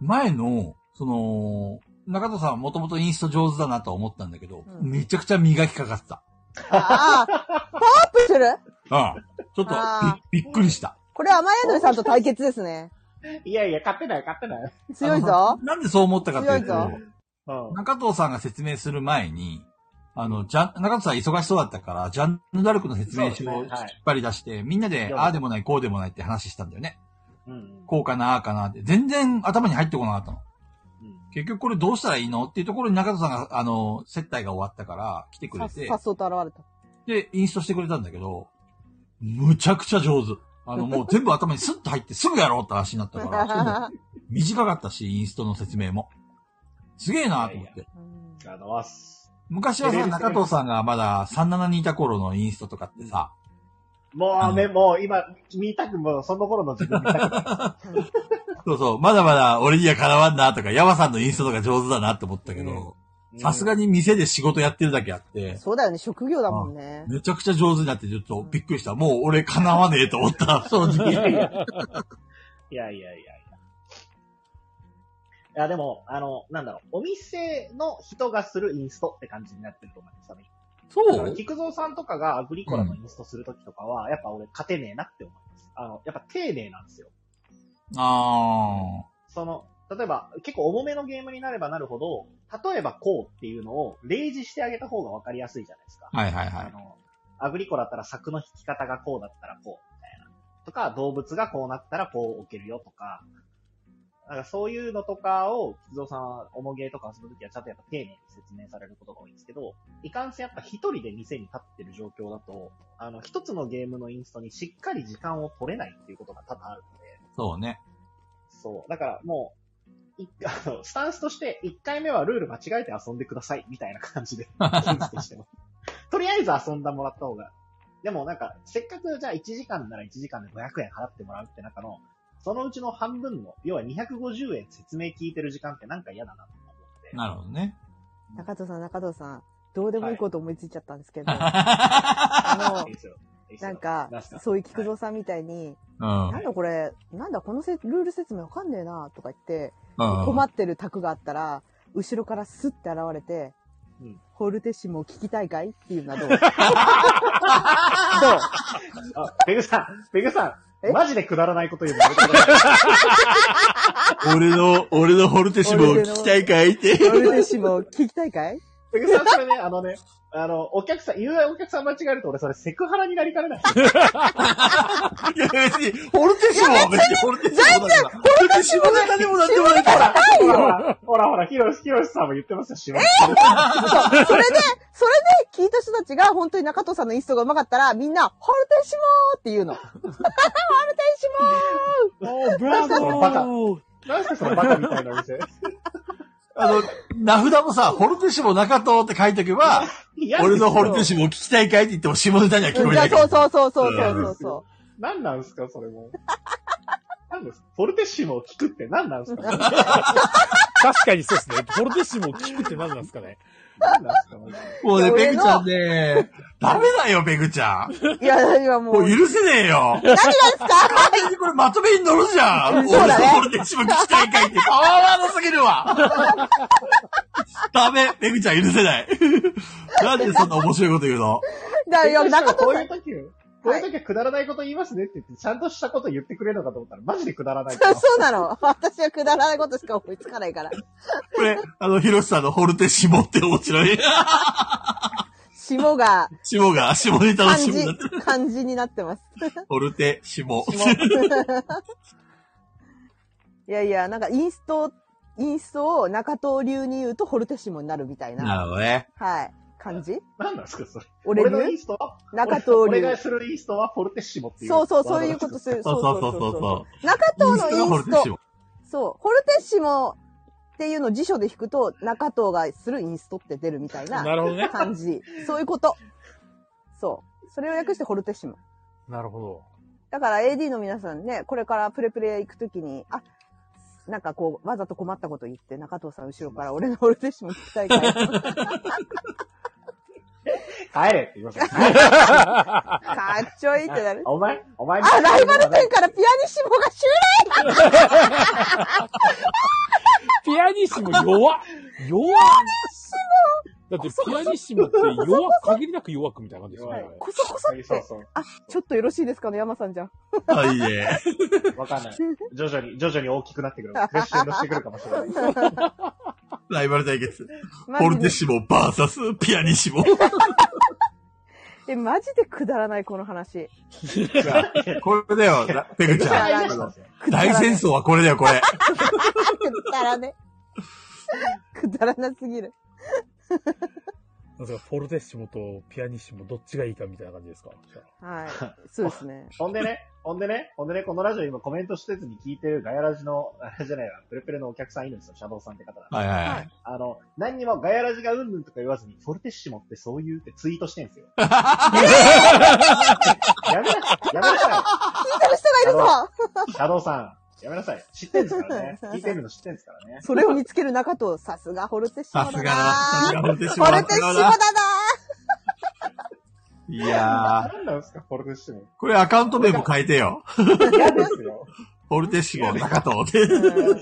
Speaker 3: 前の、その、中田さんはもともとインスト上手だなとは思ったんだけど、
Speaker 4: うん
Speaker 3: めちゃくちゃ磨きかかってた。
Speaker 4: ああ、パワーアップする
Speaker 3: うん。ちょっと
Speaker 4: あ
Speaker 3: び、びっくりした。
Speaker 4: これは甘宿さんと対決ですね。
Speaker 2: いやいや、勝てない、勝てない。
Speaker 4: 強いぞ
Speaker 3: あの。なんでそう思ったかっていう
Speaker 4: 強
Speaker 3: と
Speaker 4: いぞ、
Speaker 2: うん。
Speaker 3: 中藤さんが説明する前に、あの、ジャン、中藤さん忙しそうだったから、ジャンヌダルクの説明書
Speaker 2: そう
Speaker 3: を
Speaker 2: で
Speaker 3: 引っ
Speaker 2: すねはい
Speaker 3: 張り出して、みんなで、
Speaker 2: よ
Speaker 3: ああでもない、こうでもないって話したんだよね。
Speaker 2: うん。
Speaker 3: こうかな、ああかなって。全然頭に入ってこなかったの。
Speaker 2: うん
Speaker 3: 結局これどうしたらいいのっていうところに中藤さんが、あの、接待が終わったから、来てくれ
Speaker 4: さ
Speaker 3: て。
Speaker 4: さっそうと現れた。
Speaker 3: で、インストしてくれたんだけど、むちゃくちゃ上手。あの、もう全部頭にスッと入ってすぐやろうって話になったから、 短かったし、インストの説明も。すげえなと思って。
Speaker 4: うん
Speaker 2: あざます。
Speaker 3: 昔はさ、中藤さんがまだ37にいた頃のインストとかってさ、
Speaker 2: もうね、もう今、見たくも、その頃の自分見たくない。
Speaker 3: そうそう、まだまだ俺にはかなわんなとか、ヤマさんのインストとか上手だなって思ったけど、さすがに店で仕事やってるだけあって、
Speaker 4: そうだよね、職業だもんね。
Speaker 3: めちゃくちゃ上手になってちょっとびっくりした。もう俺かなわねえと思った、正 直。
Speaker 2: いやいやいやいや。いや、でも、あの、なんだろう、お店の人がするインストって感じになってると思います、ね。だから菊蔵さんとかがアグリコラのインストするときとかは、やっぱ俺勝てねえなって思います。あの、やっぱ丁寧なんですよ。
Speaker 3: あ
Speaker 2: その、例えば、結構重めのゲームになればなるほど、例えばこうっていうのを例示してあげた方がわかりやすいじゃないですか。
Speaker 3: ー。はいはいは
Speaker 2: あ
Speaker 3: い。
Speaker 2: の、アグリコだったら柵の引き方がこうだったらこうみたいな。とか、動物がこうなったらこう置けるよとか、なんかそういうのとかを、木造さんは、おもげとか遊ぶときはちゃんとやっぱ丁寧に説明されることが多いんですけど、いかんせんやっぱ一人で店に立ってる状況だと、あの、一つのゲームのインストにしっかり時間を取れないっていうことが多々あるので、
Speaker 3: そうね。
Speaker 2: そう。だからもう、いあの、スタンスとして、1回目はルール間違えて遊んでください、みたいな感じで、 インストしても。とりあえず遊んだもらった方が。でもなんか、せっかくじゃあ1時間なら1時間で500円払ってもらうって中の、そのうちの半分の、要は250円説明聞いてる時間ってなんか嫌だなと思って。
Speaker 3: なるほどね。
Speaker 4: 中藤さん、中藤さん、どうでもいいこと思いついちゃったんですけど、あ
Speaker 2: いい
Speaker 4: の、
Speaker 2: ですよ。いいですよ
Speaker 4: なん、か
Speaker 2: なんす、か
Speaker 4: そういう菊蔵さんみたいに、
Speaker 3: うん。
Speaker 4: なんだこれ、なんだこのせルール説明わかんねえなとか言って、困
Speaker 3: 困
Speaker 4: ってる卓があったら、後ろからスッて現れて、
Speaker 2: うん
Speaker 4: ホルテシモ聞きたいかいっていうの はどうどう
Speaker 2: あ、ペグさん、ペグさ
Speaker 4: え
Speaker 2: ん、マジでくだらないこと言うのやめてください。
Speaker 3: 俺の、俺のホルテシモを聞きたいかいって。
Speaker 4: ホルテシモ聞きたいかい
Speaker 2: ペグさん、それね、あのね、あの、お客さん、言うお客さん間違えると俺それセクハラになりかねない。
Speaker 3: いや別に、ホルテシモは別にホルテシモだから。ホルテシモが何でもなんでもないから。
Speaker 2: ほらほら、ほらほら、ヒロシ、ヒロシさんも言ってましたし、え
Speaker 4: そうそれで、それで聞いた人たちが本当に中藤さんのインストが上手かったら、みんな、ホルテシモーって言 うの。ホ
Speaker 1: お
Speaker 4: ルテシ
Speaker 1: ー、ブラボー
Speaker 2: バカなんすかそのバカみたいなお 店。
Speaker 3: あの、名札もさ、ホルテシモ中藤って書いておけば、
Speaker 2: いや
Speaker 3: 俺のホルテシモを聞きたいかいって言っても下ネタには聞
Speaker 4: モ
Speaker 3: こ
Speaker 4: ー
Speaker 3: え
Speaker 4: じゃ
Speaker 3: な
Speaker 4: あ
Speaker 3: いから。
Speaker 4: そうそうそうそうそうそうそう。
Speaker 2: 何なんすか、それも。何ですかフォルテッシモを聞くって何なんすか 何
Speaker 1: 確かにそうですね。ボルテッシモを聞くって何なんですかね。
Speaker 2: なんすかマジで
Speaker 3: もう
Speaker 4: い
Speaker 3: ね、
Speaker 4: や
Speaker 3: ペ
Speaker 4: 俺
Speaker 3: グ
Speaker 4: の
Speaker 3: ちゃんね、ダメだよ、ペグちゃん。
Speaker 4: いや、いやもう。
Speaker 3: もう許せねえよ。
Speaker 4: 何がですか
Speaker 3: これまとめに乗るじゃん。
Speaker 4: そうだね
Speaker 3: 俺のホルテシモ聞きたいかいって、パワーワードすぎるわ。ダメ、ペグちゃん許せない。なんでそんな面白いこと言うの
Speaker 4: だいや、中
Speaker 2: こ
Speaker 4: 藤
Speaker 2: う
Speaker 4: さ
Speaker 2: い
Speaker 4: ん
Speaker 2: う。時は、こういう時はくだらないこと言いますねって言って、ちゃんとしたこと言ってくれるのかと思ったら、マジでくだらないから。
Speaker 4: そうなの。私はくだらないことしか思いつかないから。
Speaker 3: これ、あの、ヒロシさんのホルテシモって面白い。
Speaker 4: 霜が
Speaker 3: シモが、シモネタの
Speaker 4: 漢
Speaker 3: シモ
Speaker 4: 字
Speaker 3: になってる。、
Speaker 4: 漢字になっ てます。
Speaker 3: ホルテ、シモ。
Speaker 4: いやいや、なんかインスト、インストを中東流に言うとホルテシモになるみたい
Speaker 3: な
Speaker 4: な、
Speaker 3: るほどね。
Speaker 4: はい、感じ
Speaker 2: 何なんすか、それ。
Speaker 4: 俺
Speaker 2: 俺のイ
Speaker 4: 流
Speaker 2: ンストは、
Speaker 4: 中東
Speaker 2: 俺が
Speaker 4: 流。
Speaker 2: するインストはフォルテッシモっていう。
Speaker 4: そうそう、そういうことする。
Speaker 3: そうそうそうそうそ
Speaker 4: 中
Speaker 3: う。インス
Speaker 4: 東の
Speaker 3: タがホ
Speaker 4: イン
Speaker 3: ル
Speaker 4: ス
Speaker 3: テシ
Speaker 4: ト。
Speaker 3: モ。
Speaker 4: そう、ホルテシモっていうのを辞書で引くと、中東がするインストって出るみたい
Speaker 1: な
Speaker 4: な
Speaker 1: るほどね。
Speaker 4: 感じ。そういうこと。そう。それを訳してホルテシモ。
Speaker 1: なるほど。
Speaker 4: だから AD の皆さんね、これからプレプレ行くときに、あ、なんかこう、わざと困ったこと言って、中藤さん後ろから俺の俺弟子も聞きたい から、
Speaker 2: 帰れって言いますよ。
Speaker 4: かっちょいいってなる。
Speaker 2: お前、お前
Speaker 4: あ、ライバル店からピアニッシモが襲
Speaker 1: ピアニッシモ弱っ弱っだってピアニッシモって弱く、限りなく弱くみたいな感じですよね。
Speaker 4: 来こそこそっ
Speaker 2: そう
Speaker 4: て。
Speaker 2: そう。
Speaker 4: ちょっとよろしいですかね、山さんじゃん。
Speaker 3: あ、いいね。
Speaker 2: わかんない。徐々に、徐々に大きくなってくる。クレッシェンドしてくるかもし れない。
Speaker 3: ライバル対決。
Speaker 4: マ
Speaker 3: ホル
Speaker 4: ジ
Speaker 3: テ
Speaker 4: で。
Speaker 3: シモバーサスピアニッシ モ。
Speaker 4: え、マジでくだらない、この話。
Speaker 3: これだよ、ペ グち
Speaker 4: くだ
Speaker 3: ゃん。
Speaker 4: らない。くだら
Speaker 3: 大
Speaker 4: ない
Speaker 3: 戦争はこれだよ、これ。
Speaker 4: くだらね。 くだらなすぎる。
Speaker 1: なんですかフォルテッシモとピアニッシモどっちがいいかみたいな感じですか
Speaker 4: はい。そうですね。
Speaker 2: ほんでね、ほんでね、ほんでね、このラジオ今コメントしてずに聞いてるガヤラジの、あれじゃないわ、プレプレのお客さんいるんですよ、シャドウさんって方が。
Speaker 3: はいはいはい。
Speaker 2: あの、何にもガヤラジがうんぬんとか言わずに、フォルテッシモってそう言うってツイートしてんですよ。やめなさい、やめなさい、
Speaker 4: 聞いてる人がいるぞ
Speaker 2: シャドウさん。やめなさい。知ってんですからね。聞いてるの知ってんですから ね。
Speaker 4: それを見つける中藤、さすがホルテシモ
Speaker 3: さ
Speaker 4: だ
Speaker 3: すが
Speaker 4: な
Speaker 3: だ。さすがホルテシモ
Speaker 4: ホ
Speaker 3: だ
Speaker 4: ルテシモだな。
Speaker 3: いやー、
Speaker 2: 何なんですか、フォルテッシモ。
Speaker 3: これアカウント名も変えてよ。
Speaker 2: 嫌ですよ。
Speaker 3: ホルテシモ中藤って。
Speaker 2: う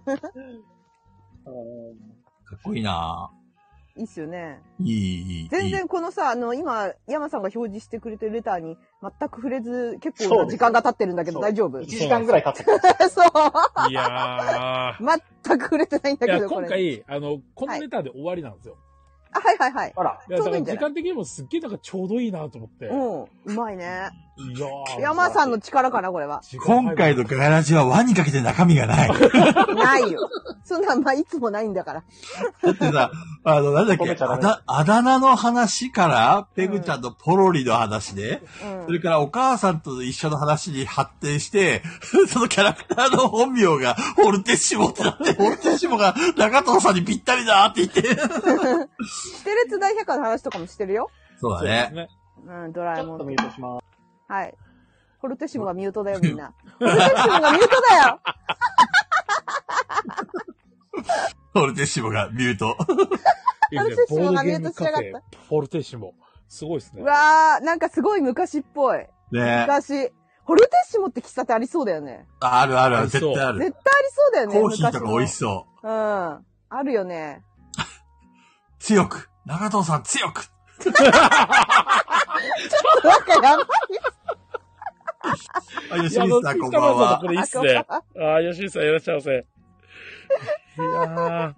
Speaker 3: かっこいいない
Speaker 4: いっすよね。
Speaker 3: いい、いい、いい。
Speaker 4: 全然このさ、あの、今、山さんが表示してくれてるレターに全く触れず、結
Speaker 2: そう
Speaker 4: 構
Speaker 2: です
Speaker 4: 時間が経ってるんだけど
Speaker 2: そう
Speaker 4: 大丈夫
Speaker 2: ん。1時間ぐらい経ってた。
Speaker 4: そう。
Speaker 1: いや
Speaker 4: 全く触れてないんだ
Speaker 1: ー。い
Speaker 4: け
Speaker 1: や、
Speaker 4: ど、こ
Speaker 1: 今回、
Speaker 4: れ。
Speaker 1: あの、このネタで終わりなんですよ。
Speaker 4: ああ、はいはいはい。
Speaker 2: あら、
Speaker 1: いや、
Speaker 4: ちょ
Speaker 1: だ
Speaker 4: うど
Speaker 1: から
Speaker 4: いいんじゃ
Speaker 1: 時
Speaker 4: ない
Speaker 1: 間的にもすっげえなんかちょうどいいなと思って。
Speaker 4: うん。うまいね。
Speaker 1: いやー
Speaker 4: 山さんの力かな、これは。
Speaker 1: 時間配分
Speaker 3: 今回のガヤラジは輪にかけて中身がない。
Speaker 4: ないよ。そんなん、まあ、いつもないんだから。
Speaker 3: だってさ、あの、なんだっ
Speaker 2: 褒め
Speaker 3: け、
Speaker 2: ちゃダ
Speaker 3: あ
Speaker 2: メ
Speaker 3: だ、あだ名の話から、ペグちゃんのポロリの話で、
Speaker 4: うん
Speaker 3: そ。れからお母さんと一緒の話に発展して、 そのキャラクターの本名が、ホルテッシモってなって、 ホルテッシモが中藤さんにぴったりだって言って。
Speaker 4: してる津大百科の話とかもしてるよ。
Speaker 3: そうだ
Speaker 1: そうです
Speaker 3: ね。
Speaker 1: ね。
Speaker 4: うん、ドラ
Speaker 2: ち
Speaker 4: え
Speaker 2: ょ
Speaker 4: も
Speaker 2: っと
Speaker 4: ん
Speaker 2: ミ。ュートします。
Speaker 4: はい。ホルテシモがミュートだよ、みんな。ホルテシモがミュートだよ
Speaker 3: ホルテッシモがミュート。
Speaker 1: いいですねボードゲームカフェ、フォルテッシモ。すごいですね
Speaker 4: う。わー、なんかすごい昔っぽい。
Speaker 3: ね
Speaker 4: 昔。ホルテッシモって喫茶店ありそうだよね。
Speaker 3: あるあるある、
Speaker 1: そう
Speaker 3: 絶対あ
Speaker 4: 絶
Speaker 3: る。
Speaker 4: 対ありそうだよね。
Speaker 3: コーヒーとか美味し
Speaker 4: い。
Speaker 3: そう。
Speaker 4: うん。あるよね。
Speaker 3: 強く。中藤さん強く。
Speaker 4: なんかやばい。
Speaker 3: あ、吉見さんこんばんは
Speaker 1: こ。れいい っすね。ああ、吉井さんいらっしゃいませ。い やー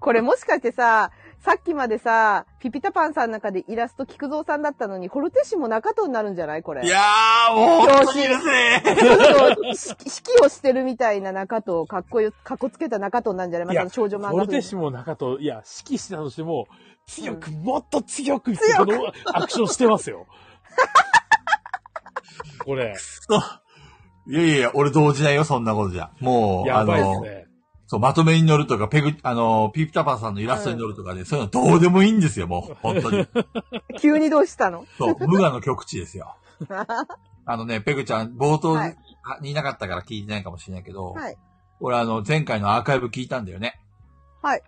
Speaker 4: これもしかしてさ、さっきまでさ、ピピタパンさんの中でイラスト菊蔵さんだったのに、ホルテッシモ中藤になるんじゃないこれ。
Speaker 3: いやー、もう、本当に許せねえ。
Speaker 4: ちょっと、指揮をしてるみたいな中藤、かっこよ、かっこつけた中藤なんじゃないま
Speaker 1: い
Speaker 4: た
Speaker 1: や、
Speaker 4: 少女漫画
Speaker 1: ボル
Speaker 4: 風
Speaker 1: テ
Speaker 4: に
Speaker 1: シモ中と、いや、指揮してたとしても、強く、もっと強く、このアクションしてますよ。 これ、
Speaker 3: いやいやいや、俺同時だよ、そんなことじゃ。もう、あ
Speaker 1: やばいです
Speaker 3: の、
Speaker 1: ね。
Speaker 3: そう、まとめに乗るとか、ペグ、あの、ピープタパンさんのイラストに乗るとかね、そういうのどうでもいいんですよ、もう、本当に。
Speaker 4: 急にどうしたの
Speaker 3: そう、無我の極致 ですよ。あのね、ペグちゃん、冒頭
Speaker 4: はい
Speaker 3: にいなかったから聞いてないかもしれないけど、
Speaker 4: はい。
Speaker 3: 俺あの、前回のアーカイブ聞いたんだよね。
Speaker 4: はい。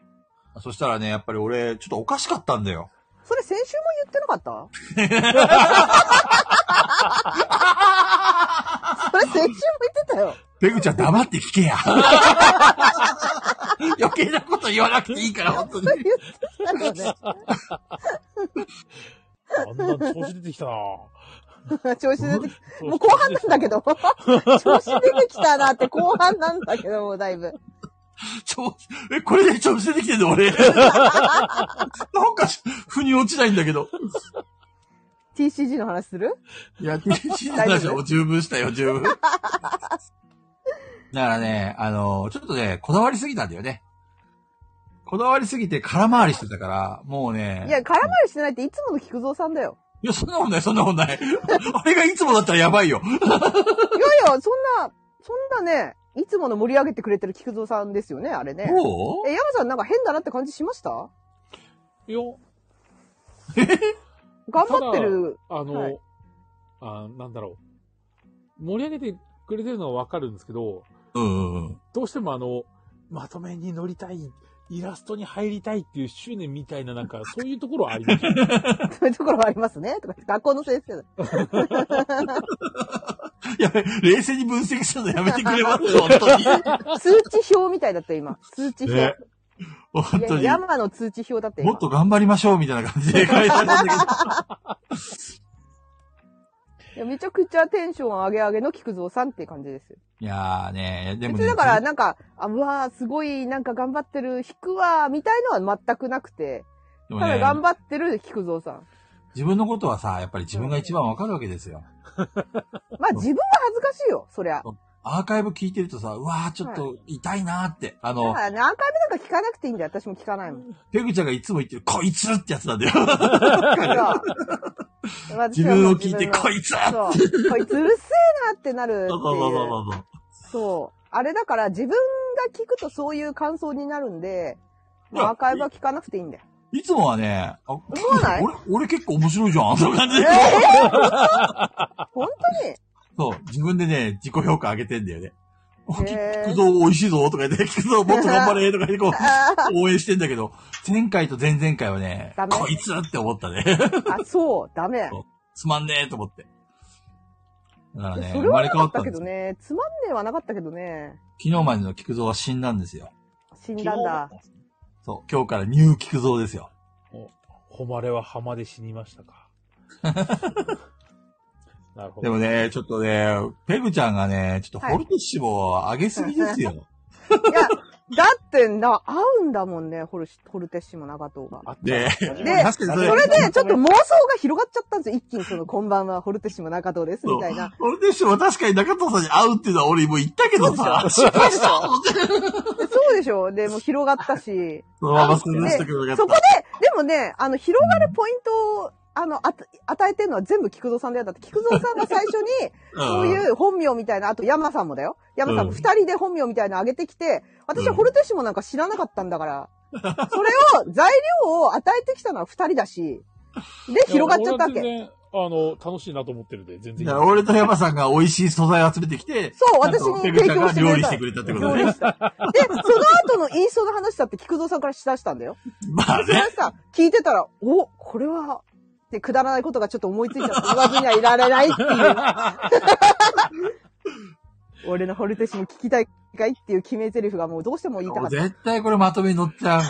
Speaker 3: そしたらね、やっぱり俺、ちょっとおかしかったんだよ。
Speaker 4: それ先週も言ってなかったそれ先週も言ってたよ。
Speaker 3: ペグちゃん黙って聞け や。余計なこと言わなくていいから、本当に。
Speaker 4: 言ってたよ
Speaker 1: あんな調子出てきたな
Speaker 4: ね。 調子出てき
Speaker 1: ぁ
Speaker 4: もう後半なんだけ。ど。 調子出てきたなって後半なんだけど、もうだいぶ。
Speaker 3: ちょ、え、これで調子出てきてんの俺。 なんか、腑に落ちないんだけど。
Speaker 4: TCG の話する
Speaker 3: いや、TC の話はもう十分したよ、十 分。だからね、あの、ちょっとね、こだわりすぎたんだよね。こだわりすぎて空回りしてたから、もうね。
Speaker 4: いや、空回りしてないっていつもの菊蔵さんだよ。
Speaker 3: いや、そんなことない、そんなことない。あれがいつもだったらやばいよ。
Speaker 4: いやいや、そんな、そんなね、いつもの盛り上げてくれてる菊蔵さんですよね、あれね。
Speaker 3: そ
Speaker 4: え、山さんなんか変だなって感じしました
Speaker 1: いや、
Speaker 4: 頑張ってる。
Speaker 1: あの、
Speaker 4: はい
Speaker 1: あなんだろう。盛り上げてくれてるのはわかるんですけど、
Speaker 3: ううんうんうん。
Speaker 1: どうしてもあの、まとめに乗りたい、イラストに入りたいっていう執念みたいな、なんか、そういうところはあります。
Speaker 4: そういうところはありますね。とか、学校の先生だ。
Speaker 3: やべ、冷静に分析するのやめてくれます、本当に。
Speaker 4: 通知表みたいだったよ、今。通知表。
Speaker 3: ね本
Speaker 4: い
Speaker 3: 当
Speaker 4: や、
Speaker 3: に。
Speaker 4: 山の通知表だったよ。
Speaker 3: もっと頑張りましょうみたいな感じで書いてあるん だけど。
Speaker 4: 今いやめちゃくちゃテンション上げ上げの菊蔵さんって感じですよ。
Speaker 3: いやーね、でも
Speaker 4: 別に
Speaker 3: ね、
Speaker 4: だから、なんか、あ、うわー、すごい、なんか頑張ってる、引くわ、みたいのは全くなくて、
Speaker 3: で
Speaker 4: た
Speaker 3: もね
Speaker 4: だ頑張ってる菊蔵さん。
Speaker 3: 自分のことはさ、やっぱり自分が一番わかるわけですよ。
Speaker 4: まあ自分は恥ずかしいよ、そりゃ。
Speaker 3: アーカイブ聞いてるとさ、うわー、ちょっと痛いなーって。あ
Speaker 4: だ
Speaker 3: の
Speaker 4: か、らね、アーカイブなんか聞かなくていいんだよ、私も聞かな いもん。
Speaker 3: ペグちゃんがいつも言ってる、こいつってやつなんだよ。
Speaker 4: そう
Speaker 3: 自分を聞いて、こ
Speaker 4: い
Speaker 3: いつ
Speaker 4: そう。こいつうるせえなってなるってい
Speaker 3: そうそうそうそう
Speaker 4: う。
Speaker 3: そうそう。
Speaker 4: そう。あれだから自分が聞くとそういう感想になるんで、
Speaker 3: いや
Speaker 4: アーカイブは聞かなくていいんだよ。
Speaker 3: いつもはね、あ
Speaker 4: うなん
Speaker 3: 俺、俺結構面白いじゃん、その感じで。
Speaker 4: 本当に
Speaker 3: そう、自分でね、自己評価上げてんだよね。おき
Speaker 4: へー
Speaker 3: 菊蔵美味しいぞとか言って、菊蔵もっと頑張れとか言ってこ
Speaker 4: あ
Speaker 3: う、 応援してんだけど、前回と前々回はね
Speaker 4: ダ、メ
Speaker 3: こいつって思ったね。
Speaker 4: あ、そう、ダメ。
Speaker 3: つまんねえと思って。だからね、
Speaker 4: そ
Speaker 3: 生
Speaker 4: れ
Speaker 3: ま
Speaker 4: は
Speaker 3: れ
Speaker 4: な
Speaker 3: 変
Speaker 4: か
Speaker 3: わ
Speaker 4: っ
Speaker 3: った
Speaker 4: た
Speaker 3: ん
Speaker 4: け
Speaker 3: です
Speaker 4: ど
Speaker 3: よ。
Speaker 4: ね。つまんねえはなかったけどね。
Speaker 3: 昨日までの菊蔵は死んだんですよ。
Speaker 4: 死んだんだ。
Speaker 3: そう、今日からニュー菊蔵ですよ。
Speaker 1: 誉れは浜で死にました か。なるほど。
Speaker 3: でもね、ちょっとね、ペグちゃんがね、ちょっと
Speaker 4: はい
Speaker 3: ホルテッシモを上げすぎですよ。
Speaker 4: いや、だってな、合うんだもんね、ホルシホルテッシモ長藤が。
Speaker 1: あった
Speaker 3: で、
Speaker 4: で
Speaker 5: 確かにそ
Speaker 4: そ
Speaker 5: れ、
Speaker 4: れで、ちょっと妄想が広がっちゃったんですよ。一気にその、こんばんは、ホルテッシモ中藤です、みたいな。
Speaker 3: 俺でしも確かに中藤さんに会うっていうのは俺もう言ったけどさ、失敗したと思って
Speaker 4: でそうでしょで、もう広がったし。
Speaker 3: そのまま進んでしたけどよか
Speaker 4: そ
Speaker 3: っ
Speaker 4: こで、でもね、あの、広がるポイントを、あの、あた与えてるのは全部菊蔵さんだよ。だって、菊蔵さんが最初 に、
Speaker 3: た。
Speaker 4: そういう本名みたいな、あと山さんもだよ。山さんも
Speaker 3: うん
Speaker 4: 二人で本名みたいなの上げてきて、私
Speaker 3: う
Speaker 4: は
Speaker 3: ん
Speaker 4: ホルテシモなんか知らなかったんだから。それを、材料を与えてきたのは二人だし、で、広がっちゃったわ
Speaker 1: いや
Speaker 4: け。
Speaker 1: 俺は全然、あの、楽しいなと思ってるんで、全
Speaker 3: うん
Speaker 1: 然
Speaker 3: だから俺と山さんが美味しい素材を集めてきて、
Speaker 4: そう、私に
Speaker 3: ペ
Speaker 4: 提
Speaker 3: グちゃん
Speaker 4: 供
Speaker 3: が
Speaker 4: して
Speaker 3: 料
Speaker 4: くれ
Speaker 3: 理
Speaker 4: た
Speaker 3: して。くれたってこ
Speaker 4: 料
Speaker 3: と
Speaker 4: 理
Speaker 3: ね。
Speaker 4: した。で、その後の言いそうな話だって菊蔵さんからしだしたんだよ。
Speaker 3: まあ
Speaker 4: それ
Speaker 3: ね。
Speaker 4: さ、聞いてたら、お、これは、ってくだらないことがちょっと思いついちゃって言わずにはいられないっ ていう。俺のホルテシも聞きたいかいっていう決め台詞がもうどうしても言いたか った。
Speaker 3: 絶対これまとめに乗っちゃう。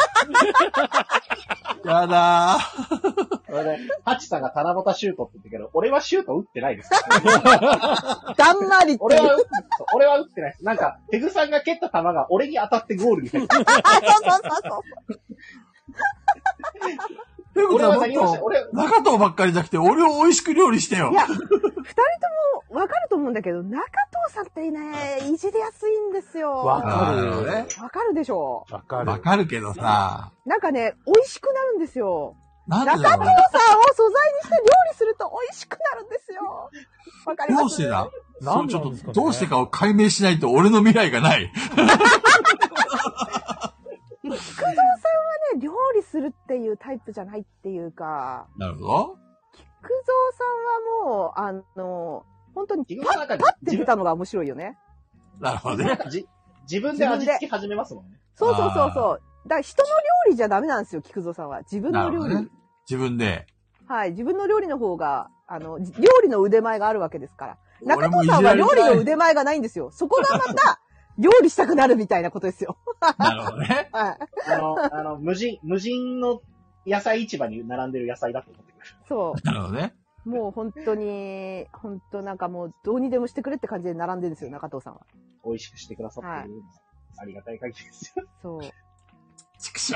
Speaker 3: やだー。
Speaker 2: それで、ハチさんが七夕シュートって言ったけど、俺はシュート打ってないです。
Speaker 4: だんまりって
Speaker 2: 俺
Speaker 4: いう。
Speaker 2: は、そう俺は打ってないです。なんか、ペグさんが蹴った球が俺に当たってゴールみ たいな。
Speaker 4: あ、そうそうそう そう。
Speaker 3: ペグち
Speaker 2: 俺
Speaker 3: ゃ
Speaker 2: は
Speaker 3: んも
Speaker 2: 何もし、
Speaker 3: ってと、
Speaker 2: 俺、
Speaker 3: 中藤ばっかりじゃなくて、俺を美味しく料理してよ
Speaker 4: い。や、二人ともわかると思うんだけど、中藤さんってね、いじりやすいんですよ。
Speaker 1: わ
Speaker 4: わ
Speaker 1: か
Speaker 3: あーなるほど
Speaker 1: る
Speaker 3: ね。
Speaker 4: かるでしょ
Speaker 1: わかる。
Speaker 3: わかるけどさ、
Speaker 4: なんかね、美味しくなるんですよ。
Speaker 3: な
Speaker 4: 中
Speaker 3: んでだ
Speaker 4: 藤さ
Speaker 3: ろ
Speaker 4: んを
Speaker 3: うね。
Speaker 4: 素材にして料理すると美味しくなるんですよ。わかります
Speaker 3: どうしてだ
Speaker 1: な
Speaker 3: そ
Speaker 1: ん
Speaker 3: う、
Speaker 1: で
Speaker 3: ち
Speaker 1: な
Speaker 3: ょ
Speaker 1: ん
Speaker 3: っ
Speaker 1: です
Speaker 3: と、
Speaker 1: かね
Speaker 3: どうしてかを解明しないと俺の未来がない。
Speaker 4: 菊蔵さんはね、料理するっていうタイプじゃないっていうか、
Speaker 3: なるほど。
Speaker 4: 菊蔵さんはもう、あの、本当に
Speaker 2: 自分
Speaker 4: パ
Speaker 2: の
Speaker 4: ッ
Speaker 2: 中で
Speaker 4: パッて
Speaker 2: 自
Speaker 4: 出
Speaker 2: 分
Speaker 4: たのが面白いよね。
Speaker 3: なるほど
Speaker 2: なん
Speaker 3: ね。
Speaker 2: かじ自分で味付け始めますもんね。
Speaker 4: そうそうそうそう。だから人の料理じゃダメなんですよ、菊蔵さんは。自分
Speaker 3: な
Speaker 4: の
Speaker 3: るほ
Speaker 4: 料
Speaker 3: ど
Speaker 4: 理。
Speaker 3: ね。自分で。
Speaker 4: はい、自分の料理の方が、あの、じ料理の腕前があるわけですから。中
Speaker 3: 俺も
Speaker 4: 藤
Speaker 3: いじ
Speaker 4: さん
Speaker 3: ら
Speaker 4: は
Speaker 3: れ
Speaker 4: 料
Speaker 3: たい
Speaker 4: 理の腕前がないんですよ。そこがま た、料理したくなるみたいなことですよ。
Speaker 3: なるほどね。
Speaker 4: はい。
Speaker 2: あの、あの、無人、無人の野菜市場に並んでる野菜だと思ってくる。
Speaker 4: そう。
Speaker 3: なるほどね。
Speaker 4: もう本当に、本当なんかもうどうにでもしてくれって感じで並んでるんですよ、中藤さんは。
Speaker 2: 美味しくしてくださってるのがありがたい限りですよ。
Speaker 4: そう。
Speaker 3: 畜生。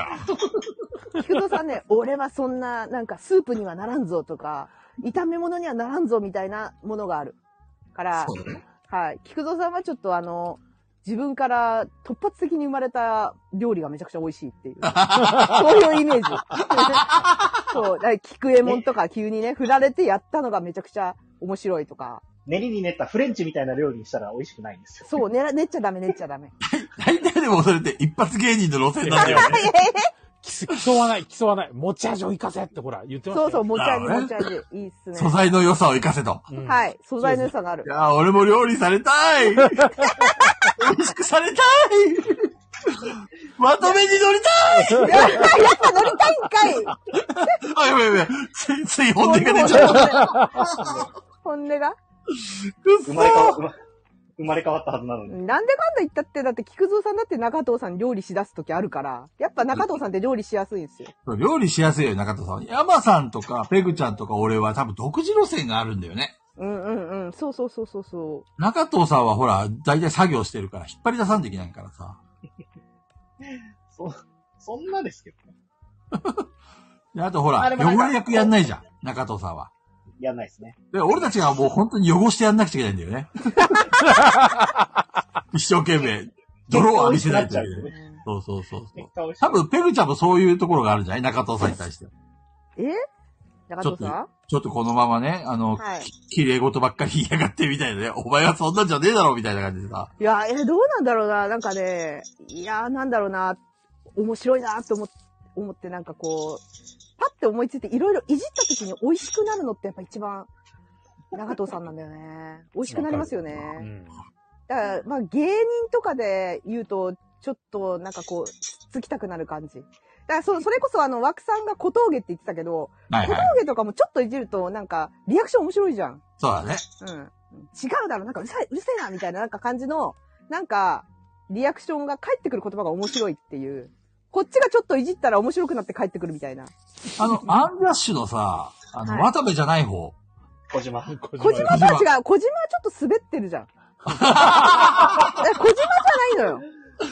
Speaker 4: 菊蔵さんね、 俺はそんな、なんかスープにはならんぞとか、炒め物にはならんぞみたいなものがある。から、
Speaker 3: そうだね。
Speaker 4: はい。菊蔵さんはちょっとあの、自分から突発的に生まれた料理がめちゃくちゃ美味しい っていう。そういうイメージ。 そう。だから菊右衛門とか急にね、振られてやったのがめちゃくちゃ面白いとか。
Speaker 2: 練りに練ったフレンチみたいな料理にしたら美味しくないんですよ。
Speaker 4: そう、ね、練っちゃダメ、練っちゃ ダメ。
Speaker 3: 大体でもそれって一発芸人の路 線なんだよね。
Speaker 1: き競わない、競わない。持ち味を生かせってほら、言ってましたよ
Speaker 4: そうそう、持ち味、
Speaker 3: なる
Speaker 4: 持
Speaker 3: ほ
Speaker 4: ち
Speaker 3: ど
Speaker 4: 味。いいっすね。
Speaker 3: 素材の良さを生かせと。
Speaker 1: うん
Speaker 4: はい。素材の良さがある
Speaker 3: い。やー、俺も料理されたい 美味しくさ れたいまとめに乗りたい
Speaker 4: いや、やっぱ乗りたいんかい
Speaker 3: あ、やべやべ。つい、つい本音
Speaker 4: 本
Speaker 3: が
Speaker 4: 音
Speaker 3: 出ちゃった。
Speaker 4: 本音が
Speaker 3: くっ
Speaker 2: 生
Speaker 3: そ
Speaker 2: まれ変わ
Speaker 3: ー
Speaker 2: 生ま生まれ変わったはずなのに。
Speaker 4: なんでかんだ言ったって、だって菊蔵さんだって中藤さん料理しだすときあるから、やっぱ中藤さんって料理しやすいんですよ。
Speaker 3: 料理しやすいよ、中田さん。山さんとか、ペグちゃんとか俺は多分独自路線があるんだよね。
Speaker 4: うんうんうん。そうそうそうそうそ
Speaker 3: 中藤さんはほら、大体作業してるから、引っ張り出さんといけないからさ。
Speaker 2: そ、そんなですけどね。
Speaker 3: であとほら
Speaker 2: あ、でもなん
Speaker 3: 汚
Speaker 2: か
Speaker 3: れ役やんないじゃん、中藤さんは。
Speaker 2: やんないですね。
Speaker 3: で、俺たちがもう本当に汚してやんなくちゃいけないんだよ ね。一生懸命、泥を浴びせないといけ
Speaker 4: う。
Speaker 3: ない。
Speaker 4: うん
Speaker 3: そうそうそうそ
Speaker 2: 結
Speaker 3: う。
Speaker 2: 果美味しい
Speaker 3: 多。分、ペグちゃんもそういうところがあるんじゃない中藤さんに対して。
Speaker 4: え中藤さん
Speaker 3: ちょっとこのままね、あの、
Speaker 4: はい
Speaker 3: 綺麗事ばっかり言いやがってみたいなね。お前はそんなんじゃねえだろみたいな感じでさ。
Speaker 4: いや、え、どうなんだろうな。なんかね、いや、なんだろうな。面白いなと思って、思ってなんかこう、パッて思いついていろいろいじった時に美味しくなるのってやっぱ一番、長藤さんなんだよね。美味しくなりますよね。
Speaker 1: うん
Speaker 4: だから、まあ芸人とかで言うと、ちょっとなんかこう、つつきたくなる感じ。だからそ、それこそあの、枠さんが小峠って言ってたけど、
Speaker 3: はい
Speaker 4: 小
Speaker 3: はい。
Speaker 4: 峠とかもちょっといじるとなんか、リアクション面白いじゃん。
Speaker 3: そうだね。
Speaker 4: うん。違うだろ、なんかうるさい、うるせえな、みたいな、なんか感じの、なんか、リアクションが返ってくる言葉が面白いっていう。こっちがちょっといじったら面白くなって返ってくるみたいな。
Speaker 3: あの、アンラッシュのさ、あの、
Speaker 4: はい
Speaker 3: 渡部じゃない方。
Speaker 2: 小島。
Speaker 4: 小島とは違う。小島はちょっと滑ってるじゃん。え小島じゃないのよ。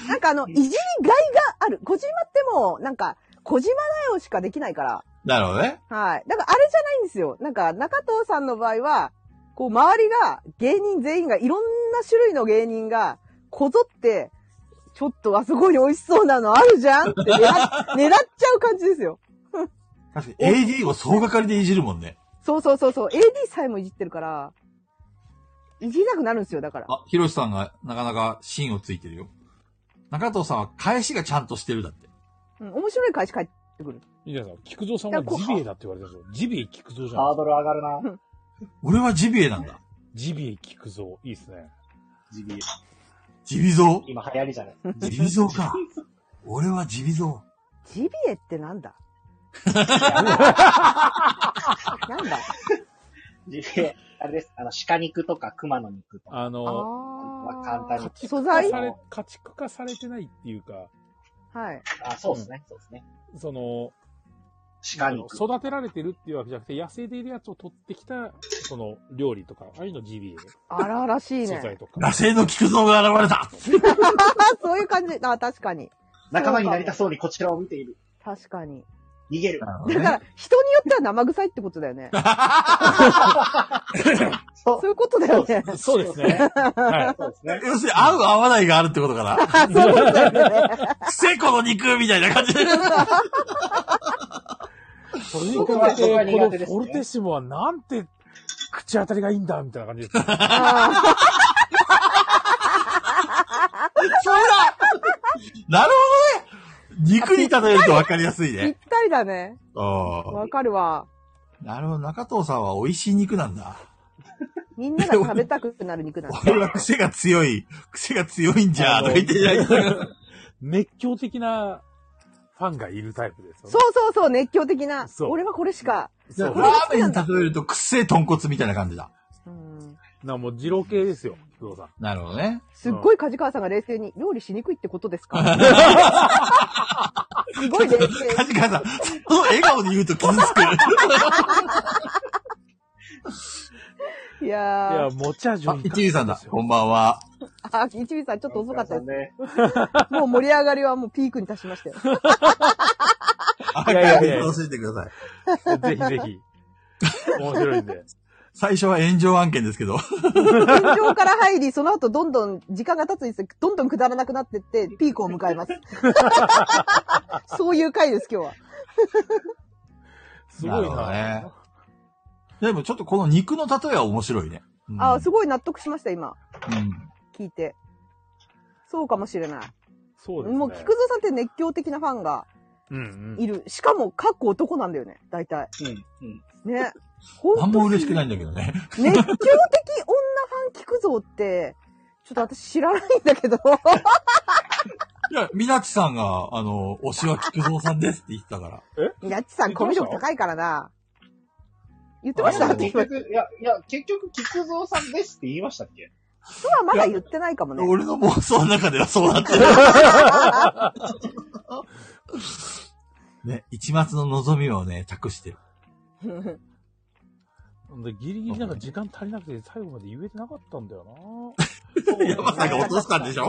Speaker 4: なんかあの、いじりがいがある。小島ってもう、なんか、小島だよしかできないから。
Speaker 3: なるほどね。
Speaker 4: はい。だからあれじゃないんですよ。なんか、中藤さんの場合は、こう、周りが、芸人全員が、いろんな種類の芸人が、こぞって、ちょっとあそこに美味しそうなのあるじゃんって 狙っ狙っちゃう感じですよ。
Speaker 3: 確かに AD を総がかりでいじるもんね。
Speaker 4: そうそうそうそう。AD さえもいじってるから、いじりなくなるんですよ、だから。
Speaker 3: あ、ひろしさんがなかなか芯をついてるよ。中藤さんは返しがちゃんとしてるだって。
Speaker 4: うん、面白い返し返ってくる。
Speaker 1: いいじゃないですか。菊蔵さんはジビエだって言われてるんですよ。ジビエ菊蔵じゃ
Speaker 2: ハ
Speaker 1: ん。
Speaker 2: ードル上がるな。
Speaker 3: 俺はジビエなんだ。
Speaker 1: ジビエ菊蔵。いいですね。
Speaker 2: ジビエ
Speaker 3: ジビゾ
Speaker 2: 今流行りじゃない。
Speaker 3: ウジビゾウか。俺はジビゾ
Speaker 4: ジビエってなんだ なんだ
Speaker 2: ジビエ、あれです。あの、鹿肉とか熊の肉と か。
Speaker 1: あの、
Speaker 4: あ
Speaker 2: まあ簡単
Speaker 4: ー
Speaker 1: 家
Speaker 2: に
Speaker 1: 畜
Speaker 4: 素
Speaker 1: 化
Speaker 4: 材
Speaker 1: され、家畜化されてないっていうか、
Speaker 4: はい。
Speaker 2: あ、そうですね。そうですね。
Speaker 1: その、
Speaker 2: 鹿
Speaker 1: あの
Speaker 2: 肉。
Speaker 1: 育てられてるっていうわけじゃなくて、野生でいるやつを取ってきた、その、料理とか、ああいうのジビ
Speaker 4: 荒々し
Speaker 1: エ、
Speaker 4: い
Speaker 1: 素
Speaker 4: ね
Speaker 1: 材。と
Speaker 3: ウ。
Speaker 1: か。
Speaker 3: 野生の菊蔵が現れた
Speaker 4: あ、 そういう感じ。あ、確かに。
Speaker 2: 仲間になりたそうにこちらを見ている。
Speaker 4: 確かに。
Speaker 2: 逃げる。
Speaker 4: だから、人によっては生臭いってことだ よね。
Speaker 2: そう
Speaker 4: そういうことだよね。
Speaker 1: そうです ね。は
Speaker 2: そうですね。
Speaker 3: 要するに合う合わないがあるってことかな。
Speaker 4: あ、そういうことだよね。
Speaker 3: くせこの肉みたいな感じで。
Speaker 1: い。それに比べ
Speaker 2: 僕は
Speaker 1: て、
Speaker 2: そこが
Speaker 1: この
Speaker 2: 苦手ですね
Speaker 1: フォルテッシモはなんて、口当たりがいいんだ、みたいな感じです。
Speaker 4: あ
Speaker 3: なるほどね肉に例えると分かりやすい
Speaker 4: ーぴっ
Speaker 3: ね。
Speaker 4: たりだね。
Speaker 3: あ
Speaker 4: わかるわ。
Speaker 3: あ。なるほど、中藤さんは美味しい肉なんだ。
Speaker 4: みんなが食べたくなる 肉なんだ。
Speaker 3: 俺は癖が強い。癖が強いん じゃ、とか言ってんじゃない
Speaker 1: 熱狂的なファンがいるタイプですよね。
Speaker 4: そうそうそう、熱狂的な。
Speaker 1: そう
Speaker 4: 俺はこれしか。
Speaker 1: そ
Speaker 3: ラ
Speaker 1: う。
Speaker 3: ーメンに例えると、くせえ豚骨みたいな感じだ。
Speaker 4: うん
Speaker 1: な、もう、二郎系ですよ、工藤さん。
Speaker 3: なるほどね。
Speaker 4: すっごい梶川さんが冷静に、料理しにくいってことで すかすごい冷静。
Speaker 3: 梶川さん、その笑顔で言うと傷つく。
Speaker 4: い
Speaker 1: い
Speaker 4: や
Speaker 1: や、
Speaker 4: ー、
Speaker 1: 持ち味を
Speaker 3: あ、一味さんだ。こんばんは。
Speaker 4: あ、一味さんちょっと遅かったです。
Speaker 2: ね。
Speaker 4: もう盛り上がりはもうピークに達しましたよ。
Speaker 3: あ、
Speaker 1: いやいやいや
Speaker 3: 楽しんでくださ
Speaker 1: ぜ
Speaker 3: い。
Speaker 1: ひぜひ。面白いんで。
Speaker 3: 最初は炎上案件ですけど。
Speaker 4: 天井から入り、その後どんどん時間が経つにつれて、どんどんくだらなくなってって、ピークを迎えます。 そういう回です、今日は。
Speaker 1: すごい
Speaker 3: なるほど
Speaker 1: な。
Speaker 3: ねでもちょっとこの肉の例えは面白いね。うん
Speaker 4: ああ、すごい納得しました、今。
Speaker 3: うん。
Speaker 4: 聞いて。そうかもしれない。
Speaker 1: そうですね。
Speaker 4: もう、菊蔵さんって熱狂的なファンが
Speaker 1: うんうん。
Speaker 4: いる。しかも、かっこ男なんだよね、大体。
Speaker 2: うん。うん。
Speaker 4: ね。
Speaker 3: あん
Speaker 4: 本
Speaker 3: ま
Speaker 4: 当
Speaker 3: 嬉しくないんだけどね。
Speaker 4: 熱狂的女ファン菊蔵って、ちょっと私知らないん だけど。
Speaker 3: いや、みなちさんが、あの、推しは菊蔵さんですって言ってたから。
Speaker 4: やっちさん、コミュ力高いからな。言ってまし
Speaker 2: あ
Speaker 4: た
Speaker 2: れ結局、いや、いや、結局、菊蔵さんですって言いましたっけ
Speaker 4: 人はまだ言ってないかもね。
Speaker 3: 俺の妄想の中ではそうなってる。ね、一抹の望みをね、託 してる。
Speaker 1: でギリギリなんか時間足りなくて最後まで言えてなかったんだよ
Speaker 3: 山さんが落としたんでしょ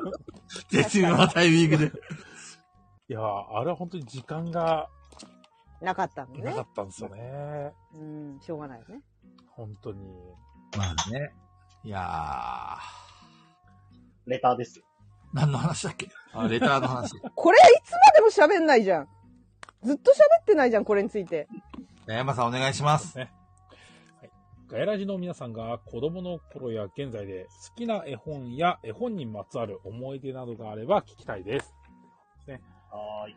Speaker 3: 絶妙なタイミングで。
Speaker 1: な。いやー、あれは本当に時間が
Speaker 4: なかったの
Speaker 1: なか
Speaker 4: ね
Speaker 1: っ。たんですよね。
Speaker 4: うん、しょうがないよね。
Speaker 1: 本当に。
Speaker 3: まあね。いや
Speaker 2: レターです。
Speaker 3: ー、何の話だっけあ、レターの 話。
Speaker 4: これ、いつまでも喋んないじゃん。ずっと喋ってないじゃん、これについて。
Speaker 3: 山さんお願いします。
Speaker 1: ガヤラジの皆さんが子供の頃や現在で好きな絵本や絵本にまつわる思い出などがあれば聞きたいです。
Speaker 2: はーい。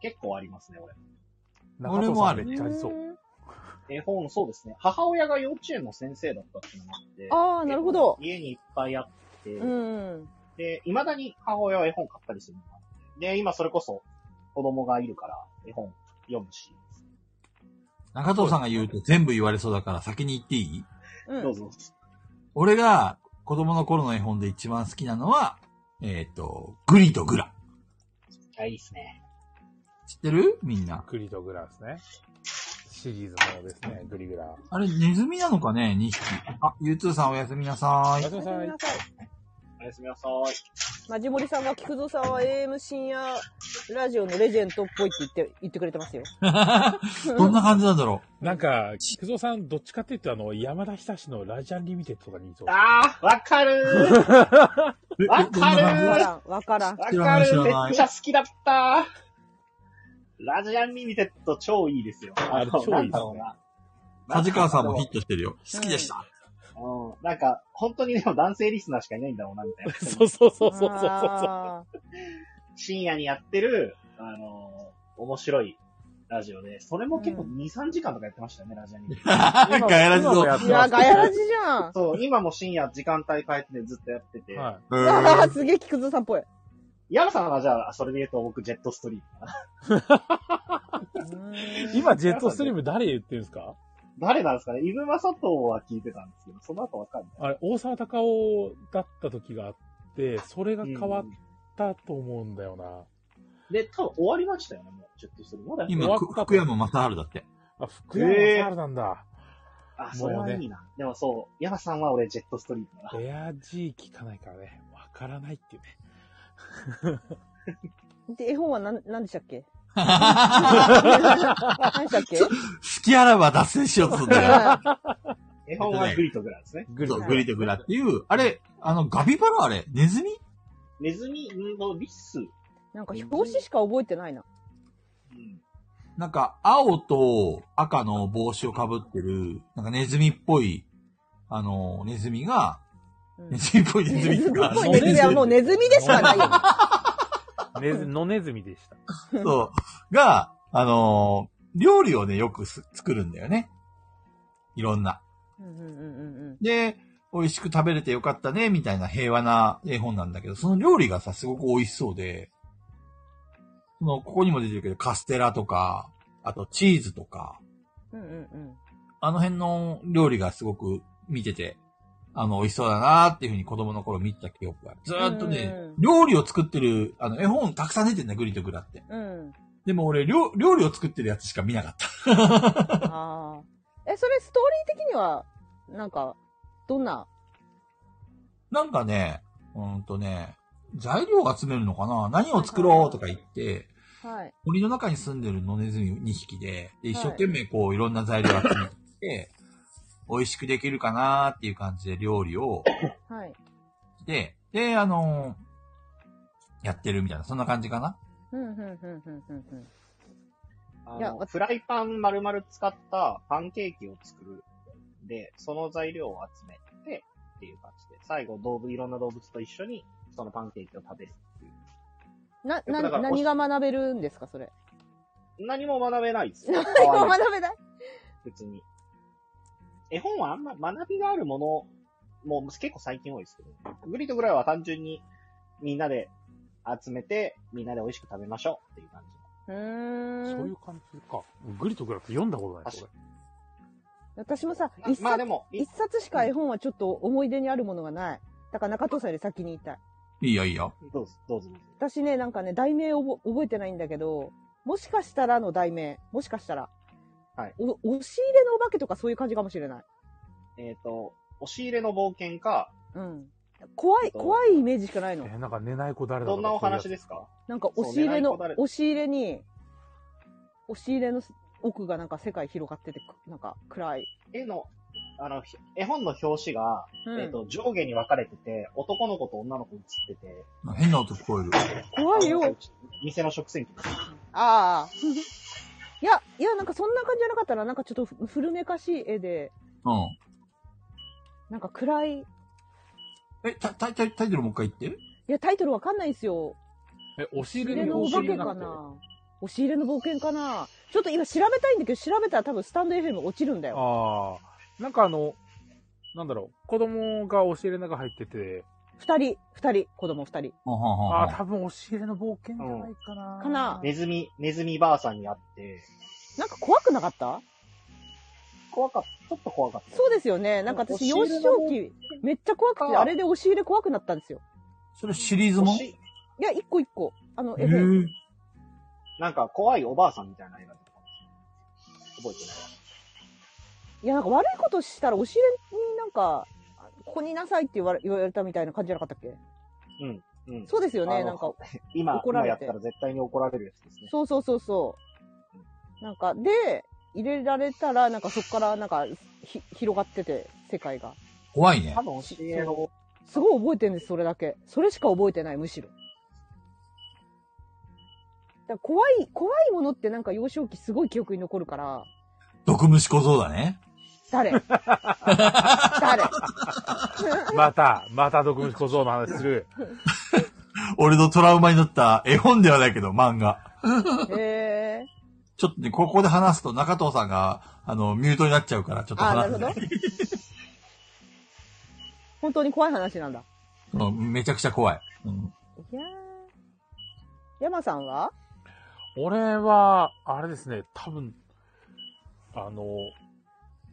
Speaker 2: 結構ありますね、俺。
Speaker 3: 俺もある
Speaker 1: 中藤さんめっちゃありそう。
Speaker 4: ん
Speaker 2: 絵本、そうですね。母親が幼稚園の先生だったっていうのもあって。
Speaker 4: ああ、なるほど。
Speaker 2: 家にいっぱいあって、
Speaker 4: うん。
Speaker 2: で、未だに母親は絵本買ったりするのがあってで、今それこそ子供がいるから絵本読むし、
Speaker 3: 中藤さんが言うと全部言われそうだから先に言っていい
Speaker 4: うん
Speaker 2: どうぞ。
Speaker 3: 俺が子供の頃の絵本で一番好きなのは、えっ、と、グリとグラ。
Speaker 2: あ、いいですね。
Speaker 3: 知ってるみんな。
Speaker 1: グリとグラですね。シリーズのですね、グリグラ。
Speaker 3: あれ、ネズミなのかね ?2 匹。あ、ゆうつーさんおやすみなさ
Speaker 1: おやす
Speaker 3: い。
Speaker 1: みなさい。
Speaker 2: おやすみなさい。
Speaker 4: マジモリさんは菊蔵さんは AM 深夜ラジオのレジェンドっぽいって言って、言ってくれてますよ。
Speaker 3: どんな感じなんだろ
Speaker 1: なんか、菊蔵さん、どっちかって言うと、あの、山田久志のラジアンリミテッドとかにいそう。
Speaker 2: あー、わかるー。
Speaker 3: う。え
Speaker 2: わ
Speaker 3: どんな
Speaker 2: かる
Speaker 3: 感じ
Speaker 4: わからん、わからん。
Speaker 2: わ
Speaker 3: 知
Speaker 2: か
Speaker 3: らない知
Speaker 2: る
Speaker 3: ら
Speaker 2: め
Speaker 3: ない
Speaker 2: っちゃ好きだったー。ラジアンリミテッド超いいですよ。
Speaker 1: あれ超いいですね
Speaker 2: なんだろうな。
Speaker 3: 梶川さんもヒットしてるよ。好きでした。
Speaker 2: うん。なんか、本当にでも男性リスナーしかいないんだろうな、みたいな。
Speaker 1: そうそうそうそうそうそう。
Speaker 4: あ
Speaker 2: 深夜にやってる、あのー面白いラジオで、それも結構
Speaker 4: う
Speaker 2: 2、3時間とかやってましたよね、ラジオに。
Speaker 3: ガヤラジ
Speaker 1: 今も
Speaker 3: の。
Speaker 1: やっ
Speaker 4: ーい
Speaker 1: て
Speaker 4: や
Speaker 1: ま
Speaker 4: ー、
Speaker 1: す
Speaker 4: ガヤラジじゃ ん。
Speaker 2: そう、今も深夜時間帯変えてずっとやってて。
Speaker 1: は
Speaker 4: あ
Speaker 3: う
Speaker 4: ーすげえ菊蔵さんっぽい。う
Speaker 2: 山さんはじゃあ、それで言うと僕、ジェットストリームかな。
Speaker 4: ーん
Speaker 1: い。今、ジェットストリーム誰言ってるんですか
Speaker 2: 誰なんですかねイブマサトは聞いてたんですけど、その後わかんない。
Speaker 1: あれ、大沢たかおだった時があって、それが変わっ
Speaker 2: うん
Speaker 1: たと思うんだよな。
Speaker 2: で、多分終わりましたよね、もう、ジェットストリーム。まだやってる
Speaker 1: 終わっ
Speaker 3: 今、
Speaker 1: た
Speaker 3: ふ
Speaker 1: と
Speaker 3: 福山雅治だって。
Speaker 1: あ、福山雅治なんだ。
Speaker 2: あ、それ
Speaker 1: もう
Speaker 2: は
Speaker 1: ね
Speaker 2: いいな。でもそう、山さんは俺、ジェットストリームかな。
Speaker 1: エア G 聞かないからね、わからないっていうね。
Speaker 4: で、絵本は何、何でしたっけ何でしたっけ
Speaker 3: 好きあらば脱線しようとするんだよ。
Speaker 4: は
Speaker 2: 絵本はグリとグラですね。
Speaker 1: グ
Speaker 3: そうグリテグラっていう、あれ、あの、ガビバラあれ、ネズミ
Speaker 2: ネズミのリス。う
Speaker 4: いなんか表紙しか覚えてないな。
Speaker 2: ん。
Speaker 3: なんか、青と赤の帽子をかぶってる、なんかネズミっぽい、あの、ネズミが、
Speaker 4: うん
Speaker 3: ネズミっぽいネズミ
Speaker 4: ネズミっぽ
Speaker 1: ネズ
Speaker 4: いネズ
Speaker 1: ミ
Speaker 4: ミはもうネズミでしかないよ。
Speaker 1: ネズ野ネズミでした。
Speaker 3: そう、が、あの、料理をね、よくす作るんだよね。いろんな。
Speaker 4: うんうんうんうん
Speaker 3: で、美味しく食べれてよかったね、みたいな平和な絵本なんだけど、その料理がさ、すごく美味しそうで、その、ここにも出てるけど、カステラとか、あとチーズとか、
Speaker 4: うんうんうん
Speaker 3: あの辺の料理がすごく見てて、あの、美味しそうだなーっていうふうに子供の頃見てた記憶がある。ずーっとね
Speaker 4: うん、
Speaker 3: 料理を作ってる、あの、絵本たくさん出てんだ、グリとグラって。
Speaker 4: う ん。うん。
Speaker 3: でも俺、料料理を作ってるやつしか見なかった。
Speaker 4: ああ。え、それストーリー的には、なんか、どんな、
Speaker 3: なんかね、うーんとね、材料を集めるのかな何を作ろうとか言って、
Speaker 4: はい。
Speaker 3: 森の中に住んでる野ネズミ2匹で、で一生懸命こう、いろんな材料を集めてき て、美味しくできるかなーっていう感じで料理を
Speaker 4: はい。
Speaker 3: で、で、あのーやってるみたいな、そんな感じかな。
Speaker 4: うんうんうんうんうんうん。
Speaker 2: あ
Speaker 4: いや
Speaker 2: の、
Speaker 4: 私
Speaker 2: フライパン丸々使ったパンケーキを作る。で、その材料を集めて、っていう感じで、最後、動物、いろんな動物と一緒に、そのパンケーキを食べるっていう。
Speaker 4: な、
Speaker 2: だか
Speaker 4: な、
Speaker 2: ら
Speaker 4: 何が学べるんですか、それ。
Speaker 2: 何も学べないです よ。
Speaker 4: 何も学べない
Speaker 2: 別に。絵本はあんま学びがあるもの、もう結構最近多いですけど、グリートぐらいは単純にみんなで集めて、みんなで美味しく食べましょうっていう感じ。
Speaker 4: う
Speaker 1: そう
Speaker 4: ー
Speaker 1: い
Speaker 4: ん。
Speaker 1: う感じか。グリとグラって読んだことないです、俺。
Speaker 4: 私もさ、
Speaker 2: ま
Speaker 4: 一
Speaker 2: あまあ
Speaker 4: 冊
Speaker 2: で、も、い
Speaker 4: 一冊しか絵本はちょっと思い出にあるものがない。だから中藤さんより先に言いたい。
Speaker 3: いいよいいよ。
Speaker 2: どうぞ、どうぞどうぞ。
Speaker 4: 私ね、なんかね、題名を覚覚えてないんだけど、もしかしたらの題名、もしかしたら。
Speaker 2: はい
Speaker 4: お、押し入れのお化けとかそういう感じかもしれない。
Speaker 2: えっ、と、押し入れの冒険か、
Speaker 4: うん。怖い、
Speaker 2: そう
Speaker 4: 怖いイメージしかないの。
Speaker 1: えー、なんか寝ない子誰だ
Speaker 2: どんなお話ですすか
Speaker 4: なんか
Speaker 2: そう
Speaker 4: 押し入れ
Speaker 2: 狙
Speaker 4: の
Speaker 2: い撃たれ、る
Speaker 4: 押し入れに、押し入れの奥がなんか世界広がってて、なんか暗い。
Speaker 2: 絵の、あの、ひ絵本の表紙が、
Speaker 4: うん
Speaker 2: えっ、と、上下に分かれてて、男の子と女の子映ってて、
Speaker 3: 変な音聞こえる。
Speaker 4: 怖いよ。
Speaker 2: 店の食洗機です。
Speaker 4: ああ。いや、いや、なんかそんな感じじゃなかったら、なんかちょっとふ古めかしい絵で、
Speaker 3: う
Speaker 4: なんか暗い。い
Speaker 3: ん。え、タタタイトルもう一回言って。
Speaker 4: や、タイトルわかんないんですよ。
Speaker 1: え、押し入
Speaker 4: 入
Speaker 1: れ
Speaker 4: れの
Speaker 1: の
Speaker 4: お
Speaker 1: 押し
Speaker 4: 化
Speaker 1: 入
Speaker 4: け
Speaker 1: れ
Speaker 4: か
Speaker 1: な
Speaker 4: な。押し入れの冒険かな。ちょっと今調べたいんだけど、調べたら多分スタンド FM 落ちるんだよ。
Speaker 1: ああ。なんかあの、なんだろう、子供が押し入れの中入ってて、
Speaker 4: 二人、二人、子供二人。
Speaker 3: うんうんうんうん
Speaker 1: ああ、多分押し入れの冒険じゃないかな。
Speaker 4: かな
Speaker 2: ネズミ、ネズミばあさんに会って、
Speaker 4: なんか怖くなかった
Speaker 2: 怖かった、ちょっと怖かった。
Speaker 4: そうですよね。なんか私、
Speaker 2: 押
Speaker 4: 幼
Speaker 2: し入れ
Speaker 4: 少
Speaker 2: の冒
Speaker 4: 期、めっちゃ怖くて、
Speaker 2: か
Speaker 4: あれで押し入れ怖くなったんですよ。
Speaker 3: それシリーズも
Speaker 2: 押し
Speaker 4: いや、一個一個。あの、
Speaker 3: へ
Speaker 4: 絵本。
Speaker 3: ー
Speaker 2: なんか怖いおばあさんみたいな映画だったんですよ覚えてない。
Speaker 4: いや、なんか悪いことしたら押し入れになんか、ここにいなさいって言われ言われたみたいな感じじゃなかったっけ
Speaker 2: うん。うん。
Speaker 4: そうですよ
Speaker 2: あ
Speaker 4: ね、
Speaker 2: の
Speaker 4: なんか。
Speaker 2: 今、
Speaker 4: 怒ら
Speaker 2: 今
Speaker 4: れて
Speaker 2: やったら絶対に怒られるやつですね。
Speaker 4: そうそうそうそう。なんか、で、入れられたら、なんかそこから、なんか、ひ、広がってて、世界が。
Speaker 6: 怖いね
Speaker 2: 多。分教えの、
Speaker 4: すごい覚えてるんです、それだけ。それしか覚えてない、むしろ。だから怖い、怖いものってなんか幼少期すごい記憶に残るから、
Speaker 3: 毒虫小僧だね。
Speaker 4: 誰誰
Speaker 1: また、また毒虫小僧の話す る。
Speaker 3: 俺のトラウマになった絵本ではないけど、漫画。
Speaker 4: ええ
Speaker 3: ちょっとね、ここで話すと中藤さんが、あの、ミュートになっちゃうから、ちょっと
Speaker 4: ああ、な
Speaker 3: 話
Speaker 4: る
Speaker 3: せ
Speaker 4: ほ
Speaker 3: な
Speaker 4: ど
Speaker 3: い。。
Speaker 4: 本当に怖い話なんだ。
Speaker 3: うんめちゃくちゃ怖い。うん
Speaker 4: いやー。山さんは
Speaker 1: 俺は、あれですね、多分、あの、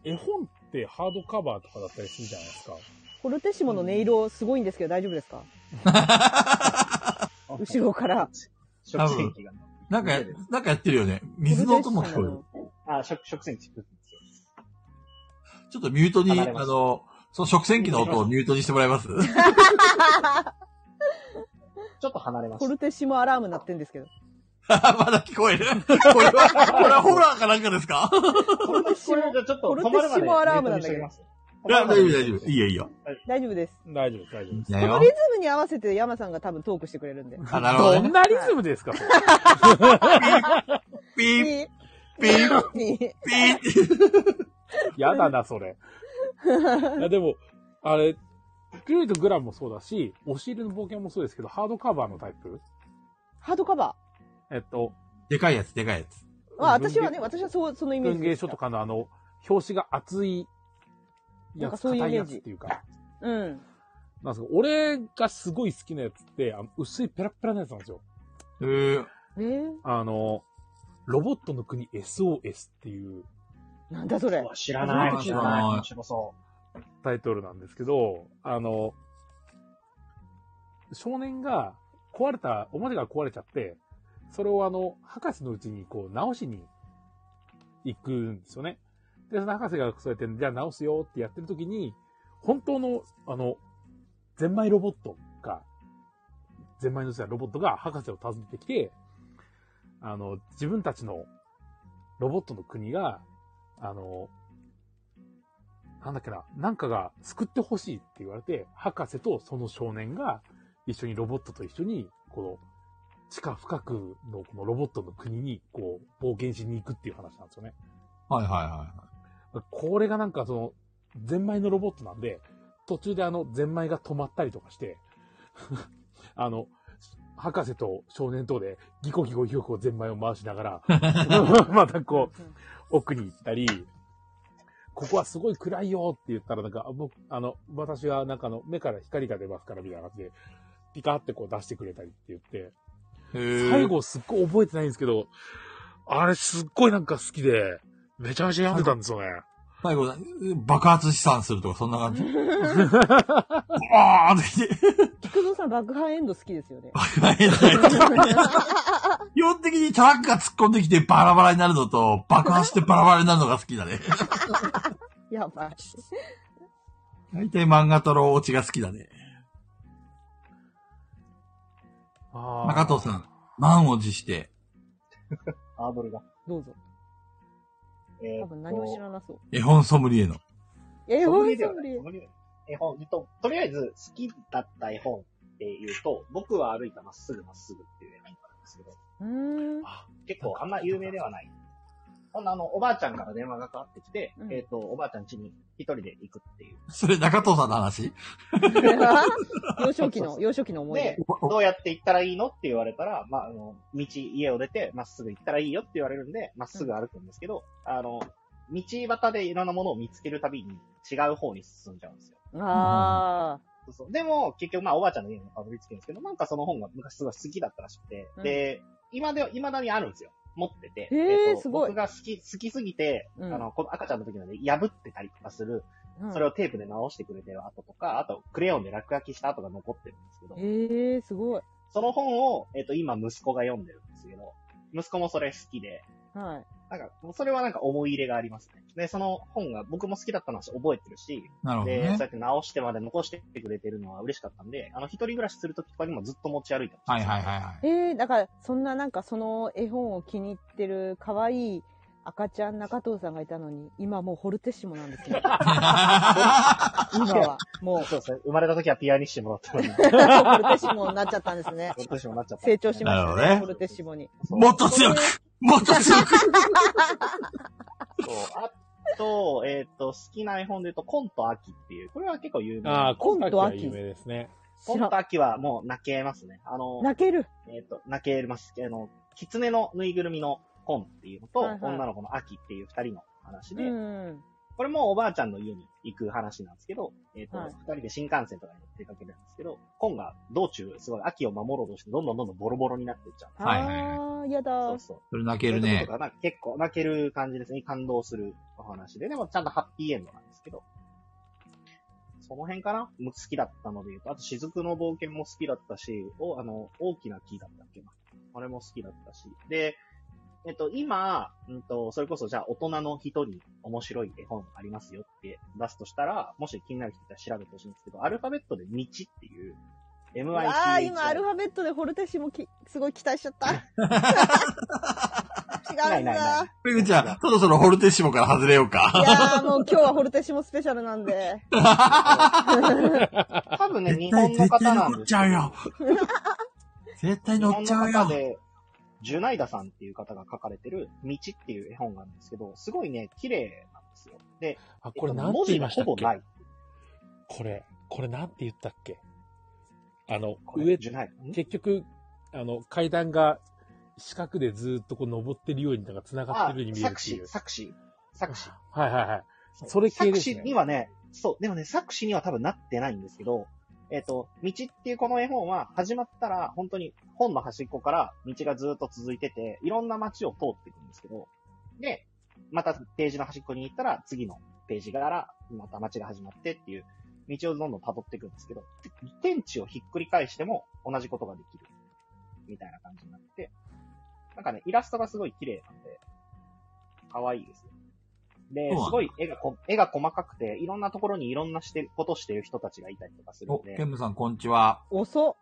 Speaker 1: 絵本ってハードカバーとかだったりするじゃないですか。
Speaker 4: コルテシモの音色すごいんですけど大丈夫ですか、後ろから。
Speaker 2: 食洗機が。
Speaker 3: なんかや、なんかやってるよね。水の音も聞こえる。
Speaker 4: える。
Speaker 2: あ、食、食洗機作るんですよ。
Speaker 3: ちょっとミュートに、
Speaker 2: 離
Speaker 3: あ
Speaker 2: れました
Speaker 3: の、その食洗機の音をミュートにしてもらえます
Speaker 2: ちょっと離れま
Speaker 4: コ
Speaker 2: す。
Speaker 4: ルテシモアラーム鳴ってんですけど。
Speaker 3: まだ聞こえるこれは、これはホラーかなんかですか
Speaker 4: コルテシ
Speaker 2: これ
Speaker 4: モ、
Speaker 2: じゃあちょっと
Speaker 4: これ
Speaker 2: 止まるま
Speaker 4: 私
Speaker 2: で
Speaker 4: もアラームなん
Speaker 2: ミ
Speaker 4: だ
Speaker 2: ュ
Speaker 4: け
Speaker 2: ー
Speaker 4: ど
Speaker 2: トにしとき
Speaker 3: いや、大丈夫、大丈夫。いいよ、いいよ。
Speaker 4: 大丈夫です。
Speaker 1: 大丈夫です、大丈夫です。
Speaker 3: だ
Speaker 4: この
Speaker 3: よ
Speaker 4: リ。ズムに合わせて山さんが多分トークしてくれるんで。
Speaker 3: あ、なるほど
Speaker 1: ど
Speaker 3: ね
Speaker 1: ん。なリズムですか、それ
Speaker 3: ピー、ピ
Speaker 4: ピー
Speaker 3: ー、
Speaker 4: ピー
Speaker 3: ピーって。
Speaker 1: やだな、それ。いや、でも、あれ、グレートグラムもそうだし、押し入れの冒険もそうですけど、ハードカバーのタイプ
Speaker 4: ハードカバ
Speaker 1: えっと、
Speaker 3: でかいやつ、でかいやつ。
Speaker 4: ー。まあ私はね、私はそう、そのイメージ
Speaker 1: 文
Speaker 4: で
Speaker 1: 芸
Speaker 4: した。
Speaker 1: 書とかのあの、表紙が厚い
Speaker 4: な
Speaker 1: や
Speaker 4: んか
Speaker 1: つ、
Speaker 4: そういうイ
Speaker 1: 硬い
Speaker 4: メー
Speaker 1: や
Speaker 4: ジ
Speaker 1: つっていうか。
Speaker 4: うん。
Speaker 1: なんですか、俺がすごい好きなやつって、あの薄いペラッペラなやつなんですよ。
Speaker 3: えー、
Speaker 4: えー、
Speaker 1: あの、ロボットの国 SOS っていう
Speaker 4: なんだそれ
Speaker 2: ます。。知らない。
Speaker 3: 知
Speaker 2: 知
Speaker 3: ら
Speaker 2: ら
Speaker 3: ない
Speaker 2: ない。面白そ
Speaker 1: タイトルなんですけど、あの、少年が壊れた、表が壊れちゃって、それをあの、博士のうちにこう直しに行くんですよね。で、その博士がそうやって、じゃあ直すよってやってる時に、本当の、あの、ゼンマイロボットが、ゼンマイの時代ロボットが博士を訪ねてきて、あの、自分たちのロボットの国が、あの、なんだっけな、なんかが救ってほしいって言われて、博士とその少年が一緒にロボットと一緒に、この、地下深くのこのロボットの国に、こう、冒険しに行くっていう話なんですよね。
Speaker 3: はいはいは
Speaker 1: これがなんかその、ゼンマイのロボットなんで、途中であの、ゼンマイが止まったりとかして、 あの、博士と少年とで、ギコギコギコギコゼンマイを回しながら、 またこう、奥に行ったり、ここはすごい暗いよって言ったら、なんか、あ僕、あの、私はなんかあの、目から光が出ますから、みたいな感じで、ピカってこう出してくれたりって言って、
Speaker 3: い。えー、
Speaker 1: 最後すっごい覚えてないんですけど、あれすっごいなんか好きで、めちゃめちゃ病んでたんですよね。
Speaker 3: 最後、爆発資産するとか、そんな感 じ。あーって 言って
Speaker 4: 菊蔵さん爆破エンド好きですよね。
Speaker 3: 基本的にトラックが突っ込んできてバラバラになるのと、爆破してバラバラになるのが好きだ ね。
Speaker 4: や ばい。
Speaker 3: 大体漫画とローオチが好きだね。中
Speaker 1: 中
Speaker 3: 藤さん、満を持して。
Speaker 2: う。ハードルが。
Speaker 4: どうぞ。
Speaker 2: えー
Speaker 4: 多
Speaker 2: っと
Speaker 4: 分何も知らなそう。
Speaker 3: 絵本ソムリエの。
Speaker 4: え、
Speaker 2: ソ
Speaker 4: ほ
Speaker 2: ム
Speaker 4: ん
Speaker 2: リエで
Speaker 4: と
Speaker 2: はない。
Speaker 4: に
Speaker 2: ソ。ムリエ絵本、えっと、とりあえず、好きだった絵本っていうと、僕は歩いたまっすぐまっすぐっていう絵本なんですけど、
Speaker 4: うーん。
Speaker 2: 結構あんま有名ではない。ほんのあの、おばあちゃんから電話がかかってきて、
Speaker 4: うん
Speaker 2: えっ、と、おばあちゃん家に一人で行くっていう。
Speaker 3: それ中藤さんの話
Speaker 4: 幼少期の、幼少期の思い
Speaker 2: で
Speaker 4: 出。、
Speaker 2: どうやって行ったらいいのって言われたら、まあ、あの、道、家を出て、まっすぐ行ったらいいよって言われるんで、まっすぐ歩くんですけど、あの、道端でいろんなものを見つけるたびに違う方に進んじゃうんですよ。
Speaker 4: あ
Speaker 2: そうそうでも、結局、まあ、おばあちゃんの家にかぶりつけるんですけど、なんかその本が昔すごい好きだったらしくて、
Speaker 4: うん
Speaker 2: で、今では、未だにあるんですよ。持ってて。
Speaker 4: へー
Speaker 2: えっと
Speaker 4: すごい
Speaker 2: 僕が好き、好きすぎて、
Speaker 4: うん
Speaker 2: あの、この赤ちゃんの時なんで破ってたりとかする、
Speaker 4: ー。
Speaker 2: それをテープで直してくれてる跡とか、あと、クレヨンで落書きした跡が残ってるんですけど、
Speaker 4: ええー、すごい。
Speaker 2: その本を、えっ、と、今息子が読んでるんですけど、息子もそれ好きで、
Speaker 4: はい。
Speaker 2: なんか、それはなんか思い入れがありますね。で、その本が僕も好きだったのは覚えてるし、
Speaker 3: なるほど
Speaker 2: で、そうや
Speaker 3: ね。
Speaker 2: って直してまで残してくれてるのは嬉しかったんで、あの、一人暮らしするときとかにもずっと持ち歩いてました。
Speaker 3: はいはいはいはい。
Speaker 4: ええだから、そんななんかその絵本を気に入ってる可愛い赤ちゃん中藤さんがいたのに、今もうホルテッシモな んですね。今は。もう、
Speaker 2: そうですね。生まれたときはピアニッシモだったの に、
Speaker 4: ホルテッシモになっちゃったんですね。
Speaker 2: 私もなっちゃった。
Speaker 4: 成長しまし
Speaker 3: なる
Speaker 4: た
Speaker 3: ほど
Speaker 4: ね。
Speaker 3: ね
Speaker 4: ホルテッシモに。
Speaker 2: そう
Speaker 3: もっと強くもっと強く
Speaker 2: そうあと、えっ、と、好きな絵本で言うと、コント秋っていう。これは結構有名。
Speaker 1: ああ、
Speaker 4: コン
Speaker 1: 今
Speaker 4: ト
Speaker 1: 度は有名ですね。
Speaker 2: コ
Speaker 4: 知ら
Speaker 2: ン
Speaker 4: ん
Speaker 2: ト秋はもう泣けますね。あの、
Speaker 4: 泣ける。
Speaker 2: えっ、と、泣けます。あの、狐のぬいぐるみのコンっていうのと、
Speaker 4: はいはい
Speaker 2: 女の子の秋っていう二人の話
Speaker 4: う
Speaker 2: で、
Speaker 4: ん。
Speaker 2: これもおばあちゃんの家に行く話なんですけど、えっ、と、二、
Speaker 4: はい
Speaker 2: 人で新幹線とかに出かけるんですけど、コンが道中、すごい秋を守ろうとして、どんどんどんどんボロボロになっていっちゃう。
Speaker 3: はいはいはい
Speaker 4: ああ、やだ。
Speaker 2: そうそう。
Speaker 3: それ泣ける
Speaker 2: そういう
Speaker 3: ね
Speaker 2: とこ。ろがなんか結構泣ける感じですね。感動するお話で。でもちゃんとハッピーエンドなんですけど。その辺かなもう好きだったので言うと。あと、雫の冒険も好きだったし、お、あの、大きな木だったっけな。あれも好きだったし。で、えっと、今、うんと、それこそじゃあ大人の人に面白い絵本ありますよって出すとしたら、もし気になる人いたら調べてほしいんですけど、アルファベットで道っていう、MIC。
Speaker 4: ああ、今アルファベットでホルテッシモき、すごい期待しち ゃった。
Speaker 2: な
Speaker 4: 違う
Speaker 2: い
Speaker 4: ん
Speaker 2: ない
Speaker 4: だ。
Speaker 2: ない。
Speaker 3: ペグちゃん、そろそろホルテッシモから外れよう
Speaker 4: い
Speaker 3: か。
Speaker 4: やーもう今日はホルテシモスペシャルなん で。
Speaker 2: 多分ね、
Speaker 3: 絶
Speaker 2: 日
Speaker 3: 対、
Speaker 2: 本の
Speaker 3: 絶
Speaker 2: 方
Speaker 3: 対
Speaker 2: なん
Speaker 3: 乗
Speaker 2: で
Speaker 3: っ
Speaker 2: すけ
Speaker 3: ち
Speaker 2: ど
Speaker 3: ゃうよ。絶対
Speaker 2: 日
Speaker 3: 乗っ
Speaker 2: 本
Speaker 3: ちゃう
Speaker 2: の方
Speaker 3: よ。
Speaker 2: で、ジュナイダさんっていう方が書かれてる、道っていう絵本があるんですけど、すごいね、綺麗なんですよ。で、
Speaker 1: あ、これ
Speaker 2: えっと
Speaker 1: なんて
Speaker 2: 文
Speaker 1: 言い
Speaker 2: 字
Speaker 1: ま
Speaker 2: が
Speaker 1: した
Speaker 2: ほ
Speaker 1: っ
Speaker 2: ぼ
Speaker 1: け
Speaker 2: ない。
Speaker 1: これ、これなんて言ったっけあの、
Speaker 2: これ
Speaker 1: 上、
Speaker 2: ジュナイ。ん
Speaker 1: 結局、あの、階段が四角でずっとこう登ってるようになんか繋がっ
Speaker 2: あ
Speaker 1: てるように見える
Speaker 2: 作
Speaker 1: ってい
Speaker 2: 詞、
Speaker 1: う。
Speaker 2: 作詞、作詞。
Speaker 1: はいはいはい。それ系ですね
Speaker 2: 作詞にはね、そう、でもね、作詞には多分なってないんですけど、えっ、と、道っていうこの絵本は始まったら、本当に本の端っこから道がずっと続いてて、いろんな街を通っていくんですけど、で、またページの端っこに行ったら、次のページから、また街が始まってっていう、道をどんどん辿っていくんですけど、て天地をひっくり返しても同じことができる。みたいな感じになって、なんかね、イラストがすごい綺麗なんで、可愛いですよ。で、
Speaker 3: そうなんだ
Speaker 2: すごい絵がこ、絵が細かくて、いろんなところにいろんなして、ことしてる人たちがいたりとかする
Speaker 3: お、
Speaker 2: の
Speaker 3: ケ
Speaker 2: で、
Speaker 3: ムさん、こんにちは。
Speaker 4: 遅っ。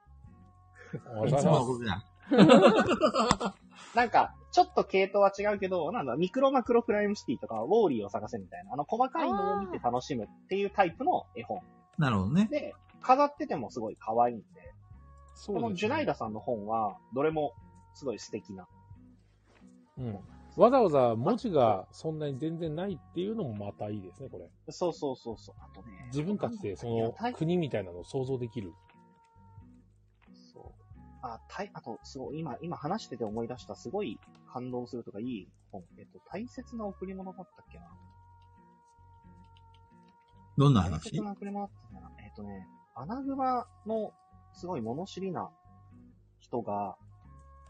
Speaker 1: お
Speaker 3: い
Speaker 1: ざ
Speaker 3: つ
Speaker 1: なま
Speaker 3: ものことじゃん。
Speaker 2: なんか、ちょっと系統は違うけど、なんだ、ミクロマクロプライムシティとか、ウォーリーを探せみたいな、あの細かいのを見て楽しむっていうタイプの絵本。
Speaker 3: なるほどね。
Speaker 2: で、飾っててもすごい可愛いんで、
Speaker 1: すそう
Speaker 2: こ
Speaker 1: ですね
Speaker 2: のジュナイダさんの本は、どれもすごい素敵な。
Speaker 1: うん。わざわざ文字がそんなに全然ないっていうのもまたいいですね、これ。
Speaker 2: そうそうそうそう。あとね、
Speaker 1: 自分たちでそ
Speaker 2: いや
Speaker 1: の
Speaker 2: タイ
Speaker 1: 国みたいなのを想像できる。
Speaker 2: そう。あ、たい、あと、すごい、今、今話してて思い出した、すごい感動するとかいい本。えっと、大切な贈り物だったっけな。
Speaker 3: どんな
Speaker 2: 大切
Speaker 3: 話
Speaker 2: な贈り物だったかな。えっとね、アナグマの、すごい物知りな人が、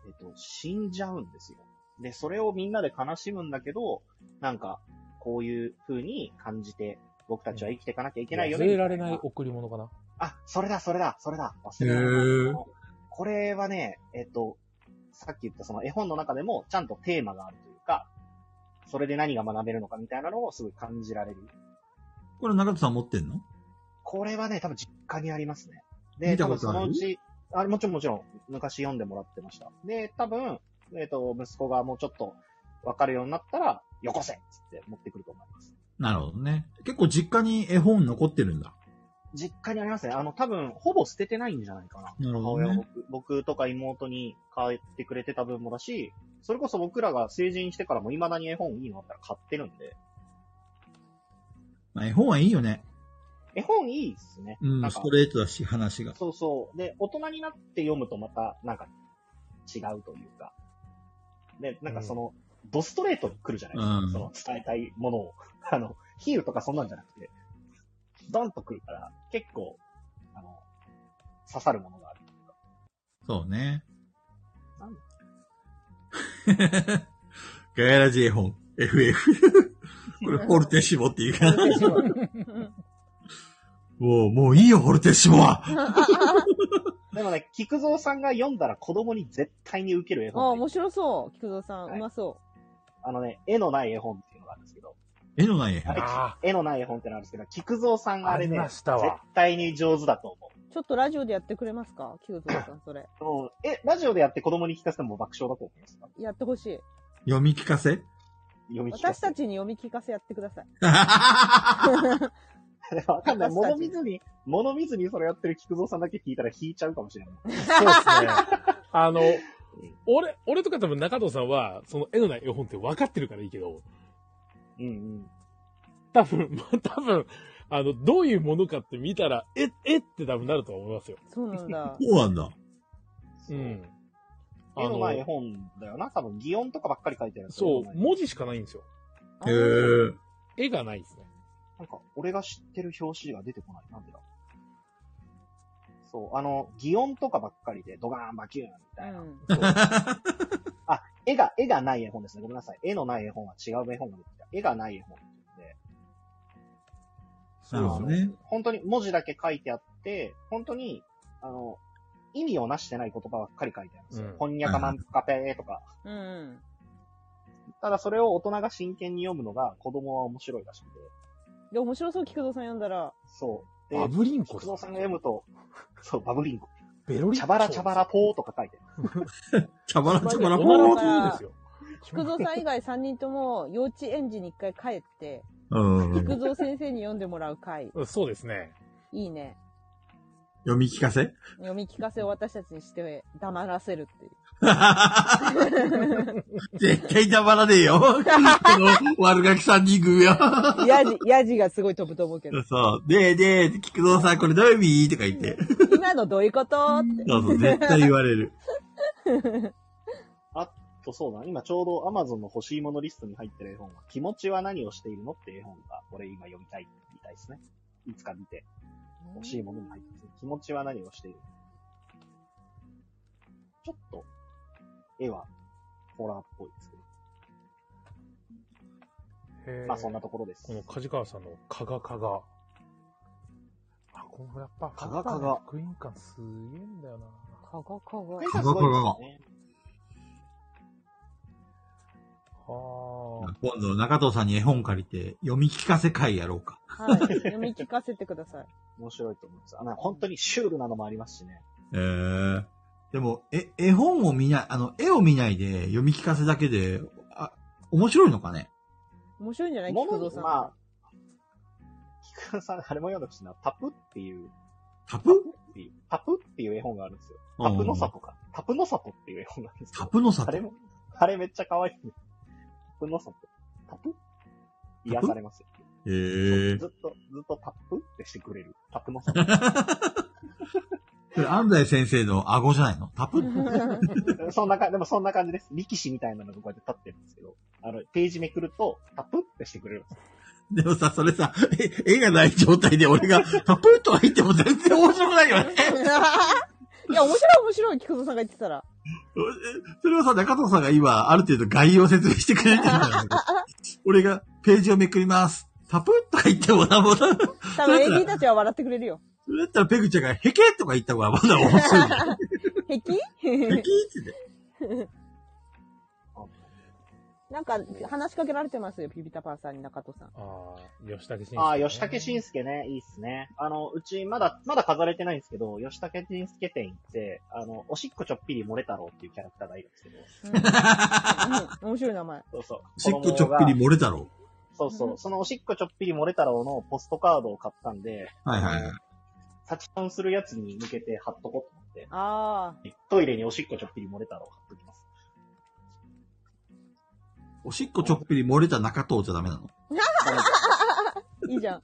Speaker 2: えっと、死んじゃうんですよ。で、それをみんなで悲しむんだけど、なんか、こういう風に感じて、僕たちは生きていかなきゃいけないよ
Speaker 1: 忘
Speaker 2: ね。
Speaker 1: れられな
Speaker 2: みた
Speaker 1: い贈り物かな。
Speaker 2: あ、それだ、それだ、それだ。忘
Speaker 3: へ
Speaker 2: れられない
Speaker 3: ー。
Speaker 2: これはね、えっと、さっき言ったその絵本の中でもちゃんとテーマがあるというか、それで何が学べるのかみたいなのをすごい感じられる。
Speaker 3: これ、中田さん持ってんの
Speaker 2: これはね、多分実家にありますね。
Speaker 3: 見
Speaker 2: で、
Speaker 3: た
Speaker 2: 多
Speaker 3: こ
Speaker 2: 分
Speaker 3: と
Speaker 2: そ
Speaker 3: ある
Speaker 2: のうち、あもちろんもちろん、昔読んでもらってました。で、多分、えっ、と、息子がもうちょっとわかるようになったら、よこせっつって持ってくると思います。
Speaker 3: なるほどね。結構実家に絵本残ってるんだ。
Speaker 2: 実家にありますね。あの、多分、ほぼ捨ててないんじゃないかな。
Speaker 3: なる
Speaker 2: 母
Speaker 3: ほど
Speaker 2: 親
Speaker 3: ね
Speaker 2: が僕僕とか妹に買ってくれてた分もだし、それこそ僕らが成人してからも未だに絵本いいのあったら買ってるんで、
Speaker 3: まあ、絵本はいいよね。
Speaker 2: 絵本いいっすね。
Speaker 3: う、
Speaker 2: なんん
Speaker 3: ス
Speaker 2: か
Speaker 3: トレートだし、話が。
Speaker 2: そうそう。で、大人になって読むとまた、なんか、違うというか。で、なんかその、ドストレートに来るじゃないですか。
Speaker 3: うん
Speaker 2: その伝えたいものを。 あの、ヒールとかそんなんじゃなくて、ドンと来るから、結構、あの、刺さるものがある。
Speaker 3: そうね
Speaker 2: なんだ。
Speaker 3: ガヤラジ絵本、FF。これ、ホルテッシモっていうか。もう、もういいよ、ホルテッシモは
Speaker 2: でもね、菊蔵さんが読んだら子供に絶対に受ける絵
Speaker 4: ああ、
Speaker 2: 本で
Speaker 4: 面白そう。菊蔵さん、
Speaker 2: はいう
Speaker 4: まそ
Speaker 2: あのね、絵のない絵本っていうのがあるんですけど、
Speaker 3: 絵のない絵本。
Speaker 1: あ
Speaker 2: 絵のない絵本ってのがあるんですけど、菊蔵さん
Speaker 1: あ、
Speaker 2: があ
Speaker 1: あ
Speaker 2: れ
Speaker 1: り
Speaker 2: ね、
Speaker 1: ま
Speaker 2: 絶
Speaker 1: したわ。
Speaker 2: 対に上手だと思う。
Speaker 4: ちょっとラジオでやってくれますかキューズさん、それ。
Speaker 2: そうえ、ラジオでやって子供に聞かせても爆笑だと思いますか
Speaker 4: やってほしい。
Speaker 3: 読み聞かせ
Speaker 2: 読み聞か
Speaker 4: 私
Speaker 2: せ
Speaker 4: たちに読み聞かせやってくださ い。
Speaker 2: わかんない。
Speaker 4: 私たち
Speaker 2: 物見ずに、物見ずにそれやってる菊蔵さんだけ聞いたら引いちゃうかもしれない。
Speaker 1: そうですね。あの、俺、俺とか多分中藤さんは、その絵のない絵本って分かってるからいいけど、
Speaker 2: うんうん。
Speaker 1: 多分、まあ多分、あの、どういうものかって見たら、え、えって多分なると思いますよ。
Speaker 4: そうなんだ。
Speaker 3: そうなんだ。
Speaker 2: そう。
Speaker 1: あ
Speaker 2: 絵のない絵
Speaker 1: の、
Speaker 2: 本だよな。多分、擬音とかばっかり書いてあるやつ
Speaker 1: そう、
Speaker 2: 絵のない
Speaker 1: 文字しかないんですよ。
Speaker 3: へえ。
Speaker 1: 絵がないですね。
Speaker 2: なんか、俺が知ってる表紙が出てこない。なんでだそう、あの、擬音とかばっかりで、ドガーン、バキューンみたいな。
Speaker 4: う
Speaker 2: 絵が、絵がない絵本ですね。ごめんなさい。絵のない絵本は違う絵本が出てきた。絵がない絵本って言って、
Speaker 3: なるほどね。
Speaker 2: 本当に文字だけ書いてあって、本当に、あの、意味をなしてない言葉ばっかり書いてあるんですよ。
Speaker 1: うん
Speaker 2: こんにゃかまんぷかぺーとか。
Speaker 4: ん。うん。
Speaker 2: ただそれを大人が真剣に読むのが子供は面白いらしくて。
Speaker 4: で、面白そう、菊蔵さん読んだら。
Speaker 2: そう。で
Speaker 1: バ、ブリンコ
Speaker 2: 菊蔵さんが読むと、そう、バブリンコ。
Speaker 1: ベロリンコ。
Speaker 2: チャバラチャバラポーとか書いてある。
Speaker 3: チャバラチャバラ
Speaker 1: お
Speaker 3: ポ
Speaker 1: なら
Speaker 3: ー
Speaker 1: が言うんですよ。
Speaker 4: 菊蔵さん以外3人とも幼稚園児に1回帰って、
Speaker 3: うん。
Speaker 4: 菊蔵先生に読んでもらう回。
Speaker 1: うんそうですね。
Speaker 4: いいね。
Speaker 3: 読み聞かせ
Speaker 4: 読み聞かせを私たちにして黙らせるっていう。
Speaker 3: 絶対チャバラねえよ。この悪ガキ三人 組は。
Speaker 4: ヤジ、ヤジがすごい飛ぶと思うけど。
Speaker 3: そう。でえでえ、菊蔵さんこれどういう意味とか言って。
Speaker 4: 今のどういうことって。
Speaker 3: そうそう、絶対言われる。
Speaker 2: と、そうだな。今ちょうど Amazon の欲しいものリストに入ってる絵本は、気持ちは何をしているのって絵本が、俺今読みたい、みたいですね。いつか見て、欲しいものに入ってますね。気持ちは何をしているのちょっと、絵は、ホラーっぽいですけど。
Speaker 1: へー
Speaker 2: まあそんなところです
Speaker 1: こ。の梶川さんのカガカガ。あ、このやっぱ、
Speaker 2: カ
Speaker 1: カ
Speaker 2: ガカガ
Speaker 1: ガの福音感すげえんだよな。
Speaker 4: かがかが。
Speaker 2: すごいですね。
Speaker 1: はあ。
Speaker 3: 今度、中藤さんに絵本借りて、読み聞かせ会やろうか。
Speaker 4: はい。読み聞かせてください。
Speaker 2: 面白いと思います。あの、本当にシュールなのもありますしね。
Speaker 3: ええでも、え、絵本を見ない、あの、絵を見ないで、読み聞かせだけで、あ、面白いのかね
Speaker 4: 面白いんじゃない
Speaker 2: もの
Speaker 4: 菊蔵
Speaker 2: に、
Speaker 4: さん。
Speaker 2: まあ、菊蔵さん、あれも読んでほしいな。タプっていう、
Speaker 3: タプ
Speaker 2: っていうタプっていう絵本があるんですよ。タプの里か。タプの里っていう絵本があるんです
Speaker 3: タ
Speaker 2: よ。
Speaker 3: プの
Speaker 2: あれ
Speaker 3: 里。
Speaker 2: も、あれめっちゃ可愛い。タプの里。タプ癒されますよ。
Speaker 3: ええ
Speaker 2: ずっと、ずっとタプってしてくれる。タプの 里。
Speaker 3: それ、安西先生の顎じゃないのタプ
Speaker 2: そんなか、でもそんな感じです。力士みたいなのがこうやって立ってるんですけど、あの、ページめくると、タプってしてくれるんですよ。
Speaker 3: でもさ、それさ、え絵がない状態で 俺が、タプとか言っても全然面白くないよね。
Speaker 4: いや、面白い面白い、菊蔵さんが言ってたら。
Speaker 3: それをさ、中藤さんが今、ある程度概要を説明してくれてるんだけ ど、俺がページをめくります。タプとか言ってもな、もうな、
Speaker 4: 多分 AD たちは笑ってくれるよ。
Speaker 3: それだったらペグちゃんがヘケとか言った方がまだ面白い。
Speaker 4: 壁
Speaker 3: ヘケってね。
Speaker 4: なんか、話しかけられてますよ、ピピタパンさんに中戸 さん。
Speaker 1: ああ、吉武慎
Speaker 2: ああ、吉武慎介ね、いいっすね。あの、うち、まだ、まだ飾れてないんですけど、吉武慎介店行って、あの、おしっこちょっぴり漏れ太郎っていうキャラクターがいるんですけど、
Speaker 4: うん、うん面白い名前。
Speaker 2: そうそう。
Speaker 3: おしっこちょっぴり
Speaker 2: 子供が
Speaker 3: 漏れたろ。
Speaker 2: そうそう。そのおしっこちょっぴり漏れ太郎のポストカードを買ったんで、
Speaker 3: はいはいはい。
Speaker 2: 立ちンするやつに向けて貼っとこうと思って、
Speaker 4: あ
Speaker 2: トイレにおしっこちょっぴり漏れ太郎貼っときます。
Speaker 3: おしっこちょっぴり漏れた中藤じゃダメなの。
Speaker 4: あ、いいじゃん。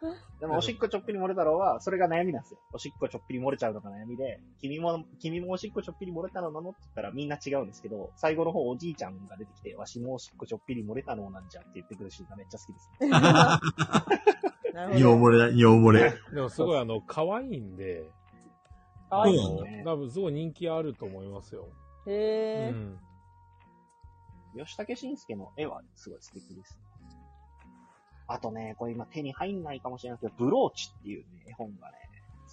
Speaker 2: でも、おしっこちょっぴり漏れ太郎は、それが悩みなんですよ。おしっこちょっぴり漏れちゃうのが悩みで、君も、君もおしっこちょっぴり漏れ太郎なのって言ったらみんな違うんですけど、最後の方おじいちゃんが出てきて、わしもおしっこちょっぴり漏れ太郎なんじゃって言ってくるシーンがめっちゃ好きです、ね。
Speaker 4: なるほ
Speaker 3: 尿
Speaker 4: ど。
Speaker 3: 漏れだ、尿漏れ。
Speaker 1: でもすごいあの、可愛いんで、
Speaker 2: 可愛いですね。
Speaker 1: 多分すごい人気あると思いますよ。う
Speaker 4: へえ、
Speaker 1: ん。
Speaker 2: 吉武慎介の絵はすごい素敵です。あとね、これ今手に入んないかもしれないですけど、ブローチっていうね、絵本がね。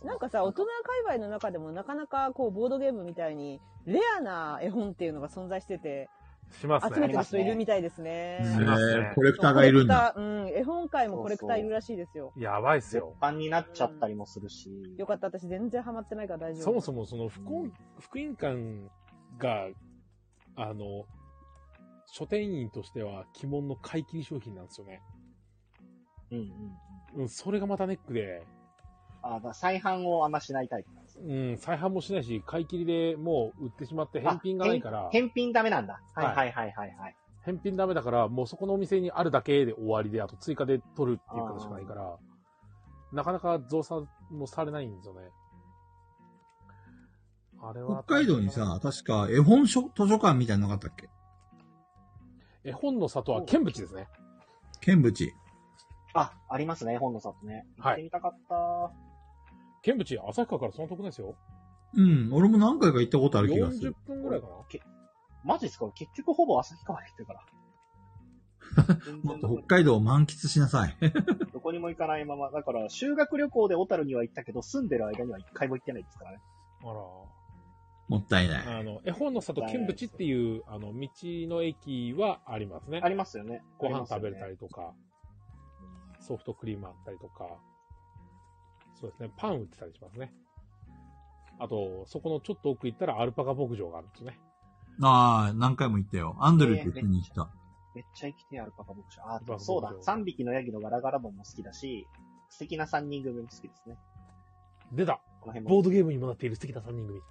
Speaker 4: なんかさ、大人界隈の中でもなかなかこう、ボードゲームみたいに、レアな絵本っていうのが存在してて、
Speaker 1: します
Speaker 4: 集め
Speaker 1: ね。
Speaker 4: てる人いるみたいですね。
Speaker 1: んいますね
Speaker 3: コレクターがいるんだ。
Speaker 4: コレクターうん、絵本界もコレクターいるらしいですよ。
Speaker 1: やばいっす
Speaker 2: 絶
Speaker 1: よ。
Speaker 2: 版になっちゃったりもするし。
Speaker 4: よかった、私全然ハマってないから大丈夫。
Speaker 1: そもそもその福音、福音館が、あの、書店員としては鬼門の買い切り商品なんですよね。
Speaker 2: うんうん。
Speaker 1: うん、それがまたネックで、
Speaker 2: あ、だから再販をあんましないタイプなんですね。
Speaker 1: うん、再販もしないし、買い切りでもう売ってしまって返品がないから
Speaker 2: あ、返返品ダメなんだ。はい
Speaker 1: は
Speaker 2: はいいはいはいはい。
Speaker 1: 返品ダメだから、もうそこのお店にあるだけで終わりで、あと追加で取るっていうことしかないから、なかなか増産もされないんですよね。あれは。
Speaker 3: 北海道に、さ、確か絵本書図書館みたいなのなかったっけ
Speaker 1: 絵本の里は剣淵ですね。
Speaker 3: 剣淵。
Speaker 2: あ、ありますね、本の里ね。
Speaker 1: はい
Speaker 2: 行ってみたかった。
Speaker 1: 剣淵、旭川からそんなとこないですよ。
Speaker 3: うん、俺も何回か行ったことある気がす
Speaker 1: 40
Speaker 3: る。
Speaker 1: 分ぐらいかな
Speaker 2: マジですか結局ほぼ旭川行ってるから。全
Speaker 3: もっ
Speaker 2: 然
Speaker 3: と
Speaker 2: どこ
Speaker 3: 北海道を満喫しなさい。
Speaker 2: どこにも行かないまま。だから、修学旅行で小樽には行ったけど、住んでる間には一回も行ってないですからね。
Speaker 1: あ
Speaker 3: もったいない。
Speaker 1: ら、あの、絵本の里剣淵っていう、あの、道の駅はありますね
Speaker 2: あ。りますよね。
Speaker 1: ご飯食べれた
Speaker 2: り。
Speaker 1: りとか、ソフトクリームあったりとか、そうですね、パン売ってたりしますね。あと、そこのちょっと奥行ったらアルパカ牧場があるんですね。
Speaker 3: ああ、何回も行ったよ。アンドルと一緒に行った。
Speaker 2: めっちゃ生きてやるパカ牧場。あ
Speaker 1: ルパカ牧
Speaker 2: ー、
Speaker 1: 場
Speaker 2: そうだ。3匹のヤギのガラガラボンも好きだし、素敵な3人組も好きですね。
Speaker 1: 出た
Speaker 2: この辺
Speaker 1: ボ
Speaker 2: も
Speaker 1: ードゲームにもなっている素敵な3人組。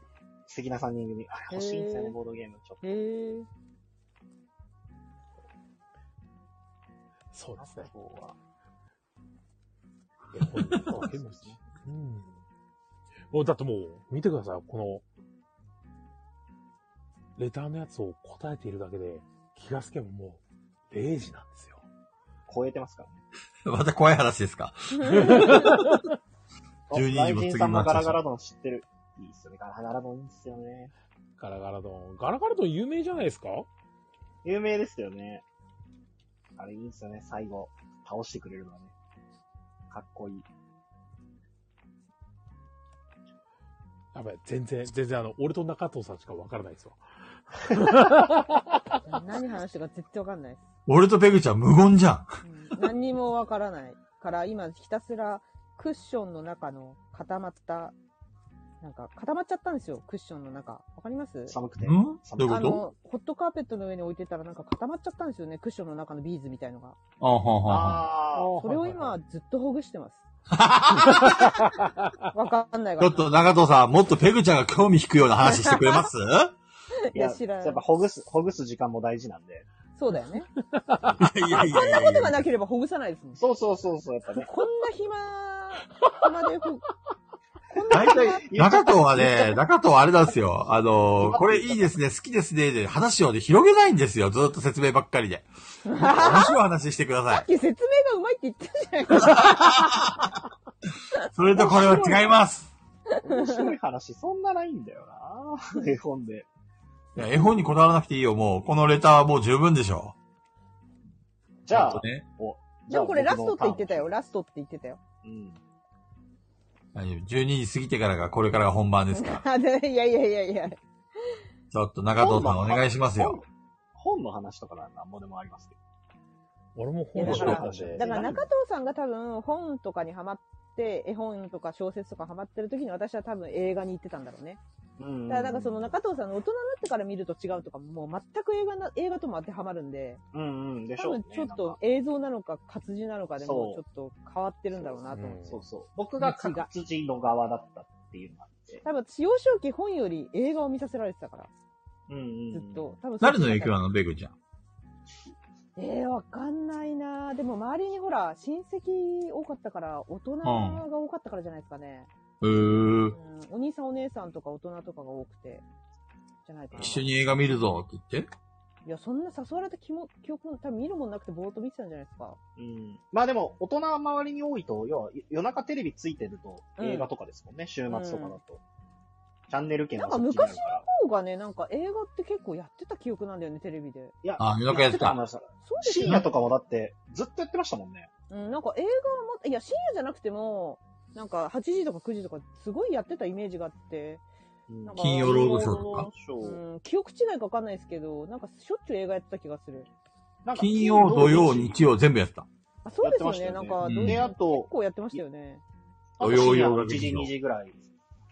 Speaker 2: 素敵な3人組。あれ欲しいんですよ
Speaker 4: へ
Speaker 2: ね、
Speaker 4: ー
Speaker 2: ボードゲーム。ちょっ
Speaker 4: へえ。
Speaker 1: そうです
Speaker 2: と。
Speaker 1: ね。
Speaker 2: ここは
Speaker 1: 絵本の 里剣淵。うん。もうだってもう、見てください、この、レターのやつを答えているだけで、気がつけばもう、0時なんですよ。
Speaker 2: 超えてますからね。
Speaker 3: また怖い話ですか
Speaker 2: あ
Speaker 3: 12時も
Speaker 2: 雷神さんもガ
Speaker 3: 次回回
Speaker 2: ラ
Speaker 3: っちゃう
Speaker 2: ガラ丼知ってる。いいっすよね。ガラガラ丼いいっすよね。
Speaker 1: ガラガラ丼。ガラガラ丼有名じゃないですか
Speaker 2: 有名ですよね。あれいいんすよね、最後。倒してくれるのがね。かっこいい。
Speaker 1: やばい、全然、全然あの、俺と中藤さんしかわからないですわ。
Speaker 4: 何話してるか絶対わかんないで
Speaker 3: 俺とペグちゃん無言じゃん。
Speaker 4: す。うん何にもわからないから、今ひたすらクッションの中の固まった、なんか固まっちゃったんですよ、クッションの中。わかります
Speaker 2: 寒くて。
Speaker 3: んどういうこ
Speaker 4: あ
Speaker 3: と
Speaker 4: の、ホットカーペットの上に置いてたらなんか固まっちゃったんですよね、クッションの中のビーズみたいのが。
Speaker 3: ああ、はあ、はあはあ。
Speaker 2: ああ。
Speaker 4: それを今ずっとほぐしてます。わかんないか
Speaker 3: ちょ
Speaker 4: ら
Speaker 3: っ。と中藤さん、もっとペグちゃんが興味引くような話してくれます
Speaker 2: いや、
Speaker 4: いや知らん
Speaker 2: やっぱほぐす、ほぐす時間も大事なんで。
Speaker 4: そうだよね。
Speaker 3: いやいやいやいや
Speaker 4: こんなことがなければほぐさないですもん。
Speaker 2: そうそうそう、そうやっぱね。
Speaker 4: こんな暇、暇でほ、こんな
Speaker 3: 大
Speaker 4: 暇
Speaker 3: 体、中藤は ね、中藤はあれなんですよ。あの、これいいですね、好きですね、で話をね、広げないんですよ。ずっと説明ばっかりで。面白い話してください。
Speaker 4: 説明がうまいって 言ったじゃない
Speaker 3: それとこれは違います。
Speaker 2: 面白い話、そんなないんだよな絵本で。
Speaker 3: いや絵本にこだわらなくていいよ、もう。このレターはもう十分でしょ。
Speaker 2: じゃあ、
Speaker 3: ね。
Speaker 2: お
Speaker 4: でもこれラストって言ってた。よ。
Speaker 2: じゃあ
Speaker 4: ラストって言ってたよ。
Speaker 2: 僕のターン
Speaker 3: 大丈夫12時過ぎてからが、これからが本番ですから。
Speaker 4: あでいやいやいやいや。
Speaker 3: ちょっと中藤さんお願いします
Speaker 2: うん。
Speaker 3: よ
Speaker 2: 本。本の話とかなら何ぼでもありますけど。
Speaker 1: 俺も
Speaker 4: い
Speaker 1: 本
Speaker 4: やだ
Speaker 1: 出
Speaker 4: か
Speaker 1: し
Speaker 4: ら
Speaker 1: たんで。
Speaker 4: だから中藤さんが多分本とかにハマって、絵本とか小説とかハマってる時に私は多分映画に行ってたんだろうね。
Speaker 2: うん
Speaker 4: だからなんかその、中藤さんの大人になってから見ると違うとかももう全く映画な、映画とも当てはまるんで、
Speaker 2: うんうん、でし
Speaker 4: 多
Speaker 2: ょう、
Speaker 4: 分
Speaker 2: ね。
Speaker 4: ちょっ
Speaker 2: なん
Speaker 4: と
Speaker 2: か。
Speaker 4: 映像なのか活字なのかでもうちょ
Speaker 2: そう
Speaker 4: っと変わってるんだろうなと思って。
Speaker 2: そうそう。僕が
Speaker 4: 道が
Speaker 2: 活字の側だったっていうのがあって。
Speaker 4: 多分、幼少期本より映画を見させられてたから、
Speaker 2: うんうん。
Speaker 4: ずっと。。多分
Speaker 3: 誰の影響なの、ペグちゃん。
Speaker 4: ええわかんないなぁでも周りにほら、親戚多かったから、大人が多かったからじゃないですかね。
Speaker 3: うー
Speaker 4: うん、お兄さんお姉さんとか大人とかが多くて、じゃないかな。
Speaker 3: 一緒
Speaker 4: い
Speaker 3: に映画見るぞって言って。
Speaker 4: や、そんな誘われた記も記憶も多分見るもんなくてぼーっと見てたんじゃないですか。
Speaker 2: うん。まあでも、大人は周りに多いと、要は夜中テレビついてると
Speaker 4: うん
Speaker 2: 映画とかですもんね、週末とかだと。チャンネル権が
Speaker 4: なんか
Speaker 2: そっちになるから。
Speaker 4: 方がね、なんか映画って結構やってた記憶なんだよね、テレビで。
Speaker 2: いや、
Speaker 3: あ夜中やってた
Speaker 2: 思いました
Speaker 4: そうです
Speaker 2: 深
Speaker 4: よ
Speaker 2: 夜
Speaker 4: ね。
Speaker 2: とかもだって、ずっとやってましたもんね。
Speaker 4: うん、なんか映画はもっといや、深夜じゃなくても、なんか8時とか9時とかすごいやってたイメージがあって、なんか
Speaker 3: 金曜ロードショーとか。
Speaker 4: うん、記憶違いかわかんないですけど、なんかしょっちゅう映画やってた気がする。
Speaker 2: なんか
Speaker 3: 金曜、土曜、
Speaker 2: に
Speaker 3: 日曜全部やってた。
Speaker 4: あ、そうですよね。
Speaker 2: やってま
Speaker 4: なん
Speaker 2: したよ
Speaker 4: か、
Speaker 3: ね
Speaker 4: どう
Speaker 2: で、
Speaker 4: 結
Speaker 2: あと、
Speaker 4: 構やってましたよね。
Speaker 3: 土曜洋
Speaker 2: 1
Speaker 3: 画劇
Speaker 2: 時、
Speaker 3: 場
Speaker 2: 2時ぐらい。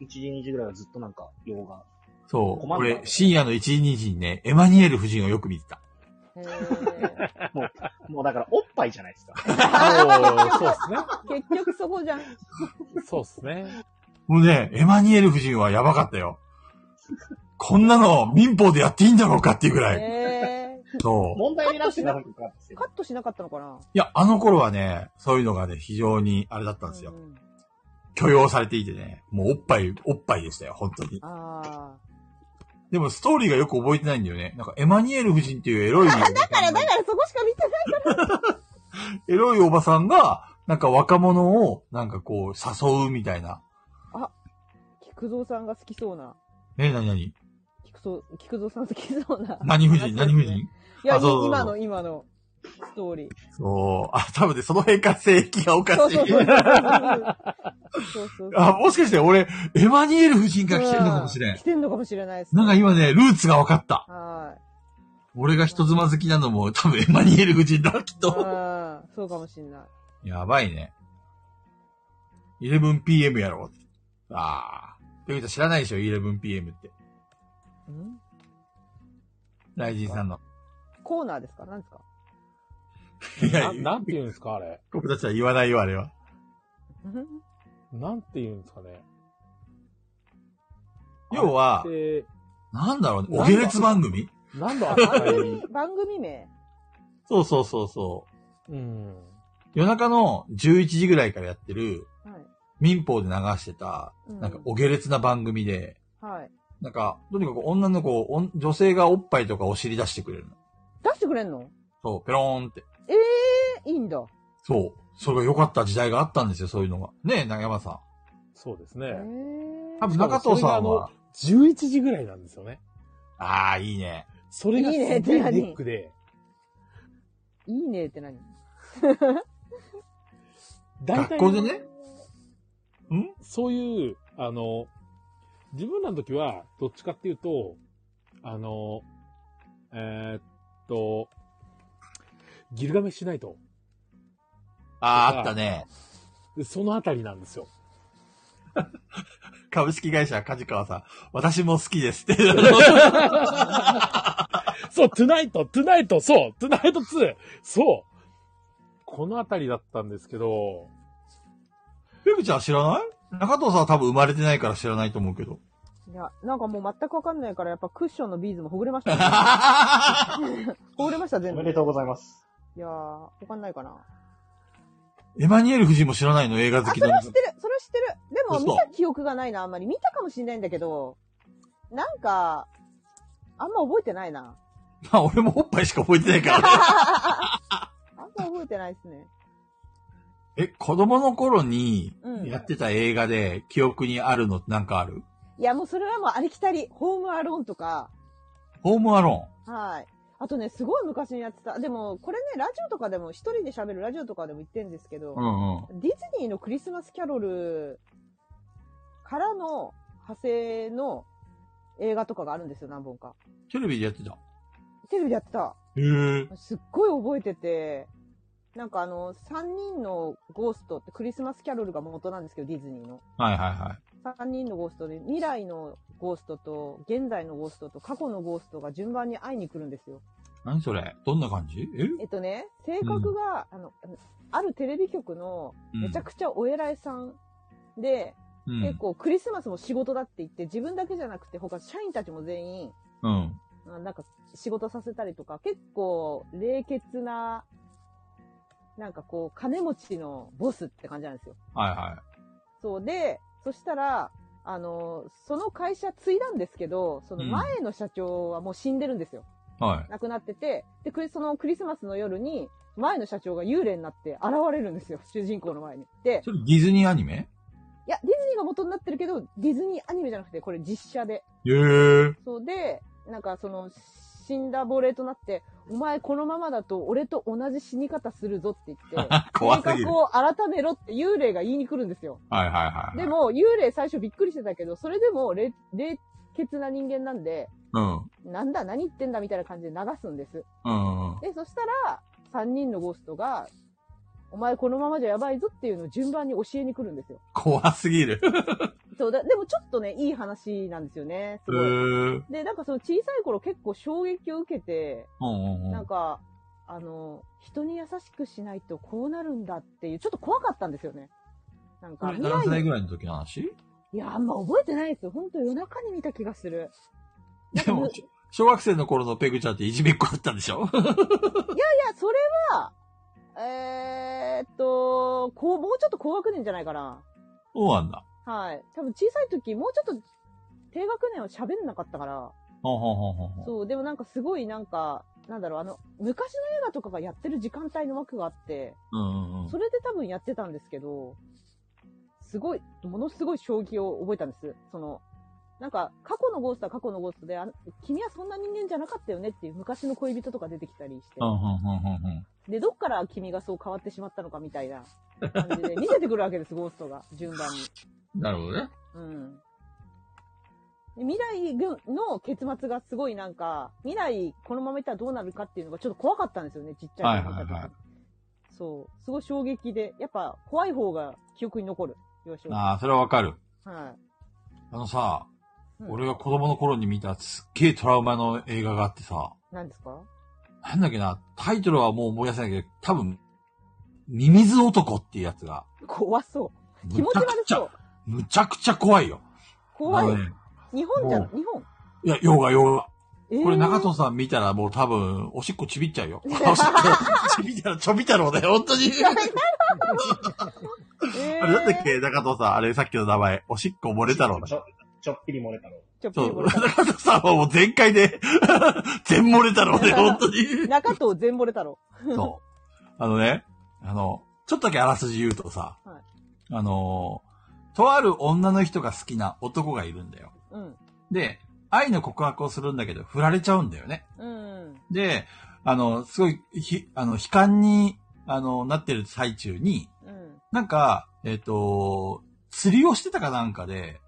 Speaker 2: 1時、2時ぐらいはずっとなんか、洋画。
Speaker 3: そう。
Speaker 2: 困
Speaker 3: こ
Speaker 2: るな
Speaker 3: れ、深夜の1時、2時にね、エマニュエル夫人をよく見てた。
Speaker 4: へー
Speaker 2: もうだから、おっぱいじゃないですか。
Speaker 1: おーそうっすね。
Speaker 4: 結局そこじゃん。
Speaker 1: そうっすね。
Speaker 3: もうね、エマニュエル夫人はやばかったよ。 こんなの民法でやっていいんだろうかっていうぐらい。
Speaker 4: へー
Speaker 3: そう。
Speaker 2: 問題になってたのかって。
Speaker 4: カットしなかったのかない
Speaker 3: や、あの頃はね、そういうのがね、非常にあれだったんですよ
Speaker 4: う。ん
Speaker 3: 許容されていてね、もうおっぱい、おっぱいでしたよ、本当に。
Speaker 4: あ
Speaker 3: でもストーリーがよく覚えてないんだよね。なんかエマニュエル夫人っていうエロい、
Speaker 4: あ。だから、だからそこしか見てない。
Speaker 3: エロいおばさんが、なんか若者を、なんかこう、誘うみたいな。
Speaker 4: 菊蔵さんが好きそうな。
Speaker 3: え、なになに
Speaker 4: 菊蔵、菊蔵さん好きそうな。
Speaker 3: 何夫人何夫人
Speaker 4: いや、
Speaker 3: あそうそうそう
Speaker 4: 今の、今の、ストーリー。
Speaker 3: そう。あ、多分ね、その辺から性域がおか
Speaker 4: そう
Speaker 3: し
Speaker 4: そう
Speaker 3: い。
Speaker 4: そう。そうそうそう。
Speaker 3: あ、もしかして俺、エマニュエル夫人が来てるのかもしれ
Speaker 4: うん来。てんのかもしれないです。
Speaker 3: なんか今ね、ルーツが分かった。
Speaker 4: は
Speaker 3: 俺が人妻好きなのも多分エマニュエル夫人だ、きっ
Speaker 4: い。
Speaker 3: と。
Speaker 4: うんそうかもしれない。
Speaker 3: やばいね。11pm やろ。あー。ペグちゃん知らないでしょ ?11pm って。
Speaker 4: ん
Speaker 3: ライジンさんの。
Speaker 4: コーナーですかなんですか
Speaker 3: いや
Speaker 1: な、なんて言うんですか、あれ。
Speaker 3: 僕たちは言わないよ、あれは。
Speaker 1: なんて言うんですかね。
Speaker 3: 要は
Speaker 1: あれって
Speaker 3: なんだろうね。
Speaker 1: なんだ
Speaker 3: お下劣番組
Speaker 1: 何度あった
Speaker 4: 番
Speaker 1: らい
Speaker 4: 組、番組名
Speaker 3: そうそうそうそう。
Speaker 1: うん。
Speaker 3: 夜中の11時ぐらいからやってる、
Speaker 4: はい。
Speaker 3: 民放で流してた、
Speaker 4: うん
Speaker 3: なんかお下劣な番組で、
Speaker 4: はい。
Speaker 3: なんか、とにかく女の子を、おん女性がおっぱいとかお尻出してくれるの。
Speaker 4: 出してくれんの
Speaker 3: そう、ペローンって。
Speaker 4: ええいいんだ。
Speaker 3: そう。それが良かった時代があったんですよ、そういうのが。ねえ、長山さん。
Speaker 1: そうです
Speaker 4: ええ
Speaker 1: ね。
Speaker 3: 多分中藤さんは。
Speaker 1: 11時ぐらいなんですよね。
Speaker 3: ああ、いいね。
Speaker 1: それがす
Speaker 4: いい
Speaker 1: ごいネ
Speaker 4: ね
Speaker 1: ックで、
Speaker 4: いいねって何
Speaker 1: 大体
Speaker 3: 学校でねん
Speaker 1: そういう、あの、自分らの時は、どっちかっていうと、あの、えーっと、ギルガメッシュナイト。と
Speaker 3: ああ、
Speaker 1: か
Speaker 3: あったね。
Speaker 1: そのあたりなんですよ。
Speaker 3: 株式会社、梶川さん。私も好きです って。
Speaker 1: そう、トゥナイト、トゥナイト、そう、トゥナイト2、そう。このあたりだったんですけど、
Speaker 3: ペグちゃん知らない中藤さんは多分生まれてないから知らないと思う けど。
Speaker 4: いや、なんかもう全くわかんないから、やっぱクッションのビーズもほぐれました、ね。 ほぐれました、
Speaker 2: お
Speaker 4: 全部。
Speaker 2: めでとうございます。
Speaker 4: いやー、わかんないかな。
Speaker 3: エマニュエル夫人も知らないの映画好
Speaker 4: あ、
Speaker 3: き
Speaker 4: それ
Speaker 3: な
Speaker 4: は
Speaker 3: ん
Speaker 4: 知
Speaker 3: で
Speaker 4: ってる。それは知ってる。でも、
Speaker 3: 嘘
Speaker 4: 見た記憶がないな、あんまり。見たかもしれないんだけど、なんか、あんま覚えてないな。
Speaker 3: まあ、俺もおっぱいしか覚えてないから。
Speaker 4: あんま覚えてないですね。
Speaker 3: え、子供の頃に
Speaker 4: うん。
Speaker 3: やってた映画で記憶にあるのってなんかある
Speaker 4: いや、もうそれはもうありきたり。ホームアローンとか、
Speaker 3: ホームアロ
Speaker 4: はい。あとね、すごい昔にやってた。でも、これね、ラジオとかでも、一人で喋るラジオとかでも言ってんですけど、
Speaker 3: ーン。うんうん。
Speaker 4: ディズニーのクリスマスキャロルからの派生の映画とかがあるんですよ、何本か。
Speaker 3: テレビでやってた。
Speaker 4: テレビでやってた。
Speaker 3: へえ。
Speaker 4: すっごい覚えてて、なんかあの、3人のゴーストってクリスマスキャロルが元なんですけど、ディズニーの。
Speaker 3: はいはいはい。
Speaker 4: 3人のゴーストで、未来のゴーストと、現在のゴーストと、過去のゴーストが順番に会いに来るんですよ。
Speaker 3: 何それどんな感じえ
Speaker 4: えっとね、性格が、あの、あのあるテレビ局の、めちゃくちゃお偉いさんで、
Speaker 3: うん
Speaker 4: 結構クリスマスも仕事だって言って、自分だけじゃなくて他社員たちも全員、
Speaker 3: うん。
Speaker 4: あなんか仕事させたりとか、結構冷血な、なんかこう、金持ちのボスって感じなんですよ。
Speaker 3: はいは
Speaker 4: そうで、そしたら、あの、その会社継いだんですけど、その前の社長はもう死んでるんですよ。
Speaker 3: い。はい。
Speaker 4: 亡くなってて、で、クリそのクリスマスの夜に、前の社長が幽霊になって現れるんですよ、主人公の前に。で、
Speaker 3: それディズニーアニメ
Speaker 4: いや、ディズニーが元になってるけど、ディズニーアニメじゃなくて、これ実写で。
Speaker 3: へえ。
Speaker 4: そうで、なんかその、死んだ亡霊となって、お前このままだと俺と同じ死に方するぞって言って、
Speaker 3: 怖
Speaker 4: 計
Speaker 3: すぎる
Speaker 4: 画。を改めろって幽霊が言いに来るんですよ。
Speaker 3: はいはいはい。
Speaker 4: でも、幽霊最初びっくりしてたけど、それでも霊、霊血な人間なんで、
Speaker 3: うん。
Speaker 4: なんだ、何言ってんだみたいな感じで流すんです。
Speaker 3: うんうん。
Speaker 4: で、そしたら、三人のゴーストが、お前このままじゃやばいぞっていうのを順番に教えに来るんですよ。
Speaker 3: 怖すぎる。
Speaker 4: そうだ、でもちょっとね、いい話なんですよね。す
Speaker 3: う
Speaker 4: ごい。
Speaker 3: ーん。
Speaker 4: で、なんかその小さい頃結構衝撃を受けて、
Speaker 3: うんうんう
Speaker 4: なん
Speaker 3: ん。
Speaker 4: か、あの、人に優しくしないとこうなるんだっていう、ちょっと怖かったんですよね。なんか、未
Speaker 3: 何
Speaker 4: 来
Speaker 3: 歳ぐらいの時の話
Speaker 4: いや、あんま覚えてないですよ。ほんと夜中に見た気がする。なん
Speaker 3: で
Speaker 4: か
Speaker 3: も
Speaker 4: い、
Speaker 3: 小学生の頃のペグちゃんっていじめっ子だったんでしょ
Speaker 4: や、それは、えー、っと、こう、もうちょっと高学年じゃないかな。
Speaker 3: そうなんだ。
Speaker 4: はい。多分小さい時、もうちょっと低学年は喋んなかったから。
Speaker 3: ほんほんほんほんほん。
Speaker 4: そう、でもなんかすごいなんか、なんだろう、あの、昔の映画とかがやってる時間帯の枠があって、
Speaker 3: うんうんうん
Speaker 4: そ。れで多分やってたんですけど、すごい、ものすごい衝撃を覚えたんです。その、なんか、過去のゴーストは過去のゴーストで、あの君はそんな人間じゃなかったよねっていう昔の恋人とか出てきたりして
Speaker 3: う、んうんうんうんうん。
Speaker 4: で、どっから君がそう変わってしまったのかみたいな感じで、見せてくるわけです、ゴーストが、順番に。
Speaker 3: なるほどね。
Speaker 4: うん。で未来の結末がすごいなんか、未来このままいったらどうなるかっていうのがちょっと怖かったんですよね、ちっちゃい頃
Speaker 3: はいはいはい
Speaker 4: 見た時そう。すごい衝撃で。やっぱ怖い方が記憶に残る。幼少期
Speaker 3: ああ、それはわかる。
Speaker 4: は
Speaker 3: あのさ、
Speaker 4: い。
Speaker 3: 俺が子供の頃に見たすっげえトラウマの映画があってさ、
Speaker 4: 何ですか
Speaker 3: なんだっけな、タイトルはもう思い出せないけど、多分、ミミズ男っていうやつが、
Speaker 4: 怖そう。気
Speaker 3: む
Speaker 4: 持
Speaker 3: ちゃ
Speaker 4: ち悪
Speaker 3: くちゃ
Speaker 4: そう、。
Speaker 3: むちゃくちゃ怖いよ。
Speaker 4: 怖
Speaker 3: あ
Speaker 4: い
Speaker 3: の。ね
Speaker 4: 日本じゃ、
Speaker 3: も
Speaker 4: 日本。
Speaker 3: いや、ヨガヨガ。
Speaker 4: えー
Speaker 3: これ中藤さん見たらもう多分、おしっこちびっちゃう よ。おしっこちびっちゃう、ちょび太郎だよ、本当に。
Speaker 4: えー
Speaker 3: あれなんだっけ中藤さん、あれさっきの名前、おしっこ漏れ太郎だ
Speaker 2: ち。ょ、ちょっぴり漏れたろ
Speaker 4: ちょっぴ
Speaker 3: そ
Speaker 4: り
Speaker 3: う、
Speaker 4: 漏れ た
Speaker 3: 中藤さんはもう全開で、全漏れ太郎 で、本当に。
Speaker 4: 中藤全漏れ太郎。
Speaker 3: そう。あのね、あの、ちょっとだけあらすじ言うとさ、
Speaker 4: はい
Speaker 3: あのー、とある女の人が好きな男がいるんだよ。
Speaker 4: うん。
Speaker 3: で、愛の告白をするんだけど、振られちゃうんだよね。
Speaker 4: うん。
Speaker 3: で、あの、すごい、ひ、あの、悲観に、あの、なってる最中に、
Speaker 4: うん。
Speaker 3: なんか、えっ、と、釣りをしてたかなんかで、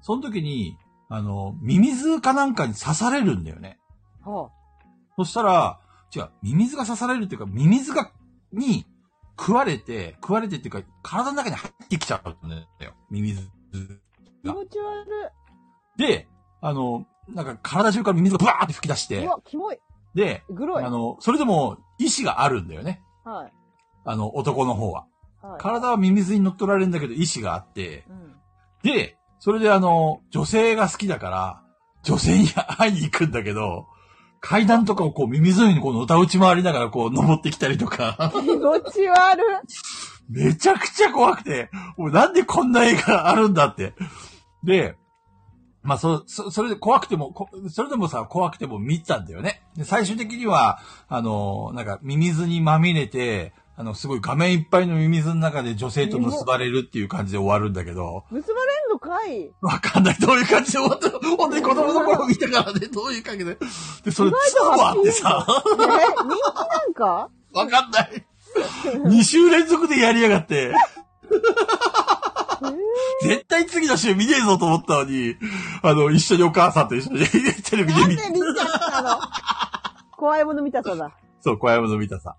Speaker 3: その時に、あの、ミミズかなんかに刺されるんだよね。
Speaker 4: は
Speaker 3: そしたら、違う、ミミズが刺されるっていうか、ミミズが、に、食われて、食われてっていうか、体の中に入ってきちゃうんだよ。ミミズ。
Speaker 4: あ、気持ち悪
Speaker 3: で、あの、なんか体中からミミズがブワーって吹き出し
Speaker 4: い。う
Speaker 3: て、
Speaker 4: わ、キモい。
Speaker 3: で、
Speaker 4: グロい。
Speaker 3: あの、それでも、意志があるんだよね。
Speaker 4: はい。
Speaker 3: あの、男の方は。
Speaker 4: はい。
Speaker 3: 体はミミズに乗っ取られるんだけど、意志があって、
Speaker 4: うん。
Speaker 3: で、それであの、女性が好きだから、女性に会いに行くんだけど、階段とかをこう耳沿いにこうのたうち回りながらこう登ってきたりとか、
Speaker 4: 気持ち悪
Speaker 3: めちゃくちゃ怖くて、俺なんでこんな映画あるんだって。で、まあそ、そ、それで怖くても、こそれでもさ、怖くても見たんだよね。で最終的には、あの、なんかミミズにまみれて、あの、すごい画面いっぱいのミミズの中で女性と結ばれるっていう感じで終わるんだけど、
Speaker 4: 結ばれんのかい
Speaker 3: わかんない。どういう感じで終わったの本当に子供の頃見たからね、どういう感じで。で、それ、2もあってさ、
Speaker 4: え人気なんか
Speaker 3: わかんない。2週連続でやりやがって、絶対次の週見ねえぞと思ったのに、あの、一緒にお母さんと一緒に テレビ
Speaker 4: な
Speaker 3: で
Speaker 4: んで
Speaker 3: 見
Speaker 4: 見ち
Speaker 3: て、
Speaker 4: ゃったの怖いもの見たそうだ。
Speaker 3: そう、小山の見たさ。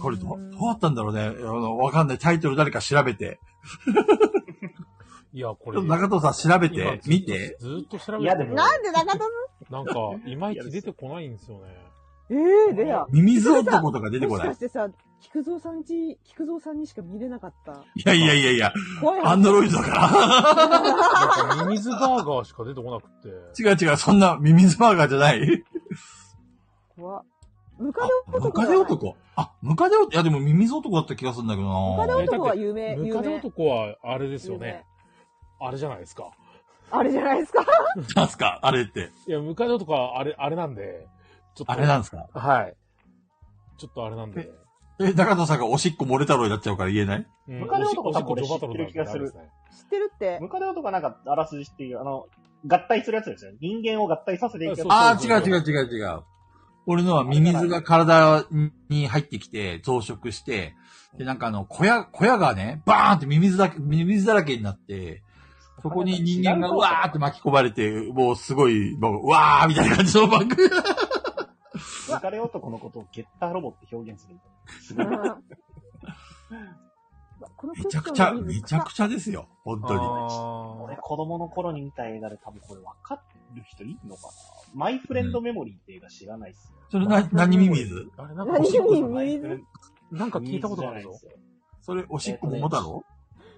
Speaker 3: これど、どうだったんだろうね。あの、わかんない。タイトル誰か調べて。
Speaker 1: いや、こ
Speaker 3: ちょ
Speaker 1: れ。
Speaker 3: っと中藤さん調べ
Speaker 1: 今ずっ
Speaker 3: て、
Speaker 1: と
Speaker 3: 見て。。
Speaker 1: ずーっと調べて。
Speaker 2: いやでも
Speaker 4: なんで中田
Speaker 1: な
Speaker 4: の
Speaker 1: んか、いまいち出てこないんですよね。
Speaker 4: ええレア。
Speaker 3: ミミズ男とか出てこ
Speaker 4: もし
Speaker 3: ない
Speaker 4: か。してさ、菊蔵さんち、菊蔵さんにしか見れなかった。
Speaker 3: いやいやいやいや、
Speaker 4: 怖い話
Speaker 3: アンドロイドだから。
Speaker 1: なんか、ミミズバーガーしか出てこなくて。
Speaker 3: 違う違う、そんなミミズバーガーじゃない。
Speaker 4: 怖ムカ
Speaker 3: あ
Speaker 4: デ男
Speaker 3: ムカデ。男。あ、ムカデ男。いや、でもミミズ男だった気がするんだけど
Speaker 4: ムカデ
Speaker 3: な
Speaker 1: 男
Speaker 4: 男は有名、
Speaker 1: ム
Speaker 4: 有
Speaker 1: カデ
Speaker 4: 名。
Speaker 1: 男は、あれですよ
Speaker 4: 有名
Speaker 1: ね。あれじゃないですか。
Speaker 4: あれじゃないですか。
Speaker 3: なんすかあれって。
Speaker 1: いや、ムカデ男は、あれ、あれなんで、ちょっと。
Speaker 3: あれなんですか
Speaker 1: はい。ちょっとあれなんで。
Speaker 3: え、中野さんがおしっこ漏れ太郎になっちゃうから言えない
Speaker 1: うん
Speaker 2: ムカデ男
Speaker 1: おしっこ
Speaker 2: 多分
Speaker 1: ジョバトロなんで
Speaker 2: 知ってる気が
Speaker 1: あ
Speaker 2: する
Speaker 1: れですね
Speaker 4: 知ってるって。
Speaker 2: ムカデ男なんかあらすじっていう、あの、合体するやつですよ。人間を合体させていくやつ
Speaker 1: そうそう
Speaker 3: ああ、違う違う違う違う。俺のはミミズが体に入ってきて増殖して、で、なんかあの、小屋、小屋がね、バーンってミミズだけ、ミミズだらけになって、そこに人間がうわーって巻き込まれて、もうすごい、もう、うわーみたいな感じのバグ。
Speaker 2: 疲れ男のことをゲッターロボって表現する。
Speaker 3: めちゃくちゃ、 めちゃく
Speaker 4: ち
Speaker 3: ちゃですよ。本当に。
Speaker 2: 俺、子供の頃に見た映画で多分これ分かる人いるのかなマイフレンドメモリーって映画知らないっす。
Speaker 3: それな、何ミミズ
Speaker 1: あれ、なんか
Speaker 4: 何
Speaker 1: おしっこじゃな
Speaker 4: ミ
Speaker 1: い
Speaker 4: ミズ
Speaker 1: なんか聞いたことがある
Speaker 2: ミ
Speaker 1: ぞ
Speaker 2: ズ。じゃないっすよ
Speaker 3: それ、おしっこももだろ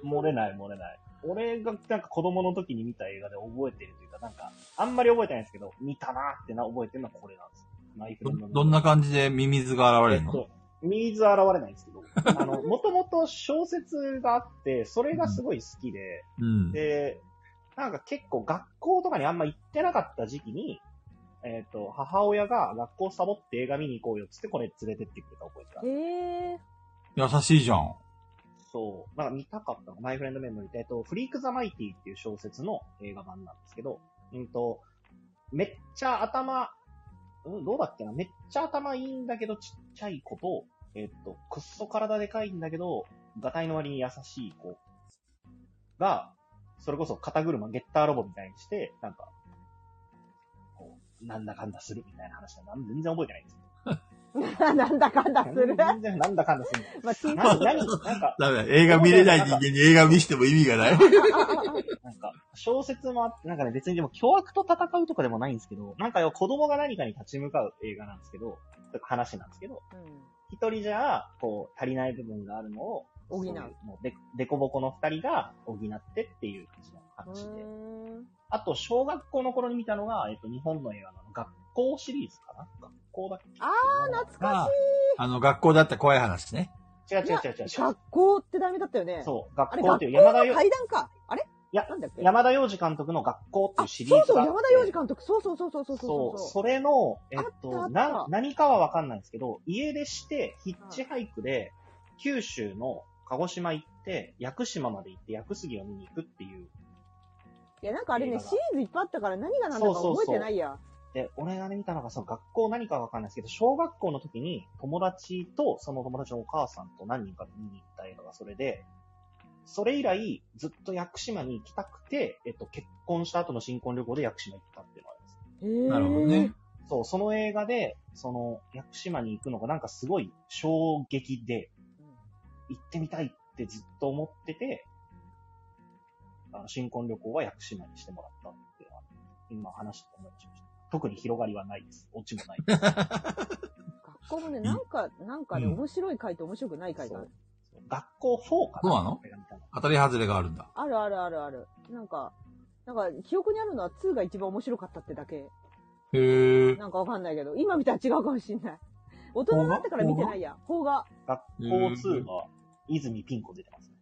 Speaker 2: 漏れない漏れない。俺がなんか子供の時に見た映画で覚えてるというか、なんか、あんまり覚えてないんですけど、見たなーってな覚えてるのはこれなんですよ。マイフレ
Speaker 3: ど
Speaker 2: ンドメモリー
Speaker 3: どんな感じでミミズが現れ
Speaker 2: え
Speaker 3: る
Speaker 2: っ
Speaker 3: の
Speaker 2: と、水現れないんですけど、あの、 もともと小説があって、それがすごい好きで、
Speaker 3: うん。
Speaker 2: で、なんか結構学校とかにあんま行ってなかった時期に、えっ、と、母親が学校サボって映画見に行こうよっつってこれ連れてってくれた覚えがある。
Speaker 4: へえ。
Speaker 3: 優しいじゃん。
Speaker 2: そう。なんか見たかったの。マイフレンドメモリーって、えっと、フリークザマイティっていう小説の映画版なんですけど、うんと、めっちゃ頭、うん、どうだっけなめっちゃ頭いいんだけどちっちゃい子と、えっと、くっそ体でかいんだけど、がたいの割に優しい子が、それこそ肩車、ゲッターロボみたいにして、なんか、こうなんだかんだするみたいな話なん全然覚えてないんですよ。
Speaker 4: なんだかんだする。
Speaker 2: 全然なんだかんだする。
Speaker 4: まあ、T シ
Speaker 2: 何、 何、なんか、
Speaker 3: ダメだ。映画見れない人間に映画見しても意味が ない。
Speaker 2: なんか、小説もあって、なんかね、別にでも凶悪と戦うとかでもないんですけど、なんかよ、子供が何かに立ち向かう映画なんですけど、とか話なんですけど、一人じゃ、こう、足りない部分があるのを、
Speaker 4: 補う
Speaker 2: そいもうで、でこぼこの二人が補ってっていう感じの話で。あと、小学校の頃に見たのが、えっと、日本の映画の学校シリーズかな学校だっけ
Speaker 4: あ
Speaker 2: ー、
Speaker 4: 懐か
Speaker 3: あの、学校だった怖い話ね。
Speaker 2: 違う
Speaker 4: しい。
Speaker 2: 違う違う違う。
Speaker 4: 学校ってダメだったよね。う。
Speaker 2: そう、
Speaker 4: あ
Speaker 2: 学
Speaker 4: れ、
Speaker 2: 校っ
Speaker 4: 学
Speaker 2: ていう
Speaker 4: 校
Speaker 2: 山田
Speaker 4: の
Speaker 2: 洋、
Speaker 4: 階段か。あれ
Speaker 2: や
Speaker 4: なんだっけ
Speaker 2: 山田洋次監督の学校ってい
Speaker 4: あ、
Speaker 2: うシ
Speaker 4: そう
Speaker 2: リーズ
Speaker 4: そう、
Speaker 2: があって。
Speaker 4: 山田洋次監督。そうそうそうそうそう
Speaker 2: そう、
Speaker 4: そ
Speaker 2: それの、えっ
Speaker 4: あ
Speaker 2: と、
Speaker 4: ったあった
Speaker 2: な、何かはわかんないんですけど、家出して、ヒッチハイクで、九州の鹿児島行って、屋久島まで行って、屋久杉を見に行くっていう。
Speaker 4: う。いや、なんかあれ
Speaker 2: 映
Speaker 4: ね、
Speaker 2: 画
Speaker 4: シ
Speaker 2: が
Speaker 4: リーズいっぱいあったから何が何だか覚えてないや。
Speaker 2: で、俺がね、見たのが、その学校何かはわかんないですけど、小学校の時に友達と、その友達のお母さんと何人かで見に行った映画がそれで、それ以来、ずっと屋久島に行きたくて、えっと、結婚した後の新婚旅行で屋久島行ったっていうのがあります。
Speaker 3: な
Speaker 4: へー
Speaker 3: るほどね。。
Speaker 2: そう、その映画で、その、屋久島に行くのがなんかすごい衝撃で、行ってみたいってずっと思ってて、あの、新婚旅行は屋久島にしてもらったっていうのは、今話して思い出しました。特に広がりはないです。オチもない です。
Speaker 4: 学校もね、なんか、なんかね、
Speaker 3: うん
Speaker 4: 面白い回と面白くない回がある。
Speaker 2: そう学校4かな
Speaker 3: そうなの
Speaker 2: 俺が見たの
Speaker 3: 当たり外れがあるんだ。
Speaker 4: あるあるあるある。なんか、なんか、記憶にあるのは2が一番面白かったってだけ。
Speaker 3: へー。
Speaker 4: なんかわかんないけど、今見たら違うかもしんない。大人になってから見てないや。邦画。
Speaker 2: 学校2が、泉ピン子出てますね。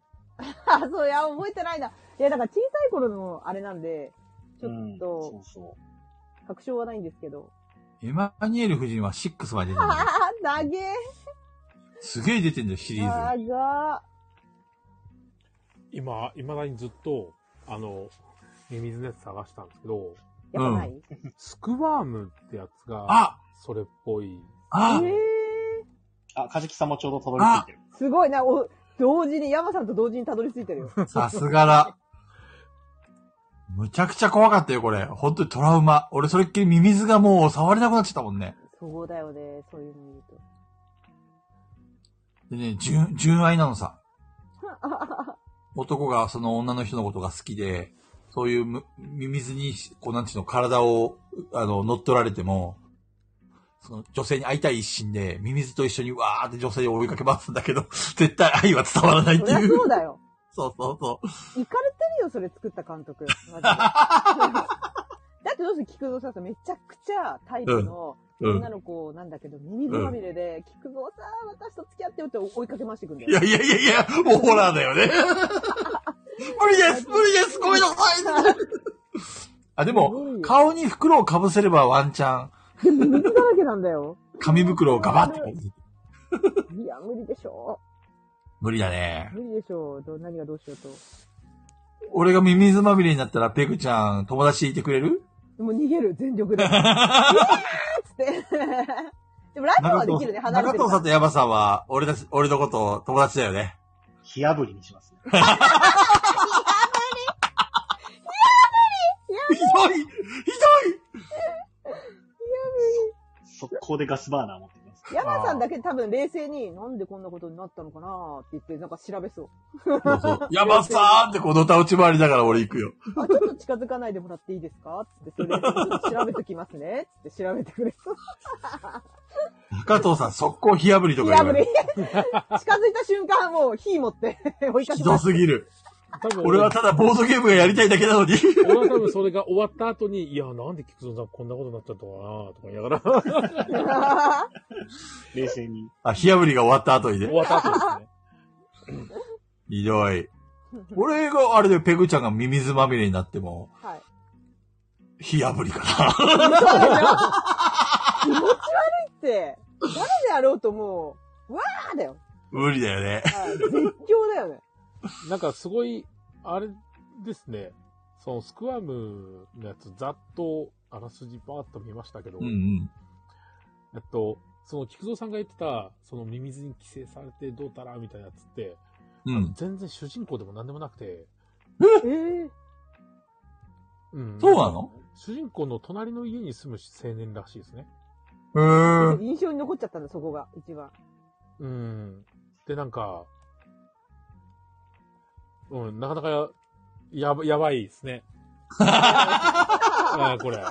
Speaker 4: あ、そういや、覚えてないな。いや、だから小さい頃のあれなんで、ちょっ
Speaker 2: う
Speaker 4: と
Speaker 2: ん、、そうそう。
Speaker 4: 確証はないんですけど。
Speaker 3: エマニュエル夫人は6まで出て
Speaker 4: あ
Speaker 3: る。
Speaker 4: あ、投げ
Speaker 3: すげえ出てんだよ、シリーズ。
Speaker 4: ーが
Speaker 1: 今、未だにずっと、あの、ミミズのやつ探したんですけど、
Speaker 4: やばない、
Speaker 1: スクワームってやつが、
Speaker 3: あ
Speaker 1: それっぽい。
Speaker 3: あ
Speaker 4: え
Speaker 2: あ、カジキさんもちょうどたどり着いてる。
Speaker 4: ー、すごいな、お、同時に、山さんと同時にたどり着いてるよ。
Speaker 3: さすがだ。むちゃくちゃ怖かったよ、これ。本当にトラウマ。俺それっきりミミズがもう触れなくなっちゃったもんね。
Speaker 4: そうだよね、そういうの見ると。
Speaker 3: でね、純、純愛なの さ。男がその女の人のことが好きで、そういうむミミズに、こうなんていうの、体を、あの、乗っ取られても、その女性に会いたい一心で、ミミズと一緒にわーって女性を追いかけ回すんだけど、 絶対愛は伝わらないっ
Speaker 4: そ
Speaker 3: て
Speaker 4: りゃ
Speaker 3: いう。
Speaker 4: そうだよ。
Speaker 3: そうそうそう。
Speaker 4: 行かれてるよ、それ作った監督。 マジでだってどうする菊蔵さんさ、めちゃくちゃタイプの
Speaker 3: うん
Speaker 4: 女の子なんだけど、ミミズまみれで、菊蔵さん、私と付き合ってよって追いかけ回してくんだ
Speaker 3: い
Speaker 4: よ。
Speaker 3: やいやいやいや、もうホラーだよ ね。無理です無理ですごめんな さいあ、です
Speaker 4: ごい
Speaker 3: も
Speaker 4: よ、
Speaker 3: 顔に袋をかぶせればワンチャン、
Speaker 4: でもミミズだらけなんだよ。
Speaker 3: 紙袋をガバッて。
Speaker 4: いや、無理でしょ
Speaker 3: 無理だね
Speaker 4: う。。無理でしょう。ど何がどうしようと。
Speaker 3: 俺がミミズまみれになったら、ペグちゃん、友達いてくれる
Speaker 4: もう逃げる、全 力で。うわーっつって。でもライブはできるね、離れ
Speaker 3: 長
Speaker 4: てる
Speaker 3: 藤
Speaker 4: か
Speaker 3: さ
Speaker 4: ら
Speaker 3: ん。とヤバさんは、俺たち、俺のことを友達だよね。
Speaker 2: 火炙りにしますね。
Speaker 3: ひどいひ
Speaker 2: 速攻でガスバーナー持ってきます。
Speaker 4: 山さんだけ多分冷静に、なんでこんなことになったのかなーって言って、なんか調べそう。
Speaker 3: どいそうそうヤバさんってこう、のた落ち回りながら俺行くよ。
Speaker 4: あ、ちょっと近づかないでもらっていいですかつって、それ、ちょっと調べときますね。つって調べてくれそう。
Speaker 3: 中藤さん、速攻火炙りと
Speaker 4: 火
Speaker 3: か言
Speaker 4: 炙
Speaker 3: わ
Speaker 4: り
Speaker 3: れ
Speaker 4: 近づいた瞬間、もう火 持って、追いか
Speaker 3: ひ
Speaker 4: け
Speaker 3: ど
Speaker 4: ます。
Speaker 3: すぎる。
Speaker 1: 多分
Speaker 3: 俺はただボードゲームがやりたいだけなのに。
Speaker 1: 俺は多分それが終わった後 に、いや、なんで菊蔵さんこんなことになっちゃったのかなとか言いながら、
Speaker 2: 冷静に。
Speaker 3: あ、火炙りが終わった後に
Speaker 1: 終
Speaker 3: ね。
Speaker 1: わった後ですね。
Speaker 3: ひどい。俺が、あれでペグちゃんがミミズまみれになっても、
Speaker 4: はい。
Speaker 3: 火炙りか
Speaker 4: そうでしょ気持ち悪いって、誰であろうともう、わーだよ。
Speaker 3: な。無理だよね。
Speaker 4: はい絶叫だよね。
Speaker 1: なんかすごい、あれですね、そのスクワムのやつ、ざっとあらすじばーっと見ましたけど、
Speaker 3: うんうん。
Speaker 1: えっと、その菊蔵さんが言ってた、そのミミズに寄生されてどうたらみたいなやつって、
Speaker 3: うん。
Speaker 1: 全然主人公でも何でもなくて、
Speaker 4: えー、
Speaker 1: うん
Speaker 3: そうなの
Speaker 1: 主人公の隣の家に住む青年らしいですね。
Speaker 3: うーん。
Speaker 4: 印象に残っちゃったんだ、そこが、一番。
Speaker 1: うん。で、なんか、うん、なかなかや、やば、やばいですね。うんこれ。
Speaker 4: や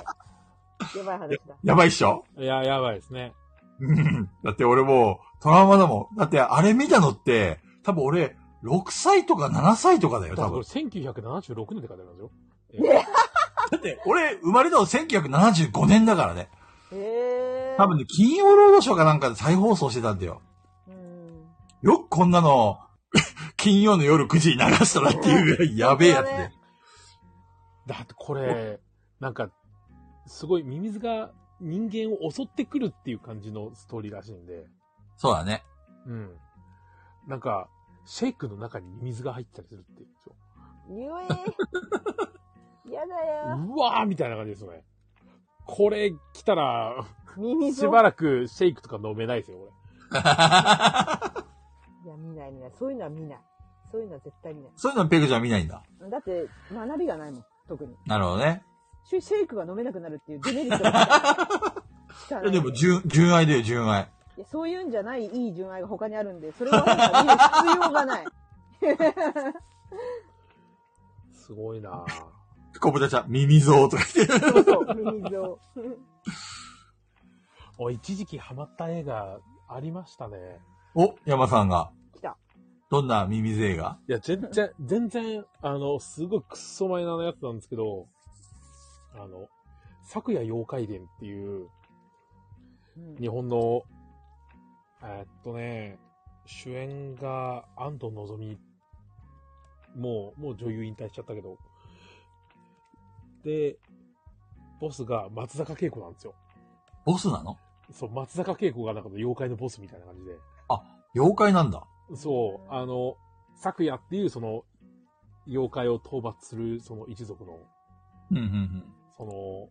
Speaker 4: ばい話だ。
Speaker 3: やばいっしょ
Speaker 1: いや、やばいですね。
Speaker 3: うんだって俺もう、トラウマだもん。だってあれ見たのって、多分俺、6歳とか7歳とかだよ、
Speaker 1: だから
Speaker 3: 多
Speaker 1: これ
Speaker 3: 分。
Speaker 1: 1976年で書いてありますよ。
Speaker 3: だって俺、生まれたの1975年だからね。
Speaker 4: えー。
Speaker 3: 多分ね、金曜ロードショーかなんかで再放送してたんだよ。
Speaker 4: うん。
Speaker 3: よくこんなの、 金曜の夜9時に流したなっていうぐらいやべえやつ
Speaker 4: そうだ
Speaker 3: ね
Speaker 4: ね。
Speaker 1: だってこれ、なんか、すごいミミズが人間を襲ってくるっていう感じのストーリーらしいんで、
Speaker 3: そうだね。
Speaker 1: うん。なんか、シェイクの中にミミズが入ったりするっていう。
Speaker 4: ゆえ。やだよ。
Speaker 1: うわーみたいな感じですね。これ来たら、
Speaker 4: ミミズ
Speaker 1: し
Speaker 4: を。
Speaker 1: ばらくシェイクとか飲めないですよ、これ。
Speaker 4: いや、見ない見ない。そういうのは見ない。そういうのは絶対見ない。
Speaker 3: そういうのペグちゃん見ないんだ。
Speaker 4: だって、学びがないもん、特に。
Speaker 3: なるほどね。
Speaker 4: シェシェイクが飲めなくなるっていうデメリットが
Speaker 3: いやでも、
Speaker 4: い
Speaker 3: 純、純愛だよ、純愛。
Speaker 4: やそういうんじゃないいい純愛が他にあるんで、それをわざわざ見る必要がない。
Speaker 1: すごいなぁ。
Speaker 3: 小豚ちゃん、ミミゾウとか言ってる。
Speaker 4: そうそう、ミミズを。
Speaker 1: お一時期ハマった映画ありましたね。
Speaker 3: お、山さんが。
Speaker 4: 来た。
Speaker 3: どんなミミズ映画
Speaker 1: いや、全然、全然、あの、すごいクッソマイナーなやつなんですけど、あの、昨夜妖怪伝っていう
Speaker 4: うん
Speaker 1: 日本の、えーっとね、主演が安藤望み、もう、もう女優引退しちゃったけど、で、ボスが松坂慶子なんですよ。
Speaker 3: ボスなの
Speaker 1: そう、松坂慶子がなんかの妖怪のボスみたいな感じで。
Speaker 3: 妖怪なんだ。
Speaker 1: そう、あの、昨夜っていうその、妖怪を討伐するその一族の、
Speaker 3: うんうんうん。
Speaker 1: その、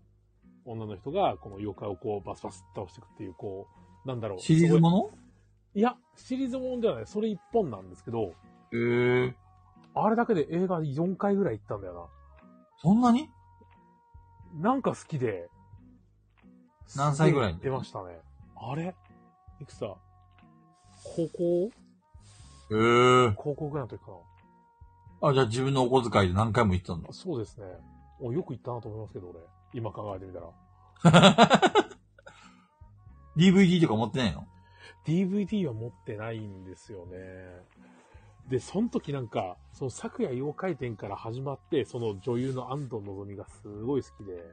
Speaker 1: 女の人がこの妖怪をこうバスバスって倒していくっていう、こう、なんだろう。
Speaker 3: シリーズ
Speaker 1: すごい
Speaker 3: もの
Speaker 1: いや、シリーズもんではない。それ一本なんですけど、
Speaker 3: へえ。
Speaker 1: あれだけで映画4回ぐらい行ったんだよ
Speaker 3: そんなに
Speaker 1: な。なんか好きで。
Speaker 3: 何歳ぐらいに
Speaker 1: 出ましたね。あれいくつだ高校
Speaker 3: へえ。
Speaker 1: 高校ぐらいの時かな。
Speaker 3: あ、じゃあ自分のお小遣いで何回も行ったんだ。
Speaker 1: そうですね。およく行ったなと思いますけど、俺。今考えてみたら。
Speaker 3: DVD とか持ってないの
Speaker 1: DVD は持ってないんですよね。で、その時なんか、その昨夜妖怪展から始まって、その女優の安藤のぞみがすごい好きで、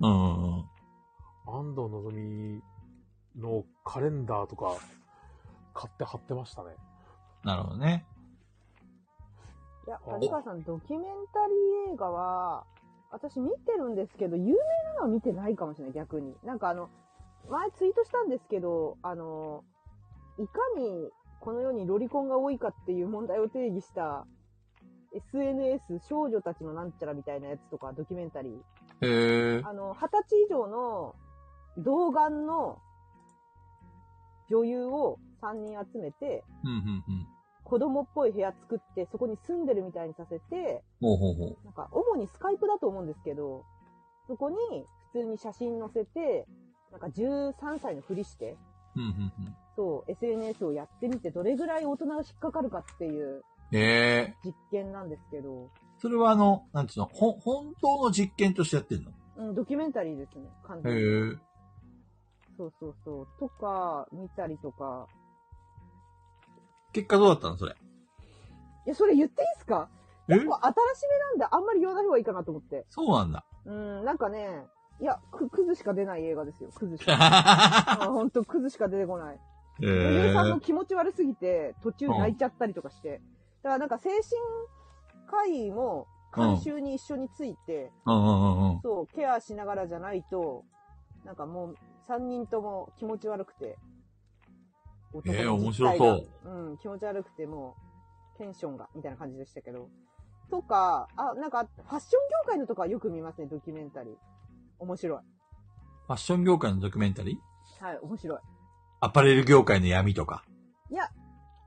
Speaker 3: うんうんうん。
Speaker 1: 安藤のぞみのカレンダーとか買って貼ってましたね。
Speaker 3: なるほどね。
Speaker 4: いや、立川さん、ドキュメンタリー映画は、私見てるんですけど、有名なのは見てないかもしれない、逆に。なんかあの、前ツイートしたんですけど、あの、いかにこの世にロリコンが多いかっていう問題を定義した SNS 少女たちのなんちゃらみたいなやつとかドキュメンタリー。
Speaker 3: へえ。
Speaker 4: あの、二十歳以上の童顔の女優を3人集めて、
Speaker 3: うんうんうん。
Speaker 4: 子供っぽい部屋作って、そこに住んでるみたいにさせて、
Speaker 3: ほうほうほう。
Speaker 4: なんか、主にスカイプだと思うんですけど、そこに普通に写真載せて、なんか13歳のふりして、
Speaker 3: うんうんうん。
Speaker 4: そう、SNS をやってみて、どれぐらい大人が引っかかるかっていう
Speaker 3: へえ。
Speaker 4: 実験なんですけど、
Speaker 3: それはあの、なんつうの、ほ、本当の実験としてやってんの
Speaker 4: うん、ドキュメンタリーですね、完全に。
Speaker 3: へえ。
Speaker 4: そうそうそう。とか、見たりとか。
Speaker 3: 結果どうだったのそれ。
Speaker 4: いや、それ言っていいですか
Speaker 3: え
Speaker 4: こう新しめなんで、あんまり言わない方がいいかなと思って。
Speaker 3: そうなん だ。
Speaker 4: うん、なんかね、いや、く、クズしか出ない映画ですよ、クズしか。
Speaker 3: へ
Speaker 4: あほんと、クズしか出てこない。
Speaker 3: え。
Speaker 4: 女優さんの気持ち悪すぎて、途中泣いちゃったりとかして。だからなんか、精神科医も、監修に一緒について、
Speaker 3: うんうんうんうん。
Speaker 4: そう、ケアしながらじゃないと、なんかもう、三人とも気持ち悪くて。
Speaker 3: ええ
Speaker 4: 男の
Speaker 3: 面
Speaker 4: 実
Speaker 3: 白
Speaker 4: 態
Speaker 3: そう
Speaker 4: がうん、気持ち悪くて、もう、テンションが、みたいな感じでしたけど。とか、あ、なんか、ファッション業界のとかよく見ますね、ドキュメンタリー。面白い。
Speaker 3: ファッション業界のドキュメンタリー
Speaker 4: はい、面白い。
Speaker 3: アパレル業界の闇とか。
Speaker 4: いや、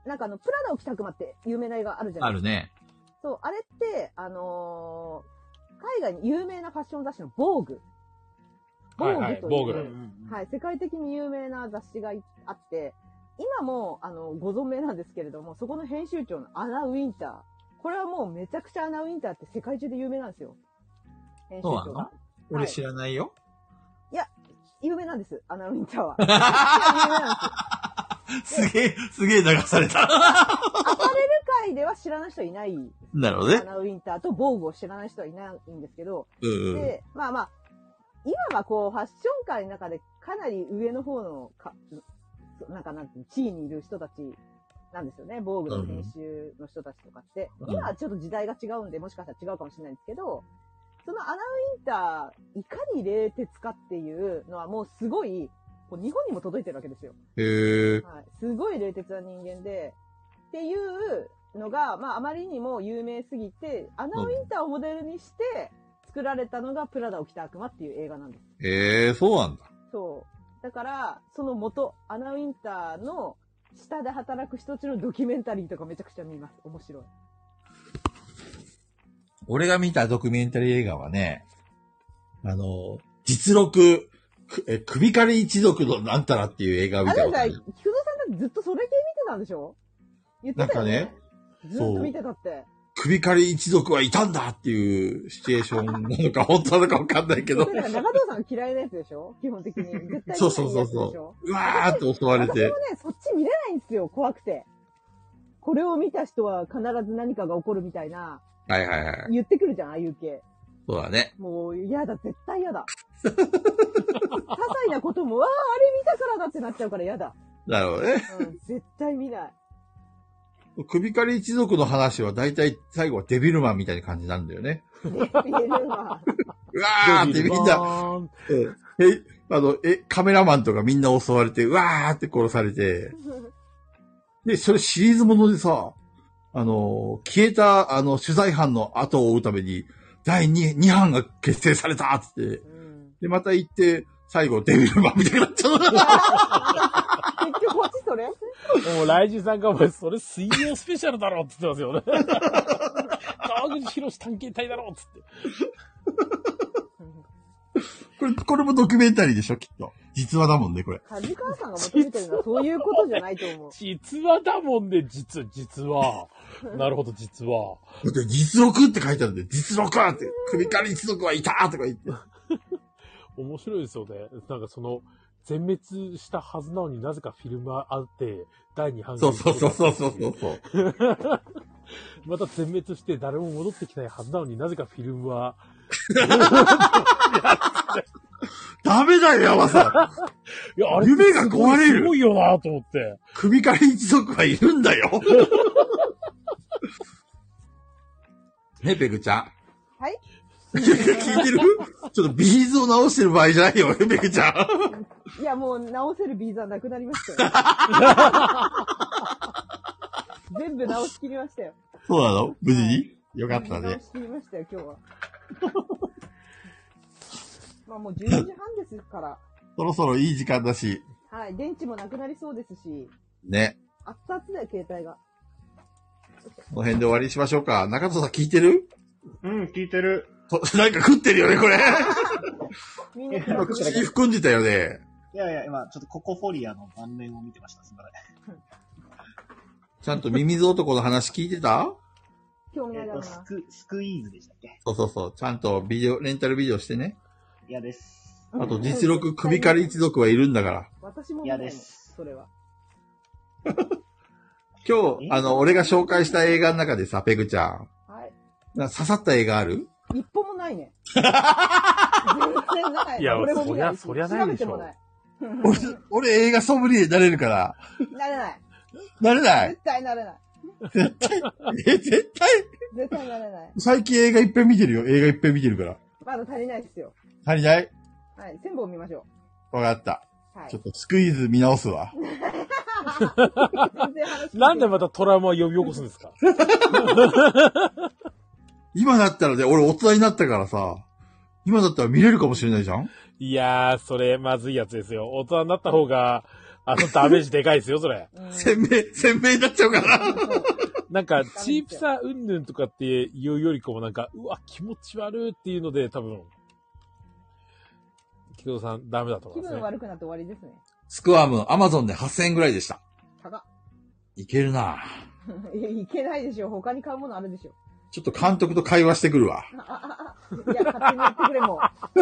Speaker 4: なんかあの、プラダを着たくまって有名な映画あるじゃな
Speaker 3: あ
Speaker 4: い
Speaker 3: る
Speaker 4: です
Speaker 3: ね。
Speaker 4: か。そう、あれって、あのー海外に有名なファッション雑誌のボーグ。ボー
Speaker 1: はいはい
Speaker 4: グという、
Speaker 1: Vogue
Speaker 2: うんうんうん
Speaker 4: はい、世界的に有名な雑誌がいあって、今も、あの、ご存命なんですけれども、そこの編集長のアナ・ウィンター。これはもうめちゃくちゃアナ・ウィンターって世界中で有名なんですよ。編集
Speaker 3: そ
Speaker 4: 長
Speaker 3: うな
Speaker 4: が
Speaker 3: の。俺知らないよ。
Speaker 4: 有名なんです、アナ・ウィンターは。めちゃくちゃ有名なんですよ。
Speaker 3: すげえ、すげえ流された。
Speaker 4: アパレル界では知らない人いない。
Speaker 3: なるほど
Speaker 4: ア
Speaker 3: ね。
Speaker 4: ナ・ウィンターと防具を知らない人はいないんですけど、
Speaker 3: うんうん。
Speaker 4: で、まあまあ、今はこう、ファッション界の中でかなり上の方のか、なんかなんていうの地位にいる人たちなんですよね。防具の編集の人たちとかって。
Speaker 3: うん
Speaker 4: 今はちょっと時代が違うんで、もしかしたら違うかもしれないんですけど、そのアナウィンター、いかに冷徹かっていうのはもうすごい、こう日本にも届いてるわけですよ。
Speaker 3: へえ。
Speaker 4: はい、すごい冷徹な人間で、っていうのが、まあ、あまりにも有名すぎて、アナウィンターをモデルにして作られたのが、プラダを着た悪魔っていう映画なんです。
Speaker 3: へえ、そうなんだ。
Speaker 4: そう。だから、その元、アナウィンターの下で働く人たちのドキュメンタリーとかめちゃくちゃ見ます。面白い。
Speaker 3: 俺が見たドキュメンタリー映画はね、あの、実録、くえ、首狩り一族のなんたらっていう映画を見
Speaker 4: あ
Speaker 3: た
Speaker 4: な
Speaker 3: こ
Speaker 4: た
Speaker 3: と
Speaker 4: さ、
Speaker 3: あ
Speaker 4: 菊
Speaker 3: る
Speaker 4: 蔵。さんだってずっとそれ系見てたんでしょ言ってたよね。ずっと見てたって。
Speaker 3: 首狩り一族はいたんだっていうシチュエーションなの か、本当なのかわかんないけ
Speaker 4: 言っ
Speaker 3: ど
Speaker 4: て、たよ中藤さんが嫌いなやつでしょ基本的に。絶対
Speaker 3: そうそう
Speaker 4: 嫌い
Speaker 3: そ
Speaker 4: なや
Speaker 3: う
Speaker 4: つでしょ
Speaker 3: そう。うわーって襲われ
Speaker 4: 私もね
Speaker 3: て。、
Speaker 4: そっち見れないんですよ、怖くて。これを見た人は必ず何かが起こるみたいな、
Speaker 3: はいはいはい。
Speaker 4: 言ってくるじゃん、ああいう系。
Speaker 3: そうだね。
Speaker 4: もう、嫌だ、絶対 嫌だ。些細なことも、わあ、あれ見たからだってなっちゃうから嫌だ。
Speaker 3: なるほどね。
Speaker 4: うん、絶対見ない。
Speaker 3: 首狩り一族の話は大体最後はデビルマンみたいな感じなんだよね。
Speaker 4: デビルマン。
Speaker 3: うわーってみんな、え、あの、え、カメラマンとかみんな襲われて、うわーって殺されて、で、それシリーズものでさ、あの、消えた、あの、取材班の後を追うために、第 2, 2班が結成されたっつって、
Speaker 4: うん、
Speaker 3: で、また行って、最後、デビルマンみたいになっちゃった
Speaker 4: 結局、こっちそれ
Speaker 1: もう、ライジンさんが、お前、それ水曜スペシャルだろって言ってます よね。川口博士探検隊だろってって。
Speaker 3: これ、これもドキュメンタリーでしょ、きっと。実話だもんね、これ。
Speaker 4: 梶川さんが求めてるのはそういうことじゃないと思う。
Speaker 1: 実話だもんね、実、実は。なるほど、実 は。
Speaker 3: だって、実録って書いてあるんで、実録はって、首から一族はいたーとか言って。
Speaker 1: 面白いですよね。なんかその、全滅したはずなのになぜかフィルムあって、第2版
Speaker 3: そうそうそうそうそうそう。
Speaker 1: また全滅して誰も戻ってきないはずなのになぜかフィルムは、
Speaker 3: ダメだよ、山さん。
Speaker 1: いや、あれ
Speaker 3: 夢が壊れる
Speaker 1: すごいよなと思って。
Speaker 3: 首から一族はいるんだよ。 ねペグちゃん。
Speaker 4: はい
Speaker 3: 聞いてるちょっとビーズを直してる場合じゃないよ、ペグちゃん。
Speaker 4: いや、もう直せるビーズはなくなりました よ。全部直しきりましたよ。
Speaker 3: そうなの無事によかったね。
Speaker 4: してみましたよ、今 日は。まあもう12時半ですから。
Speaker 3: そろそろいい時間だし、
Speaker 4: はい、電池もなくなりそうですし、
Speaker 3: ね。
Speaker 4: 熱々だよ、携帯が。
Speaker 3: この辺で終わりにしましょうか。中藤さん聞いてる
Speaker 2: うん、聞いてる。
Speaker 3: となんか食ってるよね、これ。
Speaker 4: みんな、
Speaker 3: 今口に含んでたよね。
Speaker 2: いやいや、今、ちょっとココフォリアの盤面を見てました。すみません。
Speaker 3: ちゃんとミミズ男の話聞いてた
Speaker 4: 興味
Speaker 2: え
Speaker 4: ない
Speaker 2: っ
Speaker 4: だ
Speaker 2: と、
Speaker 4: ろう
Speaker 2: ス
Speaker 4: な。
Speaker 2: ク、スクイーズでしたっけ
Speaker 3: そうそうそう。ちゃんとビデオ、レンタルビデオしてね。
Speaker 2: 嫌です。
Speaker 3: あと実力首狩り一族はいるんだから。
Speaker 4: 私も見
Speaker 2: 嫌
Speaker 4: ないも
Speaker 2: で
Speaker 4: ん、
Speaker 2: す。
Speaker 4: それは。
Speaker 3: 今日、あの、俺が紹介した映画の中でさ、ペグちゃん。
Speaker 4: はい。
Speaker 3: な刺さった映画ある
Speaker 4: 一本もないね。全然ない。
Speaker 1: いや
Speaker 4: 俺も見ないし
Speaker 1: そりゃそりゃないでしょ
Speaker 4: 調べてもない。
Speaker 3: 俺、俺映画ソムリエになれるから。
Speaker 4: なれない。
Speaker 3: なれない
Speaker 4: 絶対なれない。
Speaker 3: え、絶対
Speaker 4: 絶対なれない。
Speaker 3: 最近映画いっぺん見てるよ。映画いっぺん見てるから。
Speaker 4: まだ足りないですよ。
Speaker 3: 足りない
Speaker 4: はい。全部を見ましょ
Speaker 3: わかった。
Speaker 4: う。はい
Speaker 3: ちょ。っとスクイーズ見直すわ。
Speaker 4: 全然話聞いて
Speaker 1: なんでまたトラウマを呼び起こすんですか
Speaker 3: 今だったらね、俺大人になったからさ、今だったら見れるかもしれないじゃん
Speaker 1: いやー、それ、まずいやつですよ。大人になった方が、あの、ダメージでかいですよ、そ れ。
Speaker 4: うん
Speaker 3: 鮮明、鮮明になっちゃうから。
Speaker 1: なんか、チープさ、うんぬんとかっていうよりかも、なんか、うわ、気持ち悪いっていうので、多分、木戸さん、ダメだと思
Speaker 4: 気
Speaker 1: いますね
Speaker 4: 分。悪くなって終わりですね。
Speaker 7: スクワーム、アマゾンで8000円ぐらいでした。
Speaker 4: 高っ。
Speaker 3: いけるない
Speaker 4: や いけないでしょ。他に買うものあるでしょ。
Speaker 3: ちょっと監督と会話してくるわ。
Speaker 4: いや、勝手にやってくれ、も う。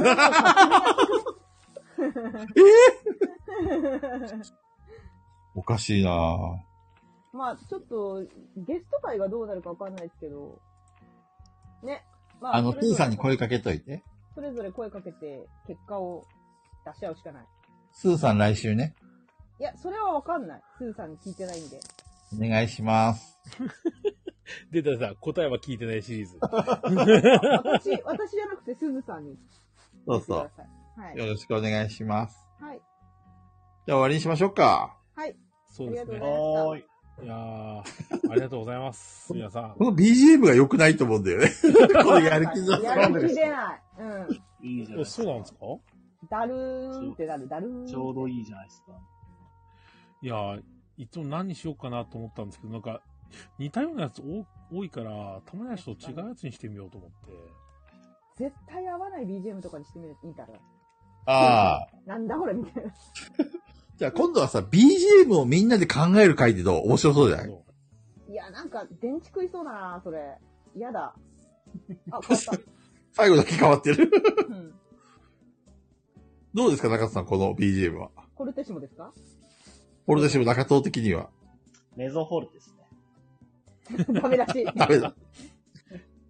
Speaker 3: おかしいな
Speaker 4: まあ、ちょっと、ゲスト会がどうなるかわかんないですけど、ね。まあ、
Speaker 3: あの、
Speaker 4: そ
Speaker 3: ト
Speaker 4: れ
Speaker 3: ゥー
Speaker 4: ぞれ
Speaker 3: さんに声かけといて。
Speaker 4: それぞれ声かけて、結果を出し合うしかない。
Speaker 3: スーさん来週ね。
Speaker 4: いや、それはわかんない。スーさんに聞いてないん で。
Speaker 3: お願いします。
Speaker 1: 出たさ、答えは聞いてないシリーズ。
Speaker 4: 私、私じゃなくて、スズさんに
Speaker 3: そう
Speaker 4: 聞いてく
Speaker 3: そ
Speaker 4: ださい。は
Speaker 3: う。
Speaker 4: い。
Speaker 3: よろしくお願いします。
Speaker 4: はい。
Speaker 3: じゃあ終わりにしましょうか。
Speaker 4: はい。
Speaker 1: そうです
Speaker 4: ありがとうござい
Speaker 1: ね
Speaker 4: ま
Speaker 2: は
Speaker 4: す。
Speaker 1: いやー、
Speaker 2: ーい。
Speaker 1: ありがとうございます。皆さん。
Speaker 3: この BGM が良くないと思うんだ よね。これやる気だ。
Speaker 4: やる気出ない。うん。
Speaker 2: いいじ
Speaker 1: え
Speaker 2: ゃないで
Speaker 1: そ
Speaker 2: す
Speaker 1: う
Speaker 2: か。
Speaker 1: なんですか
Speaker 4: だるーんってなる、だるーんって。
Speaker 2: ちょうどいいじゃないですか。
Speaker 1: いやー、いつも何にしようかなと思ったんですけど、なんか、似たようなやつ多多いから、たまにはちょっと違うやつにしてみようと思って。
Speaker 4: 絶対合わない BGM とかにしてみる、見たら。
Speaker 3: ああ。
Speaker 4: なんだこれみたいな。
Speaker 3: じゃあ今度はさ、BGM をみんなで考える回でどう面白そうじゃない
Speaker 1: そう
Speaker 4: いや、なんか、電池食いそうだな、それ。嫌だ。 あ、変わっ
Speaker 3: 最後だけ変わってる。
Speaker 4: た。うん。
Speaker 3: どうですか、中津さん、この BGM は。
Speaker 4: コルテシモですか
Speaker 3: 俺たちも中藤的には。
Speaker 2: メゾホルですね。
Speaker 4: ダメだしい。
Speaker 3: ダメだ。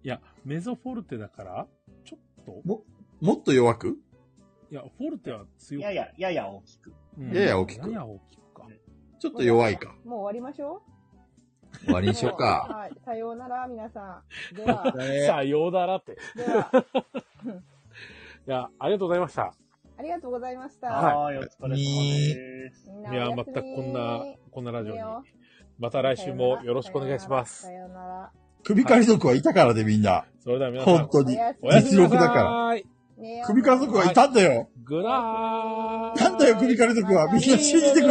Speaker 1: いや、メゾフォルテだから、ちょっと、
Speaker 3: もっと弱く
Speaker 1: いや、フォルテは強く。
Speaker 2: やや、やや大きく。
Speaker 1: うん、
Speaker 3: やや大きく
Speaker 1: やや大きくか。
Speaker 3: ちょっと弱いか。
Speaker 4: もう終わりましょ
Speaker 3: 終わり
Speaker 4: う。
Speaker 3: にしようか。
Speaker 4: もはい。さようなら、皆さん。では、
Speaker 1: さようならって。い
Speaker 4: では、
Speaker 1: や、ありがとうございました。
Speaker 4: ありがとうございました。
Speaker 2: はーい、お疲れ様です。
Speaker 4: みん
Speaker 1: いや、
Speaker 4: なおや
Speaker 1: 全
Speaker 4: すみ
Speaker 1: くこんな、こんなラジオに
Speaker 4: いいよ。
Speaker 1: また来週もよろしくお願いします
Speaker 4: さ。ようなら。
Speaker 3: 首狩り族はいたからでみんな。
Speaker 1: それでは皆さん
Speaker 3: 本、当に
Speaker 4: おやす。み
Speaker 1: おやす
Speaker 3: 実
Speaker 1: みな
Speaker 3: 力だ
Speaker 1: さ
Speaker 3: から。
Speaker 1: い。
Speaker 4: さようなら。
Speaker 3: 首狩り族はいたんだよ。
Speaker 1: グラー
Speaker 3: なんだよ、首狩り族は。みんな信じてくれ。